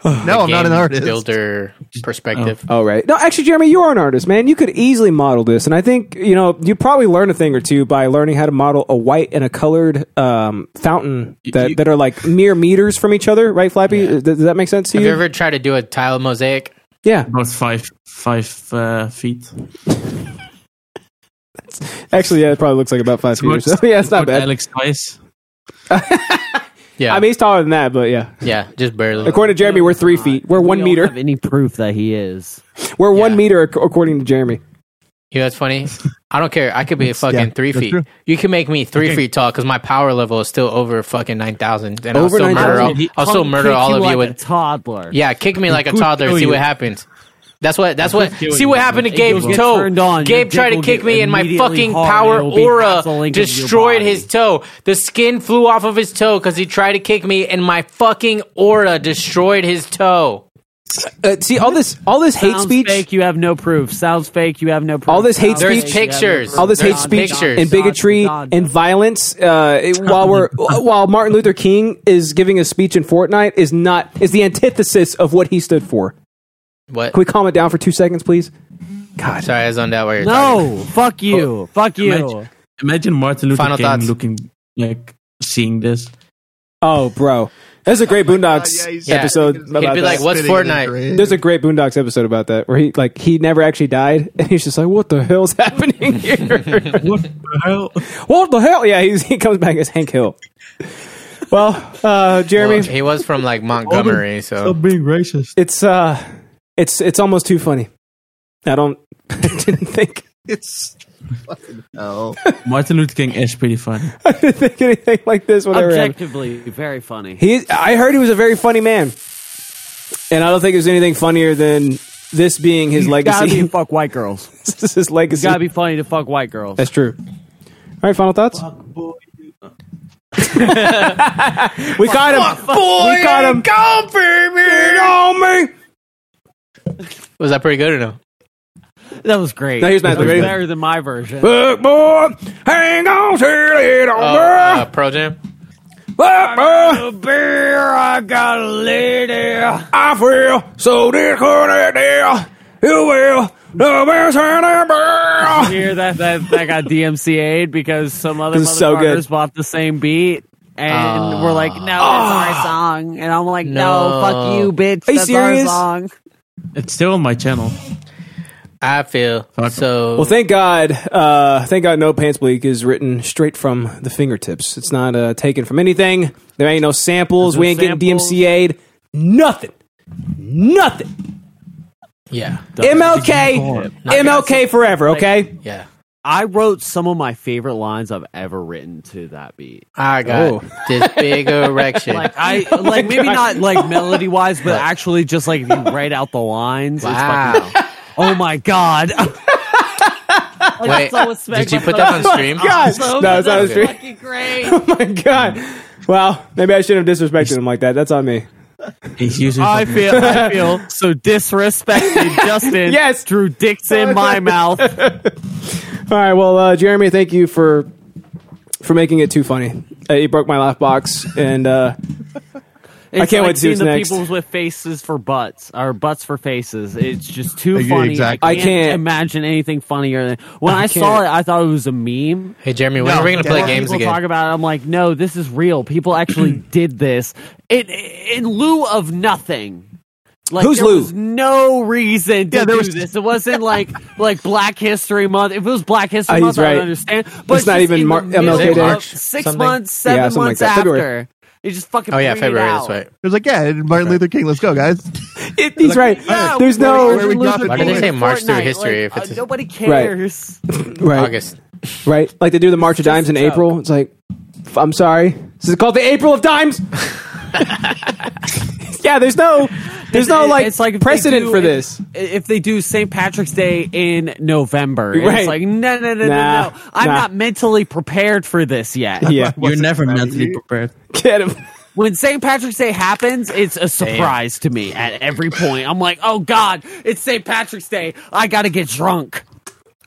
Speaker 4: No, I'm Oh, not an
Speaker 2: game
Speaker 4: artist.
Speaker 2: builder perspective.
Speaker 1: Oh right. No, actually, Jeremy, you are an artist, man. You could easily model this, and I think you know you probably learn a thing or two by learning how to model a white and a colored um, fountain that,
Speaker 6: you-
Speaker 1: that are like mere meters from each other, right, Flappy? Does, does that make sense to
Speaker 2: Have
Speaker 1: you?
Speaker 2: you ever tried to do a tile mosaic?
Speaker 1: yeah.
Speaker 6: About five five uh, feet.
Speaker 1: Actually, yeah, it probably looks like about five feet. or So. Yeah, it's not
Speaker 6: What
Speaker 1: bad.
Speaker 6: Alex Weiss.
Speaker 2: Yeah,
Speaker 1: I mean, he's taller than that, but yeah.
Speaker 2: yeah, just barely.
Speaker 1: According to Jeremy, we're three feet. We're
Speaker 3: We
Speaker 1: one
Speaker 3: don't
Speaker 1: meter.
Speaker 3: Have any proof that he is?
Speaker 1: We're
Speaker 2: Yeah.
Speaker 1: one meter, ac- according to Jeremy.
Speaker 2: You know what's funny? I don't care. I could be a fucking
Speaker 4: yeah,
Speaker 2: three
Speaker 4: that's
Speaker 2: feet.
Speaker 4: true.
Speaker 2: You can make me three feet tall because my power level is still over fucking nine thousand, and I'll
Speaker 1: Over
Speaker 2: still murder.
Speaker 1: 9,000?
Speaker 2: All, I'll still murder
Speaker 3: Kick
Speaker 2: all of
Speaker 3: like
Speaker 2: you
Speaker 3: a
Speaker 2: with.
Speaker 3: toddler.
Speaker 2: Yeah, kick me like a
Speaker 6: could
Speaker 2: toddler.
Speaker 6: kill
Speaker 2: See what
Speaker 6: you.
Speaker 2: happens. That's what. That's what.
Speaker 6: kill
Speaker 2: See
Speaker 6: you.
Speaker 2: what happened to
Speaker 6: It
Speaker 2: Gabe's
Speaker 6: will get
Speaker 2: toe.
Speaker 3: turned on. Your
Speaker 2: Gabe tried
Speaker 3: dick
Speaker 2: to
Speaker 3: will
Speaker 2: kick
Speaker 3: get
Speaker 2: me, and my
Speaker 3: immediately
Speaker 2: fucking
Speaker 3: hard,
Speaker 2: power
Speaker 3: it'll be absolute
Speaker 2: aura
Speaker 3: link of your
Speaker 2: destroyed
Speaker 3: body.
Speaker 2: his toe. The skin flew off of his toe because he tried to kick me, and my fucking aura destroyed his toe.
Speaker 1: Uh, see all this, all this hate
Speaker 3: Sounds
Speaker 1: speech,
Speaker 3: fake. You have no proof. Sounds fake. You have no proof.
Speaker 1: All this hate
Speaker 3: Sounds
Speaker 1: speech-
Speaker 3: fake, you have no
Speaker 2: There's
Speaker 3: proof.
Speaker 1: all this hate
Speaker 2: Don,
Speaker 1: speech
Speaker 2: Don,
Speaker 1: and
Speaker 3: Don,
Speaker 1: bigotry
Speaker 3: Don, Don.
Speaker 1: and violence. Uh, it- while we're while Martin Luther King is giving a speech in Fortnite is not is the antithesis of what he stood for.
Speaker 2: What?
Speaker 1: Can we calm it down for two seconds, please?
Speaker 2: Sorry, I zoned out while you're talking.
Speaker 3: No, fuck you,
Speaker 1: Oh,
Speaker 3: fuck you.
Speaker 6: Imagine, imagine Martin Luther
Speaker 2: Final
Speaker 6: King
Speaker 2: thoughts.
Speaker 6: looking like seeing this.
Speaker 1: Oh, bro, that's a great Boondocks
Speaker 4: Oh Yeah, he's-
Speaker 1: episode.
Speaker 4: He'd
Speaker 2: He'd
Speaker 1: about
Speaker 2: be like,
Speaker 1: that.
Speaker 2: "What's
Speaker 4: Spitting in
Speaker 2: Fortnite?"
Speaker 4: the grave.
Speaker 1: There's a great Boondocks episode about that where he like he never actually died and he's just like, "What the hell's happening here?
Speaker 6: What the hell?
Speaker 1: what the hell?" Yeah, he's, he comes back as Hank Hill. Well, uh, Jeremy,
Speaker 2: Well, he was from like Montgomery, so
Speaker 6: Stop being racist.
Speaker 1: it's uh, it's it's almost too funny. I don't I didn't think
Speaker 4: It's fucking hell.
Speaker 6: Martin Luther King is pretty funny.
Speaker 1: I didn't think anything like this would ever happen.
Speaker 3: Objectively, very funny.
Speaker 1: He, I heard he was a very funny man, and I don't think there's anything funnier than this being his
Speaker 3: Gotta be
Speaker 1: legacy.
Speaker 3: fuck white girls.
Speaker 1: this is his legacy.
Speaker 3: Gotta be funny to fuck white girls.
Speaker 1: That's true. All right, final thoughts. we caught him. we caught him.
Speaker 2: was that pretty good or no?
Speaker 3: That was great.
Speaker 1: No, here's my
Speaker 3: that was
Speaker 1: theory.
Speaker 3: better than my version.
Speaker 1: Fuck boy, hang on till it
Speaker 2: Oh,
Speaker 1: over.
Speaker 2: uh, Pro Jam.
Speaker 1: Fuck boy,
Speaker 3: beer, I got a lady.
Speaker 1: I feel so disconnected. You will the best hand ever.
Speaker 3: Hear that? That that got DMCA'd because some other
Speaker 1: This is so good. Oh.
Speaker 3: motherfuckers bought the same beat. And we're like, no, it's our song. And I'm like, no,
Speaker 2: No.
Speaker 3: fuck you, bitch.
Speaker 1: Ah. Are you
Speaker 3: That's
Speaker 1: serious?
Speaker 3: our song.
Speaker 6: It's still on my channel.
Speaker 2: I feel
Speaker 6: Fuck.
Speaker 2: so.
Speaker 1: Well, thank God. Uh, thank God, no pants bleak is written straight from the fingertips. It's not uh, taken from anything. There ain't no samples.
Speaker 3: There's no
Speaker 1: we ain't getting
Speaker 3: samples.
Speaker 1: DMCA'd. Nothing. Nothing.
Speaker 2: yeah,
Speaker 1: MLK. MLK forever. Okay.
Speaker 2: yeah.
Speaker 3: I wrote some of my favorite lines I've ever written to that beat.
Speaker 2: I got
Speaker 1: Oh.
Speaker 2: this big erection.
Speaker 3: Like I like maybe not like melody wise, but actually just like you write out the lines. It's
Speaker 2: Wow.
Speaker 3: fucking- oh my god! Oh,
Speaker 2: Wait, did you put that on stream?
Speaker 1: God. No, it's not a stream.
Speaker 3: fucking great.
Speaker 1: Oh my god. Wow. Maybe I shouldn't have disrespected him like that. That's on me.
Speaker 6: He's using
Speaker 3: I
Speaker 6: fucking-
Speaker 3: feel I feel so disrespected, Justin.
Speaker 1: Yes.
Speaker 3: Drew dicks in my mouth.
Speaker 1: All right. Well, uh, Jeremy, thank you for for making it too funny. Uh, you broke my laugh box, and uh,
Speaker 3: It's
Speaker 1: can't
Speaker 3: like
Speaker 1: wait to see
Speaker 3: seeing
Speaker 1: what's
Speaker 3: the
Speaker 1: next.
Speaker 3: people's with faces for butts or butts for faces. It's just too
Speaker 4: Like,
Speaker 3: funny.
Speaker 4: exactly.
Speaker 3: I
Speaker 1: I
Speaker 3: can't,
Speaker 1: can't-
Speaker 3: imagine anything funnier than when I,
Speaker 1: can't.
Speaker 3: saw it. I thought it was a meme.
Speaker 2: Hey Jeremy, when
Speaker 4: No,
Speaker 2: are we gonna
Speaker 4: yeah.
Speaker 2: play
Speaker 4: Well,
Speaker 2: games
Speaker 3: People
Speaker 2: again?
Speaker 3: talk about it. I'm like, no, this is real. People actually did this in in lieu of nothing. Like
Speaker 1: Who's
Speaker 3: there
Speaker 1: Lou?
Speaker 3: was no reason to
Speaker 4: Yeah, there
Speaker 3: do
Speaker 4: was-
Speaker 3: this. It wasn't like like Black History Month. If it was Black History
Speaker 1: Uh, he's
Speaker 3: Month, I
Speaker 1: right.
Speaker 3: would understand. But
Speaker 1: It's not
Speaker 3: just
Speaker 1: even
Speaker 3: in
Speaker 1: Mar-
Speaker 3: the
Speaker 1: MLK
Speaker 3: middle
Speaker 1: Day.
Speaker 3: of
Speaker 2: March,
Speaker 3: Six
Speaker 2: something?
Speaker 3: months, seven
Speaker 1: Yeah, something like
Speaker 3: months
Speaker 1: that.
Speaker 3: after.
Speaker 1: February.
Speaker 3: It just fucking.
Speaker 2: Oh yeah,
Speaker 3: bleed it
Speaker 2: February.
Speaker 3: out.
Speaker 2: That's right.
Speaker 4: It was like, yeah, Martin Luther King, let's go, guys.
Speaker 1: It, he's right.
Speaker 3: Yeah,
Speaker 1: There's
Speaker 4: where-
Speaker 1: no
Speaker 4: where we drop it
Speaker 2: Why did they
Speaker 4: Fortnite,
Speaker 2: say March through
Speaker 3: Fortnite,
Speaker 2: history?
Speaker 3: like,
Speaker 2: if
Speaker 3: uh,
Speaker 2: it's
Speaker 3: nobody cares.
Speaker 1: right,
Speaker 2: August,
Speaker 1: right. Like they do the March of Dimes in
Speaker 3: a joke.
Speaker 1: April. It's like, f- I'm sorry. This is called the April of Dimes. yeah, there's no, there's no
Speaker 3: It-
Speaker 1: like,
Speaker 3: it's like if they
Speaker 1: precedent
Speaker 3: do-
Speaker 1: for
Speaker 3: if-
Speaker 1: this.
Speaker 3: If they do St. Patrick's Day in November,
Speaker 1: Right.
Speaker 3: it's like no, no, no,
Speaker 1: Nah,
Speaker 3: no, no. I'm
Speaker 1: nah.
Speaker 3: not mentally prepared for this yet.
Speaker 1: Yeah,
Speaker 6: You're never mentally prepared.
Speaker 1: get him.
Speaker 3: when St. Patrick's Day happens, it's a surprise to me at every point. I'm like, oh God, it's St. Patrick's Day. I gotta get drunk.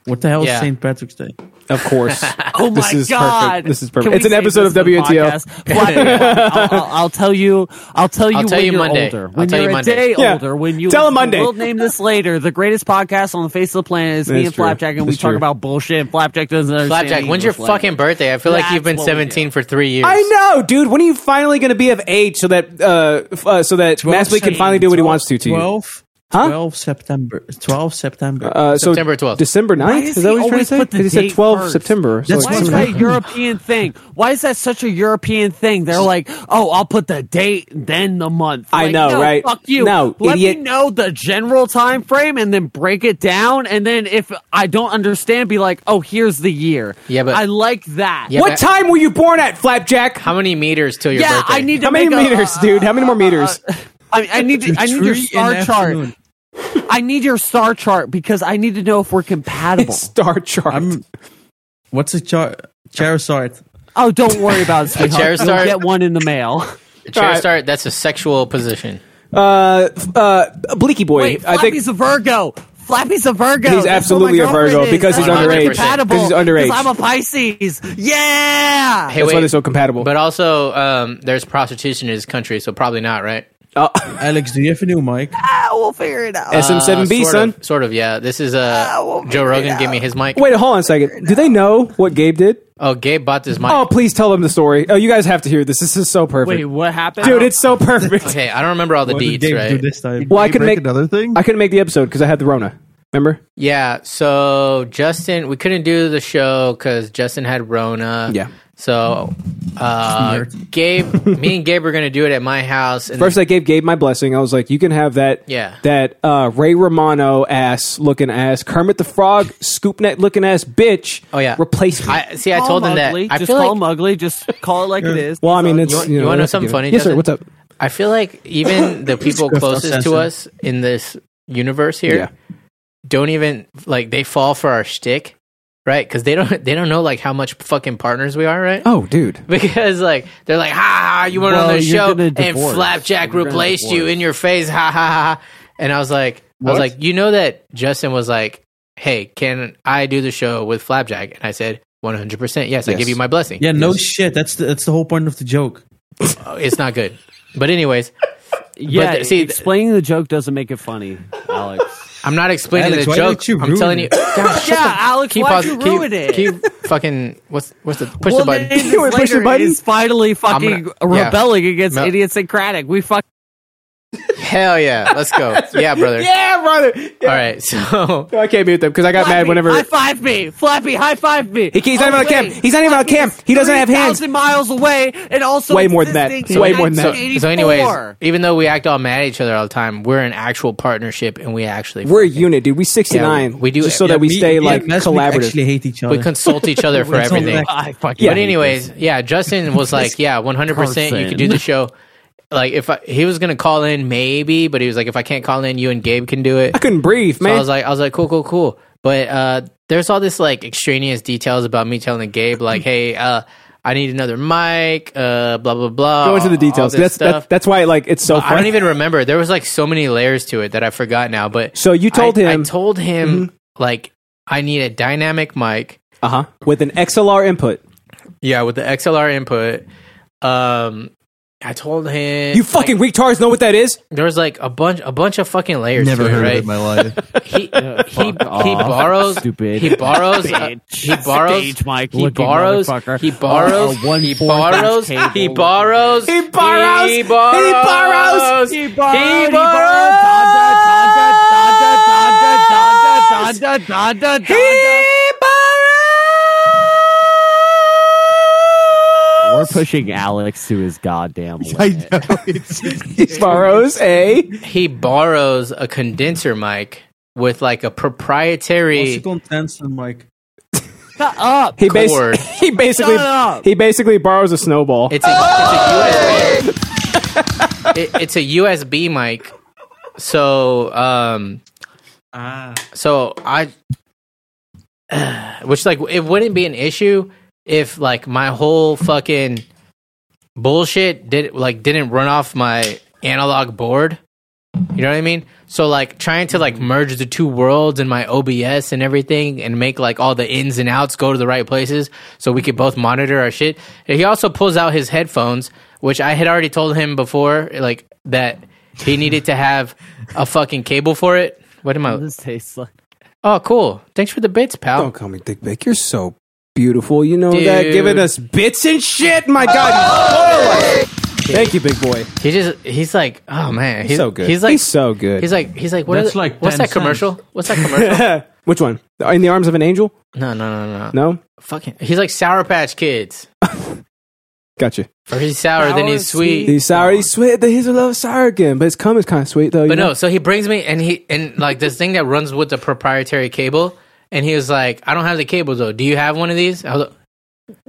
Speaker 6: What the hell
Speaker 2: Yeah.
Speaker 6: is St. Patrick's Day?
Speaker 1: Of course.
Speaker 3: Oh
Speaker 1: This
Speaker 3: my
Speaker 1: is perfect.
Speaker 3: God,
Speaker 1: This is
Speaker 3: Can
Speaker 1: perfect.
Speaker 3: we
Speaker 1: It's an
Speaker 3: save
Speaker 1: episode
Speaker 3: this
Speaker 1: of
Speaker 3: for the
Speaker 1: WNTL.
Speaker 3: podcast? Well, I'll, I'll, I'll tell you. I'll tell you
Speaker 2: I'll tell
Speaker 3: when
Speaker 2: you
Speaker 3: are
Speaker 2: Monday.
Speaker 3: older.
Speaker 2: I'll
Speaker 3: When
Speaker 2: tell you
Speaker 3: you're a
Speaker 2: Monday.
Speaker 3: day
Speaker 1: Yeah.
Speaker 3: older. When you
Speaker 1: Tell 'em Monday.
Speaker 3: We'll name this later. The greatest podcast on the face of the planet is me
Speaker 1: That's
Speaker 3: and
Speaker 1: true.
Speaker 3: Flapjack, and we
Speaker 1: That's
Speaker 3: talk
Speaker 1: true.
Speaker 3: about bullshit. Flapjack doesn't understand.
Speaker 2: Flapjack.
Speaker 3: the
Speaker 2: When's your
Speaker 3: English language.
Speaker 2: fucking birthday? I feel like you've
Speaker 3: That's
Speaker 2: been
Speaker 3: what we do.
Speaker 2: 17 for three years.
Speaker 1: I know, dude. When are you finally going to be of age so that uh, f- uh so that Masley can finally do what he wants to to you?
Speaker 6: 12,
Speaker 1: Huh?
Speaker 6: 12 September. 12 September.
Speaker 1: Uh, so
Speaker 2: September 12th.
Speaker 1: December 9th?
Speaker 3: Why
Speaker 1: is
Speaker 3: does
Speaker 1: that
Speaker 3: he
Speaker 1: what you're trying to
Speaker 3: always
Speaker 1: say?
Speaker 3: put the
Speaker 1: Because he said
Speaker 3: date
Speaker 1: 12
Speaker 3: first?
Speaker 1: September. so
Speaker 6: That's
Speaker 1: it's
Speaker 3: Why is
Speaker 1: September
Speaker 3: that a
Speaker 1: 9th.
Speaker 3: European thing? Why is that such a European thing? They're like, oh, I'll put the date, then the month.
Speaker 1: I
Speaker 3: Like,
Speaker 1: know,
Speaker 3: no,
Speaker 1: right?
Speaker 3: Fuck you.
Speaker 1: No,
Speaker 3: let
Speaker 1: idiot.
Speaker 3: me know the general time frame and then break it down. And then if I don't understand, be like, oh, here's the year.
Speaker 2: Yeah, but-
Speaker 3: I like that.
Speaker 2: Yeah,
Speaker 1: What
Speaker 2: but-
Speaker 1: time were you born at, Flapjack?
Speaker 2: How many meters till your
Speaker 3: Yeah,
Speaker 2: birthday?
Speaker 3: I need to
Speaker 1: How many
Speaker 3: make a-
Speaker 1: meters, dude? How many
Speaker 2: Uh,
Speaker 1: more meters?
Speaker 3: I, I need to, I need your
Speaker 6: Three in
Speaker 3: star chart.
Speaker 6: afternoon.
Speaker 3: I need your star chart because I need to know if we're
Speaker 2: uh,
Speaker 3: compatible.
Speaker 1: Star chart.
Speaker 6: I'm. What's a chart? Charizard.
Speaker 3: oh, don't worry about it, sweetheart. You'll
Speaker 2: Charizard-
Speaker 3: get one in the mail.
Speaker 2: Chair
Speaker 1: Alright.
Speaker 2: start. That's a sexual position.
Speaker 1: Uh, f- uh, Bleaky Boy.
Speaker 3: Wait,
Speaker 1: I think
Speaker 3: Flappy's a Virgo. Flappy's a Virgo.
Speaker 1: He's
Speaker 3: That's what my
Speaker 1: absolutely a
Speaker 3: girlfriend
Speaker 1: Virgo
Speaker 3: is.
Speaker 1: because
Speaker 2: he's
Speaker 3: That's why we're
Speaker 2: 100%.
Speaker 3: compatible,
Speaker 1: Because he's underage.
Speaker 3: 'cause I'm a Pisces. Yeah.
Speaker 2: Hey,
Speaker 1: that's why
Speaker 2: wait.
Speaker 1: they're so compatible.
Speaker 2: but also, um, there's prostitution in this country, so probably not, right?
Speaker 6: Alex, do you have a new mic?
Speaker 3: Ah, we'll figure it out.
Speaker 1: SM7B,
Speaker 2: Uh, sort
Speaker 1: son.
Speaker 2: Of, sort of, yeah. This is
Speaker 3: Ah, we'll
Speaker 2: uh, Joe
Speaker 3: figure it
Speaker 2: Rogan
Speaker 3: out.
Speaker 2: gave me his mic.
Speaker 1: Wait, hold on a second. Do they know what Gabe did?
Speaker 2: Oh, Gabe bought this mic.
Speaker 1: Oh, please tell them the story. Oh, you guys have to hear this. This is so perfect.
Speaker 3: Wait, what happened?
Speaker 1: Dude, it's so perfect.
Speaker 2: Okay, I don't remember all the
Speaker 6: What did
Speaker 2: deeds,
Speaker 6: Gabe
Speaker 2: right?
Speaker 6: do this time?
Speaker 1: Well, I
Speaker 4: Did he
Speaker 1: couldn't
Speaker 4: break
Speaker 1: make
Speaker 4: another thing.
Speaker 1: I couldn't make the episode because I had the Rona. Remember?
Speaker 2: Yeah, so Justin, we couldn't do the show because Justin had Rona.
Speaker 1: Yeah.
Speaker 2: So, uh, Gabe, me and Gabe were gonna do it at my house. And
Speaker 1: First, I gave Gabe my blessing. I was like, "You can have that,
Speaker 2: Yeah.
Speaker 1: that uh, Ray Romano ass looking ass Kermit the Frog scoop net looking ass bitch.
Speaker 2: oh yeah,
Speaker 1: replace me.
Speaker 2: I see. I
Speaker 3: Call
Speaker 2: told
Speaker 3: him
Speaker 2: him that.
Speaker 3: ugly.
Speaker 2: I
Speaker 3: just
Speaker 2: feel
Speaker 3: call
Speaker 2: like
Speaker 3: him ugly. Just call it like it is.
Speaker 1: well, I mean, it's
Speaker 2: You
Speaker 1: you,
Speaker 2: want- you wanna know
Speaker 1: that's
Speaker 2: something
Speaker 1: forgiven.
Speaker 2: funny,
Speaker 1: Yes, sir.
Speaker 2: Justin?
Speaker 1: What's up?
Speaker 2: I feel like even the people
Speaker 6: Script
Speaker 2: closest
Speaker 6: obsession.
Speaker 2: to us in this universe here
Speaker 1: Yeah.
Speaker 2: don't even like they fall for our shtick, right? Because they don't they don't know like how much fucking partners we are, right?
Speaker 1: Oh, dude.
Speaker 2: Because like they're like, ha ha, you went
Speaker 3: Well,
Speaker 2: on the
Speaker 3: you're
Speaker 2: show
Speaker 3: gonna
Speaker 2: and
Speaker 3: divorce.
Speaker 2: Flapjack
Speaker 3: You're gonna
Speaker 2: replaced you
Speaker 3: divorce.
Speaker 2: in your face, ha ha ha. ha." And I was like, I was
Speaker 6: What?
Speaker 2: like, you know that Justin was like, hey, can I do the show with Flapjack? And I said, one hundred percent, yes, I give you my blessing.
Speaker 6: Yeah, no shit. That's the, that's the whole point of the joke.
Speaker 2: Uh, it's not good, but anyways,
Speaker 3: yeah.
Speaker 2: th- see, th-
Speaker 3: explaining the joke doesn't make it funny, Alex.
Speaker 2: I'm not explaining
Speaker 6: Alex,
Speaker 2: the
Speaker 6: why
Speaker 2: joke.
Speaker 6: don't you
Speaker 2: I'm
Speaker 6: ruin
Speaker 2: telling you,
Speaker 6: it?
Speaker 2: God, shut
Speaker 3: Yeah,
Speaker 2: the-
Speaker 3: Alex, why'd
Speaker 2: pause-
Speaker 3: you
Speaker 2: keep-
Speaker 3: ruin it?
Speaker 2: Keep fucking what's what's the push the button?
Speaker 3: Well, then
Speaker 1: You wanna push the
Speaker 3: later
Speaker 1: button?
Speaker 3: is finally
Speaker 2: gonna-
Speaker 3: fucking
Speaker 2: yeah.
Speaker 3: rebelling against
Speaker 2: No.
Speaker 3: idiosyncratic. We fuck.
Speaker 2: Hell yeah, let's go. yeah, brother.
Speaker 1: Yeah, brother.
Speaker 2: All right, so
Speaker 1: No, I can't mute them because I got mad
Speaker 3: Flappy,
Speaker 1: whenever.
Speaker 3: high five me, Flappy, high five me.
Speaker 1: He- he's not even on
Speaker 3: wait,
Speaker 1: cam. He's not even on
Speaker 3: Flappy
Speaker 1: cam.
Speaker 3: is
Speaker 1: He doesn't have hands.
Speaker 3: 3,000 miles away, and also
Speaker 1: Way more than that.
Speaker 3: existing
Speaker 1: Way
Speaker 3: in
Speaker 1: more than that.
Speaker 2: so,
Speaker 3: 1984.
Speaker 2: so anyways, even though we act all mad at each other all the time, we're an actual partnership, and we actually
Speaker 1: we're a unit, dude. We sixty nine.
Speaker 2: Yeah, we do-
Speaker 1: just so
Speaker 2: yeah,
Speaker 1: that we
Speaker 6: Me-
Speaker 1: stay
Speaker 6: me
Speaker 1: like
Speaker 6: and Mes, we
Speaker 1: collaborative.
Speaker 6: actually hate each other.
Speaker 2: we consult each other for
Speaker 6: That's all
Speaker 2: everything.
Speaker 6: that-
Speaker 3: I fucking.
Speaker 1: Yeah.
Speaker 2: But anyways, yeah, Justin was like, yeah, one hundred percent, you could do the show. Like if I, he was gonna call in, maybe, but he was like, if I can't call in, you and Gabe can do it.
Speaker 1: I couldn't breathe,
Speaker 2: So
Speaker 1: man.
Speaker 2: I was like, I was like, cool, cool, cool. But uh, there's all this like extraneous details about me telling Gabe like, hey, uh, I need another mic, uh, blah blah blah.
Speaker 1: Go into the
Speaker 2: all
Speaker 1: details.
Speaker 2: this
Speaker 1: That's that,
Speaker 2: stuff.
Speaker 1: that's why like it's so
Speaker 2: I don't
Speaker 1: funny.
Speaker 2: even remember. There was like so many layers to it that I forgot now. But
Speaker 1: So you told
Speaker 2: I-
Speaker 1: him- Mm-hmm.
Speaker 2: I told him like I need a dynamic mic.
Speaker 1: Uh huh. With an XLR input,
Speaker 2: Yeah, with the XLR input. Um, I told him
Speaker 1: you fucking retards know what that is.
Speaker 2: there was like a bunch a bunch of fucking layers.
Speaker 4: Never
Speaker 2: to
Speaker 4: heard
Speaker 2: it, right?
Speaker 4: of it in my life.
Speaker 2: he uh, he, he
Speaker 3: off.
Speaker 2: borrows
Speaker 3: Stupid.
Speaker 2: he borrows uh,
Speaker 3: Bitch.
Speaker 2: he borrows
Speaker 3: Stage mic
Speaker 2: he
Speaker 3: looking
Speaker 2: borrows
Speaker 3: motherfucker.
Speaker 2: he borrows
Speaker 3: A- a one
Speaker 2: he
Speaker 3: fourth inch
Speaker 2: borrows
Speaker 3: cable
Speaker 2: he borrows
Speaker 1: He borrows.
Speaker 2: he
Speaker 1: He
Speaker 2: borrows
Speaker 1: borrows.
Speaker 2: he
Speaker 3: borrowed- he borrowed
Speaker 2: borrows
Speaker 3: da, da, da, da, We're pushing Alex to his goddamn
Speaker 4: I
Speaker 3: limit.
Speaker 4: know. It's,
Speaker 1: He borrows a
Speaker 2: He borrows a condenser mic with like a proprietary.
Speaker 6: Mike.
Speaker 3: Shut up.
Speaker 1: he bas-
Speaker 2: Cord.
Speaker 1: he basically
Speaker 3: Shut up.
Speaker 1: he basically borrows a snowball.
Speaker 2: It's a, it's a USB. it, it's a USB mic. So, um, so I, which like it wouldn't be an issue if like my whole fucking bullshit did like didn't run off my analog board. You know what I mean? So like trying to like merge the two worlds in my OBS and everything and make like all the ins and outs go to the right places so we could both monitor our shit. And he also pulls out his headphones, which I had already told him before, like that he needed to have a fucking cable for it. What am I?
Speaker 3: This tastes like.
Speaker 2: Oh, cool. Thanks for the bits, pal.
Speaker 1: Don't Oh, call me Dick Vic. You're so beautiful. You know that
Speaker 2: Dude. Oh!
Speaker 1: giving us bits and shit. My God, you spoil us. Thank you, big boy.
Speaker 2: He just he's like, oh man, he's,
Speaker 1: He's so good.
Speaker 2: He's like
Speaker 1: He's so good.
Speaker 2: He's like he's like what
Speaker 6: That's
Speaker 2: is-
Speaker 6: like
Speaker 2: what's
Speaker 6: 10
Speaker 2: that commercial?
Speaker 6: cents.
Speaker 2: What's that commercial?
Speaker 1: Which one? In the arms of an angel?
Speaker 2: no, no, no, no,
Speaker 1: No.
Speaker 2: Fucking. He's like Sour Patch Kids.
Speaker 1: Gotcha.
Speaker 2: Or he's sour, then he's sweet.
Speaker 1: He's sour. He's sweet. He's a little sour again, but his cum is kind of sweet though. you
Speaker 2: But
Speaker 1: know?
Speaker 2: no, so he brings me and he and like this thing that runs with the proprietary cable, and he was like, "I don't have the cable though. Do you have one of these?" I was like,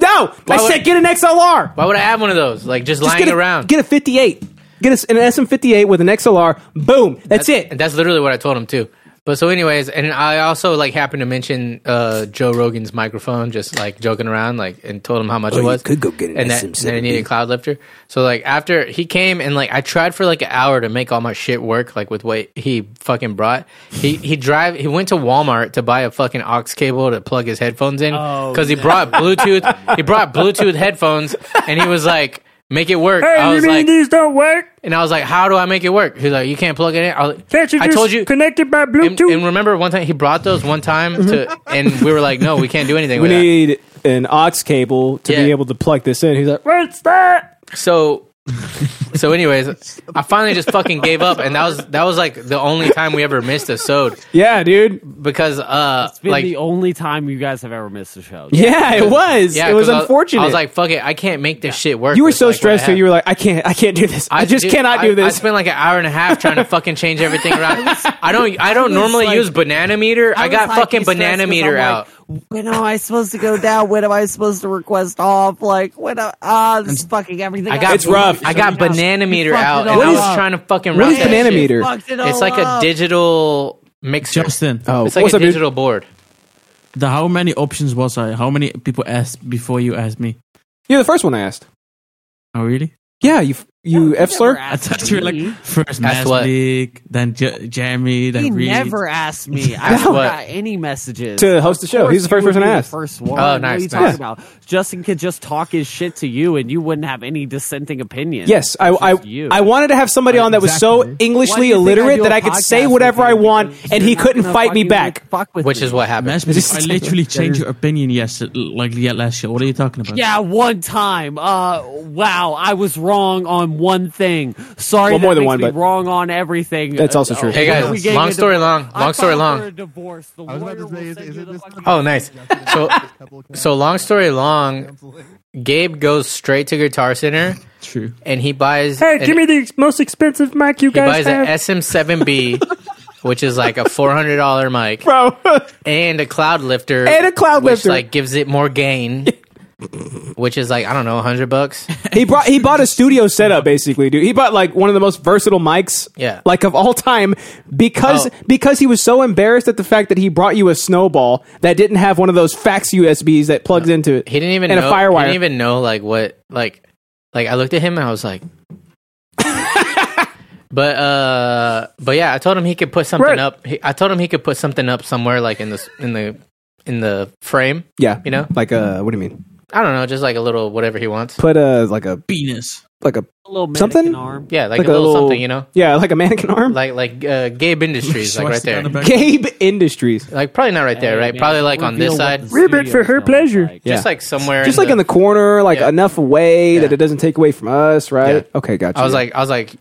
Speaker 1: no. I
Speaker 2: would-
Speaker 1: said get an XLR.
Speaker 2: "Why would I have one of those? Like just,
Speaker 1: Just
Speaker 2: lying
Speaker 1: get a,
Speaker 2: around."
Speaker 1: Get a 58. Get us an SM58 with an XLR. Boom. That's, it.
Speaker 2: And that's literally what I told him too. But so, anyways, and I also like happened to mention uh, Joe Rogan's microphone, just like joking around, like and told him how much it was.
Speaker 1: Oh, could go get an
Speaker 2: and that, and that I needed a cloud lifter. So like after he came and like I tried for like an hour to make all my shit work, like with what he fucking brought. He he drive he went to Walmart to buy a fucking aux cable to plug his headphones in because he brought Bluetooth. he brought Bluetooth headphones, and he was like. Make it work. I was like,
Speaker 1: don't work?
Speaker 2: and I was like, "How do I make it work?" He's like, "You can't plug it in." I, was like, I told you.
Speaker 1: connected by
Speaker 2: And, and remember, one time he brought those one time to, and we were like, "No, we can't do anything."
Speaker 1: Mm-hmm. we
Speaker 2: with that.
Speaker 1: need an aux cable to
Speaker 2: Yeah.
Speaker 1: be able to plug this in. He's like, what's that?
Speaker 2: So, so anyways, I finally just fucking gave up, and that was that was like the only time we ever missed a sode
Speaker 1: Yeah, dude.
Speaker 2: because uh
Speaker 3: It's been
Speaker 2: like
Speaker 3: the only time you guys have ever missed a show.
Speaker 1: Yeah, it was.
Speaker 2: yeah
Speaker 1: it was
Speaker 2: 'cause I
Speaker 1: unfortunate.
Speaker 2: I was like, fuck it, I can't make this shit work.
Speaker 1: you were
Speaker 2: with,
Speaker 1: so
Speaker 2: like, what I
Speaker 1: stressed that
Speaker 2: have.
Speaker 1: you were like, I can't, I can't do this. I, just
Speaker 2: dude,
Speaker 1: cannot
Speaker 2: I-
Speaker 1: do
Speaker 2: I
Speaker 1: this.
Speaker 2: spent like an hour and a half trying to fucking change everything around. I don't. I don't normally
Speaker 3: like-
Speaker 2: use banana meter. I, got fucking banana meter out.
Speaker 3: when am I supposed to go down? When am I supposed to request off? Like when? Ah, this is fucking everything.
Speaker 2: I got
Speaker 1: It's rough.
Speaker 2: I got banana meter
Speaker 3: fucked
Speaker 2: out,
Speaker 3: it
Speaker 2: and
Speaker 3: all
Speaker 2: I was
Speaker 3: up.
Speaker 2: trying to fucking.
Speaker 1: what
Speaker 2: route
Speaker 1: is
Speaker 2: that
Speaker 1: banana
Speaker 2: shit.
Speaker 1: meter?
Speaker 2: It's like a digital mixer.
Speaker 6: Justin,
Speaker 1: Oh,
Speaker 2: It's like
Speaker 1: what's
Speaker 2: a
Speaker 1: up, dude?
Speaker 2: digital board.
Speaker 6: the how many options was I? How many people asked before you asked me?
Speaker 1: You're the first one I asked.
Speaker 6: Oh, really?
Speaker 1: Yeah, you, f- you F slur.
Speaker 6: I thought you were like first
Speaker 2: That's what-
Speaker 6: Maslik, then J- Jamie, then
Speaker 3: He
Speaker 6: Reed.
Speaker 3: never asked me. I
Speaker 2: That's
Speaker 3: never
Speaker 2: what-
Speaker 3: got any messages
Speaker 1: To host the
Speaker 3: Of
Speaker 1: show.
Speaker 3: course
Speaker 1: He's the first
Speaker 3: you would
Speaker 1: person
Speaker 3: be
Speaker 1: I
Speaker 3: the
Speaker 1: asked.
Speaker 3: First one.
Speaker 2: Oh,
Speaker 3: What are
Speaker 2: nice,
Speaker 3: you talking
Speaker 2: nice.
Speaker 3: about? Justin could just talk his shit to you, and you wouldn't have any dissenting opinion.
Speaker 1: Yes, I
Speaker 3: It's
Speaker 1: I,
Speaker 3: just you.
Speaker 1: I wanted to have somebody on that was so
Speaker 3: Why do
Speaker 1: Englishly
Speaker 3: you think
Speaker 1: illiterate
Speaker 3: do
Speaker 1: that
Speaker 3: a
Speaker 1: I could
Speaker 3: podcast
Speaker 1: say
Speaker 3: with
Speaker 1: whatever
Speaker 3: you?
Speaker 1: I want,
Speaker 3: Because
Speaker 1: and
Speaker 3: you're
Speaker 1: he
Speaker 3: not
Speaker 1: couldn't
Speaker 3: gonna
Speaker 1: fight me
Speaker 3: fucking
Speaker 1: back.
Speaker 3: Fuck with
Speaker 2: which
Speaker 3: me.
Speaker 2: is what happened.
Speaker 6: Maslik, I literally changed your opinion yes, like yeah, last year. What are you talking about?
Speaker 3: Yeah, one time. Uh, wow, I was wrong on one thing. Sorry,
Speaker 1: Well,
Speaker 3: that
Speaker 1: more than
Speaker 3: makes
Speaker 1: one,
Speaker 3: me
Speaker 1: but-
Speaker 3: wrong on everything.
Speaker 1: That's also true.
Speaker 2: Hey, guys,
Speaker 3: We getting
Speaker 2: long
Speaker 3: a
Speaker 2: story long,
Speaker 3: I
Speaker 2: long story
Speaker 3: filed
Speaker 2: long.
Speaker 3: for a divorce. The
Speaker 4: I was
Speaker 3: lawyer
Speaker 4: about to
Speaker 3: will
Speaker 4: say, is,
Speaker 3: send
Speaker 4: is
Speaker 3: you
Speaker 4: it
Speaker 3: the
Speaker 4: this?
Speaker 3: fucking-
Speaker 2: Oh, nice. So, so long story long,
Speaker 4: long.
Speaker 2: Gabe goes straight to Guitar Center
Speaker 6: True.
Speaker 2: and he buys. Hey, give me the most expensive mic you guys He buys an SM7B, which is like a four hundred dollar mic,
Speaker 1: bro.
Speaker 2: and a cloud lifter,
Speaker 1: And a cloud
Speaker 2: which
Speaker 1: lifter.
Speaker 2: like gives it more gain, which is like I don't know, hundred bucks.
Speaker 1: he brought he bought a studio setup basically, dude. He bought like one of the most versatile mics,
Speaker 2: Yeah.
Speaker 1: like of all time, because
Speaker 2: Oh.
Speaker 1: because he was so embarrassed at the fact that he brought you a snowball that didn't have one of those fax USBs that plugs into it.
Speaker 2: He didn't even
Speaker 1: and
Speaker 2: know,
Speaker 1: a firewire.
Speaker 2: He didn't even know like what like like I looked at him and I was like But uh but yeah, I told him he could put something
Speaker 1: Right.
Speaker 2: up. He, I told him he could put something up somewhere like in the s- in the in the frame,
Speaker 1: yeah,
Speaker 2: you know?
Speaker 1: like uh, what do you mean?
Speaker 2: I don't know, just like a little whatever he wants.
Speaker 1: Put a like a
Speaker 6: Penis.
Speaker 1: like a
Speaker 3: A little
Speaker 1: Something?
Speaker 3: mannequin arm.
Speaker 2: Yeah, like, a, little, something, you know?
Speaker 1: yeah, like a mannequin arm.
Speaker 2: Like like uh Gabe Industries like right
Speaker 6: Swastika
Speaker 2: there.
Speaker 6: on the back.
Speaker 1: Gabe Industries,
Speaker 2: Like probably not right there,
Speaker 3: Hey,
Speaker 2: right?
Speaker 3: man,
Speaker 2: Probably like on
Speaker 3: reveal
Speaker 2: this
Speaker 3: what
Speaker 2: side.
Speaker 3: the studio's
Speaker 1: for her
Speaker 3: gonna look
Speaker 1: pleasure.
Speaker 3: like.
Speaker 1: Yeah.
Speaker 2: Just like somewhere
Speaker 1: just like in the corner, like
Speaker 2: Yeah.
Speaker 1: enough away
Speaker 2: Yeah.
Speaker 1: that it doesn't take away from us, right?
Speaker 2: Yeah.
Speaker 1: Okay, gotcha.
Speaker 2: I was like I was like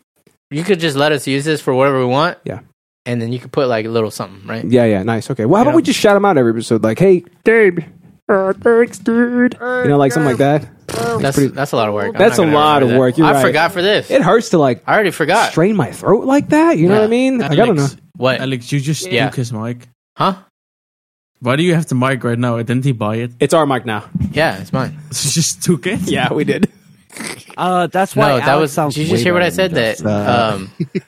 Speaker 2: you could just let us use this for whatever we want.
Speaker 1: Yeah.
Speaker 2: and then you could put like a little something, right?
Speaker 1: Yeah, yeah, nice. Okay. Well, how about we just shout him out every episode? Like, hey, Dave, uh, thanks, dude. You know, like something like that.
Speaker 2: That's that's a lot of work. I'm
Speaker 1: That's
Speaker 2: not
Speaker 1: a
Speaker 2: gonna
Speaker 1: lot of
Speaker 2: remember that.
Speaker 1: work. You're
Speaker 2: I
Speaker 1: right.
Speaker 2: forgot for this.
Speaker 1: It hurts to like
Speaker 2: I already forgot.
Speaker 1: strain my throat like that. You know what I
Speaker 2: Yeah.
Speaker 1: mean? Like, I don't know.
Speaker 6: Alex,
Speaker 2: What?
Speaker 6: Alex, you just
Speaker 2: Yeah.
Speaker 6: took his mic.
Speaker 2: Huh?
Speaker 6: Why do you have the mic right now? Didn't he buy it?
Speaker 1: It's our mic now.
Speaker 2: Yeah, it's mine.
Speaker 6: He just took it.
Speaker 1: Yeah, we did.
Speaker 3: Uh, that's why
Speaker 2: No, that
Speaker 3: Alex
Speaker 2: was.
Speaker 3: sounds
Speaker 2: Did you just
Speaker 3: way
Speaker 2: hear what
Speaker 3: better
Speaker 2: I
Speaker 3: than
Speaker 2: said?
Speaker 3: Justin.
Speaker 2: That
Speaker 1: uh,
Speaker 2: um,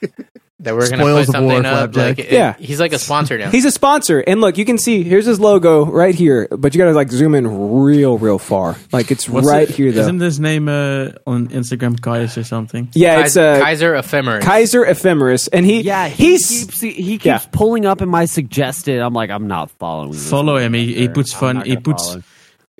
Speaker 2: that we're gonna put
Speaker 4: Spoils of war,
Speaker 2: something up.
Speaker 4: Flapjack.
Speaker 2: Like, it-
Speaker 1: Yeah.
Speaker 2: he's like a sponsor now.
Speaker 1: He's a sponsor, and look, you can see here's his logo right here. But you gotta like zoom in real, real far. Like it's
Speaker 6: What's
Speaker 1: right
Speaker 6: it-
Speaker 1: here though.
Speaker 6: Isn't his name uh, on Instagram Kais or something?
Speaker 1: yeah, it's
Speaker 2: Kaiser,
Speaker 1: uh, Kaiser,
Speaker 2: Kaiser ephemeris.
Speaker 1: Ephemeris, and he
Speaker 3: yeah, he
Speaker 1: he's
Speaker 3: keeps he, he keeps
Speaker 1: Yeah.
Speaker 3: pulling up in my suggested. I'm like, I'm not following. This
Speaker 6: Follow
Speaker 3: one.
Speaker 6: him. He, he
Speaker 3: I'm
Speaker 6: puts
Speaker 3: not
Speaker 6: fun. He
Speaker 3: gonna
Speaker 6: puts
Speaker 3: follow him.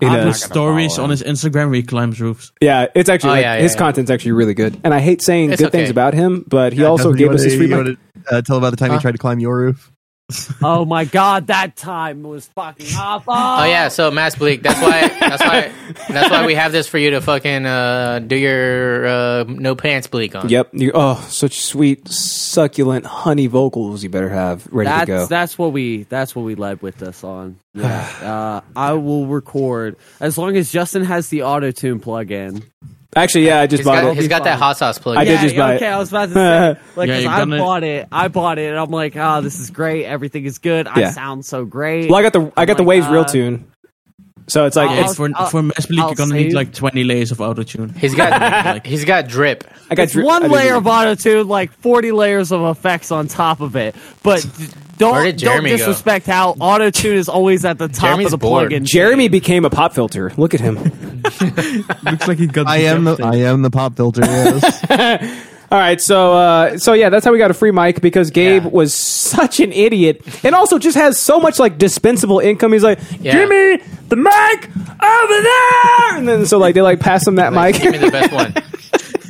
Speaker 1: He
Speaker 3: I'm
Speaker 1: does.
Speaker 3: not gonna
Speaker 6: stories
Speaker 3: follow
Speaker 6: on
Speaker 3: him.
Speaker 6: his Instagram where he climbs roofs.
Speaker 1: yeah, it's actually
Speaker 2: Oh,
Speaker 1: like,
Speaker 2: yeah, yeah,
Speaker 1: his
Speaker 2: yeah.
Speaker 1: content's actually really good, and I hate saying
Speaker 2: It's
Speaker 1: good
Speaker 2: okay.
Speaker 1: things about him, but he also
Speaker 4: Doesn't
Speaker 1: gave
Speaker 4: wanna-
Speaker 1: us his free
Speaker 4: you
Speaker 1: mic.
Speaker 4: wanna, uh, tell about the time
Speaker 2: Huh?
Speaker 4: you tried to climb your roof.
Speaker 3: Oh my god, that time was fucking awful.
Speaker 2: Oh yeah, so Mass Bleak. That's why. That's why. That's why we have this for you to fucking uh, do your uh, no pants bleak on.
Speaker 1: Yep. You, oh, such sweet, succulent honey vocals you better have ready to
Speaker 3: that's
Speaker 1: go.
Speaker 3: that's what we that's what we led with this on. Yeah, uh, I will record as long as Justin has the auto tune plug in.
Speaker 1: Actually, yeah, I just
Speaker 2: He's
Speaker 1: bought
Speaker 2: got,
Speaker 1: it.
Speaker 2: he's got that hot sauce plug.
Speaker 1: I did
Speaker 3: yeah,
Speaker 1: just buy it.
Speaker 3: okay, I was about to say like
Speaker 6: Yeah,
Speaker 3: 'cause
Speaker 6: you're
Speaker 3: I
Speaker 6: gonna-
Speaker 3: bought it. I bought it, and I'm like, oh, this is great. Everything is good.
Speaker 1: Yeah.
Speaker 3: I sound so great.
Speaker 1: well, I got the I got the
Speaker 3: Like,
Speaker 1: Waves real
Speaker 3: uh,
Speaker 1: tune. So it's like
Speaker 3: I'll-
Speaker 6: Yeah,
Speaker 1: it's,
Speaker 6: for
Speaker 3: I'll-
Speaker 6: for Mass Bleak,
Speaker 3: I'll
Speaker 6: you're gonna
Speaker 3: save.
Speaker 6: need like 20 layers of autotune.
Speaker 2: He's got. he's got drip.
Speaker 1: I got
Speaker 3: it's
Speaker 1: dri- I
Speaker 3: one
Speaker 1: did-
Speaker 3: layer of auto tune, like 40 layers of effects on top of it. But d-
Speaker 2: Where
Speaker 3: don't
Speaker 2: did
Speaker 3: don't
Speaker 2: Jeremy go?
Speaker 3: disrespect how auto tune is always at the top
Speaker 2: Jeremy's
Speaker 3: of the
Speaker 2: bored.
Speaker 3: plugin.
Speaker 1: Jeremy became a pop filter. Look at him.
Speaker 6: Looks like he got.
Speaker 4: I am the I am the pop filter. Yes.
Speaker 1: All right, so uh, so yeah, that's how we got a free mic because Gabe
Speaker 2: Yeah.
Speaker 1: was such an idiot, and also just has so much like dispensable income. He's like,
Speaker 2: Yeah.
Speaker 1: "Give me the mic over there," and then so like they like pass him that
Speaker 2: Like,
Speaker 1: mic.
Speaker 2: give me the best one.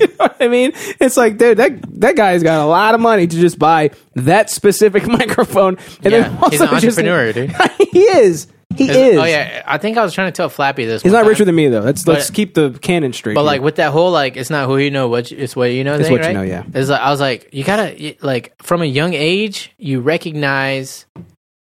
Speaker 1: You know what I mean? It's like, dude, that that guy's got a lot of money to just buy that specific microphone, and
Speaker 2: Yeah,
Speaker 1: then also
Speaker 2: he's an
Speaker 1: just-
Speaker 2: entrepreneur, dude.
Speaker 1: he is. He is.
Speaker 2: Oh yeah, I think I was trying to tell Flappy this.
Speaker 1: He's
Speaker 2: one
Speaker 1: not
Speaker 2: time.
Speaker 1: richer than me though. Let's
Speaker 2: But-
Speaker 1: let's keep the canon straight.
Speaker 2: But
Speaker 1: here.
Speaker 2: like with that whole like it's not who you know what you, it's what you know
Speaker 1: It's
Speaker 2: thing,
Speaker 1: what you
Speaker 2: right?
Speaker 1: know, yeah.
Speaker 2: It's like I was like you gotta y- like from a young age you recognize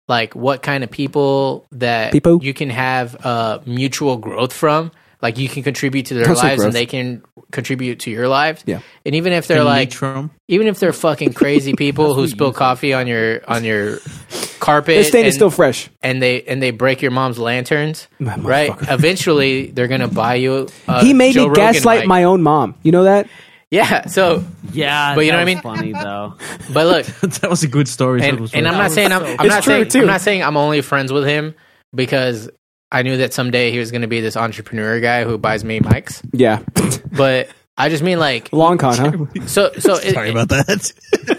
Speaker 2: like what kind of people that
Speaker 1: People?
Speaker 2: you can have uh, mutual growth from. Like you can contribute to their
Speaker 1: Don't say
Speaker 2: lives
Speaker 1: growth.
Speaker 2: and they can contribute to your lives.
Speaker 1: Yeah.
Speaker 2: And even if they're like
Speaker 6: from.
Speaker 2: even if they're fucking crazy people who spill coffee on your on your carpet,
Speaker 1: this stain is
Speaker 2: and-
Speaker 1: still fresh.
Speaker 2: and they and they break your mom's lanterns,
Speaker 1: That
Speaker 2: right?
Speaker 1: motherfucker.
Speaker 2: Eventually, they're gonna buy you. A
Speaker 1: he made
Speaker 2: Joe
Speaker 1: me
Speaker 2: Rogan
Speaker 1: gaslight
Speaker 2: mic.
Speaker 1: my own mom. You know that?
Speaker 2: Yeah. So,
Speaker 3: Yeah,
Speaker 2: But you
Speaker 3: that
Speaker 2: know what
Speaker 3: was Funny though.
Speaker 2: but look,
Speaker 6: that was a good story. so it
Speaker 2: and,
Speaker 6: was
Speaker 2: and I'm
Speaker 6: worth
Speaker 2: not saying I'm, I'm
Speaker 1: It's
Speaker 2: not
Speaker 1: true,
Speaker 2: saying
Speaker 1: too.
Speaker 2: I'm not saying I'm only friends with him because I knew that someday he was gonna be this entrepreneur guy who buys me mics.
Speaker 1: Yeah.
Speaker 2: But I just mean like
Speaker 1: Long con, huh?
Speaker 2: so so. it-
Speaker 4: Sorry about that.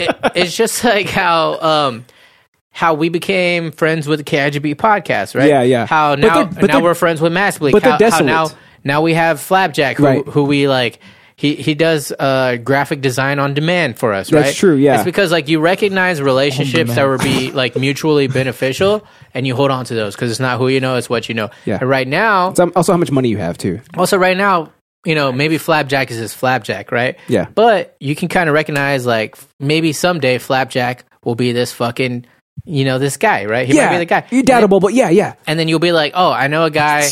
Speaker 2: it, it's just like how um how we became friends with the KIGB podcast, right?
Speaker 1: Yeah, yeah.
Speaker 2: How
Speaker 1: But
Speaker 2: now
Speaker 1: they're- but
Speaker 2: now
Speaker 1: they're-
Speaker 2: we're friends with Mass Bleak.
Speaker 1: but they're
Speaker 2: how, how
Speaker 1: desolate.
Speaker 2: now now we have Flapjack who
Speaker 1: Right.
Speaker 2: who we like he, he does uh, graphic design on demand for us, right?
Speaker 1: That's true, yeah.
Speaker 2: It's because like you recognize relationships that would be like mutually beneficial, and you hold on to those because it's not who you know, it's what you know.
Speaker 1: Yeah.
Speaker 2: And right now,
Speaker 1: It's um, also how much money you have too.
Speaker 2: also right now you know maybe flapjack is his flapjack right
Speaker 1: Yeah.
Speaker 2: but you can kind of recognize like f- maybe someday flapjack will be this fucking you know this guy right he
Speaker 1: yeah,
Speaker 2: might be the guy
Speaker 1: you doubtable, but yeah, yeah.
Speaker 2: and then you'll be like oh i know a guy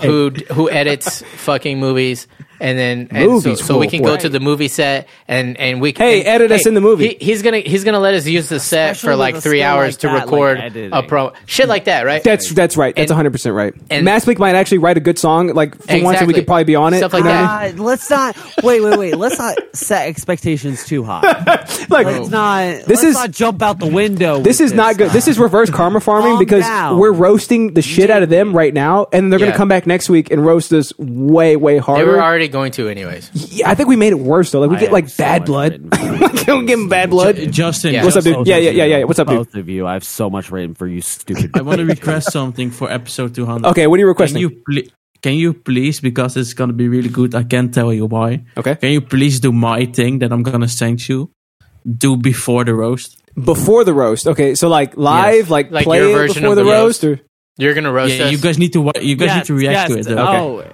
Speaker 2: who d- who edits fucking movies and then and so,
Speaker 1: Movies,
Speaker 2: so we
Speaker 1: cool,
Speaker 2: can
Speaker 1: boy.
Speaker 2: go to the movie set and and we can
Speaker 1: Hey, edit us in the movie.
Speaker 2: he, he's gonna he's gonna let us use the set
Speaker 3: Especially
Speaker 2: for like
Speaker 3: with a
Speaker 2: three
Speaker 3: skill
Speaker 2: hours
Speaker 3: like
Speaker 2: to
Speaker 3: that, like
Speaker 2: record a
Speaker 3: editing.
Speaker 2: pro shit like that right
Speaker 1: That's that's right. That's
Speaker 2: And-
Speaker 1: 100 percent right.
Speaker 2: and-
Speaker 1: Mass Bleak might actually write a good song. Like for once, and we
Speaker 2: Exactly.
Speaker 1: could probably be on it.
Speaker 2: Stuff like
Speaker 1: you know what I
Speaker 2: that.
Speaker 3: God, let's not wait, wait, wait. Let's not set expectations too high.
Speaker 1: mean? Like
Speaker 2: Oh.
Speaker 3: Let's not.
Speaker 1: This
Speaker 3: This
Speaker 1: is-
Speaker 3: is not jump out the window. with
Speaker 1: this is not good. This is reverse karma farming
Speaker 3: Calm
Speaker 1: because
Speaker 3: down.
Speaker 1: we're roasting the shit out of them right now, and they're
Speaker 2: Yeah.
Speaker 1: gonna come back next week and roast us way way
Speaker 2: they
Speaker 1: harder.
Speaker 2: were already going to anyways
Speaker 1: Yeah, I think we made it worse though. Like we
Speaker 3: I
Speaker 1: get
Speaker 3: am
Speaker 1: like
Speaker 3: so
Speaker 1: bad
Speaker 3: much
Speaker 1: blood.
Speaker 3: written for you.
Speaker 1: Like, we give them bad blood.
Speaker 6: Justin,
Speaker 2: Yeah.
Speaker 1: What's up,
Speaker 6: Justin,
Speaker 1: dude? Yeah, yeah, yeah, yeah. What's up, dude?
Speaker 3: Both of you, I have so much written for you, stupid.
Speaker 6: I want to request something for episode 200.
Speaker 1: Okay, what are you
Speaker 6: Can
Speaker 1: requesting?
Speaker 6: you pl- can you please because it's gonna be really good? I can't tell you why.
Speaker 1: Okay.
Speaker 6: Can you please do my thing that I'm gonna send you? Do before the roast.
Speaker 1: before the roast. Okay, so like live, like,
Speaker 2: Like
Speaker 1: play
Speaker 2: your
Speaker 1: it
Speaker 2: version
Speaker 1: before
Speaker 2: of
Speaker 1: the
Speaker 2: the
Speaker 1: roast, or
Speaker 2: roast. you're gonna roast
Speaker 6: Yeah,
Speaker 2: us
Speaker 6: you guys need to wa- you guys need to react to it. though.
Speaker 3: Oh,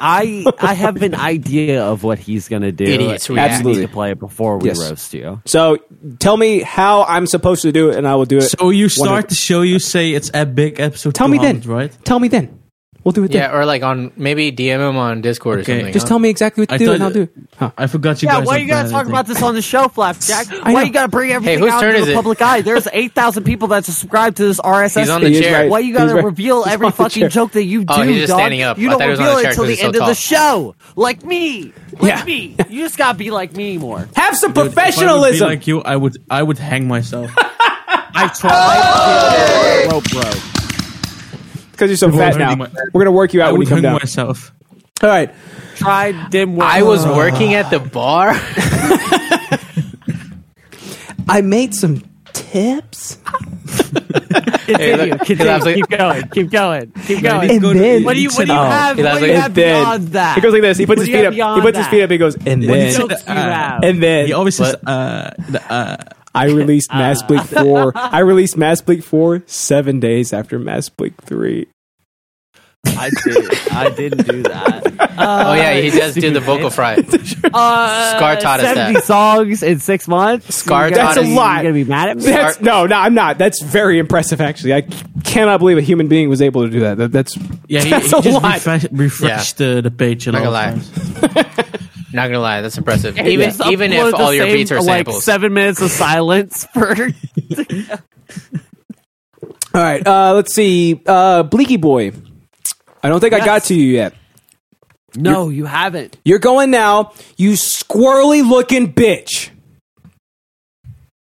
Speaker 3: I I have an idea of what he's gonna do.
Speaker 2: Idiots
Speaker 3: We
Speaker 2: react.
Speaker 3: need
Speaker 1: Absolutely.
Speaker 3: to play it before we
Speaker 1: Yes.
Speaker 3: roast you.
Speaker 1: So tell me how I'm supposed to do it, and I will do it.
Speaker 6: So you
Speaker 1: One
Speaker 6: start the show, you say it's epic episode.
Speaker 1: Tell me then.
Speaker 6: 200, right?
Speaker 1: Tell me then. We'll do it then.
Speaker 2: Yeah, or like on maybe DM him on Discord
Speaker 6: Okay.
Speaker 2: or something.
Speaker 1: Just
Speaker 2: huh?
Speaker 1: tell me exactly what to
Speaker 6: I
Speaker 1: do,
Speaker 6: thought-
Speaker 1: and I'll do. it. Huh.
Speaker 6: I forgot you
Speaker 3: Yeah,
Speaker 6: guys.
Speaker 3: why
Speaker 6: are
Speaker 3: you gotta
Speaker 6: bad
Speaker 3: talk
Speaker 6: at
Speaker 3: about this on the show, Flapjack? Why
Speaker 1: know.
Speaker 3: you gotta bring everything
Speaker 2: whose
Speaker 3: out
Speaker 2: turn
Speaker 3: into
Speaker 2: is
Speaker 3: the
Speaker 2: it?
Speaker 3: public eye? There's eight thousand people that subscribe to this RSS.
Speaker 2: He's on the
Speaker 1: He
Speaker 3: feed.
Speaker 1: is
Speaker 2: chair.
Speaker 1: right.
Speaker 3: Why you gotta
Speaker 1: He's right.
Speaker 3: reveal
Speaker 1: He's
Speaker 3: every
Speaker 1: on the
Speaker 3: fucking
Speaker 1: chair.
Speaker 3: joke that you do?
Speaker 2: Oh, he's just
Speaker 3: dog?
Speaker 2: standing up.
Speaker 3: You
Speaker 2: I
Speaker 3: don't
Speaker 2: thought he was on the
Speaker 3: reveal it
Speaker 2: chair
Speaker 3: until
Speaker 2: 'cause
Speaker 3: the
Speaker 2: he's so
Speaker 3: end of the show,
Speaker 2: tall.
Speaker 3: like me, like
Speaker 1: Yeah.
Speaker 3: me. You just gotta be like me more.
Speaker 1: Have some
Speaker 6: that. If I would be
Speaker 1: professionalism.
Speaker 6: like you, I would. I would hang myself.
Speaker 3: I tried. Rope broke.
Speaker 1: Because you're so fat
Speaker 6: hurting
Speaker 1: now.
Speaker 6: my-
Speaker 1: We're gonna work you
Speaker 6: I
Speaker 1: out when
Speaker 6: would
Speaker 1: you come
Speaker 6: hang
Speaker 1: down.
Speaker 6: myself.
Speaker 1: All right.
Speaker 3: Tried. Didn't work.
Speaker 2: I was working at the bar.
Speaker 1: I made some tips,
Speaker 2: Hey,
Speaker 3: Continue.
Speaker 2: look,
Speaker 3: Continue.
Speaker 2: I was like-
Speaker 3: keep going. Keep going. Keep going.
Speaker 1: and then
Speaker 3: What do you? What do you
Speaker 1: Oh.
Speaker 3: have?
Speaker 2: He
Speaker 3: What
Speaker 2: was
Speaker 3: do you
Speaker 2: like-
Speaker 3: have
Speaker 1: And then
Speaker 3: beyond that?
Speaker 1: He goes like this. He puts
Speaker 3: What
Speaker 1: his
Speaker 3: do you
Speaker 1: feet
Speaker 3: have
Speaker 1: up. He
Speaker 3: beyond
Speaker 1: puts his
Speaker 3: that?
Speaker 1: feet up. He goes, and
Speaker 3: jokes
Speaker 1: then,
Speaker 3: do you have?
Speaker 1: and then,
Speaker 6: He always says,
Speaker 2: What?
Speaker 6: uh, the, uh,
Speaker 1: I released Mass Bleak 4. I released Mass Bleak 4 seven days after Mass Bleak 3.
Speaker 3: I did. I didn't do that.
Speaker 2: oh yeah, he does do the vocal fry.
Speaker 3: Uh,
Speaker 2: Scar taught us that.
Speaker 3: Seventy songs in six months.
Speaker 2: Scar
Speaker 3: You
Speaker 2: taught
Speaker 3: guys-
Speaker 2: us- That's a
Speaker 1: lot.
Speaker 3: You gonna be mad at me?
Speaker 1: That's, no, no, I'm not. That's very impressive, actually. I c- cannot believe a human being was able to do that. that that's
Speaker 6: yeah, he,
Speaker 1: That's
Speaker 6: he
Speaker 1: a
Speaker 6: just
Speaker 1: lot.
Speaker 6: refresh, refreshed the, the page a
Speaker 2: Not
Speaker 6: lot.
Speaker 2: gonna lie.
Speaker 6: of times.
Speaker 2: Not gonna lie, that's impressive.
Speaker 3: And
Speaker 2: Even
Speaker 3: just
Speaker 2: even
Speaker 3: upload
Speaker 2: if
Speaker 3: the
Speaker 2: all your
Speaker 3: same,
Speaker 2: beats are
Speaker 3: like
Speaker 2: samples.
Speaker 3: seven minutes of silence for
Speaker 1: all right. Uh, let's see. Uh, Bleaky Boy. I don't think I got
Speaker 3: Yes.
Speaker 1: to you yet.
Speaker 3: no, you haven't.
Speaker 1: You're going now. You squirrely looking bitch.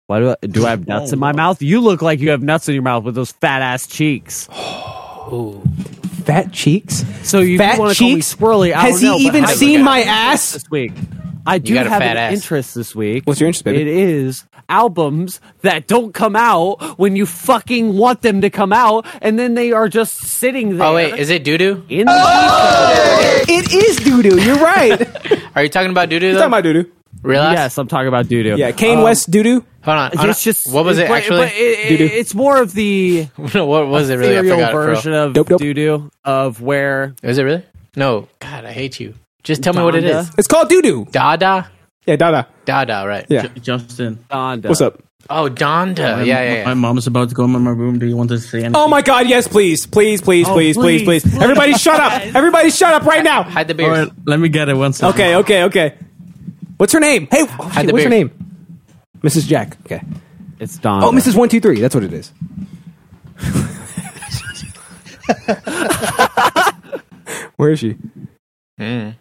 Speaker 3: Why do I, do I have nuts in my mouth? You look like you have nuts in your mouth with those fat ass cheeks.
Speaker 1: Fat cheeks.
Speaker 3: So you
Speaker 1: Fat
Speaker 3: want to call me
Speaker 1: cheeks?
Speaker 3: squirrely? I
Speaker 1: Has
Speaker 3: don't
Speaker 1: he
Speaker 3: know, but
Speaker 1: even
Speaker 3: I-
Speaker 1: seen my ass?
Speaker 3: this week. I do
Speaker 2: got a
Speaker 3: have
Speaker 2: fat
Speaker 3: an
Speaker 2: ass.
Speaker 3: interest this week.
Speaker 1: What's your interest, baby?
Speaker 3: It is albums that don't come out when you fucking want them to come out, and then they are just sitting there.
Speaker 2: Oh wait, is it doo doo?
Speaker 3: in the Oh!
Speaker 1: It is doo doo. You're right. Talking
Speaker 2: Are you talking about doo doo?
Speaker 1: about doo doo.
Speaker 2: Realize?
Speaker 3: yes, I'm talking about doo doo.
Speaker 1: Yeah, Kane West doo doo.
Speaker 2: Hold on. hold on.
Speaker 3: It's just
Speaker 2: what was it
Speaker 3: but-
Speaker 2: actually?
Speaker 3: but it-
Speaker 1: Doo-doo.
Speaker 3: it's more of the
Speaker 2: no, what was it really? I
Speaker 3: serial
Speaker 2: forgot. Bro.
Speaker 3: version of
Speaker 1: Dope, dope.
Speaker 3: doo doo of where
Speaker 2: Is it really? No. God, I hate you. Just tell me what it
Speaker 3: Donda.
Speaker 2: is.
Speaker 1: It's called doo doo.
Speaker 2: Dada,
Speaker 1: Yeah, da da.
Speaker 2: Dada, right?
Speaker 1: Yeah.
Speaker 6: Justin,
Speaker 3: Donda.
Speaker 1: What's up?
Speaker 2: Oh, Donda.
Speaker 6: my-
Speaker 2: yeah, yeah, yeah.
Speaker 6: My mom is about to go in my room. Do you want to say anything?
Speaker 1: Oh my God! Yes, please, please, please,
Speaker 3: Oh,
Speaker 1: please, please, please,
Speaker 3: please, please.
Speaker 1: Everybody, shut up! Everybody, shut up right now!
Speaker 2: Hide the
Speaker 6: All
Speaker 2: beers.
Speaker 3: Oh,
Speaker 6: right, let me get it one second.
Speaker 1: Okay, okay, okay. What's her name? Hey, oh, shit,
Speaker 2: the
Speaker 1: what's her
Speaker 2: beard.
Speaker 1: name? Mrs. Jack. Okay.
Speaker 3: It's Donda.
Speaker 1: Oh, Mrs. One Two Three. That's what it is. Where is she?
Speaker 2: Mm.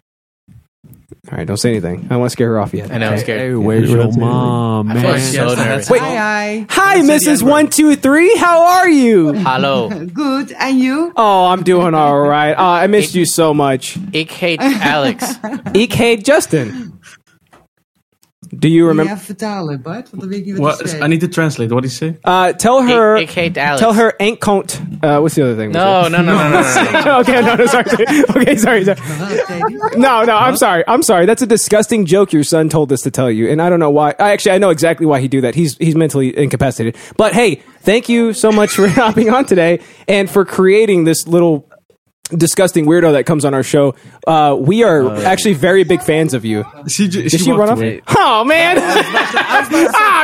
Speaker 1: All right, don't say anything. I don't want to scare her off yet.
Speaker 2: I know, I'm scared.
Speaker 3: Hey, where's
Speaker 1: Yeah,
Speaker 3: your
Speaker 1: that's it.
Speaker 3: mom,
Speaker 2: I feel
Speaker 3: man?
Speaker 2: so
Speaker 6: Yes,
Speaker 2: nervous.
Speaker 1: Wait.
Speaker 13: Hi,
Speaker 1: Hi, Mrs. One Two Three. How are you?
Speaker 2: Hello.
Speaker 13: Good, and you?
Speaker 1: Oh, I'm doing all right. Uh, I missed you so much.
Speaker 2: Ik hate Alex.
Speaker 1: Ek Justin. Do you remember?
Speaker 13: Ja, vertalen, Bart, want dan weet ik niet wat
Speaker 6: What,
Speaker 13: je
Speaker 6: I
Speaker 13: zei.
Speaker 6: need to translate. What do you say?
Speaker 1: Uh, tell her.
Speaker 2: Ik, ik hate Alex.
Speaker 1: Tell her ain't count. Uh, what's the other thing?
Speaker 2: No, no, no, no, no, no, no.
Speaker 1: okay, no, no, sorry. Okay, sorry, sorry.
Speaker 13: Wat zei die?
Speaker 1: No, no, I'm sorry. I'm sorry. That's a disgusting joke your son told us to tell you, and I don't know why. I actually I know exactly why he do that. He's he's mentally incapacitated. But hey, thank you so much for hopping on today and for creating this little disgusting weirdo that comes on our show. Uh, we are actually very big fans of you.
Speaker 6: She, ju-
Speaker 1: Did she,
Speaker 6: walked
Speaker 1: run off?
Speaker 6: away.
Speaker 1: Oh man. Ah,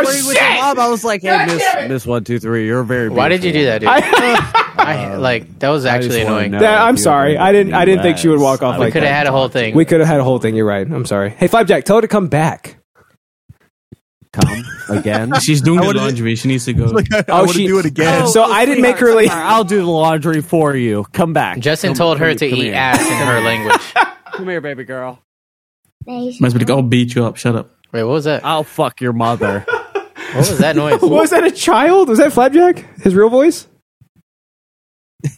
Speaker 3: Playing with the
Speaker 1: shit!
Speaker 3: mob, I was like, hey, miss, miss one, two, three, you're very.
Speaker 2: Why did you do that, dude? I, like that was actually annoying.
Speaker 1: That- I'm sorry. I didn't- I didn't think she would walk off
Speaker 2: We
Speaker 1: like
Speaker 2: could have had a whole thing.
Speaker 1: We could have had a whole thing. You're right. I'm sorry. Hey, Flapjack, tell her to come back.
Speaker 3: come again.
Speaker 6: She's doing
Speaker 4: I
Speaker 6: the
Speaker 4: would've-
Speaker 6: laundry. She needs to go.
Speaker 4: Like, I, I
Speaker 1: Oh,
Speaker 4: want
Speaker 1: she-
Speaker 4: to do it again.
Speaker 1: So I didn't make her leave.
Speaker 3: I'll do the laundry for you. Come back.
Speaker 2: Justin
Speaker 3: Come-
Speaker 2: told her
Speaker 3: come-
Speaker 2: to
Speaker 3: come
Speaker 2: eat
Speaker 3: here.
Speaker 2: ass in her language.
Speaker 3: Come here, baby girl.
Speaker 6: Must be like, I'll beat you up. Shut up.
Speaker 2: Wait, what was that? What
Speaker 3: I'll fuck your mother.
Speaker 2: Uh, was that noise?
Speaker 1: Was that a child? Was that Flapjack? His real voice?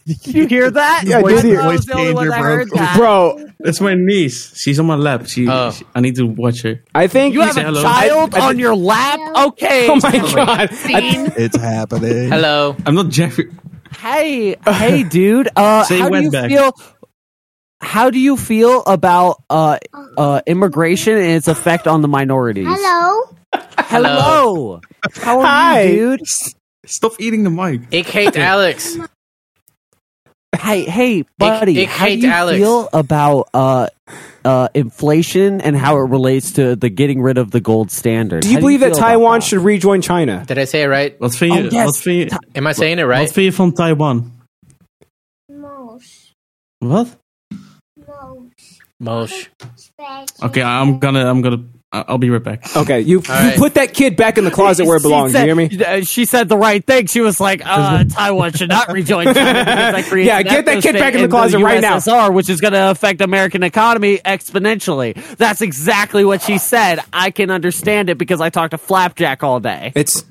Speaker 3: Did you hear that?
Speaker 4: Yeah, I did hear-
Speaker 3: I was
Speaker 4: voice
Speaker 3: the only one
Speaker 4: changer,
Speaker 3: that
Speaker 4: bro.
Speaker 3: heard that.
Speaker 1: Bro,
Speaker 6: That's my niece. She's on my lap. She,
Speaker 2: Oh.
Speaker 6: she- I need to watch her.
Speaker 1: I think
Speaker 3: You have
Speaker 6: say
Speaker 3: a
Speaker 6: hello.
Speaker 3: child on your lap? Okay.
Speaker 1: Oh my god! I-
Speaker 4: It's happening.
Speaker 2: Hello.
Speaker 6: I'm not Jeffrey.
Speaker 3: Hey, hey, dude. Uh,
Speaker 6: Say
Speaker 3: how do you
Speaker 6: wetback.
Speaker 3: feel? How do you feel about uh, uh, immigration and its effect on the minorities?
Speaker 5: Hello.
Speaker 3: Hello. How are
Speaker 1: Hi.
Speaker 3: you, dude?
Speaker 6: Stop eating the mic.
Speaker 2: Ik hate Alex.
Speaker 3: Hey, hey, buddy,
Speaker 2: it
Speaker 3: how do
Speaker 2: hate
Speaker 3: you
Speaker 2: Alex.
Speaker 3: feel about uh, uh, inflation and how it relates to the getting rid of the gold standard?
Speaker 1: Do you
Speaker 3: How
Speaker 1: believe that
Speaker 3: feel about
Speaker 1: Taiwan should rejoin China?
Speaker 2: Did I say it right?
Speaker 6: Wat vind je,
Speaker 3: Oh, yes.
Speaker 6: wat vind je,
Speaker 2: Am I saying it right?
Speaker 6: wat vind je van Taiwan? Wat?
Speaker 2: Mosh.
Speaker 6: Okay, I'm gonna, I'm gonna, I'll be right back.
Speaker 1: Okay, you, you
Speaker 2: right.
Speaker 1: put that kid back in the closet where it
Speaker 3: She
Speaker 1: belongs.
Speaker 3: said-
Speaker 1: you hear me?
Speaker 3: uh, She said the right thing. She was like, uh, "Taiwan should not rejoin China." because that creates
Speaker 1: Yeah,
Speaker 3: an
Speaker 1: get that kid
Speaker 3: ethnostate
Speaker 1: back in the closet right now.
Speaker 3: USSR, which is going to affect American economy exponentially. That's exactly what she said. I can understand it because I talked to Flapjack all day.
Speaker 1: It's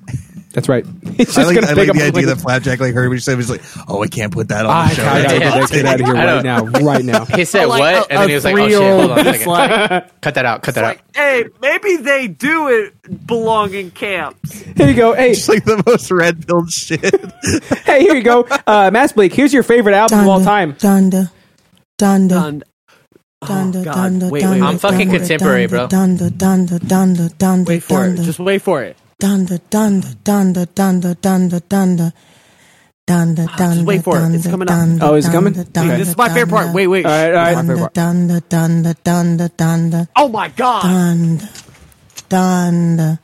Speaker 1: that's right. He's just
Speaker 4: I like,
Speaker 1: gonna
Speaker 4: I
Speaker 1: pick
Speaker 4: like
Speaker 1: up
Speaker 4: the idea
Speaker 1: Lincoln.
Speaker 4: that Flapjack like heard what you said. He's like, "Oh, I can't put that on
Speaker 1: I,
Speaker 4: the show."
Speaker 1: I gotta
Speaker 2: Yeah.
Speaker 1: get that kid out of here
Speaker 2: I
Speaker 1: right
Speaker 2: don't-
Speaker 1: now, right now.
Speaker 2: He said
Speaker 3: Like
Speaker 2: what?
Speaker 3: a-
Speaker 2: and then
Speaker 3: a
Speaker 2: he was like, "Oh shit,
Speaker 3: three-year-old
Speaker 2: hold on a
Speaker 3: that's
Speaker 2: second.
Speaker 3: like-
Speaker 2: cut that out. Cut that out."
Speaker 3: hey, maybe they do it belong in camps.
Speaker 1: Here you go. Hey,
Speaker 4: It's like the most red pilled shit.
Speaker 1: hey, here you go. Uh, Mass Blake, here's your favorite album of all time.
Speaker 5: Donda. Donda.
Speaker 3: And
Speaker 5: Donda.
Speaker 3: oh, God.
Speaker 5: Donda.
Speaker 3: Wait, wait,
Speaker 5: Donda,
Speaker 2: I'm fucking
Speaker 5: Donda,
Speaker 2: contemporary, bro.
Speaker 5: Donda. Donda. Donda. Donda.
Speaker 3: wait for it.
Speaker 5: Donda.
Speaker 3: Just wait for it.
Speaker 5: Donda, donda, donda, donda, donda, donda. Donda,
Speaker 3: Ah, Just
Speaker 5: donda,
Speaker 3: wait for it. It's
Speaker 5: donda,
Speaker 3: coming up.
Speaker 5: donda,
Speaker 1: Oh, is it coming?
Speaker 5: donda,
Speaker 1: Okay.
Speaker 5: donda,
Speaker 3: This is my favorite part.
Speaker 5: donda.
Speaker 3: Wait, wait.
Speaker 1: All right, all right.
Speaker 5: Donda, donda, donda, donda, donda,
Speaker 3: Oh my god.
Speaker 5: donda, donda,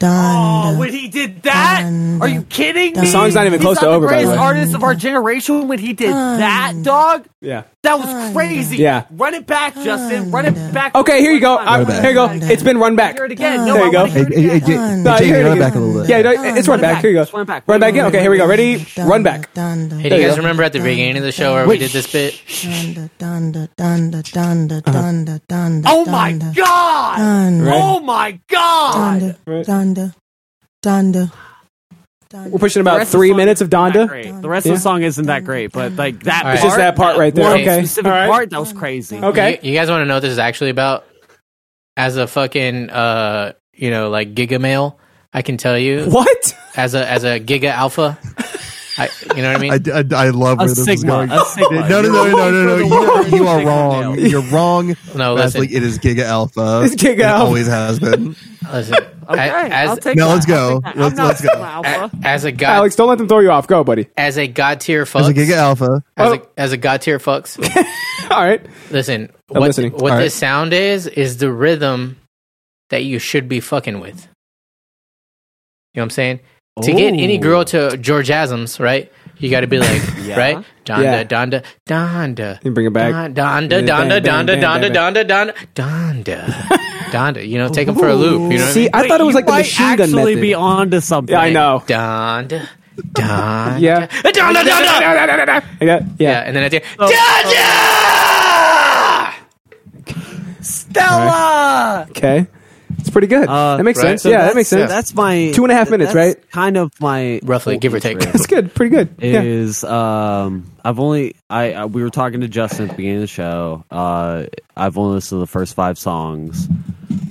Speaker 3: Oh,
Speaker 5: donda.
Speaker 3: when he did that?
Speaker 5: Dun,
Speaker 3: Are you kidding me?
Speaker 5: The
Speaker 1: song's not even
Speaker 3: He's
Speaker 1: close
Speaker 3: not
Speaker 1: to
Speaker 3: the
Speaker 1: over, by the
Speaker 3: Greatest
Speaker 1: way.
Speaker 3: artist of our generation. When he did
Speaker 5: Dun.
Speaker 3: that, dog,
Speaker 1: Yeah.
Speaker 3: that was crazy.
Speaker 1: Yeah.
Speaker 3: Run it back, Justin. Run it back.
Speaker 1: Okay, here you go.
Speaker 3: I
Speaker 1: I'm,
Speaker 4: back.
Speaker 1: here you go. It's been run back.
Speaker 3: Hear it again.
Speaker 1: There
Speaker 3: no,
Speaker 1: you
Speaker 3: I
Speaker 1: go.
Speaker 3: wanna hear it again.
Speaker 1: No, I hear it again.
Speaker 4: back a little bit.
Speaker 1: Yeah, no, it's run back.
Speaker 5: Run it back.
Speaker 1: Here you
Speaker 3: Just
Speaker 1: go.
Speaker 3: Oh, run it back.
Speaker 1: Run back in. Okay, here we go. Ready?
Speaker 5: Donda,
Speaker 1: Run back.
Speaker 5: donda,
Speaker 2: Hey, do you
Speaker 1: There you
Speaker 2: guys
Speaker 1: go.
Speaker 2: remember at the beginning of the show where we did this bit?
Speaker 5: donda, donda, donda, donda,
Speaker 2: Uh-huh.
Speaker 5: donda, donda,
Speaker 3: Oh my
Speaker 5: donda,
Speaker 3: god.
Speaker 5: donda,
Speaker 3: Oh my god.
Speaker 5: donda, donda, donda, donda.
Speaker 1: We're pushing
Speaker 3: The
Speaker 1: about
Speaker 3: rest of the
Speaker 1: three
Speaker 3: song
Speaker 1: minutes of
Speaker 3: isn't that
Speaker 1: Donda.
Speaker 3: great. The rest of
Speaker 1: Yeah.
Speaker 3: the song isn't that great, but like that.
Speaker 2: It's
Speaker 1: just that part right there.
Speaker 3: one
Speaker 1: Okay.
Speaker 3: Specific
Speaker 1: All right.
Speaker 3: part that was crazy.
Speaker 1: Okay.
Speaker 2: You, you guys want to know what this is actually about? As a fucking uh, you know, like giga male, I can tell you
Speaker 1: What?
Speaker 2: as a as a giga alpha. I, you know what I mean?
Speaker 4: I, I, I love
Speaker 3: A
Speaker 4: where this is
Speaker 3: sigma,
Speaker 4: going.
Speaker 3: a sigma.
Speaker 4: No, no, no, no, no, no,
Speaker 3: You're wrong.
Speaker 4: no. You, you are
Speaker 3: Sigma
Speaker 4: wrong.
Speaker 3: male.
Speaker 4: You're wrong.
Speaker 2: No,
Speaker 4: That's
Speaker 2: listen.
Speaker 4: like it is Giga Alpha.
Speaker 1: It's Giga
Speaker 4: It
Speaker 1: Alpha.
Speaker 4: always has been.
Speaker 2: Listen,
Speaker 3: Okay,
Speaker 2: I-
Speaker 3: I'll
Speaker 2: as
Speaker 3: take
Speaker 4: No,
Speaker 3: that.
Speaker 4: let's go.
Speaker 3: I'm
Speaker 4: Let's,
Speaker 3: not
Speaker 4: let's go.
Speaker 3: Sigma
Speaker 2: a,
Speaker 3: Alpha.
Speaker 2: as a god
Speaker 1: Alex, don't let them throw you off. Go, buddy.
Speaker 2: as a god tier fucks
Speaker 4: As a Giga Alpha,
Speaker 2: as a, as a god tier fucks.
Speaker 1: All right.
Speaker 2: Listen, what,
Speaker 1: listening.
Speaker 2: what
Speaker 4: All
Speaker 2: this sound is is the rhythm that you should be fucking with. You know what I'm saying? To get any girl to George Asms, right? You got to be like, right? Donda,
Speaker 1: Yeah.
Speaker 2: Donda, Donda.
Speaker 1: You bring it back.
Speaker 2: Don-
Speaker 1: Bang,
Speaker 2: Donda, Donda,
Speaker 1: bang,
Speaker 2: Donda,
Speaker 1: bang,
Speaker 2: Donda,
Speaker 1: bang, bang.
Speaker 2: Donda, Donda, Donda, Donda. You know, take them for a loop. You know what
Speaker 1: See, I
Speaker 3: Wait,
Speaker 1: thought it was
Speaker 3: you
Speaker 1: like the
Speaker 3: might
Speaker 1: machine gun
Speaker 3: actually
Speaker 1: method.
Speaker 3: be onto something.
Speaker 1: yeah, I know.
Speaker 2: I mean? Donda, Donda,
Speaker 1: Yeah.
Speaker 2: Donda, Donda.
Speaker 1: I got,
Speaker 2: Yeah,
Speaker 1: yeah.
Speaker 2: and then at the end, Donda!
Speaker 3: Stella.
Speaker 1: Okay. It's pretty good.
Speaker 3: Uh,
Speaker 1: that makes
Speaker 2: right.
Speaker 1: sense.
Speaker 2: So
Speaker 1: yeah, that
Speaker 3: that's-
Speaker 1: makes sense.
Speaker 3: That's my
Speaker 1: Two and a half minutes,
Speaker 3: that's
Speaker 1: right?
Speaker 3: Kind of my
Speaker 2: Roughly,
Speaker 3: whole
Speaker 2: give or take.
Speaker 3: interest
Speaker 1: That's good. Pretty good. Yeah.
Speaker 3: Is um, I've only I, I we were talking to Justin at the beginning of the show. Uh, I've only listened to the first five songs.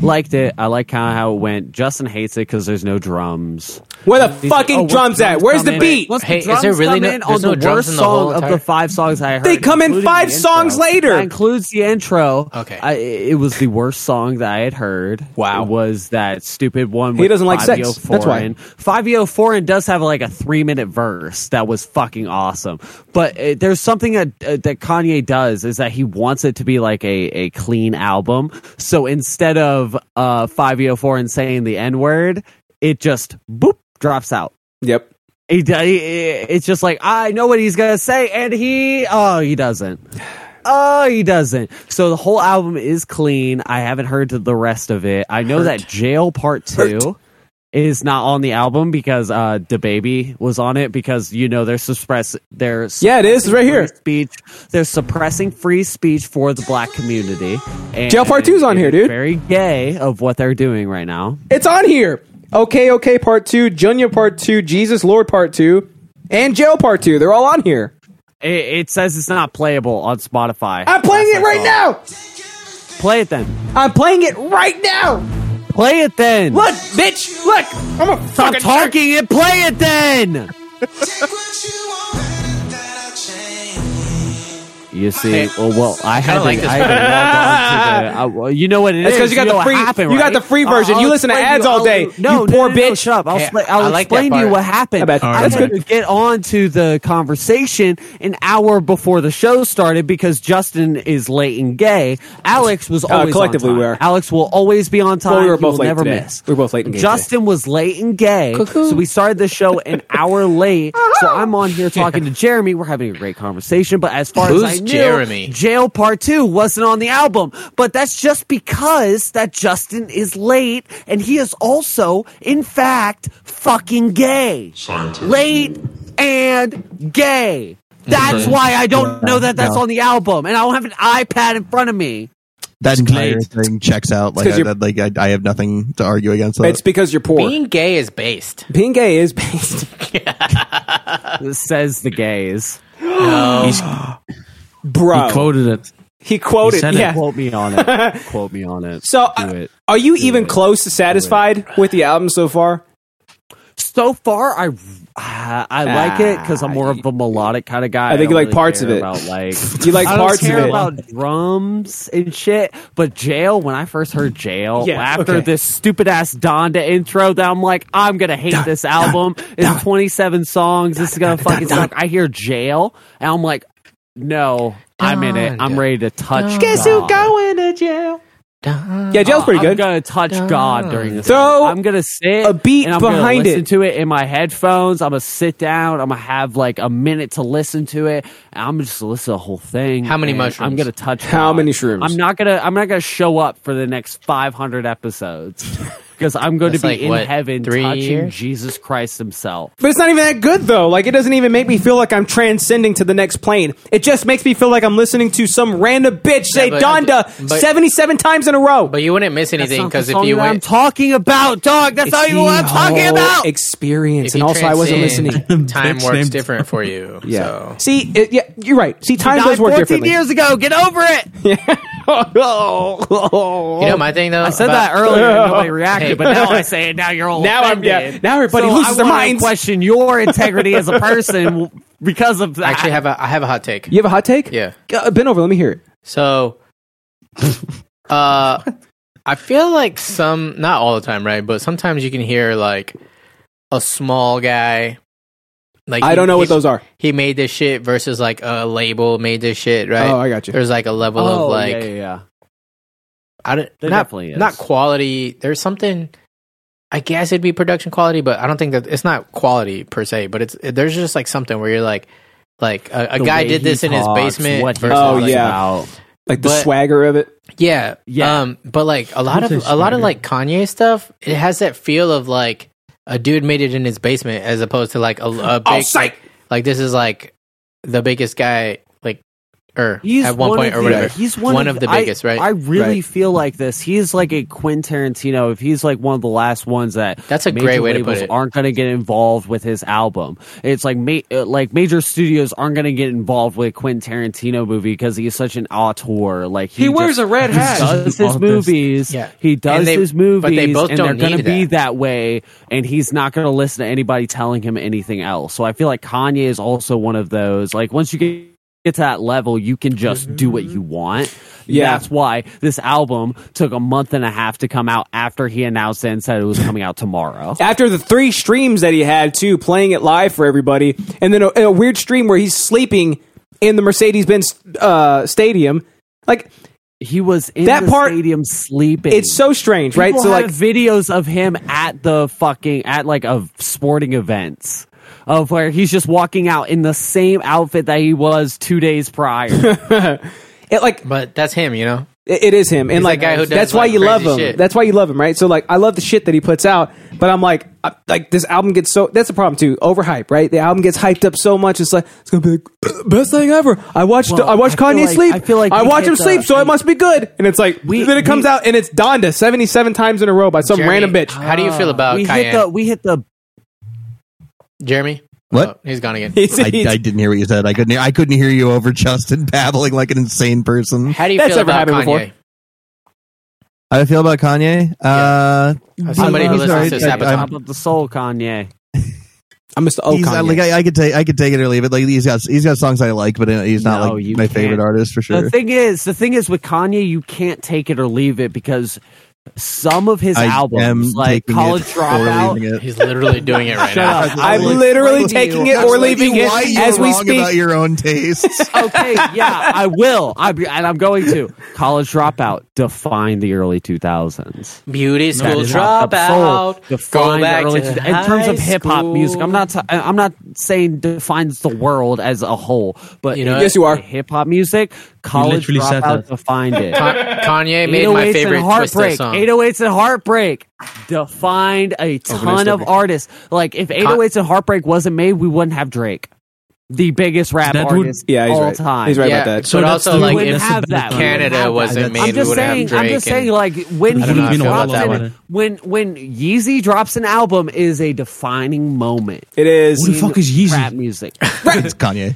Speaker 3: Liked it. I like kind of how it went. Justin hates it because there's no drums.
Speaker 1: Where the
Speaker 3: He's like,
Speaker 1: fucking
Speaker 3: "Oh, what's
Speaker 1: drums at? Where's the
Speaker 3: come in?"
Speaker 1: beat?
Speaker 3: What's the
Speaker 2: Hey, is
Speaker 3: drums
Speaker 2: there really
Speaker 3: come
Speaker 2: no-
Speaker 3: in
Speaker 2: there's
Speaker 3: on
Speaker 2: no
Speaker 3: the
Speaker 2: drums
Speaker 3: worst
Speaker 2: in the whole
Speaker 3: song of
Speaker 2: entire-
Speaker 3: the five songs I heard.
Speaker 1: They come in
Speaker 3: including
Speaker 1: five
Speaker 3: the intro.
Speaker 1: songs later.
Speaker 3: That includes the intro.
Speaker 2: Okay.
Speaker 3: I, it was the worst song that I had heard.
Speaker 1: Wow.
Speaker 3: It was that stupid one?
Speaker 1: He
Speaker 3: with
Speaker 1: doesn't like sex.
Speaker 3: 504
Speaker 1: That's why.
Speaker 3: in. 504 does have like a three minute verse that was fucking awesome. But uh, there's something that, uh, that Kanye does is that he wants it to be like a, a clean album. So instead of uh, 504 and saying the N word, it just boop drops out.
Speaker 1: Yep.
Speaker 3: He, d- he- it's just like I know what he's gonna say, and he oh he doesn't. Oh, he doesn't. So the whole album is clean. I haven't heard the rest of it. I know that Jail Part Two is not on the album because uh the baby was on it because you know they're suppress they're
Speaker 1: Yeah, it is. It's right
Speaker 3: suppressing
Speaker 1: here.
Speaker 3: free speech they're suppressing free speech for the black community. And
Speaker 1: Jail Part Two's on
Speaker 3: it
Speaker 1: here,
Speaker 3: is
Speaker 1: dude.
Speaker 3: Very gay of what they're doing right now.
Speaker 1: It's on here. Okay, okay, part two, Junior part two, Jesus Lord part two, and Jail part two. They're all on here.
Speaker 3: It, it says it's not playable on Spotify.
Speaker 1: I'm playing
Speaker 3: That's
Speaker 1: it
Speaker 3: my
Speaker 1: right
Speaker 3: fault.
Speaker 1: now.
Speaker 3: Play it then.
Speaker 1: I'm playing it right now.
Speaker 3: Play it then.
Speaker 1: Look, bitch. Look. I'm a
Speaker 3: Stop
Speaker 1: fucking
Speaker 3: talking and play it then. You see,
Speaker 1: Hey,
Speaker 3: well, well, I
Speaker 1: I
Speaker 3: had
Speaker 1: kinda
Speaker 3: to,
Speaker 1: like this
Speaker 3: I had to
Speaker 1: one.
Speaker 3: log on to the- I- well, you know what it is.
Speaker 1: That's 'cause you got the
Speaker 3: know what
Speaker 1: free-
Speaker 3: happened,
Speaker 1: you got
Speaker 3: right?
Speaker 1: the free
Speaker 3: I'll-
Speaker 1: version.
Speaker 3: I'll
Speaker 1: You listen to
Speaker 3: explain
Speaker 1: ads
Speaker 3: you-
Speaker 1: all
Speaker 3: I'll-
Speaker 1: day.
Speaker 3: No,
Speaker 1: You
Speaker 3: no,
Speaker 1: poor
Speaker 3: no, no,
Speaker 1: bitch.
Speaker 3: shut up. I'll,
Speaker 1: Hey,
Speaker 3: expla-
Speaker 1: I
Speaker 3: I'll
Speaker 1: like that
Speaker 3: explain to you
Speaker 1: part.
Speaker 3: what happened.
Speaker 1: I bet.
Speaker 3: I
Speaker 1: That's
Speaker 3: wanted
Speaker 1: good.
Speaker 3: to get on to the conversation an hour before the show started because Justin is late and gay. Alex was
Speaker 1: Uh,
Speaker 3: always
Speaker 1: collectively
Speaker 3: on time.
Speaker 1: we are.
Speaker 3: Alex will always be on time.
Speaker 1: Well, we were
Speaker 3: He
Speaker 1: both
Speaker 3: will
Speaker 1: late
Speaker 3: never
Speaker 1: today.
Speaker 3: miss.
Speaker 1: We were both late and gay
Speaker 3: Justin was late and gay, so we started the show an hour late. so I'm on here talking to Jeremy. We're having a great conversation, but as far
Speaker 2: Who's
Speaker 3: as I knew,
Speaker 2: Jeremy?
Speaker 3: Jail Part Two wasn't on the album, but that's just because that Justin is late and he is also, in fact, fucking gay. Late and gay. That's
Speaker 6: Mhm.
Speaker 3: why I don't
Speaker 4: Yeah,
Speaker 3: know that that's
Speaker 4: no.
Speaker 3: on the album, and I don't have an iPad in front of me.
Speaker 4: That entire
Speaker 3: late.
Speaker 4: thing checks out. Like,
Speaker 1: 'cause
Speaker 4: I,
Speaker 1: you're-
Speaker 4: that, like I, I have nothing to argue against. That.
Speaker 1: It's because you're poor.
Speaker 2: Being gay is based.
Speaker 1: Being gay is based.
Speaker 3: Says the gays.
Speaker 1: Oh.
Speaker 6: He's,
Speaker 1: Bro.
Speaker 6: he quoted it.
Speaker 1: He quoted.
Speaker 6: said it.
Speaker 1: yeah.
Speaker 3: Quote me on it. Quote me on it.
Speaker 1: So,
Speaker 3: Do
Speaker 1: uh,
Speaker 3: it.
Speaker 1: are you even
Speaker 3: it.
Speaker 1: close to satisfied with the album so far?
Speaker 3: so far i i, I like it because i'm more of a melodic kind of guy
Speaker 1: I think
Speaker 3: don't
Speaker 1: you like parts
Speaker 3: care
Speaker 1: of it.
Speaker 3: about like
Speaker 1: You like
Speaker 3: I don't
Speaker 1: parts of
Speaker 3: care
Speaker 1: it.
Speaker 3: about drums and shit but jail when i first heard jail
Speaker 1: Yeah,
Speaker 3: after
Speaker 1: okay.
Speaker 3: this stupid ass donda intro that i'm like i'm gonna hate this album it's 27 songs this is gonna fucking suck i hear jail and i'm like no i'm in it i'm
Speaker 2: Donda.
Speaker 3: ready to touch
Speaker 2: Guess
Speaker 3: God.
Speaker 1: to jail?
Speaker 2: Dun.
Speaker 1: Yeah, jail's pretty
Speaker 3: I'm
Speaker 1: good.
Speaker 3: gonna touch God during this.
Speaker 1: Throw
Speaker 3: album. I'm gonna sit
Speaker 1: a beat
Speaker 3: and I'm gonna
Speaker 1: behind
Speaker 3: listen
Speaker 1: it.
Speaker 3: to it in my headphones. I'm gonna sit down. I'm gonna have like a minute to listen to it. And I'm just gonna listen to the whole thing.
Speaker 2: How many
Speaker 3: and
Speaker 2: mushrooms?
Speaker 3: I'm gonna touch.
Speaker 1: How
Speaker 3: God.
Speaker 1: many shrooms?
Speaker 3: I'm not gonna. I'm not gonna show up for the next 500 episodes because I'm going to
Speaker 2: That's
Speaker 3: be
Speaker 2: like,
Speaker 3: in
Speaker 2: what,
Speaker 3: heaven
Speaker 2: three
Speaker 3: touching
Speaker 2: years?
Speaker 3: Jesus Christ Himself.
Speaker 1: But it's not even that good though. Like it doesn't even make me feel like I'm transcending to the next plane. It just makes me feel like I'm listening to some random bitch say
Speaker 2: but-
Speaker 1: Donda
Speaker 2: but-
Speaker 1: 77 times in a row.
Speaker 2: But you wouldn't miss
Speaker 3: That's
Speaker 2: anything
Speaker 3: not the
Speaker 2: because if
Speaker 3: song
Speaker 2: you
Speaker 3: that I'm
Speaker 2: went,
Speaker 3: talking about, dog. That's not
Speaker 1: It's
Speaker 3: even what I'm
Speaker 1: the
Speaker 3: talking
Speaker 1: whole
Speaker 3: about.
Speaker 1: Experience,
Speaker 2: if
Speaker 1: and
Speaker 2: you
Speaker 1: also I wasn't
Speaker 2: transcend,
Speaker 1: listening.
Speaker 2: Time
Speaker 6: Bitch
Speaker 2: works
Speaker 6: named-
Speaker 2: different for you.
Speaker 1: Yeah.
Speaker 2: So.
Speaker 1: See, it, yeah, you're right. See, time
Speaker 3: Died
Speaker 1: does work
Speaker 3: 14
Speaker 1: differently.
Speaker 3: years ago. Get over it.
Speaker 1: oh,
Speaker 2: You know my thing though.
Speaker 3: I said
Speaker 2: about-
Speaker 3: that earlier. and Nobody reacted,
Speaker 2: Hey.
Speaker 3: but now I say it. Now you're all
Speaker 1: Now I'm-
Speaker 3: offended.
Speaker 1: yeah, now everybody
Speaker 3: So
Speaker 1: loses
Speaker 3: I
Speaker 1: their
Speaker 3: wanna
Speaker 1: minds.
Speaker 3: Question your integrity as a person because of
Speaker 2: I
Speaker 3: that.
Speaker 2: actually have a I have a hot take.
Speaker 1: you have a hot take?
Speaker 2: Yeah.
Speaker 1: Uh, bend over. Let me hear it.
Speaker 2: So, uh, I feel like some, not all the time, right? But sometimes you can hear like a small guy. Like
Speaker 1: I
Speaker 2: he-
Speaker 1: don't know what
Speaker 2: he-
Speaker 1: those are.
Speaker 2: He made this shit versus like a label made this shit, right?
Speaker 1: Oh, I got you.
Speaker 2: There's like a level
Speaker 3: Oh,
Speaker 2: of like
Speaker 3: yeah, yeah, yeah.
Speaker 2: I don't
Speaker 3: There
Speaker 2: not,
Speaker 3: definitely is.
Speaker 2: not quality. There's something. I guess it'd be production quality, but I don't think that it's not quality per se. But it's there's just like something where you're like, like a, a
Speaker 3: The
Speaker 2: guy
Speaker 3: way
Speaker 2: did
Speaker 3: he
Speaker 2: this in
Speaker 3: talks,
Speaker 2: his basement.
Speaker 3: What he
Speaker 2: versus,
Speaker 1: Oh,
Speaker 2: like,
Speaker 3: talks
Speaker 1: yeah.
Speaker 3: about.
Speaker 1: Like the
Speaker 2: But-
Speaker 1: swagger of it.
Speaker 2: Yeah,
Speaker 3: Yeah.
Speaker 2: Um, but like a lot of
Speaker 6: Don't
Speaker 2: a
Speaker 6: say
Speaker 2: lot of
Speaker 6: swagger.
Speaker 2: like Kanye stuff, it has that feel of like a dude made it in his basement, as opposed to like a, a big
Speaker 1: psych!
Speaker 2: like, like this is like the biggest guy like or
Speaker 3: He's
Speaker 2: at one,
Speaker 3: one
Speaker 2: point
Speaker 3: of
Speaker 2: or
Speaker 3: the-
Speaker 2: whatever.
Speaker 3: He's one,
Speaker 2: of, the
Speaker 3: I-
Speaker 2: biggest, right?
Speaker 3: I really
Speaker 1: Right.
Speaker 3: feel like this. He's like a Quentin Tarantino. If he's like one of the last ones that
Speaker 2: That's a
Speaker 3: major
Speaker 2: great way to
Speaker 3: labels
Speaker 2: put it.
Speaker 3: aren't going to get involved with his album. It's like ma- uh, like major studios aren't going to get involved with a Quentin Tarantino movie because he's such an auteur. Like he,
Speaker 1: He wears
Speaker 3: just-
Speaker 1: a red
Speaker 3: he
Speaker 1: hat.
Speaker 3: does his
Speaker 6: All this-
Speaker 3: movies.
Speaker 2: Yeah.
Speaker 3: he does
Speaker 2: And they-
Speaker 3: his
Speaker 2: but they
Speaker 3: movies,
Speaker 2: both
Speaker 3: and
Speaker 2: don't
Speaker 3: they're going to
Speaker 2: need
Speaker 3: be
Speaker 2: that.
Speaker 3: that way. And he's not going to listen to anybody telling him anything else. So I feel like Kanye is also one of those. Like once you get get to that level, you can just do what you want.
Speaker 1: Mm-hmm. Yeah.
Speaker 3: That's why this album took a month and a half to come out after he announced it and said it was coming out tomorrow.
Speaker 1: after the three streams that he had too, playing it live for everybody, and then a, a weird stream where he's sleeping in the Mercedes Benz uh, stadium. Like
Speaker 3: He was in
Speaker 1: That
Speaker 3: the
Speaker 1: part-
Speaker 3: stadium sleeping.
Speaker 1: it's so strange, right?
Speaker 3: People
Speaker 1: so
Speaker 3: have
Speaker 1: like,
Speaker 3: videos of him at the fucking at like of sporting events of where he's just walking out in the same outfit that he was two days prior.
Speaker 1: it like
Speaker 2: but that's him, you know.
Speaker 1: it, it is him, and
Speaker 2: He's
Speaker 1: like
Speaker 2: the guy who does,
Speaker 1: that's why
Speaker 2: like,
Speaker 1: you love
Speaker 2: crazy
Speaker 1: him.
Speaker 2: shit.
Speaker 1: That's why you love him, right? So like, I love the shit that he puts out, but I'm like, I, like this album gets so that's the problem too, overhype, right? The album gets hyped up so much, it's like it's gonna be like, best thing ever. I watched
Speaker 3: Well,
Speaker 1: I watched
Speaker 3: I feel
Speaker 1: Kanye
Speaker 3: like-
Speaker 1: sleep.
Speaker 3: I feel like
Speaker 1: I
Speaker 3: we
Speaker 1: watch
Speaker 3: hit
Speaker 1: him
Speaker 3: the-
Speaker 1: sleep, so it must be good. And it's like
Speaker 3: We-
Speaker 1: then it comes
Speaker 3: we-
Speaker 1: out and it's Donda seventy seven times in a row by some
Speaker 2: Jeremy,
Speaker 1: random bitch.
Speaker 2: How do you feel
Speaker 1: Oh,
Speaker 2: about
Speaker 3: we hit
Speaker 2: Cayenne?
Speaker 3: the we hit the
Speaker 2: Jeremy?
Speaker 4: What?
Speaker 2: Oh, he's gone again.
Speaker 1: It's-
Speaker 4: I, I
Speaker 1: it's-
Speaker 4: didn't hear what you said. I couldn't. Hear, I couldn't hear you over Justin babbling like an insane person.
Speaker 2: How do you
Speaker 1: That's
Speaker 2: feel
Speaker 1: never
Speaker 2: about Kanye?
Speaker 1: happened before.
Speaker 4: How do I feel about Kanye? Uh,
Speaker 2: As somebody who
Speaker 4: he's
Speaker 2: listens
Speaker 4: all
Speaker 2: to
Speaker 4: I- I'm-
Speaker 2: Sabaton.
Speaker 3: top of the soul, Kanye.
Speaker 1: I'm Mr. O.
Speaker 4: He's,
Speaker 3: uh,
Speaker 4: I, like, I, I could take I could take it or leave it. Like he's got he's got songs I like, but uh, he's not
Speaker 3: No,
Speaker 4: like
Speaker 3: you
Speaker 4: my
Speaker 3: can't.
Speaker 4: favorite artist for sure.
Speaker 3: The thing is, the thing is with Kanye, you can't take it or leave it because some of his
Speaker 4: I am
Speaker 3: albums, like
Speaker 4: taking
Speaker 3: College
Speaker 4: it or leaving
Speaker 3: Dropout,
Speaker 4: it.
Speaker 2: He's literally doing it right now.
Speaker 1: I'm literally taking it or leaving it
Speaker 4: Why you're
Speaker 1: as we
Speaker 4: wrong about
Speaker 1: speak.
Speaker 4: your own tastes.
Speaker 3: okay, yeah, I will. I and I'm going to college dropout define the early 2000s.
Speaker 2: Beauty school
Speaker 3: Hip-hop, soul,
Speaker 2: dropout. Go
Speaker 3: define the
Speaker 2: back
Speaker 3: early
Speaker 2: to
Speaker 3: 2000s. in terms of
Speaker 2: high
Speaker 3: hip hop music. I'm
Speaker 2: school.
Speaker 3: not. T- I'm not saying defines the world as a whole, but
Speaker 2: You know
Speaker 3: in
Speaker 2: Yes,
Speaker 1: you are.
Speaker 3: Hip hop music, college
Speaker 6: literally said
Speaker 3: dropout
Speaker 6: that.
Speaker 3: defined it.
Speaker 2: Ka- Kanye made my
Speaker 3: 808s
Speaker 2: favorite
Speaker 3: and
Speaker 2: Twister
Speaker 3: heartbreak.
Speaker 2: song.
Speaker 3: 808s and heartbreak defined a ton of artists. Like if 808s and heartbreak wasn't made, we wouldn't have Drake, the biggest rap
Speaker 6: That would-
Speaker 3: artist
Speaker 1: Yeah, he's
Speaker 3: all
Speaker 1: right.
Speaker 3: time.
Speaker 1: He's right
Speaker 2: yeah,
Speaker 1: about that.
Speaker 2: So but
Speaker 6: that's
Speaker 2: also,
Speaker 6: the-
Speaker 2: like,
Speaker 6: We
Speaker 2: if
Speaker 6: wouldn't have that. We wouldn't
Speaker 2: Canada
Speaker 6: have
Speaker 2: wasn't
Speaker 6: that.
Speaker 2: made,
Speaker 3: I'm
Speaker 2: we
Speaker 3: just
Speaker 2: would have
Speaker 3: saying.
Speaker 2: Drake.
Speaker 3: I'm just saying.
Speaker 2: and-
Speaker 3: Like when
Speaker 6: I don't know, I
Speaker 3: he
Speaker 6: feel
Speaker 3: drops
Speaker 6: about that
Speaker 3: an,
Speaker 6: one.
Speaker 3: when when Yeezy drops an album is a defining moment.
Speaker 1: It
Speaker 6: Who the
Speaker 1: is.
Speaker 6: fuck is Oh, Yeezy?
Speaker 3: Rap music.
Speaker 4: it's Kanye.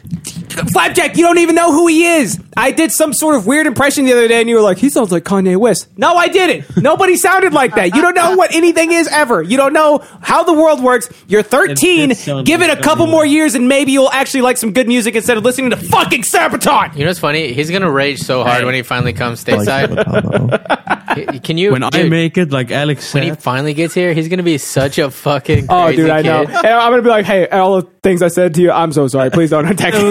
Speaker 1: Flapjack, you don't even know who he is. I did some sort of weird impression the other day, and you were like, he sounds like Kanye West. No, I didn't. Nobody sounded like that. You don't know what anything is ever. You don't know how the world works. You're 13.
Speaker 6: It did sound
Speaker 1: Give it
Speaker 6: like
Speaker 1: a couple
Speaker 6: Kanye
Speaker 1: more
Speaker 6: West.
Speaker 1: years, and maybe you'll actually like some good music instead of listening to fucking Sabaton.
Speaker 2: you know what's funny? He's gonna rage so hard when he finally comes stateside. Y- Can you?
Speaker 6: When I
Speaker 2: dude,
Speaker 6: make it, like Alex said,
Speaker 2: when he finally gets here, he's gonna be such a fucking.
Speaker 1: Oh,
Speaker 2: crazy
Speaker 1: dude, I know.
Speaker 2: kid.
Speaker 1: And I'm gonna be like, hey, all the things I said to you, I'm so sorry. Please don't attack me.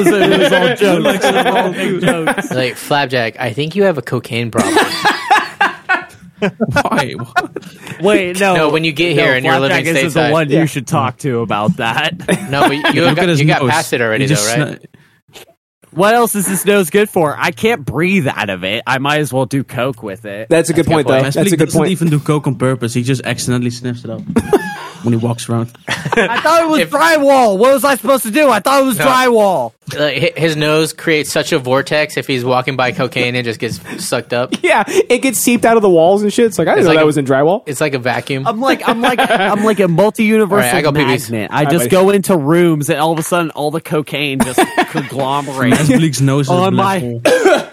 Speaker 2: Like Flapjack, I think you have a cocaine problem.
Speaker 6: why?
Speaker 3: Wait, no.
Speaker 2: No, when you get here and you're living
Speaker 3: Flapjack isn't
Speaker 2: stateside.
Speaker 3: the one
Speaker 1: Yeah.
Speaker 3: you should talk to about that.
Speaker 2: No, but you,
Speaker 6: Look at
Speaker 2: got,
Speaker 6: his
Speaker 2: you got
Speaker 6: nose.
Speaker 2: past it already,
Speaker 6: He
Speaker 2: though,
Speaker 6: just
Speaker 2: right?
Speaker 6: sna-
Speaker 3: what else is this nose good for? I can't breathe out of it. I might as well do coke with it.
Speaker 1: That's a good point, though.
Speaker 6: Mas
Speaker 1: That's a
Speaker 6: Bleek
Speaker 1: good
Speaker 6: doesn't
Speaker 1: point.
Speaker 6: even do coke on purpose. He just accidentally sniffs it up when he walks around.
Speaker 3: I thought it was
Speaker 2: If-
Speaker 3: drywall. What was I supposed to do? I thought it was
Speaker 2: No.
Speaker 3: drywall.
Speaker 2: Like, hi- his nose creates such a vortex if he's walking by cocaine and just gets sucked up.
Speaker 1: yeah, it gets seeped out of the walls and shit. It's like I didn't
Speaker 2: It's
Speaker 1: know
Speaker 2: like
Speaker 1: that
Speaker 2: a-
Speaker 1: was in drywall.
Speaker 2: It's like a vacuum.
Speaker 3: I'm like I'm like I'm like a multi-universal
Speaker 2: All right, I got PBs.
Speaker 3: magnet. I just
Speaker 1: buddy.
Speaker 3: go into rooms and all of a sudden all the cocaine just
Speaker 6: Mas
Speaker 3: conglomerates.
Speaker 6: Bleek's nose is
Speaker 3: On
Speaker 6: black
Speaker 3: my-
Speaker 6: hole.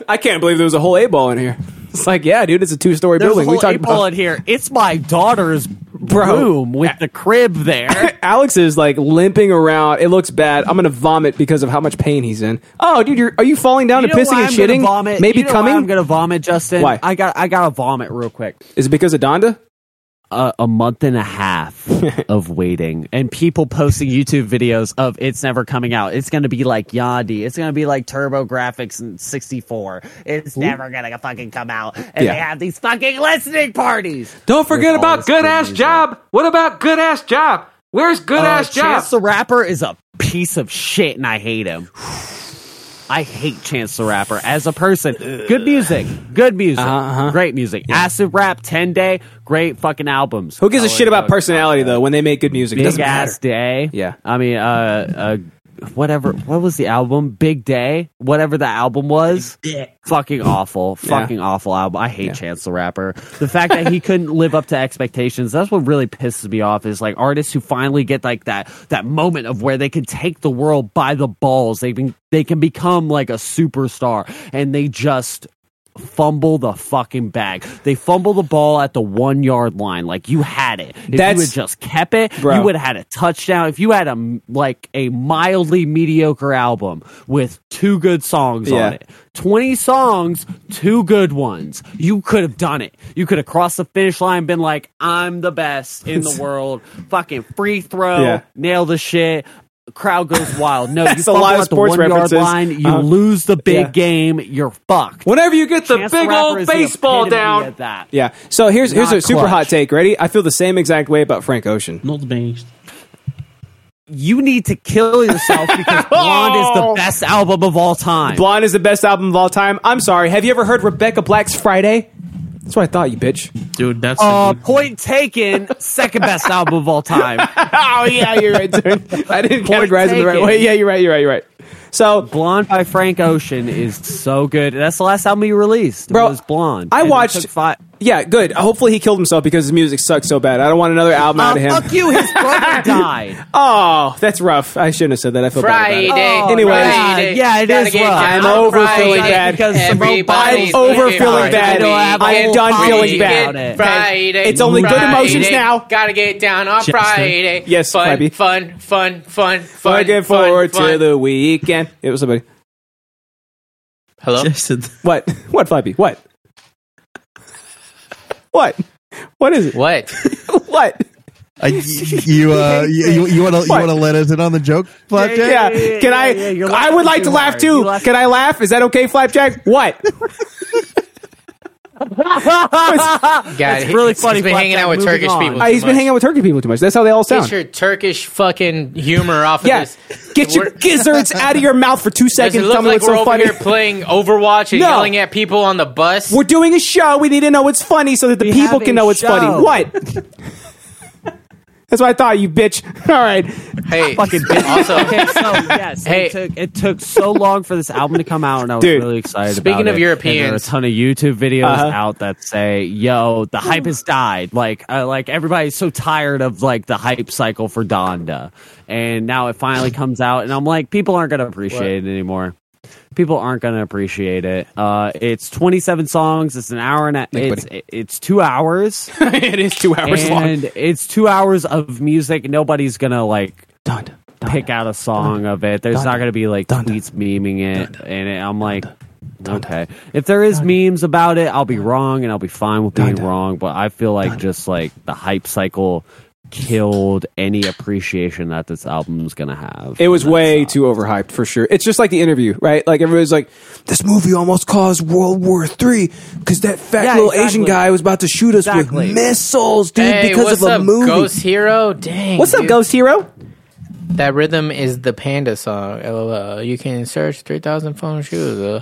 Speaker 1: I can't believe there was a whole eight ball in here. It's like, yeah, dude, it's a two story
Speaker 3: There's a
Speaker 1: building. We
Speaker 3: whole
Speaker 1: talked
Speaker 3: eight ball
Speaker 1: about
Speaker 3: in here. It's my daughter's room with the crib there.
Speaker 1: Alex is like limping around. It looks bad. I'm gonna vomit because of how much pain he's in. Oh, dude, you're, are you falling down
Speaker 3: You
Speaker 1: and
Speaker 3: know
Speaker 1: pissing
Speaker 3: why
Speaker 1: and
Speaker 3: I'm gonna
Speaker 1: shitting?
Speaker 3: Vomit?
Speaker 1: Maybe
Speaker 3: You know why
Speaker 1: coming.
Speaker 3: I'm gonna vomit, Justin.
Speaker 1: Why?
Speaker 3: I got I gotta vomit real quick.
Speaker 1: Is it because of Donda?
Speaker 3: a, a month and a half of waiting and people posting YouTube videos of it's never coming out. It's going to be like Yandi. It's going to be like Turbo Graphics and 64. It's never going to fucking come out. And
Speaker 1: Yeah.
Speaker 3: they have these fucking listening parties.
Speaker 14: Don't forget
Speaker 3: With all
Speaker 14: about
Speaker 3: this
Speaker 14: good
Speaker 3: good
Speaker 14: ass
Speaker 3: music.
Speaker 14: job. What about good ass job? Where's good
Speaker 3: Uh,
Speaker 14: ass job?
Speaker 3: Chance the Rapper is a piece of shit and I hate him. I hate Chance the Rapper as a person. Good music. Good music.
Speaker 14: Uh-huh.
Speaker 3: Great music. Acid Rap, 10 Day, great fucking albums.
Speaker 1: Who gives a shit about personality though? When they make good music, it
Speaker 3: Big
Speaker 1: doesn't matter.
Speaker 3: ass day.
Speaker 1: Yeah.
Speaker 3: I mean, uh, uh, whatever. What was the album? Big Day. Whatever the album was. Fucking awful. Fucking awful album. I hate Chance the Rapper. The fact that he couldn't live up to expectations. That's what really pisses me off. Is like artists who finally get like that that moment of where they can take the world by the balls. They can they can become like a superstar, and they just fumble the fucking bag. They fumble the ball at the one yard line. Like you had it. If
Speaker 1: That's-
Speaker 3: you had just kept it,
Speaker 1: Bro.
Speaker 3: you would have had a touchdown. If you had a like a mildly mediocre album with two good songs
Speaker 1: Yeah.
Speaker 3: on it, twenty songs, two good ones, you could have done it. You could have crossed the finish line, been like, "I'm the best in the world." Fucking free throw,
Speaker 1: Yeah.
Speaker 3: nail the shit. Crowd goes wild. No, you
Speaker 1: That's a
Speaker 3: fumble
Speaker 1: lot of
Speaker 3: at the
Speaker 1: sports
Speaker 3: one yard
Speaker 1: references.
Speaker 3: line. You
Speaker 1: Uh-huh.
Speaker 3: lose the big
Speaker 1: Yeah.
Speaker 3: game. You're fucked.
Speaker 14: Whenever you get the
Speaker 3: Chance
Speaker 14: big
Speaker 3: Rapper
Speaker 14: old
Speaker 3: is the
Speaker 14: baseball
Speaker 3: epitome
Speaker 14: down,
Speaker 3: of that.
Speaker 1: Yeah. So here's here's
Speaker 3: Not
Speaker 1: a super hot
Speaker 3: clutch.
Speaker 1: take. Ready? I feel the same exact way about Frank Ocean.
Speaker 6: Not based.
Speaker 3: You need to kill yourself because Blonde is the best album of all time.
Speaker 1: Oh. Blonde is the best album of all time. I'm sorry. Have you ever heard Rebecca Black's Friday? That's what I thought, you bitch.
Speaker 6: Dude, that's
Speaker 3: uh,
Speaker 6: a good
Speaker 3: point taken, second best album of all time.
Speaker 1: oh yeah, you're right. Dude. I didn't
Speaker 3: Point
Speaker 1: categorize it the right
Speaker 3: taken.
Speaker 1: way. Yeah, you're right. You're right. You're right. So,
Speaker 3: Blonde by Frank Ocean is so good. That's the last album he released.
Speaker 1: Bro,
Speaker 3: was Blonde.
Speaker 1: I
Speaker 3: And it
Speaker 1: watched-
Speaker 3: took fi-
Speaker 1: Yeah, good. Hopefully he killed himself because his music sucks so bad. I don't want another album out of him.
Speaker 3: Oh, Uh, Fuck you, his brother died.
Speaker 1: Oh, that's rough. I shouldn't have said that. I feel bad. About it.
Speaker 3: Oh, Friday,
Speaker 1: Anyways,
Speaker 3: Friday. Yeah, it
Speaker 1: Gotta
Speaker 3: is
Speaker 1: get
Speaker 3: rough.
Speaker 1: down
Speaker 3: I'm
Speaker 1: over
Speaker 3: Friday
Speaker 1: feeling bad.
Speaker 3: because everybody's
Speaker 1: I'm over
Speaker 3: looking
Speaker 1: feeling
Speaker 3: for
Speaker 1: bad.
Speaker 3: it. I have a
Speaker 1: I am
Speaker 3: whole
Speaker 1: done
Speaker 3: party
Speaker 1: feeling
Speaker 3: about
Speaker 1: bad.
Speaker 3: it.
Speaker 2: Friday.
Speaker 1: It's only good
Speaker 2: Friday.
Speaker 1: emotions now.
Speaker 2: Gotta get down on
Speaker 1: Chester.
Speaker 2: Friday.
Speaker 1: Yes,
Speaker 2: fun,
Speaker 1: Fabi.
Speaker 2: fun, fun, fun, fun.
Speaker 1: Looking
Speaker 2: fun,
Speaker 1: forward to
Speaker 2: fun.
Speaker 1: the weekend. It was somebody.
Speaker 2: Hello.
Speaker 1: What? What, Flappy? What? What? What is it?
Speaker 2: What?
Speaker 1: what?
Speaker 4: I, you, uh, you you you want to you want to let us in on the joke, Flapjack?
Speaker 1: Yeah. Can I?
Speaker 3: you're
Speaker 1: I would
Speaker 3: laughing
Speaker 1: like to
Speaker 3: too
Speaker 1: laugh
Speaker 3: hard.
Speaker 1: too.
Speaker 3: You laugh-
Speaker 1: Can I laugh? Is that okay, Flapjack? What?
Speaker 2: God,
Speaker 3: It's really funny.
Speaker 2: He's been hanging
Speaker 3: Flapjack.
Speaker 2: out with
Speaker 3: Moving
Speaker 2: Turkish
Speaker 3: on.
Speaker 2: people.
Speaker 1: Uh,
Speaker 2: too
Speaker 1: he's been
Speaker 2: much.
Speaker 1: hanging out with Turkey people too much. That's how they all
Speaker 2: Get
Speaker 1: sound.
Speaker 2: your Turkish fucking humor off of
Speaker 1: Yeah.
Speaker 2: this.
Speaker 1: Get your
Speaker 2: We're-
Speaker 1: gizzards out of your mouth for two
Speaker 2: Does it
Speaker 1: seconds.
Speaker 2: look
Speaker 1: Tell me
Speaker 2: like
Speaker 1: what's
Speaker 2: we're
Speaker 1: so
Speaker 2: over
Speaker 1: funny.
Speaker 2: here playing Overwatch and
Speaker 1: No.
Speaker 2: yelling at people on the bus?
Speaker 1: We're doing a show. We need to know what's funny so that the
Speaker 3: We
Speaker 1: people
Speaker 3: have
Speaker 1: can
Speaker 3: a
Speaker 1: know it's funny.
Speaker 3: show.
Speaker 1: What? That's what I thought, you bitch. All right.
Speaker 2: hey,
Speaker 3: Fucking bitch.
Speaker 2: also,
Speaker 3: okay, so yes,
Speaker 2: Hey.
Speaker 3: it took it took so long for this album to come out, and I was
Speaker 1: Dude,
Speaker 3: really excited.
Speaker 2: speaking
Speaker 3: about
Speaker 2: of
Speaker 3: it.
Speaker 2: Europeans-
Speaker 3: and there are a ton of YouTube videos
Speaker 1: Uh-huh.
Speaker 3: out that say, "Yo, the hype has died." Like, uh, like everybody's so tired of like the hype cycle for Donda, and now it finally comes out, and I'm like, people aren't gonna appreciate it anymore. People aren't gonna appreciate it. Uh, it's 27 songs. It's an hour and a, it's it's two hours
Speaker 1: it is two hours long.
Speaker 3: and it's two hours of music. Nobody's gonna like pick out a song of it. There's not gonna be like tweets memeing it, and it, I'm like, okay. If there is memes about it, I'll be wrong, and I'll be fine with being wrong. But I feel like just like the hype cycle killed any appreciation that this album's gonna have.
Speaker 1: It was way too overhyped for sure. It's just like the interview, right? Like everybody's like, "This movie almost caused World War III because that fat
Speaker 3: Yeah,
Speaker 1: little
Speaker 3: exactly.
Speaker 1: Asian guy was about to shoot us
Speaker 3: Exactly.
Speaker 1: with missiles, dude,
Speaker 2: hey,
Speaker 1: because
Speaker 2: what's
Speaker 1: of a
Speaker 2: up,
Speaker 1: movie."
Speaker 2: Ghost Hero? Dang.
Speaker 1: what's up,
Speaker 2: dude.
Speaker 1: Ghost Hero?
Speaker 2: That rhythm is the Panda song. LOL. You can search 3,000 phone shoes. Uh,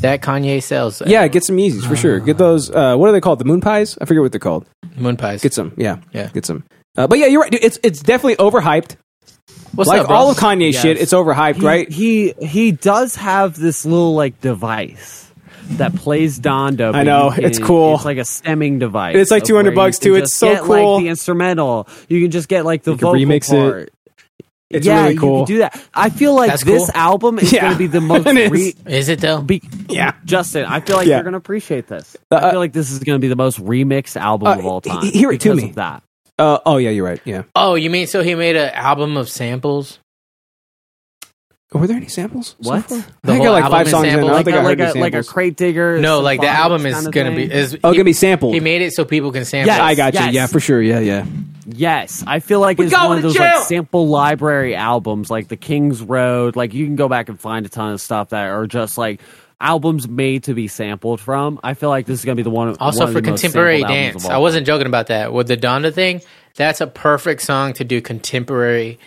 Speaker 2: that Kanye sells. Uh,
Speaker 1: Yeah, get some Yeezys for sure. Get those. Uh, what are they called? The moon pies? I forget what they're called.
Speaker 2: Moon Pies.
Speaker 1: Get some. Yeah,
Speaker 2: Yeah.
Speaker 1: Get some. Uh, but yeah, you're right. dude. It's it's definitely overhyped.
Speaker 2: What's
Speaker 1: like
Speaker 2: up, bro?
Speaker 1: all of Kanye's shit, it's overhyped,
Speaker 3: he,
Speaker 1: right?
Speaker 3: He he does have this little like device that plays Donda. but
Speaker 1: know,
Speaker 3: you can-
Speaker 1: it's cool.
Speaker 3: It's like a stemming device.
Speaker 1: It's like
Speaker 3: of
Speaker 1: 200
Speaker 3: where you
Speaker 1: bucks,
Speaker 3: can
Speaker 1: too,
Speaker 3: just
Speaker 1: it's so
Speaker 3: get,
Speaker 1: cool.
Speaker 3: Like, the instrumental, you can just get like the
Speaker 1: You can
Speaker 3: vocal
Speaker 1: remix it.
Speaker 3: part.
Speaker 1: It's
Speaker 3: yeah,
Speaker 1: really
Speaker 3: you
Speaker 1: cool.
Speaker 3: can do that. I feel like
Speaker 2: That's
Speaker 3: this
Speaker 2: cool.
Speaker 3: album is
Speaker 1: Yeah.
Speaker 3: going to be the most.
Speaker 1: It is.
Speaker 3: Re-
Speaker 2: Is it though?
Speaker 3: be-
Speaker 1: Yeah.
Speaker 3: Justin, I feel like
Speaker 1: Yeah.
Speaker 3: you're going to appreciate this.
Speaker 1: Uh,
Speaker 3: I feel like this is going to be the most remixed album
Speaker 1: uh,
Speaker 3: of all
Speaker 1: he-
Speaker 3: time.
Speaker 1: he- hear it to
Speaker 3: because
Speaker 1: me.
Speaker 3: Of that.
Speaker 1: Uh, oh yeah, you're right. Yeah.
Speaker 2: Oh, you mean so he made an album of samples?
Speaker 1: Were there any samples? so
Speaker 3: What?
Speaker 1: far?
Speaker 2: The
Speaker 1: I think I
Speaker 2: whole
Speaker 1: got like five
Speaker 2: album is
Speaker 1: songs in. I
Speaker 2: samples?
Speaker 1: don't
Speaker 3: Like
Speaker 1: think
Speaker 3: a,
Speaker 1: I
Speaker 3: like
Speaker 1: heard
Speaker 3: a
Speaker 1: the
Speaker 3: like a
Speaker 1: samples.
Speaker 3: crate digger.
Speaker 2: No,
Speaker 3: some
Speaker 2: like the
Speaker 3: phonics
Speaker 2: album is
Speaker 3: kinda
Speaker 2: gonna
Speaker 3: thing.
Speaker 2: be is
Speaker 1: Oh,
Speaker 2: he,
Speaker 1: gonna be sampled.
Speaker 2: he made it so people can sample.
Speaker 3: Yes.
Speaker 1: I got you.
Speaker 3: Yes.
Speaker 1: Yeah, for sure. Yeah, yeah.
Speaker 3: Yes, I feel like it's
Speaker 2: going
Speaker 3: one of
Speaker 2: to
Speaker 3: those
Speaker 2: jail!
Speaker 3: like sample library albums, like the King's Road. Like you can go back and find a ton of stuff that are just like albums made to be sampled from. I feel like this is gonna be the one
Speaker 2: Also
Speaker 3: one of
Speaker 2: for
Speaker 3: the most
Speaker 2: contemporary
Speaker 3: sampled albums
Speaker 2: dance.
Speaker 3: of
Speaker 2: I
Speaker 3: all
Speaker 2: wasn't joking about that. With the Donda thing, that's a perfect song to do contemporary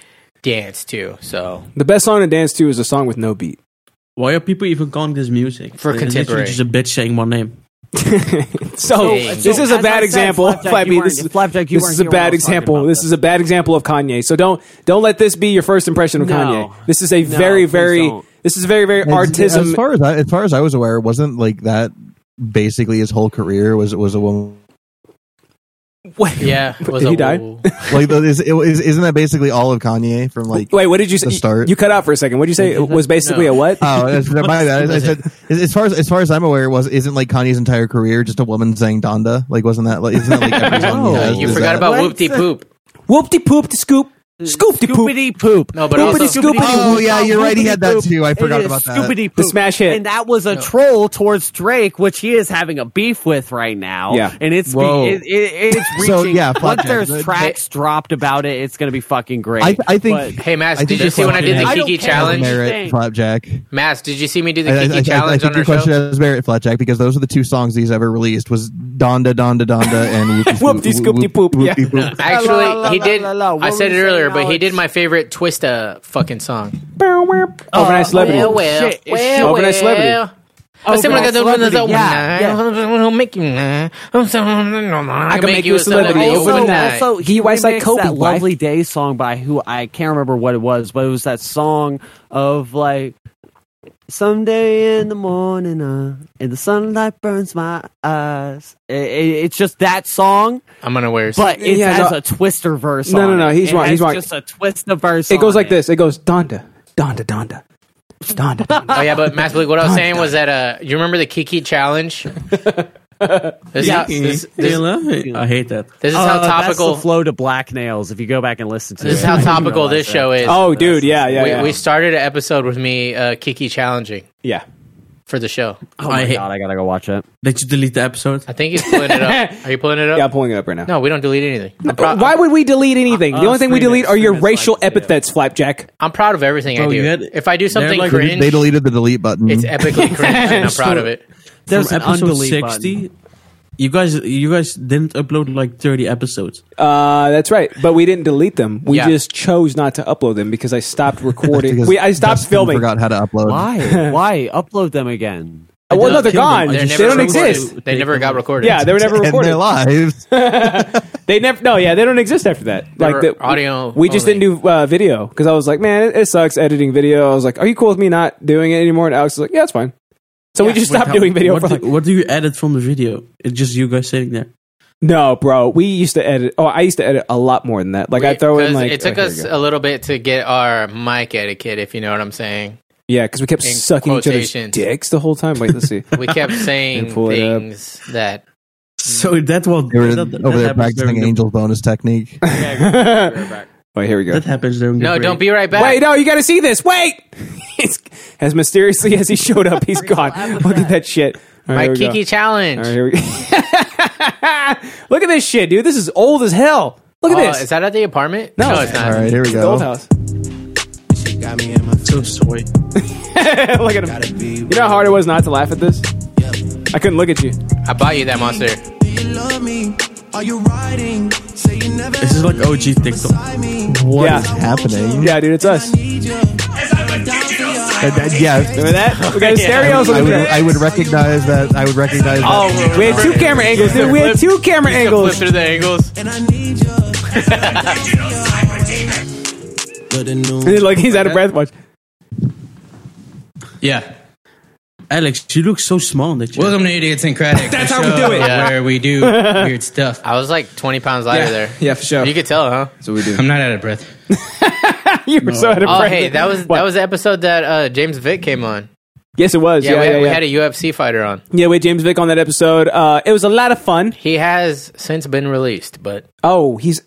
Speaker 2: dance to. So
Speaker 1: The best song to dance to is a song with no beat.
Speaker 6: Why are people even calling this music?
Speaker 2: For
Speaker 6: It's literally
Speaker 2: contemporary.
Speaker 6: just a bitch saying one name.
Speaker 1: So,
Speaker 2: Dang.
Speaker 1: this
Speaker 3: So,
Speaker 1: is a
Speaker 3: as I
Speaker 1: bad
Speaker 3: said,
Speaker 1: example.
Speaker 3: Flapjack,
Speaker 1: Flappy,
Speaker 3: you
Speaker 1: this
Speaker 3: weren't-
Speaker 1: is,
Speaker 3: Flapjack, you
Speaker 1: this
Speaker 3: weren't
Speaker 1: is a
Speaker 3: here when I
Speaker 1: bad
Speaker 3: was talking
Speaker 1: example.
Speaker 3: about
Speaker 1: This
Speaker 3: this.
Speaker 1: is a bad example of Kanye. So don't don't let this be your first impression of
Speaker 3: No.
Speaker 1: Kanye. This is a
Speaker 3: No,
Speaker 1: very
Speaker 3: please
Speaker 1: very
Speaker 3: don't.
Speaker 1: this is very very
Speaker 4: As, as
Speaker 1: artism.
Speaker 4: far as I, as far as I was aware, it wasn't like that. Basically, his whole career was was a woman.
Speaker 1: Wait,
Speaker 2: yeah, it was
Speaker 1: He
Speaker 2: a
Speaker 1: died?
Speaker 2: woo.
Speaker 4: Like that is, it, is isn't that basically all of Kanye from like?
Speaker 1: wait, what did you say?
Speaker 4: the start.
Speaker 1: You cut out for a second. What did you say? It was basically
Speaker 2: No.
Speaker 1: a what?
Speaker 3: Uh,
Speaker 4: Oh, that's, my bad. I said as as far as as far as I'm aware, it was isn't like Kanye's entire career just a woman saying Donda? Like, wasn't that like isn't that like every song he
Speaker 3: No.
Speaker 4: has?
Speaker 2: You
Speaker 4: Is
Speaker 2: forgot
Speaker 4: that-
Speaker 2: about whoop de poop.
Speaker 1: Whoop de poop de scoop. Scoop de poop.
Speaker 3: Scoopity poop.
Speaker 2: No, but also-
Speaker 1: scoopity
Speaker 4: Oh yeah, you're right. He had that too. I forgot about that.
Speaker 3: Scoopity poop.
Speaker 1: The smash hit.
Speaker 3: And that was a troll towards Drake, which he is having a beef with right now.
Speaker 1: Yeah.
Speaker 3: And it's be-
Speaker 6: Whoa.
Speaker 3: it, it, it's reaching.
Speaker 4: So, yeah,
Speaker 3: once
Speaker 4: Flapjack,
Speaker 3: there's
Speaker 4: the-
Speaker 3: tracks dropped about it, it's going to be fucking great.
Speaker 4: I I
Speaker 3: But-
Speaker 4: think
Speaker 2: Hey, Mass,
Speaker 4: I
Speaker 2: did
Speaker 4: think
Speaker 2: you
Speaker 4: your
Speaker 2: see when I did
Speaker 4: question
Speaker 3: has-
Speaker 2: the
Speaker 3: I
Speaker 2: Kiki
Speaker 3: don't care.
Speaker 2: challenge?
Speaker 3: Mary-
Speaker 4: merit flapjack.
Speaker 2: Mass, did you see me do the
Speaker 4: I, I,
Speaker 2: Kiki
Speaker 4: I- I
Speaker 2: challenge
Speaker 4: think
Speaker 2: on
Speaker 4: your
Speaker 2: our
Speaker 4: question
Speaker 2: show?
Speaker 4: has merit flapjack because those are the two songs he's ever released was Donda Donda Donda and
Speaker 1: Whoopty scoopty poop. Yeah.
Speaker 4: poop.
Speaker 2: Actually,
Speaker 3: La, la,
Speaker 2: he
Speaker 3: la,
Speaker 2: did.
Speaker 3: la, la. What
Speaker 2: I
Speaker 3: were we
Speaker 2: said it
Speaker 3: saying
Speaker 2: earlier, but
Speaker 3: now?
Speaker 2: he did my favorite Twista fucking song.
Speaker 3: Oh,
Speaker 1: Overnight celebrity.
Speaker 2: Well, well,
Speaker 3: Shit, it's
Speaker 2: well,
Speaker 1: Overnight celebrity.
Speaker 2: well. I said when I got done with this,
Speaker 3: Overnight celebrity, yeah,
Speaker 2: I'll make you. I can
Speaker 1: make you a celebrity overnight.
Speaker 3: Also,
Speaker 1: He
Speaker 3: he
Speaker 1: writes
Speaker 3: was
Speaker 1: like
Speaker 3: like
Speaker 1: Kobe,
Speaker 3: that
Speaker 1: wife.
Speaker 3: "Lovely Day" song by who I can't remember what it was, but it was that song of like Someday in the morning, uh, and the sunlight burns my eyes. I- I- it's just that song,
Speaker 2: I'm gonna wear.
Speaker 3: but it
Speaker 1: Yeah,
Speaker 3: has
Speaker 1: no.
Speaker 3: a twister verse.
Speaker 1: No, no,
Speaker 3: on
Speaker 1: no,
Speaker 3: it.
Speaker 1: he's
Speaker 3: It
Speaker 1: right,
Speaker 3: has
Speaker 1: he's right.
Speaker 3: Just a twister verse.
Speaker 1: It goes
Speaker 3: on
Speaker 1: like this. It goes Donda, Donda, Donda, Donda.
Speaker 2: Oh yeah, but Mass Blake, what I was saying was that uh, you remember the Kiki challenge? this,
Speaker 6: Yeah.
Speaker 2: is, this,
Speaker 6: They love it. I hate that.
Speaker 2: this is how
Speaker 3: Uh, that's
Speaker 2: topical.
Speaker 3: the flow to Black Nails. If you go back and listen to
Speaker 2: this is
Speaker 3: it, Oh
Speaker 2: how
Speaker 3: you
Speaker 2: topical
Speaker 3: realize
Speaker 2: this
Speaker 3: that.
Speaker 2: show is.
Speaker 1: Oh, dude, yeah, yeah,
Speaker 2: we,
Speaker 1: yeah.
Speaker 2: we started an episode with me uh, Kiki challenging
Speaker 1: yeah.
Speaker 2: for the show.
Speaker 3: Oh my
Speaker 6: I hate-
Speaker 3: god, I gotta go watch it.
Speaker 6: Did you delete the episode?
Speaker 2: I think he's pulling it up. Are you pulling it up?
Speaker 1: Yeah, I'm pulling it up right now.
Speaker 2: No, we don't delete anything. I'm,
Speaker 1: Uh,
Speaker 2: prou-
Speaker 1: Why would we delete anything? The
Speaker 3: Uh,
Speaker 1: only thing we
Speaker 3: screen
Speaker 1: delete
Speaker 3: is-
Speaker 1: are your
Speaker 3: screen is like
Speaker 1: racial
Speaker 3: shit.
Speaker 1: epithets, Flapjack.
Speaker 2: I'm proud of everything I
Speaker 6: Bro,
Speaker 2: do.
Speaker 6: you had-
Speaker 2: if I do something
Speaker 6: like-
Speaker 2: cringe,
Speaker 4: They deleted the delete button.
Speaker 1: Hmm.
Speaker 2: it's epically cringe, and I'm proud of it.
Speaker 3: There's an
Speaker 6: From episode
Speaker 3: undelete
Speaker 6: sixty.
Speaker 3: button.
Speaker 6: You guys, you guys didn't upload like thirty episodes.
Speaker 1: Uh, that's right. But we didn't delete them. We
Speaker 2: Yeah.
Speaker 1: just chose not to upload them because I stopped recording.
Speaker 4: Because
Speaker 1: we, I stopped
Speaker 4: Dustin
Speaker 1: filming.
Speaker 4: Forgot how to upload.
Speaker 3: Why? Why upload them again?
Speaker 1: Uh, Well, no, they're
Speaker 6: Kill them.
Speaker 1: gone.
Speaker 6: I
Speaker 1: They
Speaker 2: They're
Speaker 6: just-
Speaker 2: never
Speaker 1: don't
Speaker 2: recorded.
Speaker 1: exist.
Speaker 2: They never got recorded.
Speaker 1: Yeah, they were never
Speaker 4: And their
Speaker 1: recorded.
Speaker 4: lives.
Speaker 1: They never. No, yeah, they don't exist after that. like
Speaker 2: were
Speaker 1: the
Speaker 2: audio
Speaker 1: We just
Speaker 2: only.
Speaker 1: didn't do uh, video because I was like, man, it, it sucks editing video. I was like, are you cool with me not doing it anymore? And Alex was like, yeah, it's fine. So we just
Speaker 6: Wait,
Speaker 1: stopped
Speaker 6: how-
Speaker 1: doing video.
Speaker 6: What,
Speaker 1: for
Speaker 6: do,
Speaker 1: like,
Speaker 6: what do you edit from the video? It's just you guys sitting there.
Speaker 1: no, bro, we used to edit. Oh, I used to edit a lot more than that. Like I throw in
Speaker 2: 'Cause
Speaker 1: like
Speaker 2: it took
Speaker 1: oh, here we
Speaker 2: us
Speaker 1: go.
Speaker 2: a little bit to get our mic etiquette, if you know what I'm saying.
Speaker 1: yeah, because we kept
Speaker 2: in
Speaker 1: sucking each other's
Speaker 2: quotations.
Speaker 1: dicks the whole time. Wait, let's see.
Speaker 2: We kept saying
Speaker 1: And pull it up.
Speaker 2: things that
Speaker 6: So that was
Speaker 4: They were
Speaker 6: that, that
Speaker 4: over there
Speaker 6: happens during
Speaker 4: practicing
Speaker 6: the-
Speaker 4: angel bonus technique.
Speaker 1: Wait, here we go.
Speaker 6: That happens during.
Speaker 2: no,
Speaker 6: the break.
Speaker 2: don't be right back.
Speaker 1: Wait, no, you got to see this. Wait. He's- as mysteriously as he showed up, he's gone. Look at that shit. All right,
Speaker 2: my
Speaker 1: here we go.
Speaker 2: Kiki challenge.
Speaker 1: All right, here we Look at this shit, dude. This is old as hell. Look at
Speaker 2: Oh,
Speaker 1: this.
Speaker 2: is that at the apartment?
Speaker 1: No.
Speaker 2: it's
Speaker 4: All
Speaker 2: not.
Speaker 4: right, here we
Speaker 1: the old
Speaker 4: go.
Speaker 1: house.
Speaker 15: Got me in my
Speaker 6: So sorry.
Speaker 1: look at him.
Speaker 15: gotta be.
Speaker 1: You know how hard it was not to laugh at this? I couldn't look at you.
Speaker 2: I bought you that monster.
Speaker 15: Do you love me? Are you riding? Say you never.
Speaker 6: This is like OG TikTok.
Speaker 4: What
Speaker 1: Yeah.
Speaker 4: is happening?
Speaker 1: Yeah, dude, it's us.
Speaker 4: Uh, that- yeah.
Speaker 1: Remember that? We got a stereo.
Speaker 4: I would, I would recognize that. I would recognize that.
Speaker 2: oh,
Speaker 1: we had two camera angles, dude. We had two camera
Speaker 2: Flip
Speaker 1: angles.
Speaker 2: through the angles.
Speaker 1: Like he's out of breath. Watch.
Speaker 2: Yeah.
Speaker 6: Alex, you look so small in that.
Speaker 15: Welcome to Idiosyncratic. That's how we do it.
Speaker 2: Yeah.
Speaker 15: Where we do weird stuff.
Speaker 2: I was like 20 pounds lighter there.
Speaker 1: Yeah, for sure.
Speaker 2: You could tell, huh?
Speaker 1: So we do.
Speaker 15: I'm not out of breath.
Speaker 1: You were so out of
Speaker 2: Oh,
Speaker 1: breath.
Speaker 2: hey, that was
Speaker 1: What?
Speaker 2: that was the episode that uh, James Vick came on.
Speaker 1: Yes, it was.
Speaker 2: Yeah,
Speaker 1: Yeah, yeah,
Speaker 2: we, had,
Speaker 1: yeah.
Speaker 2: we had a UFC fighter on.
Speaker 1: Yeah, we had James Vick on that episode. Uh, it was a lot of fun.
Speaker 2: He has since been released, but
Speaker 1: Oh, he's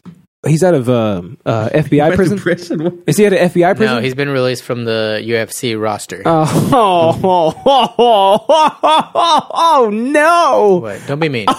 Speaker 1: he's out of um, uh, FBI prison.
Speaker 6: prison.
Speaker 1: Is he out of FBI prison?
Speaker 2: no, he's been released from the UFC roster.
Speaker 1: Oh, oh, oh, oh, oh, oh, oh, oh, oh, no!
Speaker 2: But don't be mean.
Speaker 1: Oh,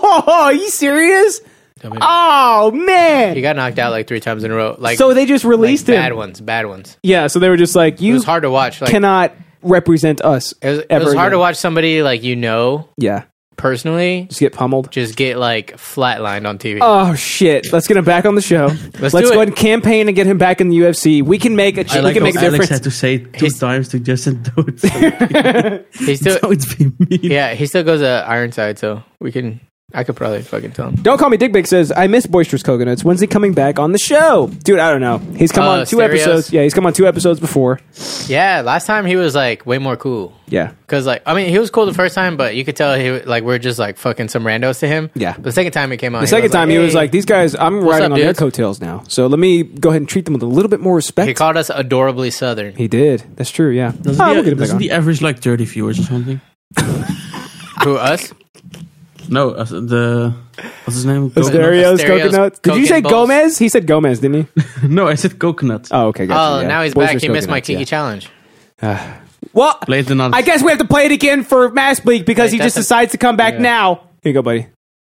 Speaker 1: oh, oh, are you serious?
Speaker 2: Don't be mean.
Speaker 1: Oh
Speaker 2: He
Speaker 1: man!
Speaker 2: got knocked out like three times in a row. Like
Speaker 1: So they just
Speaker 2: like,
Speaker 1: released
Speaker 2: bad
Speaker 1: him.
Speaker 2: ones, bad ones.
Speaker 1: Yeah, so they were just like,
Speaker 2: It
Speaker 1: you
Speaker 2: was hard to watch. Like
Speaker 1: cannot represent us.
Speaker 2: it was, it
Speaker 1: ever
Speaker 2: was hard
Speaker 1: again.
Speaker 2: to watch somebody like you know
Speaker 1: Yeah,
Speaker 2: personally
Speaker 1: just get pummeled.
Speaker 2: just get like flatlined on TV.
Speaker 1: Oh shit! Let's get him back on the show. Let's,
Speaker 2: do
Speaker 1: go
Speaker 2: it.
Speaker 1: ahead and campaign and get him back in the UFC. We can make a ch-
Speaker 6: I
Speaker 1: we
Speaker 6: like
Speaker 1: can make a
Speaker 6: how Alex
Speaker 1: difference.
Speaker 6: had to say it two
Speaker 2: He's-
Speaker 6: times to Justin. Don't, don't
Speaker 2: he still
Speaker 6: be mean.
Speaker 2: yeah, he still goes to Ironside, so we can I could probably fucking tell him.
Speaker 1: Don't call me Dick Big says I miss boisterous coconuts. When's he coming back on the show, dude? I don't know. He's come
Speaker 2: Oh,
Speaker 1: on two
Speaker 2: stereos?
Speaker 1: episodes. Yeah, he's come on two episodes before.
Speaker 2: Yeah, last time he was like way more cool.
Speaker 1: Yeah,
Speaker 2: Cause like I mean he was cool the first time, but you could tell he like we're just like fucking some randos to him.
Speaker 1: Yeah.
Speaker 2: The second time he came on,
Speaker 1: the second time he was
Speaker 2: "Hey."
Speaker 1: like, "These guys, I'm riding
Speaker 2: up,
Speaker 1: on their
Speaker 2: dudes?"
Speaker 1: coattails now. So let me go ahead and treat them with a little bit more respect."
Speaker 2: he
Speaker 1: He,
Speaker 2: called us adorably southern.
Speaker 1: did. That's true. Yeah.
Speaker 6: Doesn't,
Speaker 1: Ah, we'll
Speaker 6: the,
Speaker 1: get him back
Speaker 6: doesn't
Speaker 1: on.
Speaker 6: the average like thirty viewers or something?
Speaker 2: Who us?
Speaker 6: No, uh, the what's his name?
Speaker 1: The stereos,
Speaker 2: The stereos,
Speaker 1: coconuts. Did you say
Speaker 2: coconut balls.
Speaker 1: Gomez? He said Gomez, didn't he?
Speaker 6: no, I said coconut.
Speaker 1: Oh, okay. Gotcha,
Speaker 2: oh,
Speaker 1: yeah.
Speaker 2: now he's back.
Speaker 1: Boisterous
Speaker 2: He missed my
Speaker 1: coconuts,
Speaker 2: Kiki
Speaker 1: yeah.
Speaker 2: challenge.
Speaker 1: Well,
Speaker 6: Play it another.
Speaker 1: I guess we have to play it again for Mass Bleak because
Speaker 2: Wait,
Speaker 1: he just
Speaker 2: that's a-
Speaker 1: decides to come back now. Here you go, buddy. You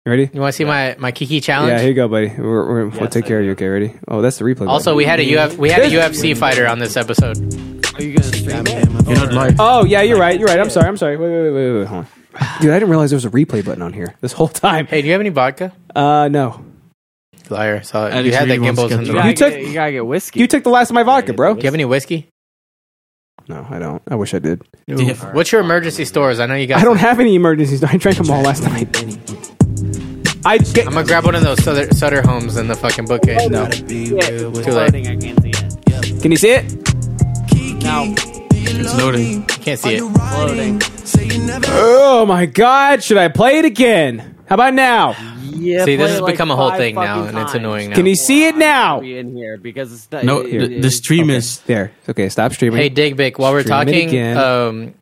Speaker 1: ready?
Speaker 2: You want to see my, my Kiki challenge?
Speaker 1: Yeah, here you go, buddy. We're, we're, we'll take care of you. Okay, ready? Oh, that's the replay. button.
Speaker 2: Also, we had a Uf- we had a UFC fighter on this episode.
Speaker 6: You're not live.
Speaker 1: Oh yeah, you're right. You're right. I'm sorry. I'm sorry. Wait, wait, wait, wait, wait. Hold on, dude. I didn't realize there was a replay button on here this whole time.
Speaker 2: Hey, do you have any vodka?
Speaker 1: Uh, no.
Speaker 2: Liar. Saw it.
Speaker 6: Alex
Speaker 2: You had that
Speaker 6: really wants
Speaker 2: gimbals
Speaker 6: to
Speaker 2: in
Speaker 6: get
Speaker 2: the
Speaker 6: drunk.
Speaker 1: You
Speaker 2: Do
Speaker 1: took.
Speaker 3: You gotta get whiskey.
Speaker 1: You took the last of my vodka, bro.
Speaker 2: you have any whiskey?
Speaker 1: No, I don't. I wish I did.
Speaker 2: What's your emergency stores? I know you got.
Speaker 1: I don't have any emergencies. I drank them all last night. I get.
Speaker 2: I'm gonna grab one of those Sutter, Sutter homes in the fucking bookcase. No, too late.
Speaker 1: Can you see it?
Speaker 15: Kiki,
Speaker 2: It's loading. Can't see it. Loading.
Speaker 1: Oh my god! Should I play it again? How about now? Yeah.
Speaker 2: See, this has become a whole thing now, and it's annoying now.
Speaker 1: Can you see it now?
Speaker 3: Be in here because it's not.
Speaker 6: No,
Speaker 3: it-
Speaker 6: the,
Speaker 3: it-
Speaker 6: the stream is
Speaker 1: there. Okay, stop streaming.
Speaker 2: Hey, Digbick, while we're
Speaker 1: Stream it
Speaker 2: talking,
Speaker 1: again.
Speaker 2: um,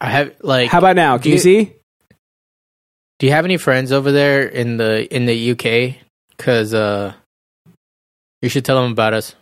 Speaker 2: I have like.
Speaker 1: How about now? Can
Speaker 2: do
Speaker 1: you see?
Speaker 2: Do you have any friends over there in the in the UK? Because uh, you should tell them about us.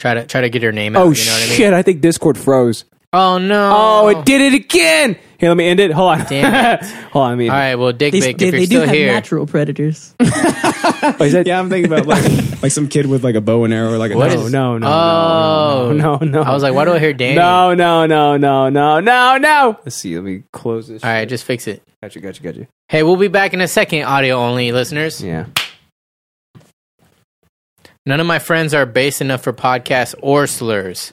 Speaker 2: Try to try to get her name out.
Speaker 1: Oh
Speaker 2: you know
Speaker 1: shit!
Speaker 2: What I mean?
Speaker 1: I think Discord froze.
Speaker 2: Oh no!
Speaker 1: Oh, it did it again. Here, let me end it. Hold on.
Speaker 2: Damn
Speaker 1: Hold on. Let me.
Speaker 2: All right, well, Dick
Speaker 6: They-
Speaker 2: Bick,
Speaker 6: they-
Speaker 2: if you're
Speaker 6: they do
Speaker 2: still
Speaker 6: have
Speaker 2: here,
Speaker 6: natural predators.
Speaker 16: yeah, I'm thinking about like, like some kid with like a bow and arrow, like a
Speaker 2: What
Speaker 16: no,
Speaker 2: is-
Speaker 16: no, no.
Speaker 2: oh
Speaker 1: no, no.
Speaker 2: I was like, why do I hear Danny?
Speaker 1: No, no, no, no, no, no, no. Let's see. Let me close this.
Speaker 2: All right, just fix it.
Speaker 1: Gotcha, gotcha, gotcha.
Speaker 2: Hey, we'll be back in a second, audio only listeners.
Speaker 1: Yeah.
Speaker 2: None of my friends are base enough for podcasts or slurs.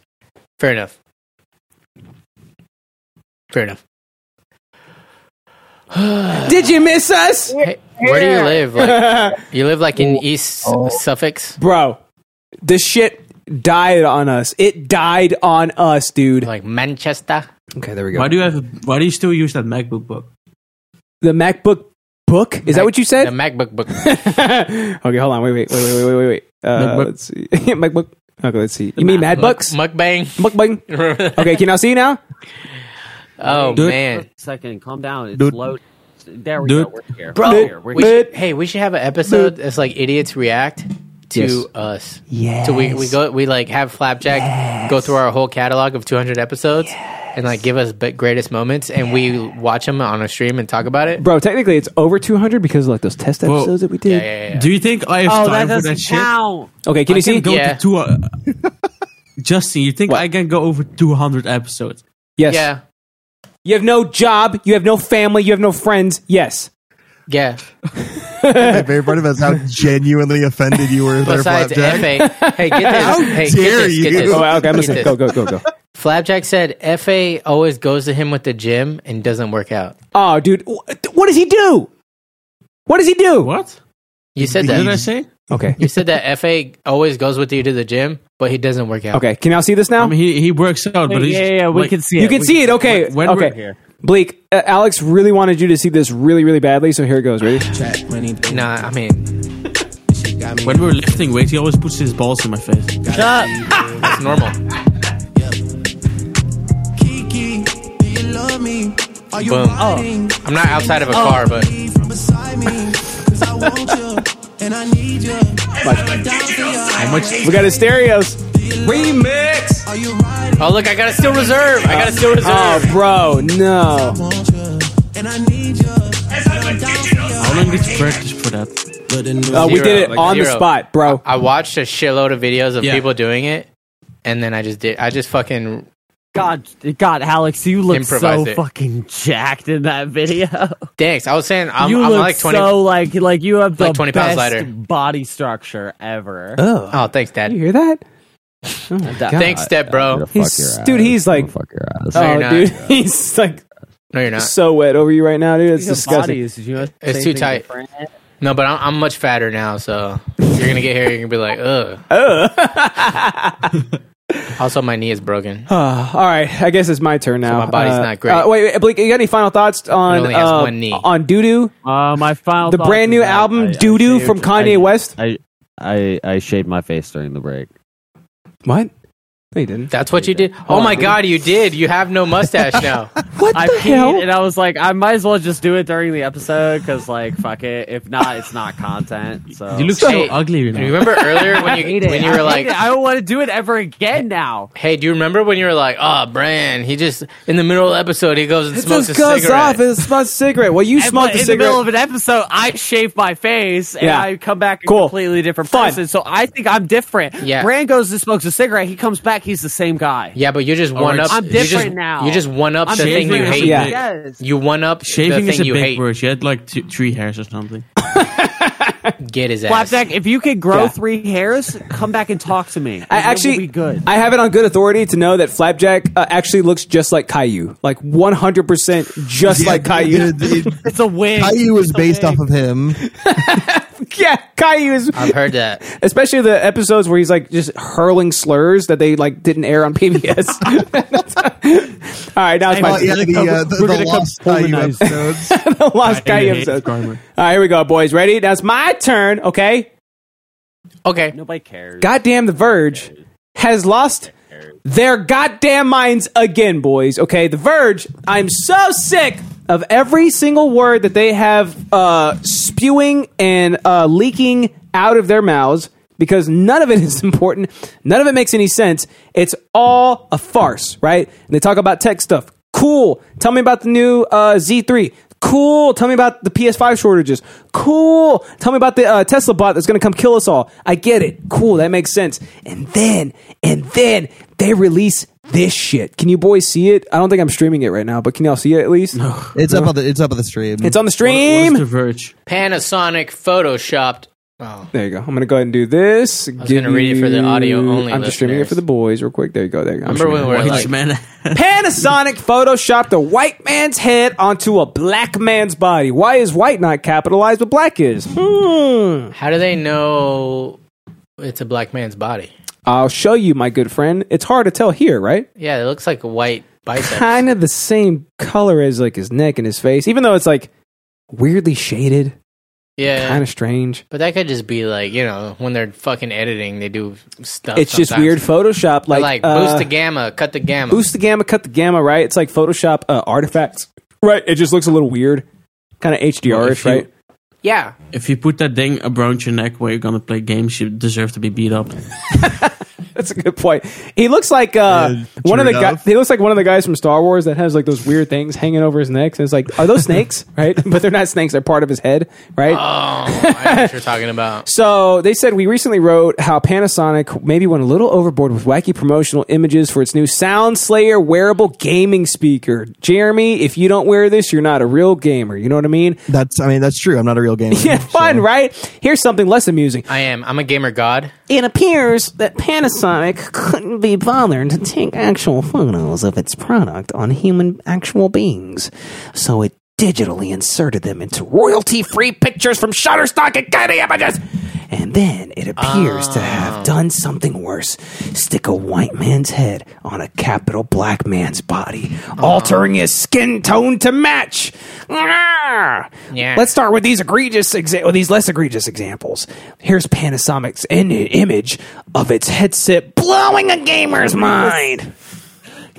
Speaker 2: Fair enough. Fair enough.
Speaker 1: Did you miss us?
Speaker 2: Where do you live? Like, you live like in East
Speaker 1: Oh.
Speaker 2: Suffolk.
Speaker 1: Bro, this shit died on us. It died on us, dude.
Speaker 2: Like Manchester.
Speaker 1: Okay, there we go.
Speaker 6: Why do you have? Why do you still use that MacBook book?
Speaker 1: The MacBook book? Is that what you said?
Speaker 2: The MacBook book.
Speaker 1: okay, hold on. Wait, wait, wait, wait, wait, wait, wait. Uh,
Speaker 6: MacBook.
Speaker 1: let's see. MacBook. Okay, let's see. You mean MacBooks?
Speaker 2: Mukbang.
Speaker 1: Mukbang. Okay, can I see now?
Speaker 2: Oh
Speaker 1: Dude.
Speaker 2: man,
Speaker 3: Second, calm down. It's
Speaker 1: Dude.
Speaker 3: low. There we
Speaker 1: Dude.
Speaker 3: go. We're here.
Speaker 1: Bro,
Speaker 3: We're here. We're
Speaker 2: We should- hey, we should have an episode that's like idiots react to
Speaker 1: Yes.
Speaker 2: us. So we, we go we like have flapjack go through our whole catalog of 200 episodes and like give us be- greatest moments and we watch them on a stream and talk about it.
Speaker 1: Bro, technically it's over 200 because of like those test episodes that we did.
Speaker 6: Do you think I have
Speaker 3: Oh,
Speaker 6: time
Speaker 3: that
Speaker 6: for that
Speaker 3: doesn't
Speaker 6: shit?
Speaker 3: count.
Speaker 1: Okay, can
Speaker 6: I
Speaker 1: you see?
Speaker 6: go
Speaker 2: Yeah.
Speaker 6: to two, uh, Justin, you think I can go over 200 episodes?
Speaker 1: Yes.
Speaker 2: Yeah.
Speaker 1: You have no job, you have no family, you have no friends. Yes.
Speaker 2: Yeah.
Speaker 4: My favorite part of it is how genuinely offended you were there,
Speaker 2: Besides
Speaker 4: Flapjack.
Speaker 2: FA. Hey, get this.
Speaker 4: How
Speaker 2: hey,
Speaker 4: dare
Speaker 2: get this, Get
Speaker 4: you.
Speaker 2: this.
Speaker 4: Oh, okay, I'm
Speaker 2: Get
Speaker 4: listening.
Speaker 2: this.
Speaker 4: Go,
Speaker 1: go, go, go.
Speaker 2: Flapjack said FA always goes to him with the gym and doesn't work out.
Speaker 1: Oh, dude, wh- what does he do? What does he do?
Speaker 6: What?
Speaker 2: You said
Speaker 6: Did I
Speaker 2: that.
Speaker 6: say?
Speaker 1: Okay.
Speaker 2: You said that FA always goes with you to the gym, but he doesn't work out.
Speaker 1: Okay, can y'all see this now?
Speaker 6: I mean, he, he works out, but he's,
Speaker 3: Yeah, yeah, yeah, we
Speaker 6: like,
Speaker 3: can see it.
Speaker 1: you can
Speaker 3: We
Speaker 1: see it. Okay.
Speaker 6: When we're
Speaker 1: okay.
Speaker 6: here.
Speaker 1: Bleak, uh, Alex really wanted you to see this really, really badly, so here it goes. Ready?
Speaker 2: Nah, I mean,
Speaker 6: when we're lifting weights, he always puts his balls in my face.
Speaker 2: shut up. It's normal.
Speaker 15: Kiki, do you love me? Are you
Speaker 2: Boom. Oh,
Speaker 15: riding?
Speaker 2: I'm not outside of a
Speaker 15: Oh.
Speaker 2: car, but
Speaker 15: From beside me, 'cause I want you and I need you.
Speaker 6: How much?
Speaker 1: We got his stereos.
Speaker 15: Remix. Are you riding?
Speaker 2: oh look, I got a still reserve. I got a still reserve.
Speaker 1: Oh, bro, no.
Speaker 15: And I need you.
Speaker 6: How long did you practice for that?
Speaker 3: Oh,
Speaker 1: Uh, we
Speaker 2: Zero,
Speaker 1: did it
Speaker 2: like
Speaker 1: on the
Speaker 2: zero.
Speaker 1: spot, bro.
Speaker 2: I watched a shitload of videos of
Speaker 6: Yeah.
Speaker 2: people doing it, and then I just did. I just fucking
Speaker 3: God, God, Alex, you look so
Speaker 2: Improvise it.
Speaker 3: fucking jacked in that video.
Speaker 2: thanks. I was saying I'm,
Speaker 3: you
Speaker 2: I'm
Speaker 3: look
Speaker 2: like twenty.
Speaker 3: so like like you have the
Speaker 2: Like 20 pounds
Speaker 3: best
Speaker 2: lighter.
Speaker 3: body structure ever.
Speaker 1: Oh,
Speaker 2: oh, thanks,
Speaker 1: you
Speaker 2: Dad.
Speaker 1: hear that? Oh my
Speaker 3: That-
Speaker 1: God.
Speaker 2: Thanks, Step Bro.
Speaker 1: Oh, He's, dude, he's like,
Speaker 2: No, you're
Speaker 1: oh,
Speaker 2: not.
Speaker 1: dude, he's like
Speaker 2: No, you're not.
Speaker 1: so wet over you right now, dude. It's
Speaker 3: Your body
Speaker 1: disgusting.
Speaker 3: is just
Speaker 2: It's
Speaker 3: anything
Speaker 2: too tight.
Speaker 3: different.
Speaker 2: No, but I'm, I'm much fatter now, so you're gonna get here. You're gonna be like, ugh. also, my knee is broken.
Speaker 1: Uh, all right, I guess it's my turn now.
Speaker 2: my body's
Speaker 1: Uh,
Speaker 2: not great.
Speaker 1: Uh, wait, wait, Blake, you got any final thoughts on
Speaker 2: only has
Speaker 1: uh,
Speaker 2: one knee.
Speaker 1: on Doodoo?
Speaker 3: Uh, my final
Speaker 1: The
Speaker 3: thought
Speaker 1: brand
Speaker 3: is
Speaker 1: new
Speaker 3: that
Speaker 1: album,
Speaker 3: I- I
Speaker 1: Doo Doo,
Speaker 3: shaved-
Speaker 1: from Kanye
Speaker 3: I-
Speaker 1: West?
Speaker 3: I, I I shaved my face during the break.
Speaker 1: What? No, you didn't.
Speaker 2: That's what you did. Oh my god, you did. You have no mustache now.
Speaker 1: What
Speaker 3: I
Speaker 1: the
Speaker 3: peed
Speaker 1: hell?
Speaker 3: and I was like, I might as well just do it during the episode because like fuck it. If not, it's not content. So
Speaker 6: You look so,
Speaker 2: Hey,
Speaker 6: ugly. You
Speaker 2: You
Speaker 6: know.
Speaker 2: remember earlier when
Speaker 3: I hate it.
Speaker 2: you when you
Speaker 3: I
Speaker 2: were
Speaker 3: hate
Speaker 2: like,
Speaker 3: it. I don't want to do it ever again now.
Speaker 2: hey, do you remember when you were like, oh, Bran, he just in the middle of the episode he goes and
Speaker 1: It
Speaker 2: smokes
Speaker 1: just
Speaker 2: a
Speaker 1: goes
Speaker 2: cigarette.
Speaker 1: off. It smells cigarette. Well, you
Speaker 3: And,
Speaker 1: smoked
Speaker 3: but
Speaker 1: a
Speaker 3: in the middle of
Speaker 1: cigarette.
Speaker 3: an episode, I shave my face and
Speaker 1: Yeah.
Speaker 3: I come back a
Speaker 1: Cool.
Speaker 3: completely different
Speaker 1: Fun.
Speaker 3: person. So I think I'm different.
Speaker 2: Yeah.
Speaker 3: Brand goes and smokes a cigarette. He comes back. He's the same guy.
Speaker 2: Yeah, but you just one up.
Speaker 3: I'm
Speaker 2: you just-
Speaker 3: different now.
Speaker 2: You just one up
Speaker 3: I'm
Speaker 2: the thing you
Speaker 3: different.
Speaker 2: hate.
Speaker 1: Yeah.
Speaker 3: Yes.
Speaker 2: You one up
Speaker 6: Shaving
Speaker 2: the
Speaker 6: is
Speaker 2: thing
Speaker 6: a
Speaker 2: you
Speaker 6: big
Speaker 2: hate.
Speaker 6: word. You had like two, three hairs or something.
Speaker 2: Get his ass.
Speaker 3: Flapjack, if you can grow
Speaker 1: Yeah.
Speaker 3: three hairs, come back and talk to me.
Speaker 1: I
Speaker 3: It will
Speaker 1: actually,
Speaker 3: be good.
Speaker 1: I have it on good authority to know that Flapjack uh, actually looks just like Caillou, like 100 percent just like Caillou.
Speaker 4: Dude, it-
Speaker 3: It's a wig.
Speaker 4: Caillou
Speaker 3: It's
Speaker 4: was
Speaker 3: a
Speaker 4: based
Speaker 3: wig.
Speaker 4: off of him.
Speaker 1: yeah, Caillou is.
Speaker 2: I've heard that.
Speaker 1: Especially the episodes where he's like just hurling slurs that they like didn't air on PBS. All right, now it's my
Speaker 4: Well, yeah, the, uh, the-
Speaker 1: We're
Speaker 4: the
Speaker 1: gonna
Speaker 4: lost
Speaker 1: come
Speaker 4: Caillou
Speaker 1: humanize-
Speaker 4: episodes.
Speaker 1: the lost guy
Speaker 4: hate
Speaker 1: episode. All right, here we go, boys. Ready? Now it's my turn. Okay. Okay.
Speaker 3: Nobody cares.
Speaker 1: Goddamn, The Verge has lost their goddamn minds again, boys. Okay, The Verge. I'm so sick of every single word that they have uh, spewing and uh, leaking out of their mouths because none of it is important. None of it makes any sense. It's all a farce, right? And they talk about tech stuff. Cool. Tell me about the new uh, Z3. Cool. Tell me about the PS5 shortages. Cool. Tell me about the uh, Tesla bot that's going to come kill us all. I get it. Cool. That makes sense. And then, and then they release this shit. Can you boys see it? I don't think I'm streaming it right now, but can y'all see it at least? No.
Speaker 4: It's up on the it's up on the stream.
Speaker 1: It's on the stream.
Speaker 6: Verge.
Speaker 2: Panasonic photoshopped. Oh.
Speaker 1: There you go. I'm gonna go ahead and do this. I
Speaker 2: was gonna read it for the audio only
Speaker 1: I'm just streaming it for the boys real quick. There you go. There you go. I'm
Speaker 2: Remember when
Speaker 1: streaming
Speaker 2: we
Speaker 1: it.
Speaker 2: were like-
Speaker 6: man.
Speaker 1: Panasonic photoshopped a white man's head onto a black man's body. Why is white not capitalized, but black is? Hmm.
Speaker 2: How do they know it's a black man's body?
Speaker 1: I'll show you, my good friend. It's hard to tell here, right?
Speaker 2: Yeah, it looks like a white bicep.
Speaker 1: Kind of the same color as like his neck and his face, even though it's like weirdly shaded.
Speaker 2: Yeah,
Speaker 1: Kind of strange.
Speaker 2: but that could just be like you know when they're fucking editing, they do stuff.
Speaker 1: it's just
Speaker 2: sometimes.
Speaker 1: weird Photoshop.
Speaker 2: They're
Speaker 1: Like,
Speaker 2: like
Speaker 1: uh,
Speaker 2: boost the gamma, cut the gamma.
Speaker 1: boost the gamma, cut the gamma, right? It's like Photoshop uh, artifacts, right? It just looks a little weird, kind of HDR ish,
Speaker 6: Well, if you-
Speaker 1: right? Yeah.
Speaker 6: If you put that thing around your neck where you're gonna play games, you deserve to be beat up.
Speaker 1: That's a good point. He looks like uh, one of the
Speaker 6: true
Speaker 1: guys.
Speaker 6: enough.
Speaker 1: He looks like one of the guys from Star Wars that has like those weird things hanging over his neck. And it's like, are those snakes? right? But they're not snakes. They're part of his head, right?
Speaker 6: Ah.
Speaker 2: Oh, I know what you're talking about.
Speaker 1: So they said we recently wrote how Panasonic maybe went a little overboard with wacky promotional images for its new Sound Slayer wearable gaming speaker. Jeremy, if you don't wear this, you're not a real gamer. You know what I mean?
Speaker 4: That's I mean that's true. I'm not a real gamer.
Speaker 1: Yeah,
Speaker 6: Mm,
Speaker 1: fun, right? Here's something less amusing.
Speaker 2: I am. I'm a gamer god.
Speaker 1: It appears that Panasonic couldn't be bothered to take actual photos of its product on human actual beings, so it digitally inserted them into royalty free pictures from Shutterstock and Getty Images. And then it appears to have done something worse stick a white man's head on a capital black man's body, altering his skin tone to match. Ah!
Speaker 2: Yeah.
Speaker 1: Let's start with these egregious exa- or these less egregious examples. Here's Panasonic's in- image of its headset blowing a gamer's mind.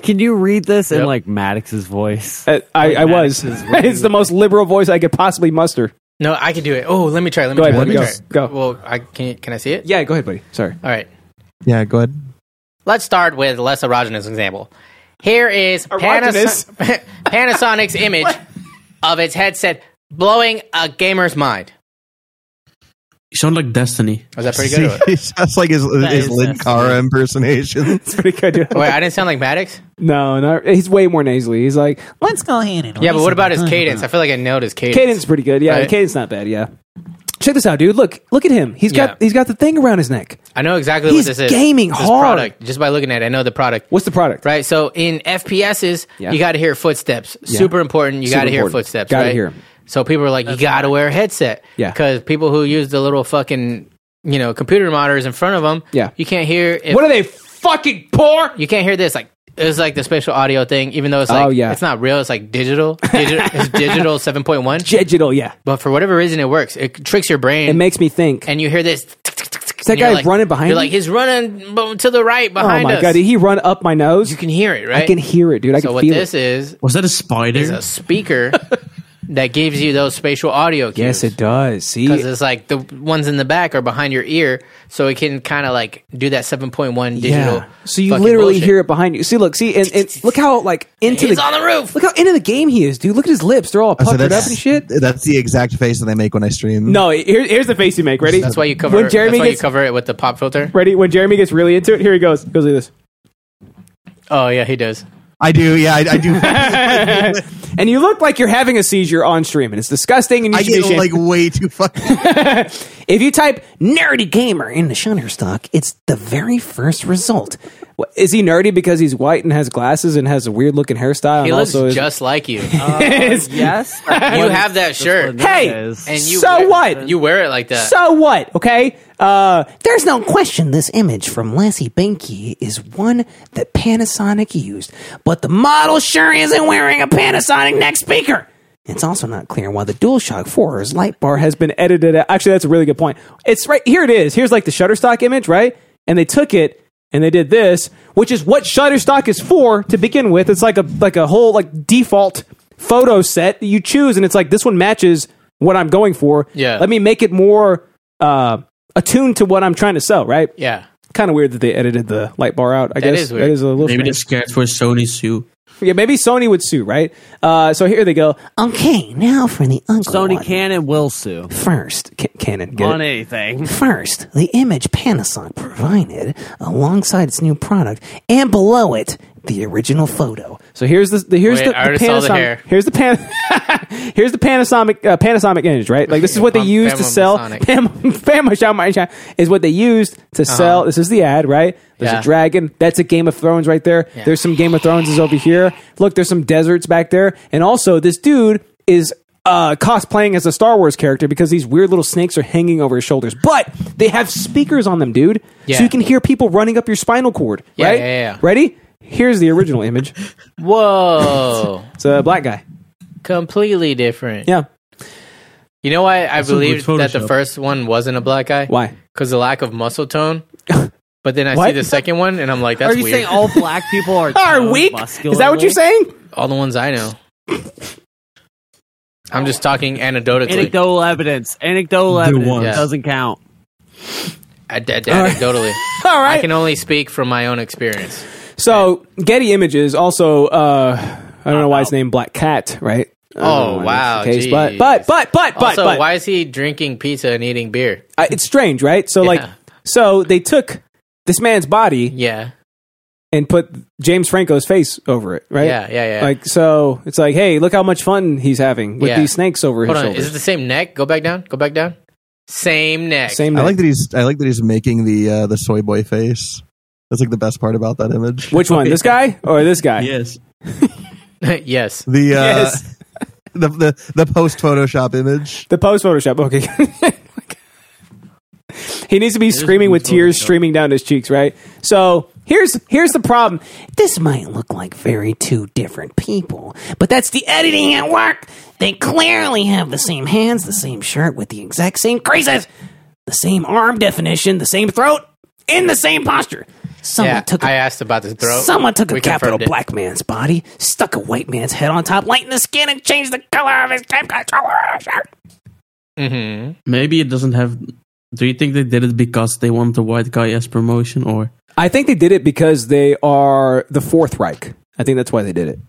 Speaker 3: Can you read this in like Maddox's voice?
Speaker 1: Uh, I, I was.
Speaker 3: Maddox's
Speaker 1: it's the most liberal voice I could possibly muster.
Speaker 2: No, I can do it. Oh, let me try. Let me
Speaker 1: Go
Speaker 2: try.
Speaker 1: ahead,
Speaker 2: let me
Speaker 1: buddy,
Speaker 2: try. Go. Well, I can. Can I see it?
Speaker 1: Yeah, go ahead, buddy. Sorry.
Speaker 2: All right.
Speaker 4: Yeah, go ahead.
Speaker 2: Let's start with less erogenous example. Here is
Speaker 1: Erogenous?
Speaker 2: Panaso- Panasonic's image of its headset blowing a gamer's mind.
Speaker 6: You sound like Destiny.
Speaker 2: Was that pretty good? or-
Speaker 4: That's like his
Speaker 2: That
Speaker 4: his
Speaker 2: is
Speaker 4: Lin Cara impersonation.
Speaker 1: It's pretty good. Dude.
Speaker 2: Wait, I didn't sound like Maddox.
Speaker 1: no, no, he's way more nasally. He's like,
Speaker 6: Let's go ahead and
Speaker 2: Yeah, but what about his cadence? I feel like I nailed his cadence.
Speaker 1: Caden's pretty good. Yeah,
Speaker 2: Right.
Speaker 1: Caden's not bad. Yeah. Check this out, dude. Look, look at him. He's
Speaker 2: Yeah.
Speaker 1: got he's got the thing around his neck.
Speaker 2: I know exactly
Speaker 1: He's
Speaker 2: what this is.
Speaker 1: gaming
Speaker 2: This
Speaker 1: hard.
Speaker 2: product, just by looking at it, I know the product.
Speaker 1: What's the product?
Speaker 2: Right. So in FPSs,
Speaker 1: Yeah.
Speaker 2: you got to hear footsteps.
Speaker 1: Yeah.
Speaker 2: Super important. You
Speaker 1: Super
Speaker 2: got to hear
Speaker 1: important.
Speaker 2: footsteps.
Speaker 1: Gotta
Speaker 2: right?
Speaker 1: hear 'em.
Speaker 2: So people are like, you got to wear a headset.
Speaker 1: Yeah.
Speaker 2: Because people who use the little fucking you know computer monitors in front of them,
Speaker 1: Yeah.
Speaker 2: you can't hear. If,
Speaker 1: What are they fucking poor?
Speaker 2: You can't hear this. Like it was like the special audio thing, even though it's like
Speaker 1: Oh, yeah.
Speaker 2: it's not real. It's like digital. digital it's digital seven point one.
Speaker 1: Digital, yeah.
Speaker 2: But for whatever reason, it works. It tricks your brain.
Speaker 1: It makes me think.
Speaker 2: and you hear this.
Speaker 1: Is that
Speaker 2: and you're
Speaker 1: guy
Speaker 2: like-
Speaker 1: running behind
Speaker 2: You're
Speaker 1: me?
Speaker 2: like he's running b- to the right behind
Speaker 1: oh my
Speaker 2: us.
Speaker 1: god, did he run up my nose?
Speaker 2: You can hear it, right?
Speaker 1: I can hear it, dude. I
Speaker 2: so
Speaker 1: can
Speaker 2: what
Speaker 1: feel
Speaker 2: this
Speaker 1: it.
Speaker 2: is
Speaker 6: Was that a spider?
Speaker 2: is a speaker that gives you those spatial audio cues.
Speaker 1: Yes, it does. See,
Speaker 2: because it's like the ones in the back are behind your ear, so it can kind of like do that 7.1 digital.
Speaker 1: Yeah. So you
Speaker 2: fucking
Speaker 1: literally
Speaker 2: bullshit.
Speaker 1: hear it behind you. See, look, see, and, and look how like into
Speaker 2: He's
Speaker 1: the
Speaker 2: on the roof!
Speaker 1: Look how into the game he is, dude. Look at his lips; they're all
Speaker 4: So
Speaker 1: puckered up
Speaker 4: that's,
Speaker 1: and shit.
Speaker 4: that's the exact face that they make when I stream.
Speaker 1: No, here, here's the face you make. Ready?
Speaker 2: That's why you cover.
Speaker 1: When Jeremy
Speaker 2: that's why
Speaker 1: gets-
Speaker 2: you cover it with the pop filter.
Speaker 1: Ready? When Jeremy gets really into it, here he goes. He Goes like this.
Speaker 2: Oh yeah, he does.
Speaker 4: I do. Yeah, I, I do.
Speaker 1: and you look like you're having a seizure on stream, and it's disgusting. And you
Speaker 4: I
Speaker 1: should be
Speaker 4: get
Speaker 1: ashamed.
Speaker 4: like way too fucking.
Speaker 1: if you type "nerdy gamer" in the Shutterstock, it's the very first result. Wh- Is he nerdy because he's white and has glasses and has a weird looking hairstyle?
Speaker 2: He
Speaker 1: and
Speaker 2: looks
Speaker 1: also is-
Speaker 2: just like you.
Speaker 1: yes.
Speaker 2: you have that shirt.
Speaker 1: Hey,
Speaker 2: and you
Speaker 1: so
Speaker 2: wear,
Speaker 1: what?
Speaker 2: You wear it like that.
Speaker 1: So what? Okay. Uh,
Speaker 17: There's no question this image from Lassie Benke is one that Panasonic used, but the model sure isn't wearing a Panasonic neck speaker.
Speaker 1: It's also not clear why the DualShock 4's light bar has been edited. Out. Actually, that's a really good point. It's right here. It is. Here's like the Shutterstock image, right? And they took it and they did this, which is what Shutterstock is for to begin with. It's like a like a whole like default photo set that you choose, and it's like this one matches what I'm going for.
Speaker 2: Yeah.
Speaker 1: Let me make it more uh, attuned to what I'm trying to sell. Right.
Speaker 2: Yeah.
Speaker 1: Kind of weird that they edited the light bar out. I
Speaker 6: That
Speaker 1: guess
Speaker 6: is weird.
Speaker 1: that is a little
Speaker 6: Maybe
Speaker 1: strange.
Speaker 6: they're scared for Sony sue.
Speaker 1: Yeah, maybe Sony would sue, right? Uh, so here they go. Okay, now for the uncle.
Speaker 3: Sony can and will sue.
Speaker 1: First, ca- Canon.
Speaker 17: Get it?
Speaker 3: on anything.
Speaker 17: First, the image Panasonic provided alongside its new product, and below it, the original photo.
Speaker 1: So here's the, the here's
Speaker 17: Wait,
Speaker 1: the, the
Speaker 17: I already saw the hair.
Speaker 1: Panasonic. Here's the pan. here's the Panasonic uh, Panasonic image, right? Like this is what they used to
Speaker 17: Family
Speaker 1: sell.
Speaker 17: Masonic.
Speaker 1: Fam,
Speaker 17: Uh-huh.
Speaker 1: fam, shout my shout is what they used to sell. This is the ad, right? There's
Speaker 17: Yeah.
Speaker 1: a dragon. That's a Game of Thrones right there.
Speaker 17: Yeah.
Speaker 1: There's some Game of Thrones is over here. Look, there's some deserts back there, and also this dude is. Uh, cosplaying as a Star Wars character because these weird little snakes are hanging over his shoulders, but they have speakers on them, dude.
Speaker 2: Yeah.
Speaker 1: So you can hear people running up your spinal cord.
Speaker 2: Yeah,
Speaker 1: right?
Speaker 2: yeah, yeah.
Speaker 1: Ready? Here's the original image.
Speaker 2: Whoa.
Speaker 1: It's a black guy.
Speaker 2: Completely different.
Speaker 1: Yeah.
Speaker 2: You know why I
Speaker 1: That's a good
Speaker 2: believed that the
Speaker 1: Photoshop.
Speaker 2: first one wasn't a black guy?
Speaker 1: Why?
Speaker 2: Because the lack of muscle tone. But then I see
Speaker 3: What?
Speaker 2: the second one and I'm like, that's
Speaker 3: are you
Speaker 2: weird.
Speaker 3: saying all black people are
Speaker 1: Are weak?
Speaker 3: Muscular
Speaker 1: Is that what you're saying?
Speaker 2: all the ones I know. I'm just talking anecdotally.
Speaker 3: Anecdotal evidence. Anecdotal evidence doesn't count.
Speaker 2: I, d- d- anecdotally.
Speaker 1: All right.
Speaker 2: I can only speak from my own experience.
Speaker 1: So Getty Images also uh I don't know why it's named Black Cat, right? I don't know
Speaker 2: Oh,
Speaker 1: why
Speaker 2: wow.
Speaker 1: that's the case,
Speaker 2: jeez.
Speaker 1: but but but but but
Speaker 2: also,
Speaker 1: but
Speaker 2: why is he drinking pizza and eating beer?
Speaker 1: I- it's strange, right? So like
Speaker 2: Yeah.
Speaker 1: so they took this man's body
Speaker 2: Yeah.
Speaker 1: and put James Franco's face over it, right?
Speaker 2: Yeah, yeah, yeah.
Speaker 1: Like so it's like, hey, look how much fun he's having with
Speaker 2: Yeah.
Speaker 1: these snakes over
Speaker 2: Hold
Speaker 1: his
Speaker 2: on.
Speaker 1: shoulders.
Speaker 2: Is it the same neck? Go back down. Go back down. Same neck.
Speaker 4: I like that he's. I like that he's making the uh, the soy boy face. That's like the best part about that image.
Speaker 1: Which one? This guy or this guy? Yes.
Speaker 2: yes.
Speaker 4: The uh,
Speaker 1: Yes.
Speaker 4: the the, the post Photoshop image.
Speaker 1: The post Photoshop. Okay. He needs to be screaming with tears streaming down his cheeks, right? So here's here's the problem. This might look like very two different people,
Speaker 17: But that's the editing at work. They clearly have the same hands, the same shirt with the exact same creases, the same arm definition, the same throat, in the same posture. Someone
Speaker 2: yeah,
Speaker 17: took a
Speaker 2: I asked about the throat.
Speaker 17: Someone took
Speaker 2: We
Speaker 17: a capital
Speaker 2: confirmed it.
Speaker 17: black man's body, stuck a white man's head on top, lightened the skin, and changed the color of his tape controller shirt.
Speaker 2: Mm-hmm.
Speaker 6: Maybe it doesn't have. Do you think they did it because they want the white guy as promotion, or
Speaker 1: I think they did it because they are the Fourth Reich. I think that's why they did it.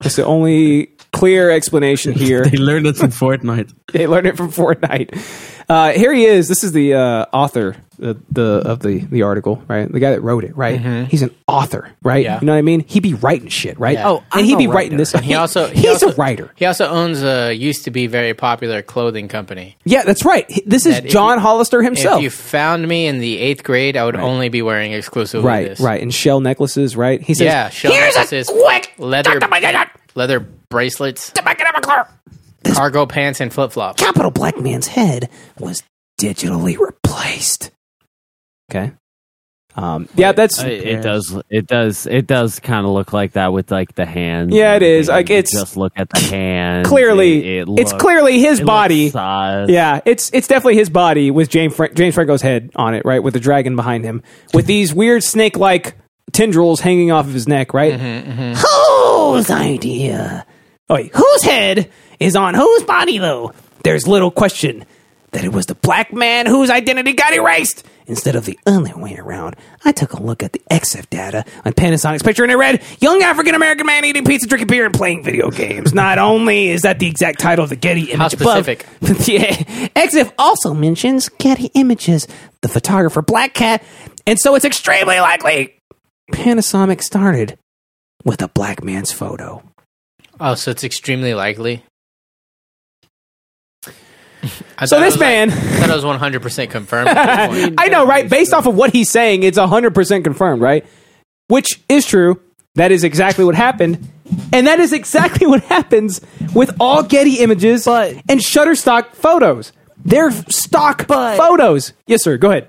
Speaker 1: That's the only clear explanation here. they
Speaker 6: learned it from Fortnite.
Speaker 1: they learned it from Fortnite. Uh, here he is. This is the uh, author the, the of the the article, right? The guy that wrote it, right? He's an author, right?
Speaker 2: Mm-hmm. Yeah.
Speaker 1: You know what I mean? He be writing shit, right?
Speaker 2: Yeah. Oh, I'm
Speaker 1: and he
Speaker 2: a
Speaker 1: be
Speaker 2: writer.
Speaker 1: writing this.
Speaker 2: He also- he
Speaker 1: he's
Speaker 2: also-
Speaker 1: a writer.
Speaker 2: He also owns a used to be very popular clothing company.
Speaker 1: Yeah, that's right. He- This is
Speaker 2: That if
Speaker 1: John
Speaker 2: you-
Speaker 1: Hollister himself.
Speaker 2: If you found me in the eighth grade, I would only be wearing exclusively
Speaker 1: right,
Speaker 2: this.
Speaker 1: right, and shell necklaces, right? He says,
Speaker 2: yeah. Shell
Speaker 17: "Here's a
Speaker 2: necklaces,
Speaker 17: quick-
Speaker 2: leather leather bracelets, cargo pants, and flip flops.
Speaker 17: Capital black man's head was digitally replaced.
Speaker 1: Okay. Um, yeah, that's
Speaker 3: It, it does. It does. It does kind of look like that with like the hands.
Speaker 1: Yeah, it
Speaker 3: and
Speaker 1: is.
Speaker 3: everything.
Speaker 1: Like,
Speaker 3: You
Speaker 1: it's-
Speaker 3: just look at the hands.
Speaker 1: Clearly,
Speaker 3: It- it
Speaker 1: it's
Speaker 3: look-
Speaker 1: clearly his
Speaker 3: it looks
Speaker 1: body.
Speaker 3: sus.
Speaker 1: Yeah, it's it's definitely his body with James Fran- James Franco's head on it, right, with the dragon behind him, with these weird snake like tendrils hanging off of his neck, right?
Speaker 17: Whose idea?
Speaker 1: Oh, wait,
Speaker 17: Whose head is on whose body, though? There's little question that it was the black man whose identity got erased instead of the other way around. I took a look at the XF data on Panasonic's picture and it read Young African American Man Eating Pizza, Drinking Beer, and Playing Video Games. Not only is that the exact title of the Getty image above,
Speaker 2: specific.
Speaker 17: yeah, XF also mentions Getty Images, the photographer Black Cat, and so it's extremely likely Panasonic started with a black man's photo.
Speaker 2: Oh, so it's extremely likely. I
Speaker 1: So
Speaker 2: thought it
Speaker 1: this
Speaker 2: was, like-
Speaker 1: man-
Speaker 2: I thought it was one hundred percent confirmed. at this point.
Speaker 1: I know, right? Based off of what he's saying, it's hundred percent confirmed, right? which is true. That is exactly what happened. And that is exactly what happens with all Getty images and Shutterstock photos. They're stock photos. Yes, sir. Go ahead.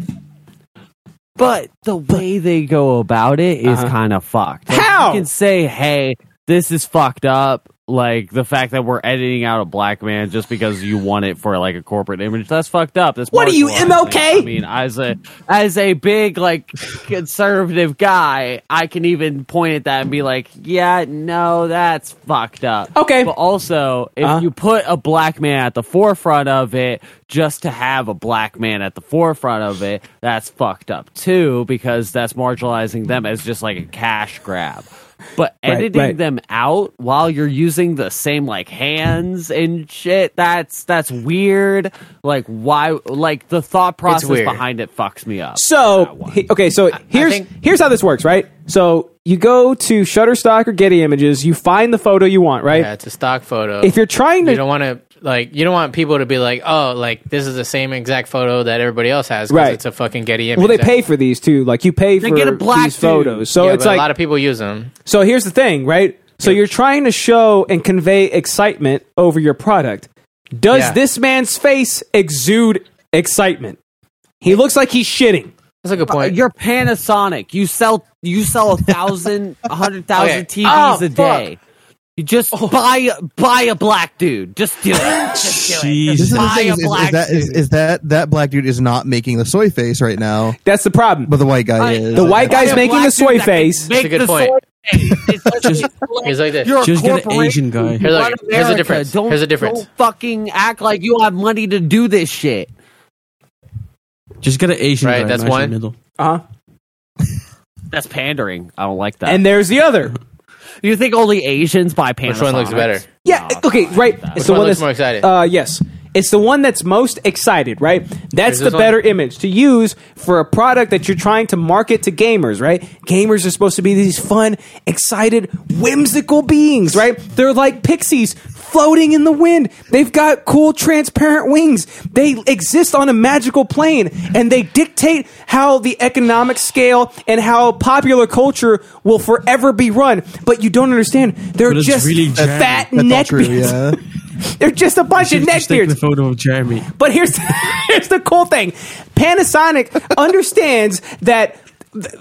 Speaker 3: But the way they go about it is kind of fucked. Like,
Speaker 1: Uh-huh. How?
Speaker 3: You can say, hey, this is fucked up. Like the fact that we're editing out a black man just because you want it for like a corporate image. That's fucked up. That's
Speaker 1: What are you,
Speaker 3: marginalized.
Speaker 1: MLK?
Speaker 3: I mean, as a as a big like conservative guy, I can even point at that and be like, yeah, no, that's fucked up. Okay. But also, if
Speaker 1: Uh-huh.
Speaker 3: you put a black man at the forefront of it just to have a black man at the forefront of it, that's fucked up too because that's marginalizing them as just like a cash grab. But
Speaker 1: Right,
Speaker 3: editing
Speaker 1: right.
Speaker 3: them out while you're using the same like hands and shit, that's that's weird. Like why like the thought process
Speaker 1: weird.
Speaker 3: behind it fucks me up.
Speaker 1: So he- okay, so here's here's how this works, right? So you go to Shutterstock or Getty Images, you find the photo you want, right?
Speaker 2: Yeah, it's a stock photo.
Speaker 1: If you're trying to-
Speaker 2: you don't want to like, you don't want people to be like, oh, like this is the same exact photo that everybody else has. 'cause
Speaker 1: Right.
Speaker 2: It's a fucking Getty image.
Speaker 1: well, they pay for these too. Like you pay
Speaker 2: They
Speaker 1: for
Speaker 2: get a black
Speaker 1: these
Speaker 2: dude.
Speaker 1: photos, so
Speaker 2: Yeah,
Speaker 1: it's
Speaker 2: but
Speaker 1: like
Speaker 2: a lot of people use them.
Speaker 1: So here's the thing, right? So you're trying to show and convey excitement over your product. Does
Speaker 2: Yeah.
Speaker 1: this man's face exude excitement? He looks like he's shitting.
Speaker 2: That's a good
Speaker 3: point. You're Panasonic. You sell you sell a thousand, a hundred thousand
Speaker 1: Okay.
Speaker 3: TVs
Speaker 1: Oh,
Speaker 3: a day. You just buy buy a black dude. Just do it. Just do it.
Speaker 4: This
Speaker 3: Just
Speaker 4: is the
Speaker 3: buy
Speaker 4: thing
Speaker 3: a
Speaker 4: is, is- is
Speaker 3: black
Speaker 4: that is, is that that black dude is not making the soy face right now.
Speaker 1: That's the problem.
Speaker 4: But the white guy is.
Speaker 1: Uh, The white guy's making the soy face.
Speaker 2: That's a good point. He's like this.
Speaker 3: You're a Just get an corporation.
Speaker 6: Asian guy.
Speaker 2: Here's, like,
Speaker 3: Run
Speaker 2: here's a
Speaker 3: America.
Speaker 2: difference.
Speaker 3: Don't,
Speaker 2: here's a difference.
Speaker 3: Don't fucking act like you have money to do this shit.
Speaker 6: Just get an Asian
Speaker 2: Right,
Speaker 6: guy.
Speaker 2: that's
Speaker 6: match in the
Speaker 2: one.
Speaker 6: Middle.
Speaker 1: Uh huh.
Speaker 3: That's pandering. I don't like that.
Speaker 1: And there's the other.
Speaker 3: you think only Asians buy Panasonic?
Speaker 2: Which one looks better?
Speaker 1: Yeah. okay. Right.
Speaker 2: Which
Speaker 1: the
Speaker 2: one
Speaker 1: that's-
Speaker 2: looks more excited?
Speaker 1: Uh, yes. It's the one that's most excited, right? That's
Speaker 2: Is
Speaker 1: the
Speaker 2: this one-
Speaker 1: better image to use for a product that you're trying to market to gamers, right? Gamers are supposed to be these fun, excited, whimsical beings, right? They're like pixies floating in the wind. They've got cool, transparent wings. They exist on a magical plane and they dictate how the economic scale and how popular culture will forever be run. But you don't understand. They're
Speaker 6: But it's
Speaker 1: just
Speaker 6: really jam.
Speaker 1: fat
Speaker 6: That's all
Speaker 1: neck
Speaker 6: true,
Speaker 1: beards.
Speaker 6: yeah.
Speaker 1: They're just a bunch of
Speaker 6: Just take
Speaker 1: neckbeards.
Speaker 6: the photo of Jeremy.
Speaker 1: But here's here's the cool thing: Panasonic understands that.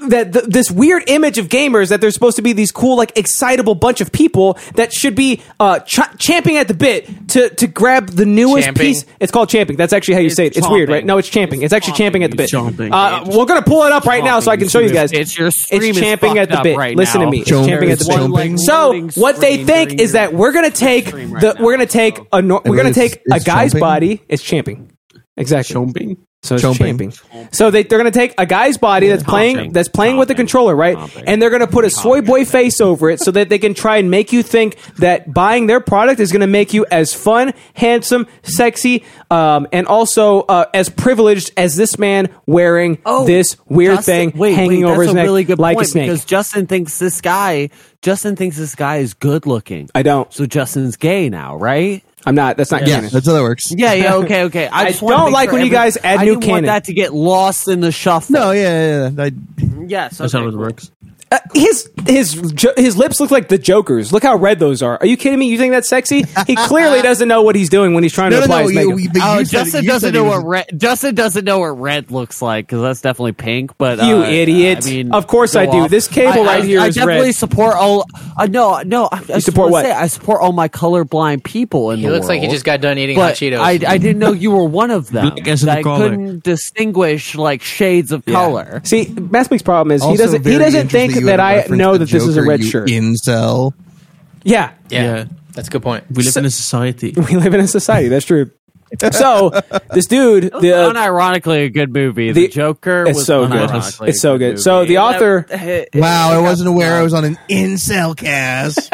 Speaker 1: That th- this weird image of gamers that they're supposed to be these cool, like excitable bunch of people that should be uh, ch- champing at the bit to to grab the newest
Speaker 2: Champing?
Speaker 1: piece. It's called champing. That's actually how you say it. It's weird,
Speaker 2: chomping.
Speaker 1: right? No, it's champing. It's, actually champing at the bit.
Speaker 2: chomping.
Speaker 1: Uh, we're gonna pull it up right now so I can show you guys.
Speaker 3: It's your stream
Speaker 1: It's
Speaker 3: is
Speaker 1: champing at
Speaker 3: fucked
Speaker 1: the
Speaker 3: up
Speaker 1: bit.
Speaker 3: right
Speaker 1: Listen to
Speaker 3: now.
Speaker 1: me. It's
Speaker 3: Chomping.
Speaker 1: champing at
Speaker 3: There's
Speaker 1: the
Speaker 3: one, like,
Speaker 1: bit. So
Speaker 3: loading
Speaker 1: what they
Speaker 3: screen
Speaker 1: think is that we're gonna take the we're gonna take a nor- we're gonna
Speaker 3: it's-
Speaker 1: take a
Speaker 3: it's
Speaker 1: guy's
Speaker 3: chomping?
Speaker 1: body. It's champing. Exactly.
Speaker 6: Chomping.
Speaker 1: So it's
Speaker 6: Chomping.
Speaker 1: champing. So they, they're going to take a guy's body that's playing that's playing with the controller, right? And they're going to put a soy boy face over it so that they can try and make you think that buying their product is going to make you as fun, handsome, sexy, um, and also uh, as privileged as this man wearing
Speaker 3: Oh,
Speaker 1: this weird
Speaker 3: Justin-
Speaker 1: thing hanging over
Speaker 3: that's
Speaker 1: his
Speaker 3: a
Speaker 1: neck
Speaker 3: really good
Speaker 1: like
Speaker 3: point
Speaker 1: a snake.
Speaker 3: Because Justin thinks this guy, Justin thinks this guy is good looking.
Speaker 1: I don't.
Speaker 3: So Justin's gay now, right?
Speaker 1: I'm not. That's not
Speaker 4: Yeah,
Speaker 1: canon.
Speaker 4: that's how that works.
Speaker 3: Yeah, yeah, okay, okay. I,
Speaker 1: I
Speaker 3: just wanna
Speaker 1: don't
Speaker 3: make
Speaker 1: like
Speaker 3: sure
Speaker 1: when you
Speaker 3: every-
Speaker 1: guys add
Speaker 3: I
Speaker 1: new
Speaker 3: didn't
Speaker 1: canon.
Speaker 3: want that to get lost in the shuffle. No,
Speaker 4: yeah, yeah.
Speaker 3: Yes,
Speaker 6: That's how it works.
Speaker 1: Uh, his his jo- his lips look like the Joker's. Look how red those are. Are you kidding me? You think that's sexy? He clearly doesn't know what he's doing when he's trying to apply his makeup.
Speaker 3: oh, Justin doesn't know what red. Justin doesn't know what red looks like because that's definitely pink. But
Speaker 1: You
Speaker 3: uh,
Speaker 1: idiot.
Speaker 3: I mean,
Speaker 1: Of course
Speaker 3: go
Speaker 1: I do.
Speaker 3: off.
Speaker 1: This cable
Speaker 3: I,
Speaker 1: right here
Speaker 3: I,
Speaker 1: is
Speaker 3: I definitely
Speaker 1: red.
Speaker 3: support all. Uh, no, no. I, I just
Speaker 1: support
Speaker 3: wanna
Speaker 1: what?
Speaker 3: Say, I support all my colorblind people in
Speaker 2: He
Speaker 3: the
Speaker 2: looks like he
Speaker 3: world,
Speaker 2: just got done eating
Speaker 3: but
Speaker 2: hot Cheetos.
Speaker 3: I, I didn't know you were one of them.
Speaker 2: Black as in
Speaker 3: I
Speaker 2: the color.
Speaker 3: couldn't distinguish like shades of color.
Speaker 1: See, Massmick's problem is he
Speaker 3: Also
Speaker 1: doesn't he
Speaker 3: very
Speaker 1: doesn't
Speaker 3: interesting
Speaker 1: think
Speaker 3: you
Speaker 1: that
Speaker 3: would
Speaker 1: I
Speaker 3: reference
Speaker 1: know
Speaker 3: the
Speaker 1: that this is a
Speaker 3: Joker,
Speaker 1: red
Speaker 3: you
Speaker 1: shirt.
Speaker 4: Incel.
Speaker 1: Yeah.
Speaker 2: yeah, that's a good point.
Speaker 6: We live in a society.
Speaker 1: We live in a society. That's true. So this dude,
Speaker 3: Oh,
Speaker 1: the
Speaker 3: unironically a good movie. The, Joker
Speaker 1: it's
Speaker 3: was
Speaker 1: so good.
Speaker 3: unironically
Speaker 1: It's
Speaker 3: a
Speaker 1: so
Speaker 3: good
Speaker 1: good. So
Speaker 3: movie.
Speaker 1: the author,
Speaker 4: Wow, I wasn't aware I was on an incel cast.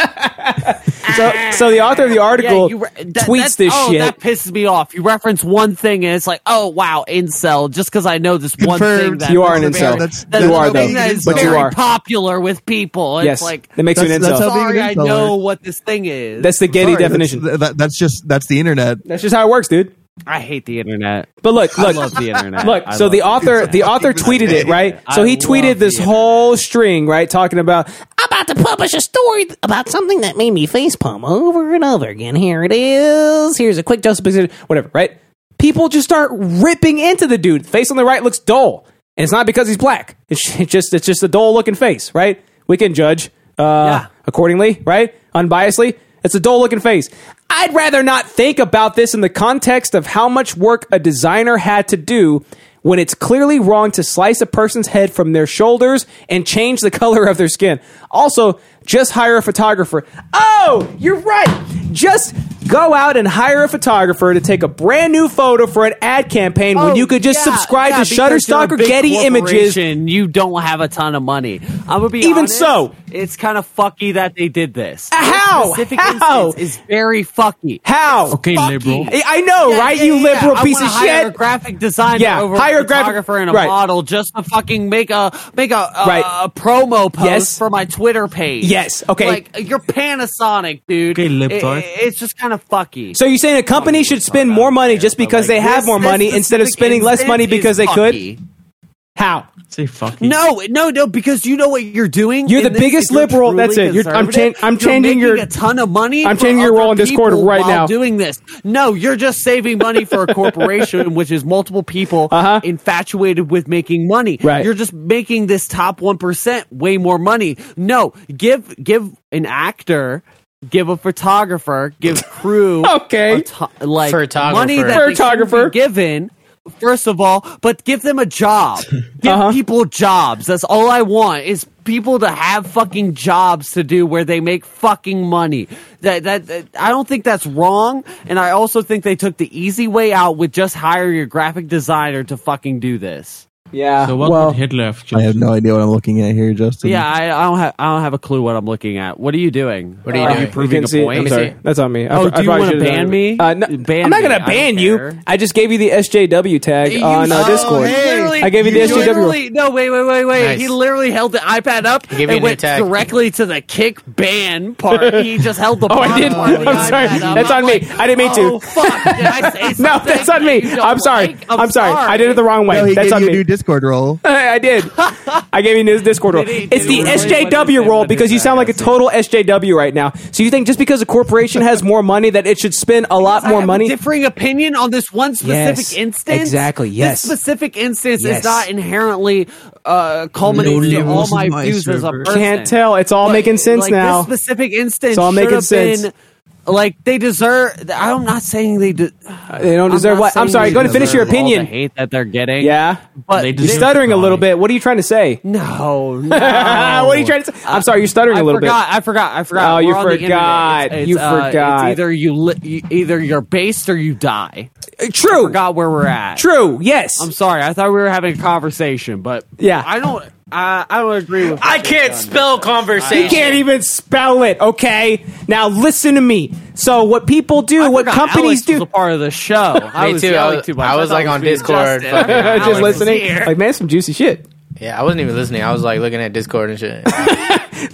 Speaker 1: so, so the author of the article
Speaker 3: you re- that-
Speaker 1: tweets
Speaker 3: that's-
Speaker 1: this
Speaker 3: oh,
Speaker 1: shit.
Speaker 3: That pisses me off. You reference one thing and it's like, oh wow, incel. Just because I know this one thing
Speaker 1: Confirmed.
Speaker 3: that
Speaker 1: You are an
Speaker 3: that's
Speaker 1: incel.
Speaker 3: very-
Speaker 1: That's-
Speaker 3: that
Speaker 1: you
Speaker 3: is
Speaker 1: are,
Speaker 3: something
Speaker 1: though.
Speaker 3: That is
Speaker 1: But you
Speaker 3: very
Speaker 1: are.
Speaker 3: popular with people. It's
Speaker 1: Yes.
Speaker 3: like
Speaker 1: That makes you an That's- that's incel. how being
Speaker 3: Sorry,
Speaker 1: an
Speaker 3: I
Speaker 1: incel
Speaker 3: know
Speaker 1: works.
Speaker 3: what this thing is.
Speaker 1: That's the Getty
Speaker 4: Sorry,
Speaker 1: definition.
Speaker 4: That's, that, that's just that's the internet.
Speaker 1: That's just how it works, dude.
Speaker 3: I hate the internet.
Speaker 1: But look,
Speaker 3: I
Speaker 1: look,
Speaker 3: love the internet.
Speaker 1: Look,
Speaker 3: I
Speaker 1: so
Speaker 3: love
Speaker 1: the author, the author tweeted it right. So he tweeted this whole string right, talking about
Speaker 17: I'm about to publish a story about something that made me facepalm over and over again. Here it is. Here's a quick Joseph Position.
Speaker 1: whatever, right? People just start ripping into the dude. Face on the right looks dull, and it's not because he's black. It's it's just it's just a dull looking face, right? We can judge uh, accordingly, right? Unbiasedly, it's a dull looking face. I'd rather not think about this in the context of how much work a designer had to do when it's clearly wrong to slice a person's head from their shoulders and change the color of their skin. Also, just hire a photographer. Oh, you're right. Just go out and hire a photographer to take a brand new photo for an ad campaign
Speaker 3: Oh,
Speaker 1: when you could just subscribe to Shutterstock or Getty Images.
Speaker 3: You don't have a ton of money. I'm gonna be
Speaker 1: Even
Speaker 3: honest,
Speaker 1: so.
Speaker 3: it's kind of fucky that they did this.
Speaker 1: How?
Speaker 3: This specific
Speaker 1: How?
Speaker 3: instance is very fucky.
Speaker 1: How?
Speaker 3: Okay, liberal.
Speaker 1: I I know, right? you liberal piece of
Speaker 3: hire
Speaker 1: shit.
Speaker 3: A graphic designer
Speaker 1: Yeah,
Speaker 3: over
Speaker 1: hire
Speaker 3: a
Speaker 1: a graphic-
Speaker 3: photographer and a
Speaker 1: right.
Speaker 3: model just to fucking make a make a, a,
Speaker 1: Right.
Speaker 3: a promo post
Speaker 1: Yes.
Speaker 3: for my Twitter page.
Speaker 1: Yes, okay.
Speaker 3: Like you're Panasonic, dude.
Speaker 1: Okay, lip
Speaker 3: It-
Speaker 1: tart.
Speaker 3: it's just kind of fucky.
Speaker 1: So you're saying a company should spend more money just because they have
Speaker 3: this-
Speaker 1: more
Speaker 3: this
Speaker 1: money instead of
Speaker 3: specific
Speaker 1: spending less
Speaker 3: instance
Speaker 1: money
Speaker 3: is
Speaker 1: because they
Speaker 3: fucky.
Speaker 1: could? How?
Speaker 6: Say fuck.
Speaker 3: No, no, no. Because you know what you're doing.
Speaker 1: You're the
Speaker 3: in this,
Speaker 1: biggest
Speaker 3: if you're
Speaker 1: liberal.
Speaker 3: truly
Speaker 1: That's it. You're- I'm
Speaker 3: conservative,
Speaker 1: chan- I'm
Speaker 3: you're
Speaker 1: changing your-
Speaker 3: making a ton of money.
Speaker 1: I'm
Speaker 3: for
Speaker 1: changing your
Speaker 3: other
Speaker 1: role in Discord
Speaker 3: people
Speaker 1: right
Speaker 3: while
Speaker 1: now.
Speaker 3: Doing this. No, you're just saving money for a corporation, which is multiple people infatuated with making money.
Speaker 1: Uh-huh. Right.
Speaker 3: You're just making this top one percent way more money. No, give give an actor. Give a photographer, give crew,
Speaker 1: okay,
Speaker 3: like
Speaker 2: Photographer.
Speaker 3: money that they shouldn't
Speaker 1: Photographer.
Speaker 3: be given. First of all, but give them a job. Give
Speaker 1: Uh-huh.
Speaker 3: people jobs. That's all I want is people to have fucking jobs to do where they make fucking money. That, that that- I don't think that's wrong, and I also think they took the easy way out with just hire your graphic designer to fucking do this.
Speaker 1: Yeah.
Speaker 6: So what
Speaker 1: well-
Speaker 6: would Hitler have
Speaker 4: I have no idea what I'm looking at here, Justin.
Speaker 3: Yeah,
Speaker 1: Mm-hmm.
Speaker 3: I, I don't have I don't have a clue what I'm looking at. What are you doing? What
Speaker 2: are you doing?
Speaker 3: You proving
Speaker 1: You
Speaker 3: a
Speaker 1: can see-
Speaker 3: point.
Speaker 1: I'm sorry. That's on me. I-
Speaker 3: oh,
Speaker 1: I
Speaker 3: do
Speaker 1: probably
Speaker 3: you want to
Speaker 1: should've done
Speaker 3: ban
Speaker 1: it.
Speaker 3: me?
Speaker 1: Uh, no,
Speaker 3: ban
Speaker 1: I'm not
Speaker 3: me.
Speaker 1: gonna
Speaker 3: I
Speaker 1: ban
Speaker 3: don't
Speaker 1: you.
Speaker 3: care.
Speaker 1: I just gave you the SJW tag
Speaker 3: You
Speaker 1: on uh,
Speaker 3: literally-
Speaker 1: Discord. I gave you the SJW.
Speaker 3: literally- No, wait, wait, wait, wait.
Speaker 2: Nice.
Speaker 3: He literally held the iPad up
Speaker 2: gave you a
Speaker 3: and
Speaker 2: new
Speaker 3: went
Speaker 2: tag.
Speaker 3: directly to the kick ban part. He just held the.
Speaker 1: Oh, I
Speaker 3: bottom
Speaker 1: did.
Speaker 3: part of the
Speaker 1: I'm sorry.
Speaker 3: iPad up.
Speaker 1: That's
Speaker 3: I'm
Speaker 1: on me.
Speaker 3: like,
Speaker 1: I didn't mean
Speaker 3: "Oh,
Speaker 1: to."
Speaker 3: fuck, did I say
Speaker 1: No,
Speaker 3: something
Speaker 1: that's on me.
Speaker 3: that you don't
Speaker 1: I'm sorry.
Speaker 3: like?
Speaker 1: I'm sorry. I did it the wrong way.
Speaker 4: No, he
Speaker 1: that's
Speaker 4: gave
Speaker 1: on
Speaker 4: you a
Speaker 1: me.
Speaker 4: new Discord role.
Speaker 1: I did. I gave you this Discord role. It's the SJW role because you sound like a total SJW right now. So you think just because a corporation has more money that it should spend a lot
Speaker 3: I
Speaker 1: more
Speaker 3: have a
Speaker 1: money?
Speaker 3: differing opinion on this one specific
Speaker 1: Yes,
Speaker 3: instance.
Speaker 1: exactly, yes.
Speaker 3: This specific instance
Speaker 1: Yes.
Speaker 3: is not inherently uh, culminating to all my views as a person.
Speaker 1: Can't tell. It's all making sense
Speaker 3: like,
Speaker 1: now.
Speaker 3: This specific instance
Speaker 1: It's all
Speaker 3: should
Speaker 1: making
Speaker 3: have
Speaker 1: sense.
Speaker 3: been like they deserve. I'm not saying they. De-
Speaker 1: They don't deserve what? I'm sorry. Go ahead and finish your
Speaker 3: All the
Speaker 1: opinion.
Speaker 3: hate that they're getting.
Speaker 1: Yeah,
Speaker 3: But
Speaker 1: you're stuttering a little bit. What are you trying to say?
Speaker 3: No, no.
Speaker 1: Ah, what are you trying to say? I'm sorry. You're stuttering
Speaker 3: I
Speaker 1: a little
Speaker 3: forgot,
Speaker 1: bit.
Speaker 3: I forgot. I forgot.
Speaker 1: Oh, you
Speaker 3: We're on the internet.
Speaker 1: forgot.
Speaker 3: It's- it's,
Speaker 1: You
Speaker 3: uh,
Speaker 1: forgot.
Speaker 3: It's either you, li- you either you're based or you die.
Speaker 1: True.
Speaker 3: forgot where we're at.
Speaker 1: True. Yes.
Speaker 3: I'm sorry. I thought we were having a conversation, but
Speaker 1: Yeah.
Speaker 3: I don't. I, I don't agree with.
Speaker 2: I
Speaker 3: what
Speaker 2: can't
Speaker 3: they've done.
Speaker 2: spell conversation.
Speaker 1: You can't even spell it, okay? Now listen to me. So what people do, what
Speaker 3: forgot
Speaker 1: companies
Speaker 3: Alex was
Speaker 1: do,
Speaker 3: a part of the show. I
Speaker 2: Me
Speaker 3: was
Speaker 2: too. I
Speaker 3: yelling
Speaker 2: was-
Speaker 3: too much.
Speaker 2: I was,
Speaker 3: thought
Speaker 2: like,
Speaker 3: it
Speaker 2: on
Speaker 3: being
Speaker 2: Discord,
Speaker 3: Justin.
Speaker 2: fucking
Speaker 3: Alex
Speaker 1: just
Speaker 3: was
Speaker 1: listening,
Speaker 3: here.
Speaker 1: like man, some juicy shit.
Speaker 2: Yeah, I wasn't even listening. I was like looking at Discord and shit.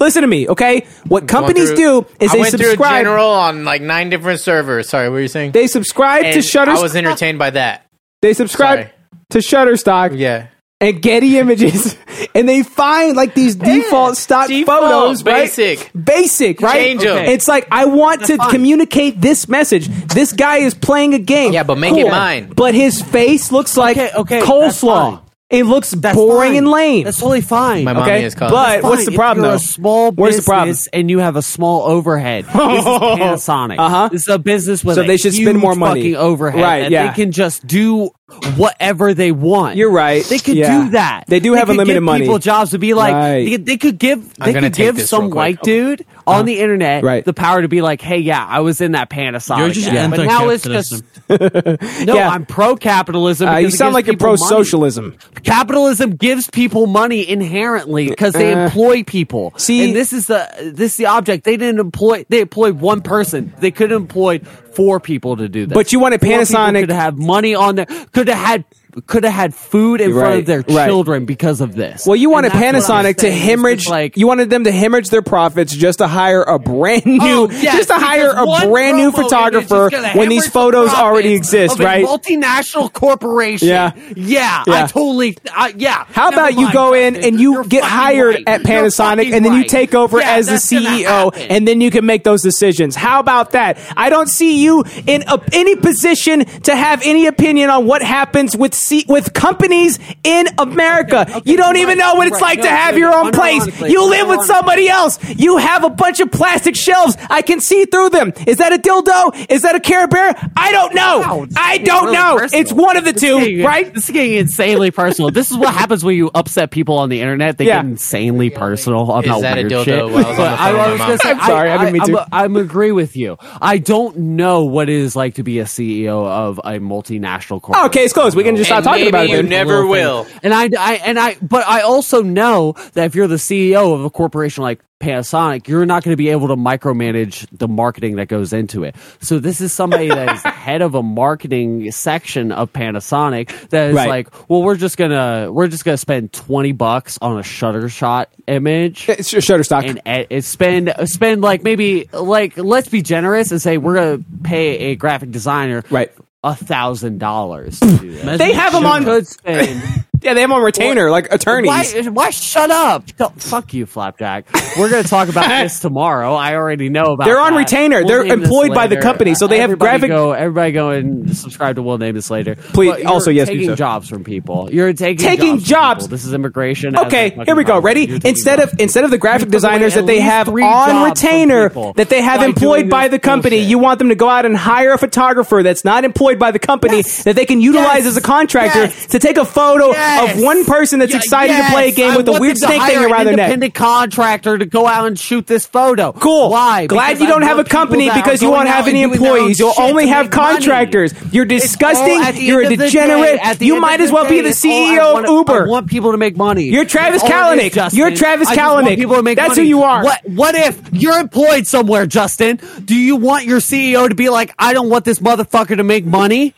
Speaker 1: Listen to me, okay? What companies
Speaker 2: Going
Speaker 1: do
Speaker 2: through-
Speaker 1: is
Speaker 2: I
Speaker 1: they
Speaker 2: went through
Speaker 1: subscribe.
Speaker 2: general on like nine different servers. Sorry, what were you saying?
Speaker 1: They subscribe to
Speaker 2: And I was
Speaker 1: Shutter.
Speaker 2: entertained by that.
Speaker 1: They subscribe
Speaker 2: Sorry.
Speaker 1: to Shutterstock
Speaker 2: Yeah.
Speaker 1: and Getty Images, and they find like these default stock
Speaker 2: Default,
Speaker 1: photos,
Speaker 2: basic.
Speaker 1: right? Basic, right?
Speaker 2: Change 'em.
Speaker 1: It's like I want to
Speaker 2: fine.
Speaker 1: communicate this message. This guy is playing a game.
Speaker 2: Yeah, but make it mine.
Speaker 1: But his face looks like
Speaker 3: Okay, okay, that's
Speaker 1: coleslaw.
Speaker 3: fine.
Speaker 1: It looks
Speaker 3: That's
Speaker 1: boring
Speaker 3: fine.
Speaker 1: and lame.
Speaker 3: That's totally fine.
Speaker 2: My mommy
Speaker 1: okay,
Speaker 2: is calling.
Speaker 1: but what's the
Speaker 3: Fine,
Speaker 1: problem
Speaker 3: if you're
Speaker 1: though?
Speaker 3: A small
Speaker 1: Where's the problem? Oh.
Speaker 3: business and you have a small overhead. This is Panasonic.
Speaker 1: Uh-huh.
Speaker 3: This is a business with
Speaker 1: So
Speaker 3: a
Speaker 1: they should spend
Speaker 3: huge
Speaker 1: more money.
Speaker 3: fucking overhead.
Speaker 1: Right,
Speaker 3: and
Speaker 1: yeah.
Speaker 3: They can just do whatever they want.
Speaker 1: You're right.
Speaker 3: They could
Speaker 1: Yeah.
Speaker 3: do that.
Speaker 1: They do have
Speaker 3: could
Speaker 1: unlimited
Speaker 3: give
Speaker 1: money.
Speaker 3: People jobs to be like
Speaker 1: Right. Uh-huh.
Speaker 3: they, they could give
Speaker 2: I'm
Speaker 3: they
Speaker 2: gonna
Speaker 3: could
Speaker 2: take
Speaker 3: give
Speaker 2: this
Speaker 3: some
Speaker 2: real quick.
Speaker 3: white dude on the internet
Speaker 1: Right.
Speaker 3: the power to be like, hey, yeah, I was in that Panasonic.
Speaker 6: You're just
Speaker 3: ad, but now it's just
Speaker 6: anti-capitalism.
Speaker 3: no.
Speaker 1: Yeah.
Speaker 3: I'm pro capitalism.
Speaker 1: Uh, you sound like you're pro socialism.
Speaker 3: capitalism gives people money inherently because they
Speaker 1: Uh,
Speaker 3: employ people.
Speaker 1: see-
Speaker 3: and this is the this is the object. They didn't employ. They employed one person. They could have employed four people to do that.
Speaker 1: But you wanted Panasonic-
Speaker 3: to have money on there. Could have had could have had food in front of
Speaker 1: Right,
Speaker 3: their
Speaker 1: right.
Speaker 3: children because of this.
Speaker 1: Well, you
Speaker 3: And
Speaker 1: wanted
Speaker 3: that's what I'm
Speaker 1: Panasonic to
Speaker 3: saying, is
Speaker 1: hemorrhage.
Speaker 3: it's Like,
Speaker 1: you wanted them to hemorrhage their profits just to hire a brand new,
Speaker 3: Oh, yes,
Speaker 1: just to hire
Speaker 3: because
Speaker 1: a
Speaker 3: one
Speaker 1: brand new
Speaker 3: promo image is
Speaker 1: photographer
Speaker 3: gonna
Speaker 1: when these
Speaker 3: hemorrhage the
Speaker 1: photos
Speaker 3: profits
Speaker 1: already exist,
Speaker 3: of a
Speaker 1: right?
Speaker 3: Multinational corporation.
Speaker 1: Yeah.
Speaker 3: yeah, I
Speaker 1: Yeah.
Speaker 3: totally. I, yeah.
Speaker 1: How
Speaker 3: Never
Speaker 1: about you
Speaker 3: mind,
Speaker 1: go in
Speaker 3: Justin.
Speaker 1: and you
Speaker 3: You're
Speaker 1: get
Speaker 3: fucking
Speaker 1: hired
Speaker 3: right.
Speaker 1: at
Speaker 3: You're
Speaker 1: Panasonic
Speaker 3: fucking
Speaker 1: and then you
Speaker 3: right.
Speaker 1: take over
Speaker 3: Yeah,
Speaker 1: as the
Speaker 3: that's gonna
Speaker 1: CEO
Speaker 3: happen.
Speaker 1: and then you can make those decisions. How about that? I don't see you in a, any position to have any opinion on what happens with C, with companies in America. you don't
Speaker 17: you're
Speaker 1: even
Speaker 17: right,
Speaker 1: know what
Speaker 17: you're
Speaker 1: it's
Speaker 17: right.
Speaker 1: like
Speaker 17: No,
Speaker 1: to have
Speaker 17: dude,
Speaker 1: your own
Speaker 17: unironically,
Speaker 1: place. You live with
Speaker 17: unironically.
Speaker 1: somebody else. You have a bunch of plastic shelves. I can see through them. Is that a dildo? Is that a Care Bear? I don't know. I don't
Speaker 3: really
Speaker 1: know.
Speaker 3: personal.
Speaker 1: It's one of the two,
Speaker 3: getting-
Speaker 1: right?
Speaker 3: This is getting insanely personal. this is what happens when you upset people on the internet. They
Speaker 1: Yeah.
Speaker 3: get insanely personal
Speaker 2: Is
Speaker 3: about
Speaker 2: that a
Speaker 3: weird
Speaker 2: dildo
Speaker 3: shit.
Speaker 2: while I was on the
Speaker 3: But I,
Speaker 2: phone
Speaker 3: I
Speaker 2: with
Speaker 3: was
Speaker 2: my
Speaker 3: gonna
Speaker 2: mom?
Speaker 3: say,
Speaker 2: I'm sorry, I didn't mean
Speaker 3: I'm,
Speaker 2: to.
Speaker 3: I'm agree with you. I don't know what it is like to be a CEO of a multinational corporation.
Speaker 1: Okay, it's closed. We can just stop
Speaker 2: And
Speaker 1: talking
Speaker 2: maybe
Speaker 1: about it.
Speaker 2: you
Speaker 1: dude.
Speaker 2: never will.
Speaker 3: And I, I, and I, but I also know that if you're the CEO of a corporation like Panasonic, you're not going to be able to micromanage the marketing that goes into it. So this is somebody that is the head of a marketing section of Panasonic that is
Speaker 1: Right.
Speaker 3: like, well, we're just gonna, we're just gonna spend twenty bucks on a shutter shot image.
Speaker 1: It's your shutter stock.
Speaker 3: And, and and spend spend like maybe like let's be generous and say we're gonna pay a graphic designer right a thousand dollars to do that.
Speaker 1: They have them on-
Speaker 3: Could spend
Speaker 1: Yeah, they have on retainer, like attorneys.
Speaker 3: why, why shut up? Don't- fuck you, Flapjack. We're going to talk about this tomorrow. I already know about
Speaker 1: They're on
Speaker 3: that.
Speaker 1: retainer. They're
Speaker 3: name this
Speaker 1: employed by the
Speaker 3: later.
Speaker 1: company, so they have
Speaker 3: Everybody
Speaker 1: graphic-
Speaker 3: Go, everybody go and subscribe to We'll Name This Later.
Speaker 1: Please-
Speaker 3: But you're
Speaker 1: also, yes,
Speaker 3: taking
Speaker 1: do so.
Speaker 3: jobs from people. You're taking,
Speaker 1: Taking
Speaker 3: jobs. from
Speaker 1: jobs.
Speaker 3: people. This is immigration. as a
Speaker 1: Okay,
Speaker 3: fucking
Speaker 1: here we go.
Speaker 3: problem.
Speaker 1: Ready?
Speaker 3: You're taking
Speaker 1: Instead
Speaker 3: jobs.
Speaker 1: of instead of the graphic designers
Speaker 3: away
Speaker 1: that
Speaker 3: at
Speaker 1: they
Speaker 3: least
Speaker 1: have
Speaker 3: three
Speaker 1: on
Speaker 3: jobs from
Speaker 1: retainer
Speaker 3: people
Speaker 1: that they have
Speaker 3: by
Speaker 1: employed
Speaker 3: doing
Speaker 1: by
Speaker 3: this
Speaker 1: the company,
Speaker 3: bullshit.
Speaker 1: you want them to go out and hire a photographer that's not employed by the company that they can utilize as a contractor to take a photo
Speaker 3: Yes.
Speaker 1: of one person that's
Speaker 3: Yeah,
Speaker 1: excited to play a
Speaker 3: yes.
Speaker 1: game
Speaker 3: I
Speaker 1: with a
Speaker 3: want
Speaker 1: weird
Speaker 3: them to
Speaker 1: snake thing
Speaker 3: hire an
Speaker 1: around their neck.
Speaker 3: Independent contractor to go out and shoot this photo. Cool. Why?
Speaker 1: Glad
Speaker 3: Because
Speaker 1: you
Speaker 3: I
Speaker 1: don't have a
Speaker 3: want people
Speaker 1: company
Speaker 3: that are
Speaker 1: because you
Speaker 3: going
Speaker 1: won't
Speaker 3: out
Speaker 1: have
Speaker 3: and
Speaker 1: any
Speaker 3: doing their own
Speaker 1: employees. You'll
Speaker 3: shit
Speaker 1: only
Speaker 3: to
Speaker 1: have
Speaker 3: make money.
Speaker 1: contractors. You're
Speaker 3: It's all at
Speaker 1: disgusting.
Speaker 3: the
Speaker 1: You're a
Speaker 3: end of the day-
Speaker 1: degenerate.
Speaker 3: at the
Speaker 1: You
Speaker 3: end
Speaker 1: might
Speaker 3: of
Speaker 1: as well
Speaker 3: the
Speaker 1: be
Speaker 3: day,
Speaker 1: the
Speaker 3: it's all I
Speaker 1: CEO
Speaker 3: wanna-
Speaker 1: of Uber.
Speaker 3: I want people to make money.
Speaker 1: You're Travis
Speaker 3: That's all it is,
Speaker 1: Kalanick.
Speaker 3: Justin.
Speaker 1: You're Travis
Speaker 3: I just want
Speaker 1: Kalanick.
Speaker 3: people to make
Speaker 1: That's
Speaker 3: money.
Speaker 1: who you are.
Speaker 3: What? What if you're employed somewhere, Justin? Do you want your CEO to be like, I don't want this motherfucker to make money?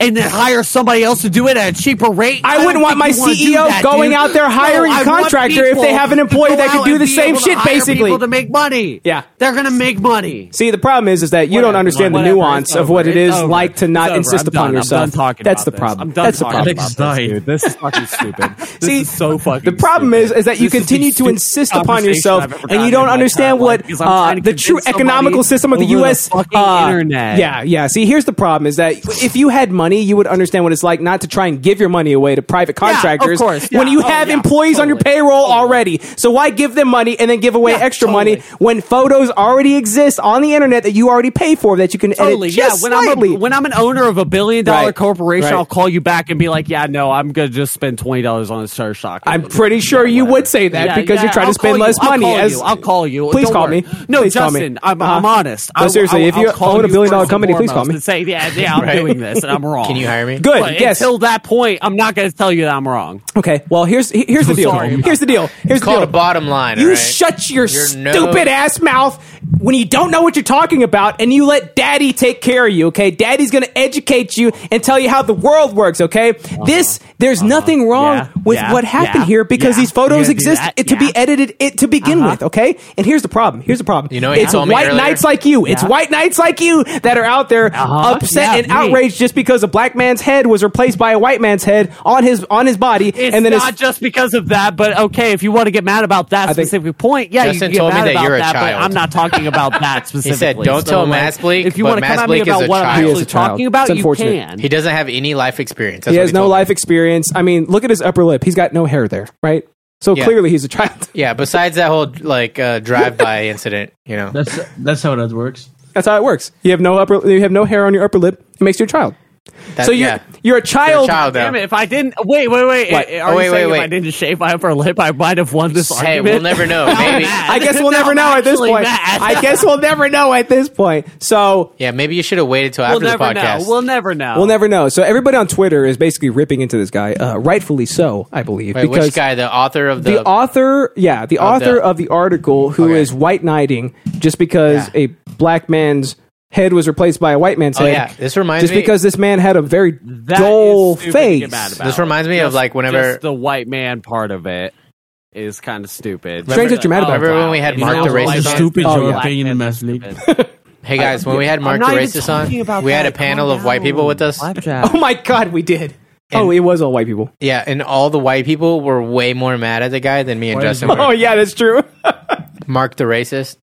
Speaker 3: And then hire somebody else to do it at a cheaper rate.
Speaker 1: I
Speaker 3: don't
Speaker 1: wouldn't want
Speaker 3: think
Speaker 1: my
Speaker 3: you wanna do
Speaker 1: CEO
Speaker 3: that,
Speaker 1: going
Speaker 3: dude.
Speaker 1: out there
Speaker 3: No,
Speaker 1: hiring a
Speaker 3: I want
Speaker 1: contractor if they
Speaker 3: people
Speaker 1: have an
Speaker 3: to
Speaker 1: employee
Speaker 3: go
Speaker 1: that could
Speaker 3: out
Speaker 1: do
Speaker 3: and
Speaker 1: the
Speaker 3: be
Speaker 1: same
Speaker 3: able to
Speaker 1: shit,
Speaker 3: hire
Speaker 1: basically.
Speaker 3: people to make money.
Speaker 1: Yeah.
Speaker 3: they're gonna make money.
Speaker 1: See, the problem is, is that you don't understand the
Speaker 3: Whatever,
Speaker 1: nuance
Speaker 3: it's
Speaker 1: of what it
Speaker 3: over,
Speaker 1: is
Speaker 3: it's over,
Speaker 1: like to not
Speaker 3: it's over,
Speaker 1: insist
Speaker 3: I'm
Speaker 1: upon
Speaker 3: done, I'm
Speaker 1: yourself.
Speaker 3: done talking
Speaker 1: That's
Speaker 3: about
Speaker 1: the
Speaker 3: this.
Speaker 1: problem.
Speaker 3: I'm done
Speaker 1: That's the
Speaker 3: talking
Speaker 1: problem.
Speaker 3: about this, dude. This is fucking stupid. This
Speaker 1: See,
Speaker 3: is so fucking.
Speaker 1: The problem
Speaker 3: stupid.
Speaker 1: is, is that you
Speaker 3: This is the
Speaker 1: continue to
Speaker 3: stupidest
Speaker 1: insist upon
Speaker 3: conversation
Speaker 1: yourself,
Speaker 3: I've ever
Speaker 1: and
Speaker 3: gotten
Speaker 1: you
Speaker 3: in
Speaker 1: don't
Speaker 3: my
Speaker 1: understand
Speaker 3: entire
Speaker 1: what
Speaker 3: life, because I'm
Speaker 1: uh,
Speaker 3: trying to
Speaker 1: the true
Speaker 3: convince somebody
Speaker 1: economical system of the
Speaker 3: over the
Speaker 1: U.S.
Speaker 3: fucking
Speaker 1: uh,
Speaker 3: internet.
Speaker 1: Yeah, yeah. See, here's the problem: is that if you had money, you would understand what it's like not to try and give your money away to private
Speaker 3: Yeah, of
Speaker 1: contractors.
Speaker 3: course.
Speaker 1: when
Speaker 3: Yeah.
Speaker 1: you
Speaker 3: Oh,
Speaker 1: have
Speaker 3: yeah.
Speaker 1: employees on your payroll already, so why give them money and then give away extra money when photos already exist on the internet that you already pay for that you can
Speaker 3: Totally,
Speaker 1: edit
Speaker 3: yeah.
Speaker 1: just
Speaker 3: When
Speaker 1: slightly?
Speaker 3: I'm a, when I'm an owner of a billion dollar
Speaker 1: Right,
Speaker 3: corporation,
Speaker 1: right.
Speaker 3: I'll call you back and be like, "Yeah, no, I'm gonna just spend twenty dollars on a shutter shock."
Speaker 1: I'm pretty sure you would say that
Speaker 3: Yeah,
Speaker 1: because
Speaker 3: yeah,
Speaker 1: you're trying
Speaker 3: I'll
Speaker 1: to spend
Speaker 3: call
Speaker 1: less
Speaker 3: you.
Speaker 1: money.
Speaker 3: I'll call
Speaker 1: as
Speaker 3: you. I'll call you.
Speaker 1: Please
Speaker 3: Don't
Speaker 1: call
Speaker 3: worry.
Speaker 1: me.
Speaker 3: No,
Speaker 1: Please call me.
Speaker 3: Justin, I'm, I'm
Speaker 1: Uh-huh.
Speaker 3: honest.
Speaker 1: No,
Speaker 3: I'll-
Speaker 1: seriously,
Speaker 3: I'll-
Speaker 1: if you
Speaker 3: I'll call
Speaker 1: own a
Speaker 3: you
Speaker 1: billion dollar
Speaker 3: first and
Speaker 1: company, please call
Speaker 3: foremost
Speaker 1: me.
Speaker 3: and say, yeah, yeah, I'm
Speaker 1: Right.
Speaker 3: doing this and I'm wrong.
Speaker 2: Can you hire me?
Speaker 1: Good,
Speaker 3: But
Speaker 1: yes.
Speaker 3: Until that point, I'm not going to tell you that I'm wrong.
Speaker 1: Okay. Well, here's he- here's the
Speaker 3: I'm
Speaker 1: deal.
Speaker 3: sorry about
Speaker 1: Here's the deal. Here's
Speaker 2: It's
Speaker 1: the
Speaker 2: called
Speaker 1: deal.
Speaker 2: a bottom line.
Speaker 1: you
Speaker 2: all right?
Speaker 1: shut your
Speaker 2: You're
Speaker 1: stupid
Speaker 2: no-
Speaker 1: ass mouth when you don't know what you're talking about, and you let Daddy take care of you. Okay, Daddy's gonna educate you and tell you how the world works. Okay, this there's nothing wrong
Speaker 3: Uh-huh. Yeah.
Speaker 1: with
Speaker 3: Yeah.
Speaker 1: what happened
Speaker 3: Yeah.
Speaker 1: here because
Speaker 3: Yeah.
Speaker 1: these
Speaker 3: You're
Speaker 1: photos
Speaker 3: gonna do
Speaker 1: exist
Speaker 3: that?
Speaker 1: it, to
Speaker 3: Yeah.
Speaker 1: be edited it to begin
Speaker 3: Uh-huh.
Speaker 1: with. Okay, and here's the problem. Here's the problem.
Speaker 2: You know what he
Speaker 1: it's
Speaker 2: told me
Speaker 1: white
Speaker 2: earlier?
Speaker 1: knights like you. It's
Speaker 2: Yeah.
Speaker 1: white knights like you that are out there
Speaker 3: Uh-huh.
Speaker 1: upset
Speaker 3: Yeah,
Speaker 1: and
Speaker 3: me.
Speaker 1: outraged just because a black man's head was replaced by a white man's head on his on his body,
Speaker 3: It's
Speaker 1: and then his
Speaker 3: not just because of that, but okay, if you want to get mad about that specific point, yeah,
Speaker 2: Justin
Speaker 3: you can get
Speaker 2: told me
Speaker 3: mad
Speaker 2: that
Speaker 3: about
Speaker 2: you're a
Speaker 3: that,
Speaker 2: child.
Speaker 3: But I'm not talking about that
Speaker 2: He
Speaker 3: specifically.
Speaker 2: said, "Don't
Speaker 3: So,
Speaker 2: tell
Speaker 3: like,
Speaker 2: Mass Blake."
Speaker 3: If you
Speaker 2: but
Speaker 3: want to
Speaker 2: Mass
Speaker 3: come at me
Speaker 2: Blake is
Speaker 3: about
Speaker 2: a
Speaker 3: what I'm
Speaker 2: child.
Speaker 3: actually talking about, you can.
Speaker 2: He doesn't have any life experience. That's
Speaker 1: he
Speaker 2: what
Speaker 1: has no
Speaker 2: told me.
Speaker 1: life experience. I mean, look at his upper lip. He's got no hair there, right? So
Speaker 2: Yeah.
Speaker 1: clearly he's a child.
Speaker 2: Yeah, besides that whole like uh, drive-by incident, you know.
Speaker 6: That's that's how that works.
Speaker 1: That's how it works. You have no upper. You have no hair on your upper lip. It makes you a child.
Speaker 2: That-
Speaker 1: so you're
Speaker 2: yeah.
Speaker 1: you're a child.
Speaker 2: child now.
Speaker 3: Damn it! If I didn't, wait, wait, wait.
Speaker 1: What?
Speaker 3: Are
Speaker 2: Oh,
Speaker 3: you
Speaker 2: wait,
Speaker 3: saying
Speaker 2: wait,
Speaker 3: if I
Speaker 2: wait.
Speaker 3: didn't shave my upper lip, I might have won this
Speaker 2: Hey,
Speaker 3: argument?
Speaker 2: we'll never know. Maybe.
Speaker 1: I guess we'll
Speaker 3: No,
Speaker 1: never know at this
Speaker 3: actually
Speaker 1: point.
Speaker 3: mad.
Speaker 1: I guess we'll never know at this point. So
Speaker 2: Yeah, maybe you should have waited till
Speaker 3: We'll
Speaker 2: after the
Speaker 3: never know.
Speaker 2: podcast.
Speaker 3: We'll never know.
Speaker 1: we'll never know. So everybody on Twitter is basically ripping into this guy, uh, rightfully so, I believe,
Speaker 2: Wait,
Speaker 1: because
Speaker 2: which guy? The author of
Speaker 1: the,
Speaker 2: the,
Speaker 1: author, yeah, the
Speaker 2: Of
Speaker 1: author
Speaker 2: the-
Speaker 1: of the article who is white knighting just because a black man's head was replaced by a white man's
Speaker 2: Oh,
Speaker 1: head.
Speaker 2: yeah. This reminds
Speaker 1: just
Speaker 2: me-
Speaker 1: because this man had a very dull
Speaker 3: stupid to get
Speaker 1: face.
Speaker 3: mad about.
Speaker 2: This reminds me of,
Speaker 3: Just-
Speaker 2: like, whenever-
Speaker 3: just the white man part of it is kind of stupid. Oh,
Speaker 2: Strange that you're mad about
Speaker 3: Remember
Speaker 2: that. when we had Mark the Racist on?
Speaker 6: Stupid
Speaker 2: Oh,
Speaker 6: your
Speaker 2: yeah.
Speaker 6: opinion in mass league.
Speaker 2: Hey guys, when we had
Speaker 1: I'm
Speaker 2: Mark the
Speaker 1: not even
Speaker 2: Racist
Speaker 1: talking about
Speaker 2: on, we had a
Speaker 1: that.
Speaker 2: panel
Speaker 1: Calm
Speaker 2: of white people with us.
Speaker 1: Oh my god, we did. oh, it was all white people.
Speaker 2: Yeah, and all the white people were way more mad at the guy than me and
Speaker 1: Why is
Speaker 2: Justin
Speaker 1: it-
Speaker 2: were.
Speaker 1: Oh, yeah, that's true.
Speaker 2: Mark the Racist.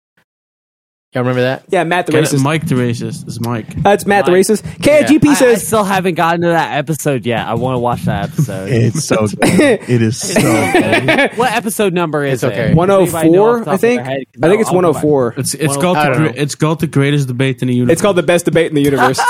Speaker 2: Y'all remember that?
Speaker 1: Yeah, Matt
Speaker 6: Get it, Mike the racist. It's Mike.
Speaker 1: That's Matt the racist. KGP
Speaker 3: I- I
Speaker 1: says
Speaker 3: still haven't gotten to that episode yet. I want to watch that episode.
Speaker 4: It's so good. It is so good.
Speaker 3: what episode number is it? Anybody know off
Speaker 1: 104,
Speaker 3: the
Speaker 1: I
Speaker 3: top of their
Speaker 1: think.
Speaker 3: head? 'Cause
Speaker 1: I think it's
Speaker 3: I'll go back.
Speaker 1: 104.
Speaker 6: It's it's called
Speaker 1: I
Speaker 6: the,
Speaker 1: don't
Speaker 6: gre-
Speaker 1: know.
Speaker 6: it's called the greatest debate in the universe.
Speaker 1: It's called the best debate in the universe.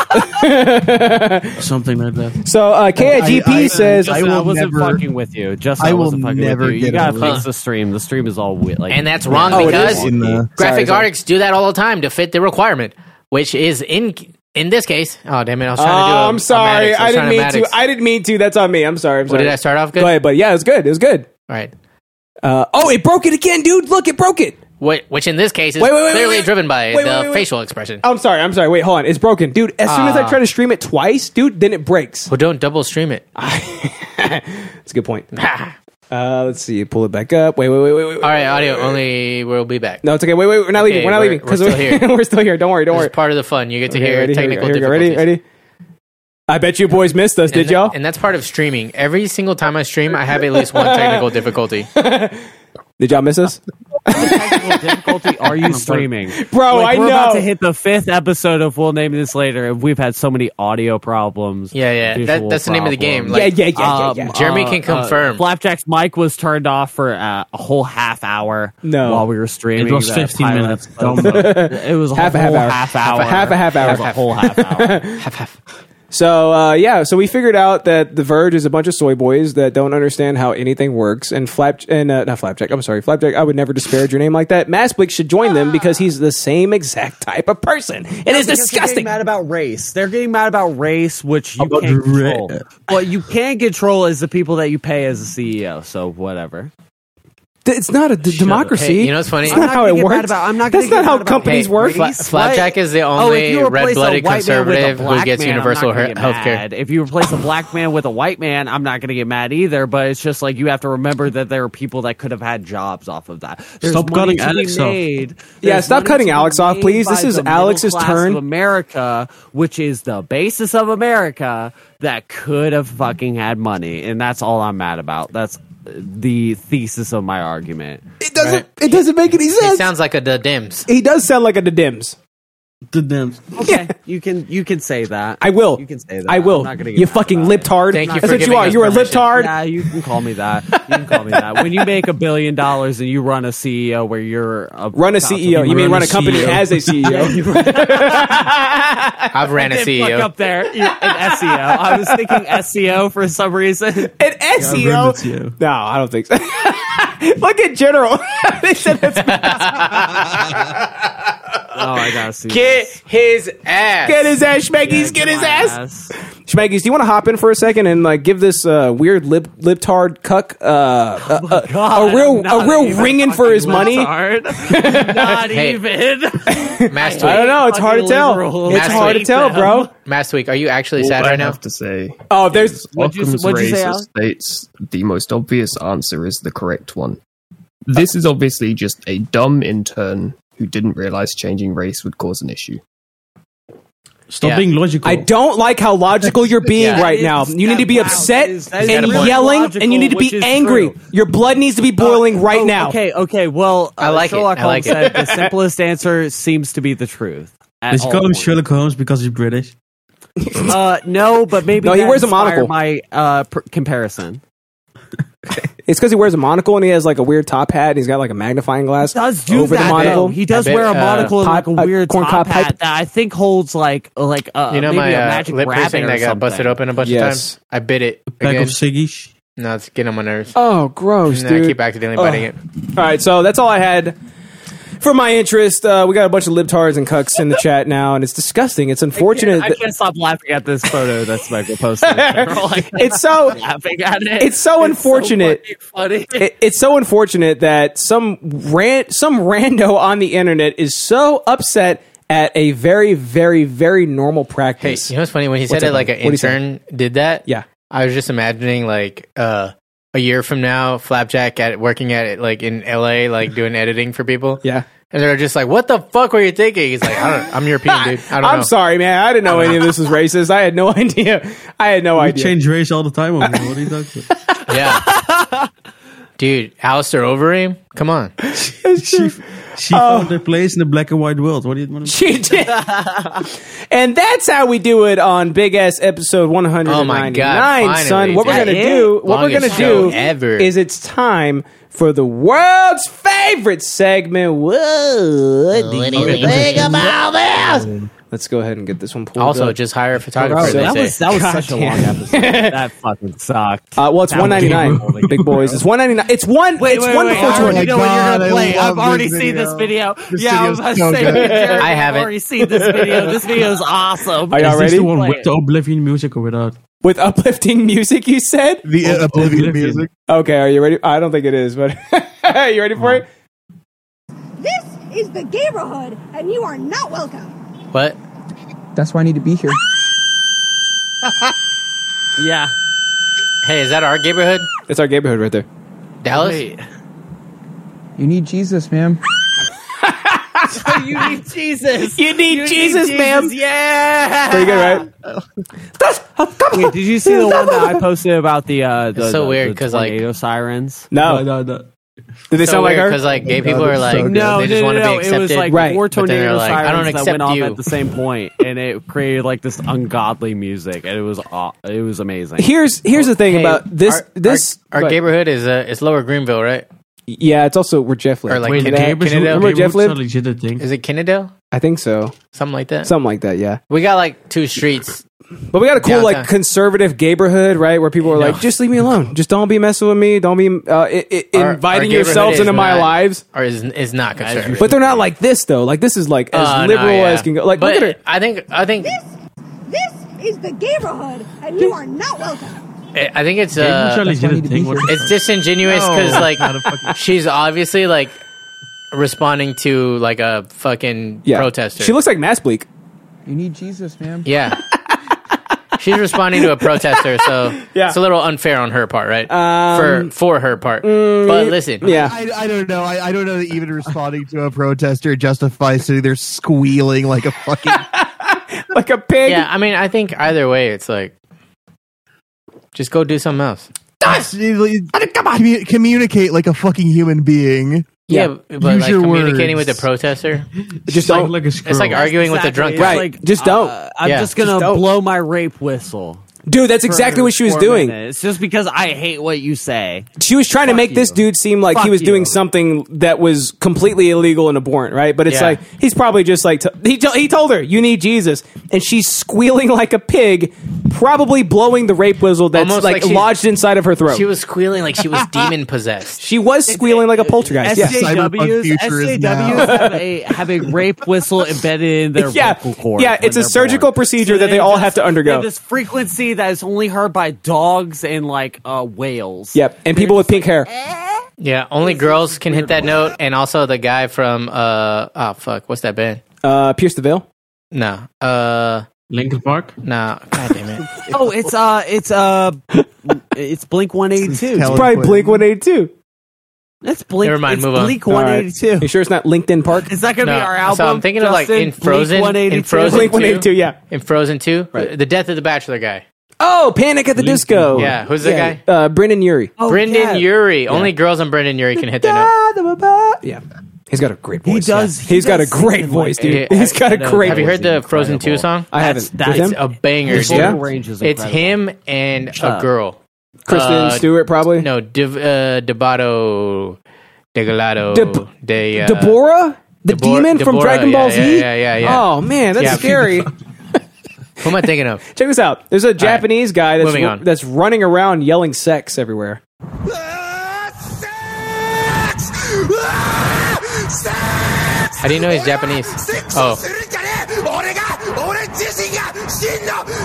Speaker 6: something like that.
Speaker 1: so uh, KIGP
Speaker 3: I- I-
Speaker 1: says
Speaker 3: Justin, I, wasn't fucking with you. Just
Speaker 1: I
Speaker 3: I,
Speaker 1: will
Speaker 3: wasn't fucking
Speaker 1: never
Speaker 3: with you.
Speaker 1: get
Speaker 3: You gotta
Speaker 1: over
Speaker 3: fix
Speaker 2: it.
Speaker 3: the stream. The stream is all weird. Like,
Speaker 2: And that's wrong
Speaker 1: Oh,
Speaker 3: Yeah.
Speaker 2: because graphic
Speaker 3: Sorry, sorry.
Speaker 2: artists do that all the time to fit the requirement, which is in in this case. Oh damn it! I was
Speaker 1: Oh,
Speaker 2: trying to do. a-
Speaker 1: I'm
Speaker 2: a
Speaker 1: sorry.
Speaker 2: Maddox.
Speaker 1: I
Speaker 2: was
Speaker 1: didn't mean
Speaker 2: trying
Speaker 1: to. I didn't mean to. That's on me. I'm sorry. I'm
Speaker 2: What,
Speaker 1: sorry.
Speaker 2: did I start off good?
Speaker 1: Go ahead, but yeah, it was good. It was good.
Speaker 2: All right.
Speaker 1: Uh, oh, it broke it again, dude. Look, it broke it.
Speaker 2: Whi- Which in this case is
Speaker 1: Wait, wait, wait,
Speaker 2: clearly
Speaker 1: wait.
Speaker 2: driven by
Speaker 1: Wait,
Speaker 2: the
Speaker 1: wait, wait, wait.
Speaker 2: facial expression.
Speaker 1: I'm sorry. I'm sorry. Wait, hold on. It's broken, dude. As soon as I
Speaker 2: Ah.
Speaker 1: try to stream it twice, dude, then it breaks.
Speaker 2: Well, don't double stream it.
Speaker 1: That's a good point. uh, let's see. Pull it back up. Wait, wait, wait, wait, wait.
Speaker 2: Ah. All right, audio only. We'll be back.
Speaker 1: No, it's okay. Wait, wait. We're not leaving.
Speaker 2: Okay,
Speaker 1: We're not
Speaker 2: we're-
Speaker 1: leaving
Speaker 2: we're still here.
Speaker 1: we're still here. Don't worry. Don't
Speaker 2: This
Speaker 1: worry.
Speaker 2: is part of the fun. You get to
Speaker 1: Okay,
Speaker 2: hear
Speaker 1: ready, here we go,
Speaker 2: technical
Speaker 1: here we go.
Speaker 2: difficulties.
Speaker 1: Ready, ready. I bet you boys missed us, did
Speaker 2: and
Speaker 1: y'all?
Speaker 2: And that's part of streaming. Every single time I stream, I have at least one technical difficulty.
Speaker 1: Did y'all miss us?
Speaker 3: Are you streaming,
Speaker 1: Bro,
Speaker 3: Like,
Speaker 1: I
Speaker 3: We're about
Speaker 1: know.
Speaker 3: to hit the fifth episode of We'll Name This Later, and we've had so many audio problems.
Speaker 2: Yeah, yeah. That-
Speaker 3: visual
Speaker 2: that's the name of the game.
Speaker 3: problems.
Speaker 2: Like, um, Yeah, yeah, yeah,
Speaker 1: Um,
Speaker 2: yeah, yeah. Jeremy can confirm.
Speaker 3: Uh, Flapjack's mic was turned off for uh, a whole half hour.
Speaker 1: No.
Speaker 3: while we were streaming,
Speaker 6: It was
Speaker 3: the
Speaker 6: 15
Speaker 3: pilot
Speaker 6: minutes.
Speaker 3: episode. it was a
Speaker 1: Half a
Speaker 3: whole
Speaker 1: half hour. Half
Speaker 3: half hour,
Speaker 1: a- half a half hour.
Speaker 3: Half a whole half hour.
Speaker 1: So uh, yeah, so we figured out that The Verge is a bunch of soy boys that don't understand how anything works, and flap and uh, not flapjack. I'm sorry, flapjack. I would never disparage your name like that. Masblick should join them because he's the same exact type of person. It is
Speaker 3: Ah. Because they're getting
Speaker 1: disgusting.
Speaker 3: Mad about race. They're getting mad about race, which you
Speaker 1: About
Speaker 3: can't
Speaker 1: ra-
Speaker 3: control. what you can control is the people that you pay as the CEO. So whatever.
Speaker 1: Th- It's not a d- democracy.
Speaker 2: Hey, you know what's funny?
Speaker 1: It's not
Speaker 2: I'm not
Speaker 1: how
Speaker 2: gonna
Speaker 1: it
Speaker 2: get
Speaker 1: works.
Speaker 2: mad about-
Speaker 3: I'm not gonna
Speaker 1: That's
Speaker 3: get
Speaker 1: not how
Speaker 3: mad about Oh,
Speaker 1: companies
Speaker 2: Hey,
Speaker 1: work.
Speaker 2: Fla- Flapjack is the only
Speaker 3: you replace a
Speaker 2: red-blooded
Speaker 3: white man with a
Speaker 2: conservative who
Speaker 3: black
Speaker 2: gets
Speaker 3: man, I'm
Speaker 2: universal
Speaker 3: not gonna
Speaker 2: he-
Speaker 3: get
Speaker 2: health care.
Speaker 3: mad. If you replace a black man with a white man, I'm not going to get mad either. But it's just like you have to remember that there are people that could have had jobs off of that. There's
Speaker 6: Stop
Speaker 3: money
Speaker 6: cutting
Speaker 3: to be
Speaker 6: Alex off.
Speaker 3: made.
Speaker 1: Yeah,
Speaker 3: There's
Speaker 1: stop
Speaker 3: money
Speaker 1: cutting
Speaker 3: to be
Speaker 1: Alex off,
Speaker 3: made
Speaker 1: please.
Speaker 3: by
Speaker 1: This is
Speaker 3: the middle
Speaker 1: Alex's
Speaker 3: class
Speaker 1: turn.
Speaker 3: Of America, which is the basis of America, that could have fucking had money, and that's all I'm mad about. That's the thesis of my argument.
Speaker 1: It doesn't. It doesn't make any sense.
Speaker 2: It sounds like a the dims.
Speaker 1: He does sound like a Dims.
Speaker 6: Dims.
Speaker 3: Okay, you can you can say that.
Speaker 1: I will.
Speaker 3: You can say that.
Speaker 1: I
Speaker 3: I'm
Speaker 1: will.
Speaker 3: not gonna get
Speaker 1: You
Speaker 3: mad
Speaker 1: fucking
Speaker 3: about it.
Speaker 1: libtard.
Speaker 2: Thank you
Speaker 1: That's what
Speaker 2: for
Speaker 1: you
Speaker 2: giving
Speaker 1: are.
Speaker 2: us
Speaker 1: You're a
Speaker 2: permission.
Speaker 1: libtard.
Speaker 3: Yeah, you can call me that. You can call me that. When you make a billion dollars and you run a CEO where you're a
Speaker 1: Run a
Speaker 3: top-
Speaker 1: CEO. You mean run a company
Speaker 3: CEO.
Speaker 1: as a
Speaker 3: E
Speaker 1: E
Speaker 3: Yeah,
Speaker 1: CEO?
Speaker 3: you run
Speaker 2: I've ran a E
Speaker 3: Didn't
Speaker 1: E
Speaker 3: fuck
Speaker 2: CEO.
Speaker 3: up there. You're an SEO. I was thinking SEO for some reason.
Speaker 1: An E SEO? No, I don't think so. Look at General. they said that's
Speaker 3: Oh, I gotta see.
Speaker 2: Get his ass.
Speaker 1: get his ass, Schmeggies. get his ass. Schmeggies, do you want to hop in for a second and like give this uh, weird lib libtard cuck uh, a- a,
Speaker 3: God,
Speaker 1: a real
Speaker 3: I'm not
Speaker 1: a real
Speaker 3: even
Speaker 1: ringing for his money? I
Speaker 3: Hard. Not
Speaker 2: Hey.
Speaker 3: even.
Speaker 2: Mass tweet.
Speaker 1: don't know. It's hard to tell.
Speaker 3: Liberals.
Speaker 1: It's
Speaker 2: Mass
Speaker 1: hard to
Speaker 2: tweet
Speaker 1: tell,
Speaker 3: them.
Speaker 1: bro.
Speaker 2: Mass week. Are you actually sad
Speaker 18: I
Speaker 2: right now?
Speaker 18: have to say,
Speaker 1: Oh, there's
Speaker 3: What'd you-
Speaker 18: Occam's
Speaker 3: what'd you say,
Speaker 18: razor
Speaker 3: Alan?
Speaker 18: states the most obvious answer is the correct one. This is obviously just a dumb intern who didn't realize changing race would cause an issue.
Speaker 6: Stop
Speaker 2: Yeah.
Speaker 6: being logical.
Speaker 1: I don't like how logical you're being
Speaker 2: Yeah.
Speaker 1: right now.
Speaker 3: That is-
Speaker 1: You need to be
Speaker 3: wow,
Speaker 1: upset
Speaker 3: that is- that is
Speaker 1: and
Speaker 2: logical,
Speaker 1: yelling, and you need to
Speaker 3: which
Speaker 1: be
Speaker 3: is
Speaker 1: angry.
Speaker 3: true.
Speaker 1: Your blood needs to be boiling right
Speaker 3: Oh,
Speaker 1: now.
Speaker 3: Okay, okay. Well, uh,
Speaker 2: I like it.
Speaker 3: Sherlock
Speaker 2: I like
Speaker 3: Holmes said
Speaker 2: it.
Speaker 3: the simplest answer seems to be the truth. at
Speaker 6: Did you
Speaker 3: all
Speaker 6: call him
Speaker 3: points.
Speaker 6: Sherlock Holmes because he's British?
Speaker 3: Uh, no, but maybe
Speaker 1: No, he
Speaker 3: that
Speaker 1: wears a
Speaker 3: inspired
Speaker 1: monocle.
Speaker 3: My uh, pr- comparison
Speaker 1: It's because he wears a monocle and he has like a weird top hat and he's got like a magnifying glass
Speaker 3: does do
Speaker 1: over
Speaker 3: that.
Speaker 1: the monocle.
Speaker 3: though. He does
Speaker 2: I bet,
Speaker 3: wear a
Speaker 2: uh,
Speaker 3: monocle and
Speaker 1: pipe-
Speaker 3: like a
Speaker 1: a
Speaker 3: weird
Speaker 1: corn
Speaker 3: top
Speaker 1: cob pipe.
Speaker 3: hat that I think holds like like uh,
Speaker 2: you know
Speaker 3: maybe
Speaker 2: my
Speaker 3: a
Speaker 2: uh,
Speaker 3: magic
Speaker 2: lip
Speaker 3: rabbit
Speaker 2: piercing
Speaker 3: or
Speaker 2: that got
Speaker 3: something.
Speaker 2: busted open a bunch
Speaker 1: Yes.
Speaker 2: of times. I bit it
Speaker 6: Back
Speaker 2: again.
Speaker 6: of Siggish.
Speaker 2: no, it's getting on my nerves.
Speaker 1: Oh, gross,
Speaker 2: and then I
Speaker 1: dude. Oh,
Speaker 2: keep accidentally biting
Speaker 1: Ugh.
Speaker 2: it.
Speaker 1: All right, so that's all I had for my interest. Uh, we got a bunch of libtards and cucks in the chat now, and it's disgusting. It's unfortunate.
Speaker 3: I
Speaker 1: that-
Speaker 3: can't stop laughing at this photo that's like posted. in general. Like,
Speaker 1: it's so
Speaker 3: laughing at it.
Speaker 1: it's so unfortunate.
Speaker 3: fucking funny.
Speaker 1: it, it's so unfortunate that some ran, some rando on the internet is so upset at a very, very, very normal
Speaker 2: Hey,
Speaker 1: practice.
Speaker 2: you know what's funny? When he
Speaker 1: What's
Speaker 2: said that,
Speaker 1: up,
Speaker 2: like an
Speaker 1: man? What'd he say?
Speaker 2: intern did that,
Speaker 1: yeah,
Speaker 2: I was just imagining like uh, a year from now, Flapjack at working at it like in L.A., like doing editing for people.
Speaker 1: Yeah,
Speaker 2: and they're just like, "What the fuck were you thinking?" He's like, "I don't. I'm European, dude. I don't
Speaker 1: I'm
Speaker 2: know."
Speaker 1: sorry, man. I didn't know any of this was racist. I had no idea. I had no
Speaker 6: we
Speaker 1: idea.
Speaker 6: change race all the time. Over here. What are you talking about?
Speaker 2: Dude, Alistair Overeem, come on.
Speaker 6: she she found her place in the black and white world. What do you want?
Speaker 1: She did. and that's how we do it on Big Ass episode 199.
Speaker 2: Oh finally,
Speaker 1: son. What we're
Speaker 2: dude.
Speaker 1: gonna
Speaker 2: Yeah.
Speaker 1: do? What we're
Speaker 2: Longest
Speaker 1: gonna do
Speaker 2: show ever.
Speaker 1: is it's time for the world's favorite segment. What do you think about this? Let's go ahead and get this one pulled.
Speaker 2: Also,
Speaker 1: up.
Speaker 2: just hire a photographer.
Speaker 1: So-
Speaker 2: they
Speaker 1: that
Speaker 2: say.
Speaker 1: was- that was such a long episode.
Speaker 3: that fucking sucked.
Speaker 1: Uh, well, it's
Speaker 3: That
Speaker 1: one
Speaker 3: was
Speaker 1: ninety nine,
Speaker 3: horrible.
Speaker 1: big boys. It's one ninety nine. It's one. it's
Speaker 3: wait,
Speaker 1: one
Speaker 3: wait,
Speaker 1: before
Speaker 3: I
Speaker 1: Jordan.
Speaker 3: already know what you're gonna play. I've already seen this video. yeah, I was about to say, Jared,
Speaker 2: I
Speaker 3: I've
Speaker 2: haven't.
Speaker 3: already seen this video. This video is awesome.
Speaker 1: Are y'all
Speaker 6: Is this
Speaker 1: ready?
Speaker 6: the one
Speaker 1: Play
Speaker 6: with
Speaker 1: it.
Speaker 6: the Oblivion music or without?
Speaker 1: With uplifting music, you said
Speaker 4: the uh, Oblivion music.
Speaker 1: Okay, are you ready? I don't think it is, but you ready for it?
Speaker 19: This is the neighborhood, and you are not welcome.
Speaker 2: What?
Speaker 20: That's why I need to be here.
Speaker 3: Yeah.
Speaker 2: Hey, is that our neighborhood?
Speaker 1: It's our neighborhood right there.
Speaker 2: Dallas?
Speaker 20: You need Jesus, ma'am.
Speaker 3: you need Jesus.
Speaker 1: You need Jesus, ma'am.
Speaker 3: Yeah.
Speaker 1: Pretty good, right?
Speaker 3: Wait, did you see the one that I posted about the uh the,
Speaker 2: It's so
Speaker 3: the-
Speaker 2: weird
Speaker 3: the
Speaker 2: 'cause, like-
Speaker 3: tornado sirens?
Speaker 1: No.
Speaker 6: no, no.
Speaker 1: Did they
Speaker 2: So
Speaker 1: sound like
Speaker 2: weird,
Speaker 1: her?
Speaker 2: 'cause, like, gay people are like,
Speaker 3: no,
Speaker 2: they just
Speaker 3: no,
Speaker 2: wanna
Speaker 3: no,
Speaker 2: be
Speaker 3: no. It was
Speaker 2: accepted.
Speaker 3: like
Speaker 2: Right.
Speaker 3: four
Speaker 2: But then they're
Speaker 3: tornado
Speaker 2: like, I
Speaker 3: sirens
Speaker 2: don't
Speaker 3: that
Speaker 2: accept
Speaker 3: went off
Speaker 2: you.
Speaker 3: at the same point, and it created like this ungodly music, and it was aw- it was amazing.
Speaker 1: Here's here's the thing
Speaker 2: Hey,
Speaker 1: about this.
Speaker 2: our-
Speaker 1: this
Speaker 2: Our
Speaker 1: but-
Speaker 2: neighborhood is uh, it's Lower Greenville, right?
Speaker 1: Yeah, it's also where Jeff lived.
Speaker 2: Or like
Speaker 1: Remember
Speaker 2: Kin-
Speaker 1: that?
Speaker 2: Kin- Kinnedale?
Speaker 1: Remember where Jeff lived?
Speaker 2: Is it Kennedale?
Speaker 1: I think so.
Speaker 2: Something like that.
Speaker 1: Something like that. Yeah.
Speaker 2: We got like two streets.
Speaker 1: But we got a cool like
Speaker 2: Downtown.
Speaker 1: conservative neighborhood, right? Where people are like, just leave me alone. Just don't be messing with me. Don't be uh, i- i-
Speaker 2: Our-
Speaker 1: inviting
Speaker 2: our
Speaker 1: yourselves
Speaker 2: neighborhood
Speaker 1: into
Speaker 2: is
Speaker 1: my
Speaker 2: not-
Speaker 1: lives.
Speaker 2: Or is is not conservative.
Speaker 1: But they're not like this though. Like this is like as
Speaker 2: Uh, no,
Speaker 1: liberal
Speaker 2: yeah.
Speaker 1: as can go. Like
Speaker 2: But
Speaker 1: look at her.
Speaker 2: I think I think
Speaker 19: This is the neighborhood, and you are not welcome.
Speaker 2: I think it's
Speaker 6: Gabriel
Speaker 2: uh,
Speaker 6: Charlie did a thing. What the
Speaker 2: it's
Speaker 6: fuck?
Speaker 2: disingenuous because
Speaker 6: No.
Speaker 2: like she's obviously like responding to like a fucking
Speaker 1: Yeah.
Speaker 2: protester.
Speaker 1: She looks like Mass Bleak.
Speaker 20: You need Jesus, ma'am.
Speaker 2: yeah. She's responding to a protester, so
Speaker 1: Yeah.
Speaker 2: it's a little unfair on her part, right?
Speaker 1: Um, mm,
Speaker 2: for for her part. but listen,
Speaker 4: I, I don't know. I, I don't know that even responding to a protester justifies sitting there squealing like a fucking.
Speaker 1: like a pig.
Speaker 2: Yeah, I mean, I think either way, it's like just go do something else.
Speaker 4: Commu- communicate like a fucking human being.
Speaker 2: Yeah, but
Speaker 4: Use
Speaker 2: like
Speaker 4: your
Speaker 2: communicating
Speaker 4: words.
Speaker 2: with a protester,
Speaker 1: just
Speaker 6: don't. Like a
Speaker 2: it's like arguing with a drunk. guy.
Speaker 3: It's uh,
Speaker 1: Right. Just don't.
Speaker 3: I'm
Speaker 2: Yeah.
Speaker 3: just gonna
Speaker 1: Just don't.
Speaker 3: blow my rape whistle.
Speaker 1: Dude, that's
Speaker 3: for-
Speaker 1: exactly what she was
Speaker 3: for a
Speaker 1: doing.
Speaker 3: minute. It's just because I hate what you say.
Speaker 1: She was trying to make this dude seem like he
Speaker 3: Fuck
Speaker 1: was
Speaker 3: you.
Speaker 1: doing something that was completely illegal and abhorrent, right? But it's
Speaker 3: Yeah.
Speaker 1: like he's probably just like t- he to- he told her, "You need Jesus," and she's squealing like a pig, probably blowing the rape whistle that's
Speaker 2: Almost
Speaker 1: like,
Speaker 2: like she-
Speaker 1: lodged inside of her throat.
Speaker 2: She was squealing like she was demon possessed.
Speaker 1: She was squealing like a poltergeist. Yes.
Speaker 4: Cyberpunk
Speaker 3: SJWs,
Speaker 4: future is
Speaker 3: SJWs have a have a rape whistle embedded in their
Speaker 1: Yeah,
Speaker 3: vocal cords.
Speaker 1: yeah.
Speaker 3: when
Speaker 1: It's a
Speaker 3: they're
Speaker 1: surgical
Speaker 3: born.
Speaker 1: procedure
Speaker 3: So
Speaker 1: that they
Speaker 3: they
Speaker 1: all
Speaker 3: just-
Speaker 1: have to
Speaker 3: They have
Speaker 1: undergo.
Speaker 3: this frequency that is only heard by dogs and like uh, whales.
Speaker 1: Yep, and people with pink hair.
Speaker 2: Yeah, only girls can hit that note, and also the guy from uh oh fuck, what's that band?
Speaker 1: Uh, Pierce the Veil.
Speaker 2: No, uh,
Speaker 6: Lincoln Park.
Speaker 2: No, god damn it.
Speaker 3: Oh, it's uh, it's uh, it's Blink One Eighty Two.
Speaker 1: It's probably Blink One Eighty Two.
Speaker 3: It's Blink.
Speaker 2: Never mind,
Speaker 3: it's
Speaker 2: move on.
Speaker 3: Blink
Speaker 2: All
Speaker 3: One Eighty Two.
Speaker 1: You sure it's not LinkedIn Park?
Speaker 3: Is that gonna be
Speaker 2: No,
Speaker 3: our album?
Speaker 2: So I'm thinking of like
Speaker 3: Justin?
Speaker 2: in Frozen,
Speaker 3: Blink
Speaker 2: in
Speaker 3: 182?
Speaker 2: Frozen,
Speaker 1: Blink 182,
Speaker 2: 2,
Speaker 1: yeah.
Speaker 2: in Frozen Two, the death of the Bachelor guy,
Speaker 1: Oh, Panic at the Disco.
Speaker 2: Yeah, who's the guy?
Speaker 1: Uh, Brendan Urie.
Speaker 3: Oh,
Speaker 2: Brendan
Speaker 3: yeah.
Speaker 2: Urie. Only girls on Brendan Urie can hit that
Speaker 1: Ah, Yeah, he's got a great voice.
Speaker 3: He does.
Speaker 1: He's got a great voice,
Speaker 2: note.
Speaker 1: dude. He's got a great.
Speaker 2: Have you heard the Frozen Two song?
Speaker 1: I haven't.
Speaker 3: That's-
Speaker 1: With
Speaker 2: It's
Speaker 1: him?
Speaker 2: a banger.
Speaker 3: His
Speaker 2: dude.
Speaker 3: vocal range is
Speaker 2: It's
Speaker 3: incredible.
Speaker 2: him and a
Speaker 3: up.
Speaker 2: girl.
Speaker 1: Kristen
Speaker 2: Uh,
Speaker 1: Stewart, probably.
Speaker 2: No, Div, uh, Debato, Degolato,
Speaker 1: Deb-
Speaker 2: De uh,
Speaker 1: Deborah, the
Speaker 2: Debor-
Speaker 1: demon from
Speaker 2: Deborah,
Speaker 1: Dragon Ball
Speaker 2: yeah,
Speaker 1: Z.
Speaker 2: yeah, yeah, yeah.
Speaker 1: Oh man, that's
Speaker 2: Yeah.
Speaker 1: scary.
Speaker 2: Who am I thinking of?
Speaker 1: Check this out. There's a Japanese guy that's
Speaker 2: moving on.
Speaker 1: that's running around yelling sex everywhere.
Speaker 2: How do you know he's Japanese? Oh,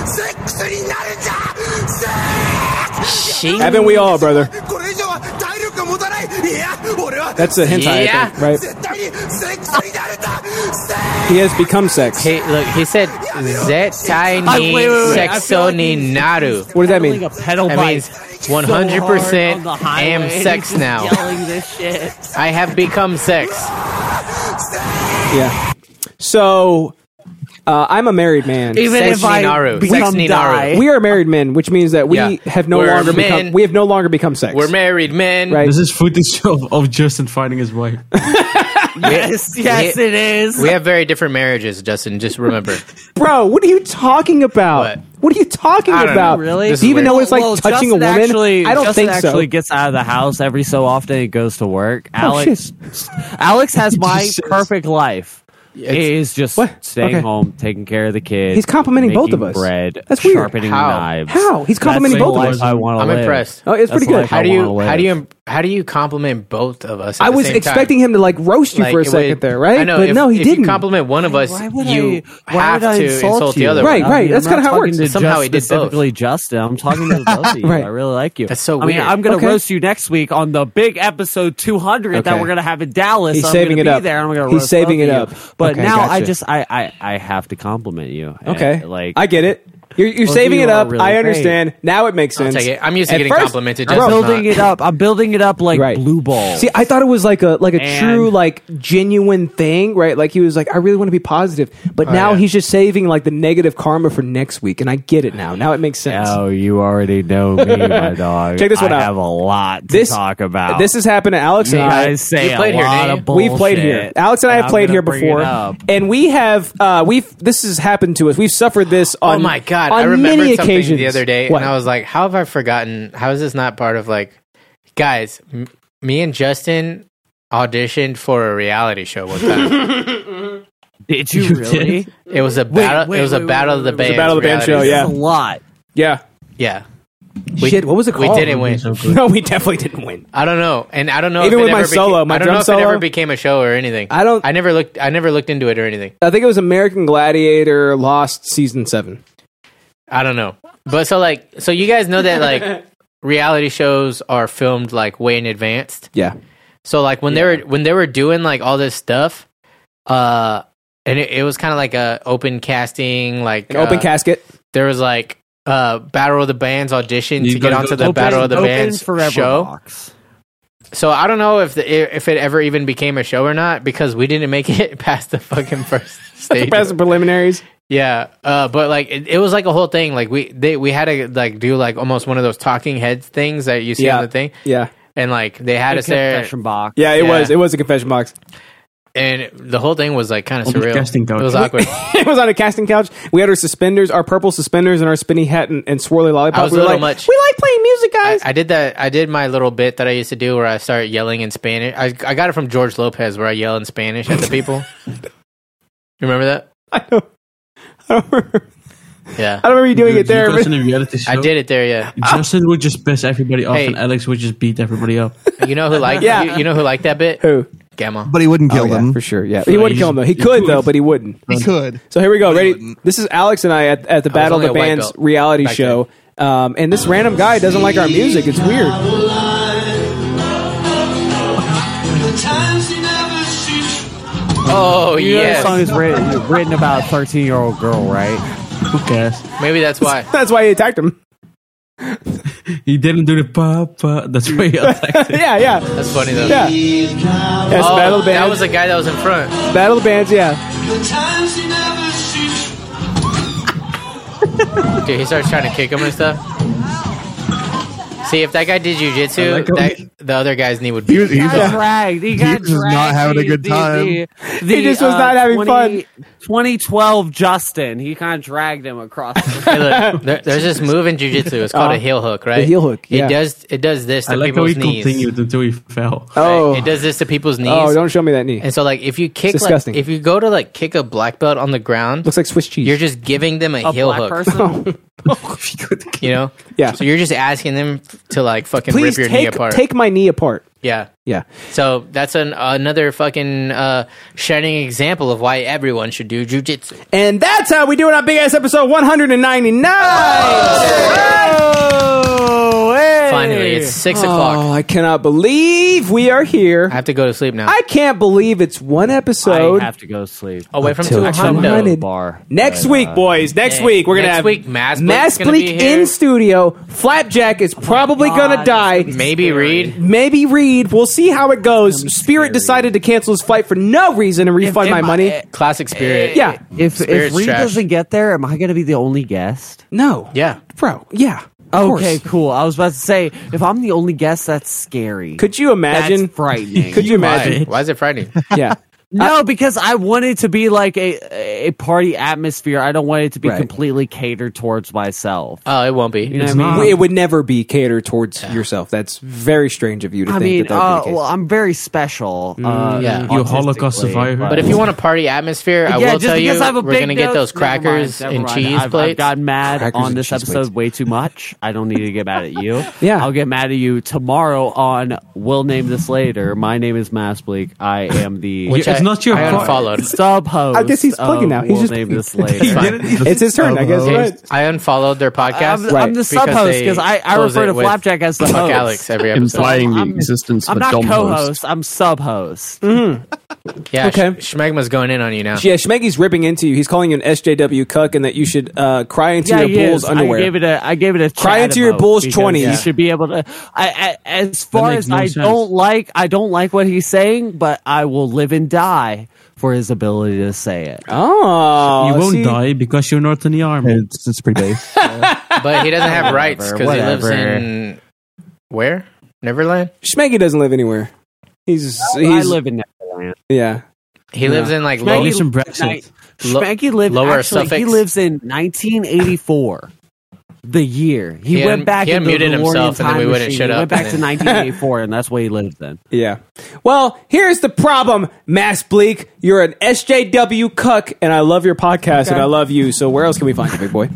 Speaker 15: Sex
Speaker 2: she.
Speaker 1: Haven't we all, brother? That's a hentai, I think, right? He has become sex.
Speaker 2: Hey, look, he said Zetai
Speaker 1: I-
Speaker 2: ni
Speaker 1: wait, wait, wait. I feel
Speaker 2: sexo ni naru.
Speaker 1: What does that mean?
Speaker 2: That means 100% am sex now.
Speaker 17: this shit.
Speaker 2: I have become sex.
Speaker 1: Yeah. So uh, I'm a married man.
Speaker 2: Even Sex if I Ninaru. Sex
Speaker 1: become
Speaker 2: Ninaru. die.
Speaker 1: we are married men, which means that we
Speaker 2: Yeah.
Speaker 1: have no
Speaker 2: We're
Speaker 1: longer
Speaker 2: men.
Speaker 1: become we have no longer become sex.
Speaker 2: We're married men.
Speaker 1: Right.
Speaker 21: This is footage of, of Justin fighting his wife.
Speaker 2: Yes,
Speaker 1: yes, it
Speaker 2: is. We have very different marriages, Justin. Just remember.
Speaker 1: Bro, what are you talking about? What, are you talking
Speaker 2: I don't
Speaker 1: about?
Speaker 2: know.
Speaker 1: Do
Speaker 2: Really?
Speaker 1: you even know Oh, it's like
Speaker 2: Well,
Speaker 1: touching
Speaker 2: Justin
Speaker 1: a woman?
Speaker 3: Actually,
Speaker 1: I don't
Speaker 3: Justin
Speaker 1: think
Speaker 3: actually
Speaker 1: so.
Speaker 3: gets out of the house every so often and goes to work.
Speaker 1: Oh,
Speaker 3: Alex, Alex has my perfect life.
Speaker 1: Yeah,
Speaker 3: He is just staying
Speaker 1: Okay.
Speaker 3: home, taking care of the kids.
Speaker 1: He's complimenting both
Speaker 3: making
Speaker 1: of us.
Speaker 3: Bread.
Speaker 1: That's weird.
Speaker 3: Sharpening
Speaker 1: How?
Speaker 3: knives.
Speaker 1: How? He's
Speaker 3: That's
Speaker 1: complimenting
Speaker 3: the
Speaker 1: both of
Speaker 3: life
Speaker 1: us.
Speaker 3: I wanna
Speaker 2: I'm
Speaker 3: live.
Speaker 2: impressed.
Speaker 1: Oh, it's
Speaker 3: That's
Speaker 1: pretty
Speaker 3: the
Speaker 1: good.
Speaker 3: life
Speaker 2: How
Speaker 3: I
Speaker 2: do you
Speaker 3: wanna
Speaker 2: how
Speaker 3: live.
Speaker 2: do you how do you compliment both of us? At
Speaker 1: I
Speaker 2: the
Speaker 1: was
Speaker 2: same time?
Speaker 1: expecting him to like roast you
Speaker 2: Like,
Speaker 1: for a
Speaker 2: it
Speaker 1: second
Speaker 2: would-
Speaker 1: there, right?
Speaker 2: I know,
Speaker 1: but
Speaker 2: if-
Speaker 1: no, he
Speaker 2: if
Speaker 1: didn't.
Speaker 2: You compliment one of us, you have to insult, the other.
Speaker 1: Right,
Speaker 2: one.
Speaker 1: right. That's kind of how it works.
Speaker 2: Somehow he did both.
Speaker 3: Specifically, Justin, I'm talking to both of you.
Speaker 1: Right.
Speaker 3: I really like you. That's so I
Speaker 1: weird.
Speaker 3: mean, I'm going to
Speaker 1: Okay.
Speaker 3: roast you next week on the big episode 200 that
Speaker 1: Okay.
Speaker 3: we're going to have in Dallas.
Speaker 1: He's
Speaker 3: I'm
Speaker 1: saving
Speaker 3: gonna
Speaker 1: it
Speaker 3: be
Speaker 1: up.
Speaker 3: There, and I'm gonna
Speaker 1: He's
Speaker 3: roast
Speaker 1: saving
Speaker 3: both
Speaker 1: it
Speaker 3: of
Speaker 1: up.
Speaker 3: you. But
Speaker 1: Okay,
Speaker 3: now I
Speaker 1: gotcha.
Speaker 3: just I, I I have to compliment you. And,
Speaker 1: Okay.
Speaker 3: like
Speaker 1: I get it. You're, you're
Speaker 3: Both of
Speaker 1: saving
Speaker 3: you
Speaker 1: it
Speaker 3: are
Speaker 1: up.
Speaker 3: really
Speaker 1: I
Speaker 3: great.
Speaker 1: understand. Now it makes sense. At first-
Speaker 3: I'm
Speaker 1: Bro,
Speaker 3: building it up. I'm building it up like blue ball.
Speaker 1: See, I thought it was like a like a
Speaker 3: And-
Speaker 1: true like genuine thing, right? Like he was like, I really want to be positive, but
Speaker 3: Oh,
Speaker 1: now
Speaker 3: yeah.
Speaker 1: he's just saving like the negative karma for next week, and I get it now. Now it makes sense.
Speaker 3: Oh, you already know me, my dog.
Speaker 1: Check this one
Speaker 3: I
Speaker 1: out.
Speaker 3: have a lot to
Speaker 1: This-
Speaker 3: talk about.
Speaker 1: This has happened to Alex
Speaker 3: You
Speaker 1: and I.
Speaker 3: guys say You played a here, lot didn't of you?
Speaker 1: We've played here.
Speaker 3: bullshit,
Speaker 1: Alex and I
Speaker 3: and
Speaker 1: have
Speaker 3: I'm
Speaker 1: played
Speaker 3: gonna
Speaker 1: here
Speaker 3: bring it
Speaker 1: before,
Speaker 3: up.
Speaker 1: and we have uh, we've this has happened to us. We've suffered this on
Speaker 2: oh my god!
Speaker 1: on
Speaker 2: I remembered
Speaker 1: many
Speaker 2: something
Speaker 1: occasions
Speaker 2: the other day,
Speaker 1: What?
Speaker 2: and I was like, "How have I forgotten? How is this not part of like, guys? M- me and Justin auditioned for a reality show one time.
Speaker 3: did you really?
Speaker 2: It was a
Speaker 3: Wait,
Speaker 2: battle.
Speaker 3: wait,
Speaker 2: it was
Speaker 3: wait,
Speaker 2: a
Speaker 3: wait,
Speaker 2: battle
Speaker 3: wait,
Speaker 2: of the
Speaker 3: wait,
Speaker 2: bands.
Speaker 3: wait. This is a lot.
Speaker 1: yeah,
Speaker 2: yeah.
Speaker 1: Shit, what was it called?
Speaker 2: We didn't win.
Speaker 1: no, we definitely didn't win.
Speaker 2: I don't know, and I don't know.
Speaker 1: Even
Speaker 2: if it
Speaker 1: with my
Speaker 2: ever beca-
Speaker 1: solo, my
Speaker 2: I don't
Speaker 1: drum
Speaker 2: know if
Speaker 1: solo?
Speaker 2: it ever became a show or anything.
Speaker 1: I don't.
Speaker 2: I never looked. I never looked into it or anything.
Speaker 1: I think it was American Gladiator lost season seven.
Speaker 2: I don't know. But so like, so you guys know that like reality shows are filmed like way in advance.
Speaker 1: Yeah.
Speaker 2: So like when they were when they were doing like all this stuff, uh, and it, it was kind of like a open casting, like
Speaker 1: An open
Speaker 2: uh,
Speaker 1: casket.
Speaker 2: There was like uh battle of the bands audition
Speaker 1: You
Speaker 2: to get
Speaker 1: gotta
Speaker 2: onto
Speaker 1: go
Speaker 2: the
Speaker 1: open-
Speaker 2: battle of the
Speaker 1: open
Speaker 2: bands
Speaker 1: forever
Speaker 2: show. So I don't know if the, if it ever even became a show or not because we didn't make it past the fucking first stage.
Speaker 1: Past the preliminaries.
Speaker 2: Yeah, uh, but like it, it was like a whole thing. Like we they we had to like do like almost one of those talking heads things that you see
Speaker 1: yeah.
Speaker 2: on the thing,
Speaker 1: Yeah.
Speaker 2: and like they had
Speaker 1: A
Speaker 2: us there.
Speaker 1: confession box. Yeah, it was. It was a confession box.
Speaker 2: and the whole thing was like kind of
Speaker 1: On the
Speaker 2: surreal.
Speaker 1: casting couch.
Speaker 2: It was awkward.
Speaker 1: it was on a casting couch. We had our suspenders, our purple suspenders, and our spinny hat and, and swirly lollipop.
Speaker 2: I was
Speaker 1: we
Speaker 2: a
Speaker 1: were
Speaker 2: little
Speaker 1: like,
Speaker 2: much.
Speaker 1: We like playing music, guys.
Speaker 2: I, I did that. I did my little bit that I used to do where I start yelling in Spanish. I I got it from George Lopez where I yell in Spanish at the people. you remember that? I don't. Yeah.
Speaker 1: I don't remember you doing
Speaker 21: Dude,
Speaker 1: it there.
Speaker 21: you guys in a reality
Speaker 2: I
Speaker 21: show?
Speaker 2: did it there. Yeah.
Speaker 21: Justin would just piss everybody off,
Speaker 2: Hey.
Speaker 21: and Alex would just beat everybody up.
Speaker 2: You know who liked?
Speaker 21: Yeah.
Speaker 2: You, you know who liked that bit?
Speaker 1: Who?
Speaker 2: Gamma.
Speaker 4: But he wouldn't kill them
Speaker 1: for sure. Yeah, he wouldn't kill him though. He could though, but he wouldn't.
Speaker 4: He could.
Speaker 1: So here we go. Ready? This is Alex and I at, at the Battle of
Speaker 2: only
Speaker 1: the
Speaker 2: a white
Speaker 1: Bands
Speaker 2: belt
Speaker 1: reality
Speaker 2: back
Speaker 1: show, um, and this random guy doesn't like our music. It's weird.
Speaker 2: Oh
Speaker 3: you know
Speaker 2: yes.
Speaker 3: this song is written, written about a 13 year old girl, right? Who cares?
Speaker 2: Maybe that's why.
Speaker 1: That's why he attacked him.
Speaker 21: He didn't do the pa pa. That's why he attacked.
Speaker 1: yeah, yeah.
Speaker 2: That's funny though.
Speaker 1: Yeah. Yes,
Speaker 2: oh,
Speaker 1: Battle of the
Speaker 2: That
Speaker 1: Bands.
Speaker 2: was the guy that was in front.
Speaker 1: Battle of the Bands. Yeah.
Speaker 2: Dude, he starts trying to kick him and stuff. See, if that guy did jujitsu, that- the other guy's knee would be.
Speaker 4: was- he
Speaker 3: He got dragged. He, got
Speaker 4: was not
Speaker 3: dragged.
Speaker 4: having a good
Speaker 3: The-
Speaker 4: time.
Speaker 3: the-
Speaker 4: He
Speaker 3: the,
Speaker 4: just was
Speaker 3: uh,
Speaker 4: not having fun.
Speaker 3: 2012 Justin. He kind of dragged him across.
Speaker 2: Hey, look, there- there's this move in jujitsu. It's called a
Speaker 3: Uh,
Speaker 2: heel hook, right?
Speaker 3: the heel hook, yeah.
Speaker 2: It does. It does this to
Speaker 21: I like how
Speaker 2: people's
Speaker 21: he
Speaker 2: knees.
Speaker 21: continued until he fell.
Speaker 2: Oh. It does this to people's knees.
Speaker 1: Oh, don't show me that knee.
Speaker 2: And so, like, if you kick,
Speaker 1: It's
Speaker 2: like,
Speaker 1: disgusting.
Speaker 2: if you go to like kick a black belt on the ground,
Speaker 1: looks like Swiss cheese.
Speaker 2: You're just giving them a,
Speaker 3: A
Speaker 2: heel
Speaker 3: black
Speaker 2: hook.
Speaker 3: person?
Speaker 2: you know?
Speaker 1: Yeah.
Speaker 2: So you're just asking them to like fucking
Speaker 1: Please
Speaker 2: rip your knee
Speaker 1: take
Speaker 2: apart.
Speaker 1: take my knee apart.
Speaker 2: yeah.
Speaker 1: Yeah.
Speaker 2: So that's an, another fucking uh, shining example of why everyone should do jujitsu.
Speaker 1: And that's how we do it on Big Ass episode 199. Oh, hey.
Speaker 2: Finally, it's six o'clock.
Speaker 1: Oh, I cannot believe we are here. I
Speaker 2: have to go to sleep now.
Speaker 1: I can't believe it's one episode.
Speaker 3: I have to go to sleep.
Speaker 2: Away from
Speaker 1: Until
Speaker 2: 200.
Speaker 1: tomorrow.
Speaker 3: Bar.
Speaker 1: Next
Speaker 3: But,
Speaker 1: week,
Speaker 3: uh,
Speaker 1: boys. Next
Speaker 2: yeah.
Speaker 1: week, we're gonna
Speaker 2: Next
Speaker 1: have
Speaker 2: week, Mass Bleak's
Speaker 1: Mass
Speaker 2: gonna
Speaker 1: Bleak
Speaker 2: be here. Oh
Speaker 1: in studio. Flapjack is probably gonna die.
Speaker 2: Maybe Reed.
Speaker 1: Maybe Reed. We'll see how it goes. Spirit decided to cancel his flight for no reason and refund my money.
Speaker 2: Classic
Speaker 3: eh,
Speaker 2: Spirit.
Speaker 1: Yeah.
Speaker 3: If
Speaker 2: Spirit's
Speaker 3: if Reed
Speaker 2: trash.
Speaker 3: doesn't get there, am I going to be the only guest?
Speaker 1: No.
Speaker 2: Yeah.
Speaker 1: Bro. Yeah. of
Speaker 3: Okay,
Speaker 1: course.
Speaker 3: cool. I was about to say, if I'm the only guest, that's scary.
Speaker 1: Could you imagine?
Speaker 3: That's frightening.
Speaker 1: Could you imagine?
Speaker 2: Why is it frightening?
Speaker 1: yeah.
Speaker 3: No, because I want it to be like a a party atmosphere. I don't want it to be
Speaker 1: Right.
Speaker 3: completely catered towards myself.
Speaker 2: Oh, it won't be.
Speaker 3: You know what I mean?
Speaker 1: It would never be catered towards yourself. That's very strange of you to
Speaker 3: I
Speaker 1: think
Speaker 3: mean,
Speaker 1: that that would
Speaker 3: uh,
Speaker 1: be the case.
Speaker 3: well, I'm very special. uh,
Speaker 2: yeah.
Speaker 3: autistically,
Speaker 2: But if you want a party atmosphere, I
Speaker 3: yeah,
Speaker 2: will
Speaker 3: just
Speaker 2: tell you
Speaker 3: because I have a
Speaker 2: we're
Speaker 3: big
Speaker 2: going to get
Speaker 3: nose-
Speaker 2: those
Speaker 3: Never mind,
Speaker 2: crackers
Speaker 3: never
Speaker 2: and
Speaker 3: mind.
Speaker 2: cheese
Speaker 3: I've, I've
Speaker 2: plates.
Speaker 3: gotten mad
Speaker 2: Crackers
Speaker 3: on
Speaker 2: and
Speaker 3: this
Speaker 2: cheese
Speaker 3: episode way too much. I don't need to get mad at you.
Speaker 1: yeah,
Speaker 3: I'll get mad at you tomorrow on. We'll name this later. My name is Mass Bleak. I am the
Speaker 2: Which It's I- not your I fault. unfollowed.
Speaker 3: sub host.
Speaker 1: I guess he's plugging now. He's
Speaker 3: Oh, we'll
Speaker 1: just-
Speaker 3: name this
Speaker 1: He
Speaker 3: later.
Speaker 1: didn't even- It's his turn, I guess, right?
Speaker 2: I unfollowed their podcast.
Speaker 3: I'm, I'm the sub host because I, I refer to Flapjack as the
Speaker 2: Fuck
Speaker 3: host.
Speaker 2: Alex every episode.
Speaker 18: implying the existence of
Speaker 3: I'm
Speaker 18: a
Speaker 3: not
Speaker 18: dumb host.
Speaker 3: co-host. I'm sub host.
Speaker 2: Yeah,
Speaker 1: Okay.
Speaker 2: okay. Sh- Schmegma's going in on you now.
Speaker 1: Yeah, Schmeggy's ripping into you. He's calling you an SJW cuck and that you should uh, cry into
Speaker 3: Yeah,
Speaker 1: your
Speaker 3: he
Speaker 1: bull's
Speaker 3: is.
Speaker 1: underwear.
Speaker 3: I gave it a. I gave it a.
Speaker 1: Cry
Speaker 3: chat
Speaker 1: into your
Speaker 3: emote
Speaker 1: bull's
Speaker 3: because
Speaker 1: 20s.
Speaker 3: You should be able to. I, I, as far
Speaker 1: makes
Speaker 3: as
Speaker 1: no
Speaker 3: I
Speaker 1: sense.
Speaker 3: don't like, I don't like what he's saying, but I will live and die for his ability to say it.
Speaker 1: Oh,
Speaker 21: you won't
Speaker 3: see-
Speaker 21: die because you're not in the army.
Speaker 4: It's, it's pretty base.
Speaker 2: But he doesn't have rights because he lives
Speaker 21: whatever.
Speaker 2: in where? Neverland.
Speaker 1: Schmeggy doesn't live anywhere. He's
Speaker 3: I
Speaker 1: he's
Speaker 3: live in Neverland.
Speaker 1: yeah.
Speaker 2: He lives in like
Speaker 3: Schmeggy
Speaker 2: low,
Speaker 3: lives in Brexit. Schmeggy lived
Speaker 2: lower
Speaker 3: actually, He
Speaker 2: Suffolk.
Speaker 3: lives in 1984. The year he,
Speaker 2: He
Speaker 3: went
Speaker 2: un-
Speaker 3: back
Speaker 2: he
Speaker 3: in the DeLorean
Speaker 2: unmuted himself and then
Speaker 3: time
Speaker 2: we wouldn't
Speaker 3: machine.
Speaker 2: shut
Speaker 3: He
Speaker 2: up
Speaker 3: Went back
Speaker 2: and
Speaker 3: to
Speaker 2: then-
Speaker 3: 1984, and that's where he lived then.
Speaker 1: Yeah. Well, here's the problem, Mass Bleak. You're an SJW cuck, and I love your podcast, and I love you. So where else can we find you, big boy?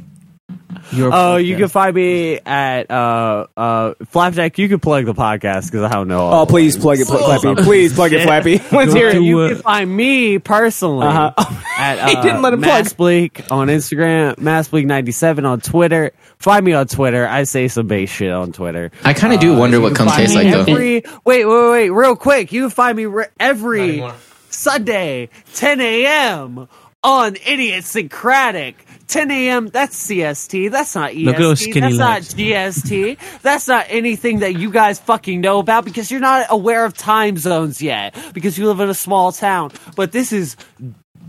Speaker 3: Oh, you can find me at uh, uh, Flapjack. You can plug the podcast because I don't know.
Speaker 1: Oh, please plug it, pl- Flappy. Please plug it, Flappy. Let's hear it.
Speaker 3: You can find me personally at uh,
Speaker 1: uh, Uh-huh. He didn't let him plug.
Speaker 3: Mass Bleak on Instagram, Mass Bleak ninety seven on Twitter. Find me on Twitter. I say some base shit on Twitter.
Speaker 22: I kind of do wonder what cum
Speaker 3: Uh, Find
Speaker 22: tastes
Speaker 3: me
Speaker 22: like, though.
Speaker 3: every, Wait, wait, wait, real quick. You can find me re- every Sunday, 10 a.m. on Idiosyncratic. 10 a.m. That's CST. That's not EST.
Speaker 21: Look at those skinny
Speaker 3: that's
Speaker 21: legs.
Speaker 3: not GST. that's not anything that you guys fucking know about because you're not aware of time zones yet because you live in a small town. But this is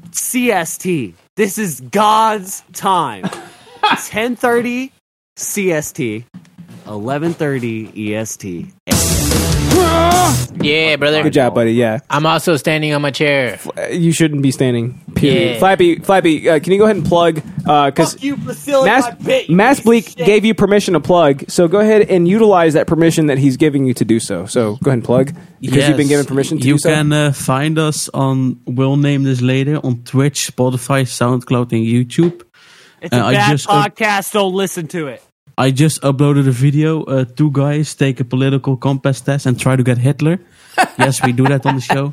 Speaker 3: CST. This is God's time. 10:30 CST, 11:30 EST.
Speaker 2: Yeah, brother.
Speaker 1: Good job, buddy. Yeah.
Speaker 2: I'm also standing on my chair.
Speaker 1: Uh, You shouldn't be standing. Period.
Speaker 2: Yeah.
Speaker 1: Flappy, Flappy, uh, can you go ahead and plug? Because
Speaker 3: you, Priscilla,
Speaker 1: Mass, Mass Bleak gave you permission to plug, so go ahead and utilize that permission that he's giving you to do so. So go ahead and plug because you've been
Speaker 21: Yes.
Speaker 1: given permission to
Speaker 21: you
Speaker 1: do so.
Speaker 21: can uh, find us on we'll name this later on twitch spotify soundcloud and youtube
Speaker 3: It's a
Speaker 21: Uh,
Speaker 3: bad
Speaker 21: I, just up-
Speaker 3: podcast. Don't listen to it.
Speaker 21: I just uploaded a video uh, two guys take a political compass test and try to get hitler yes we do that on the show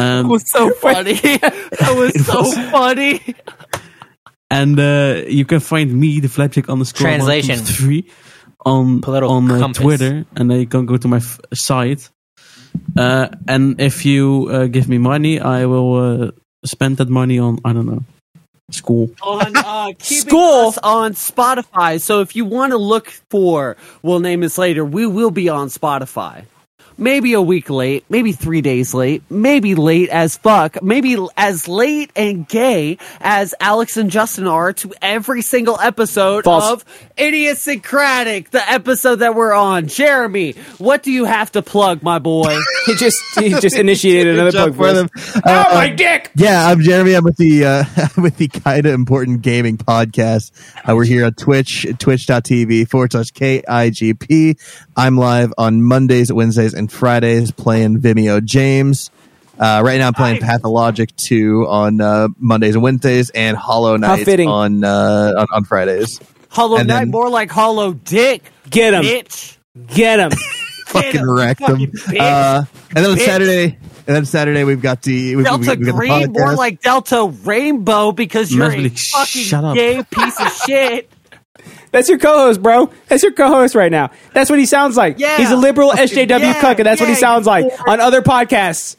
Speaker 21: um,
Speaker 3: was so funny. that was so funny.
Speaker 21: and uh, you can find me the flapjack underscore one, two,
Speaker 2: Translation.
Speaker 21: three on on uh,
Speaker 2: compass.
Speaker 21: Twitter, and then you can go to my f- site. Uh, and if you uh, give me money, I will uh, spend that money on I don't know school.
Speaker 3: on uh, school on Spotify. So if you want to look for "We'll Name This Later," we will be on Spotify. Maybe a week late, maybe three days late, maybe late as fuck, maybe l- as late and gay as Alex and Justin are to every single episode
Speaker 1: False.
Speaker 3: of Idiosyncratic, the episode that we're on. Jeremy, what do you have to plug, my boy?
Speaker 1: he just he just initiated another plug for them.
Speaker 4: Uh,
Speaker 1: oh my dick!
Speaker 4: Yeah, I'm Jeremy. I'm with the uh, I'm with the kind of important gaming podcast. Uh, we're here on Twitch, twitch.tv forward slash KIGP. I'm live on Mondays, Wednesdays, and Fridays playing Vimeo James. Uh, right now, I'm playing Pathologic 2 on uh, Mondays and Wednesdays, and Hollow Knight
Speaker 1: fitting.
Speaker 4: on, uh, on on Fridays.
Speaker 3: Hollow
Speaker 4: And
Speaker 3: Knight,
Speaker 4: then-
Speaker 3: more like Hollow Dick.
Speaker 1: Get him.
Speaker 3: bitch.
Speaker 1: Get him.
Speaker 4: fucking wrecked them.
Speaker 3: bitch.
Speaker 4: Uh, and then on
Speaker 3: Bitch.
Speaker 4: Saturday, and then Saturday we've got the we've,
Speaker 3: Delta
Speaker 4: we've, we've got the
Speaker 3: Green, more
Speaker 4: podcast.
Speaker 3: like Delta Rainbow, because you're a
Speaker 21: Leslie,
Speaker 3: fucking
Speaker 21: shut up.
Speaker 3: gay piece of shit.
Speaker 1: That's your co-host, bro. That's your co-host right now. That's what he sounds like.
Speaker 17: Yeah.
Speaker 1: He's a liberal
Speaker 17: Fucking
Speaker 1: SJW
Speaker 17: yeah,
Speaker 1: cuck, and that's what he
Speaker 17: yeah,
Speaker 1: sounds
Speaker 17: you
Speaker 1: like on other podcasts.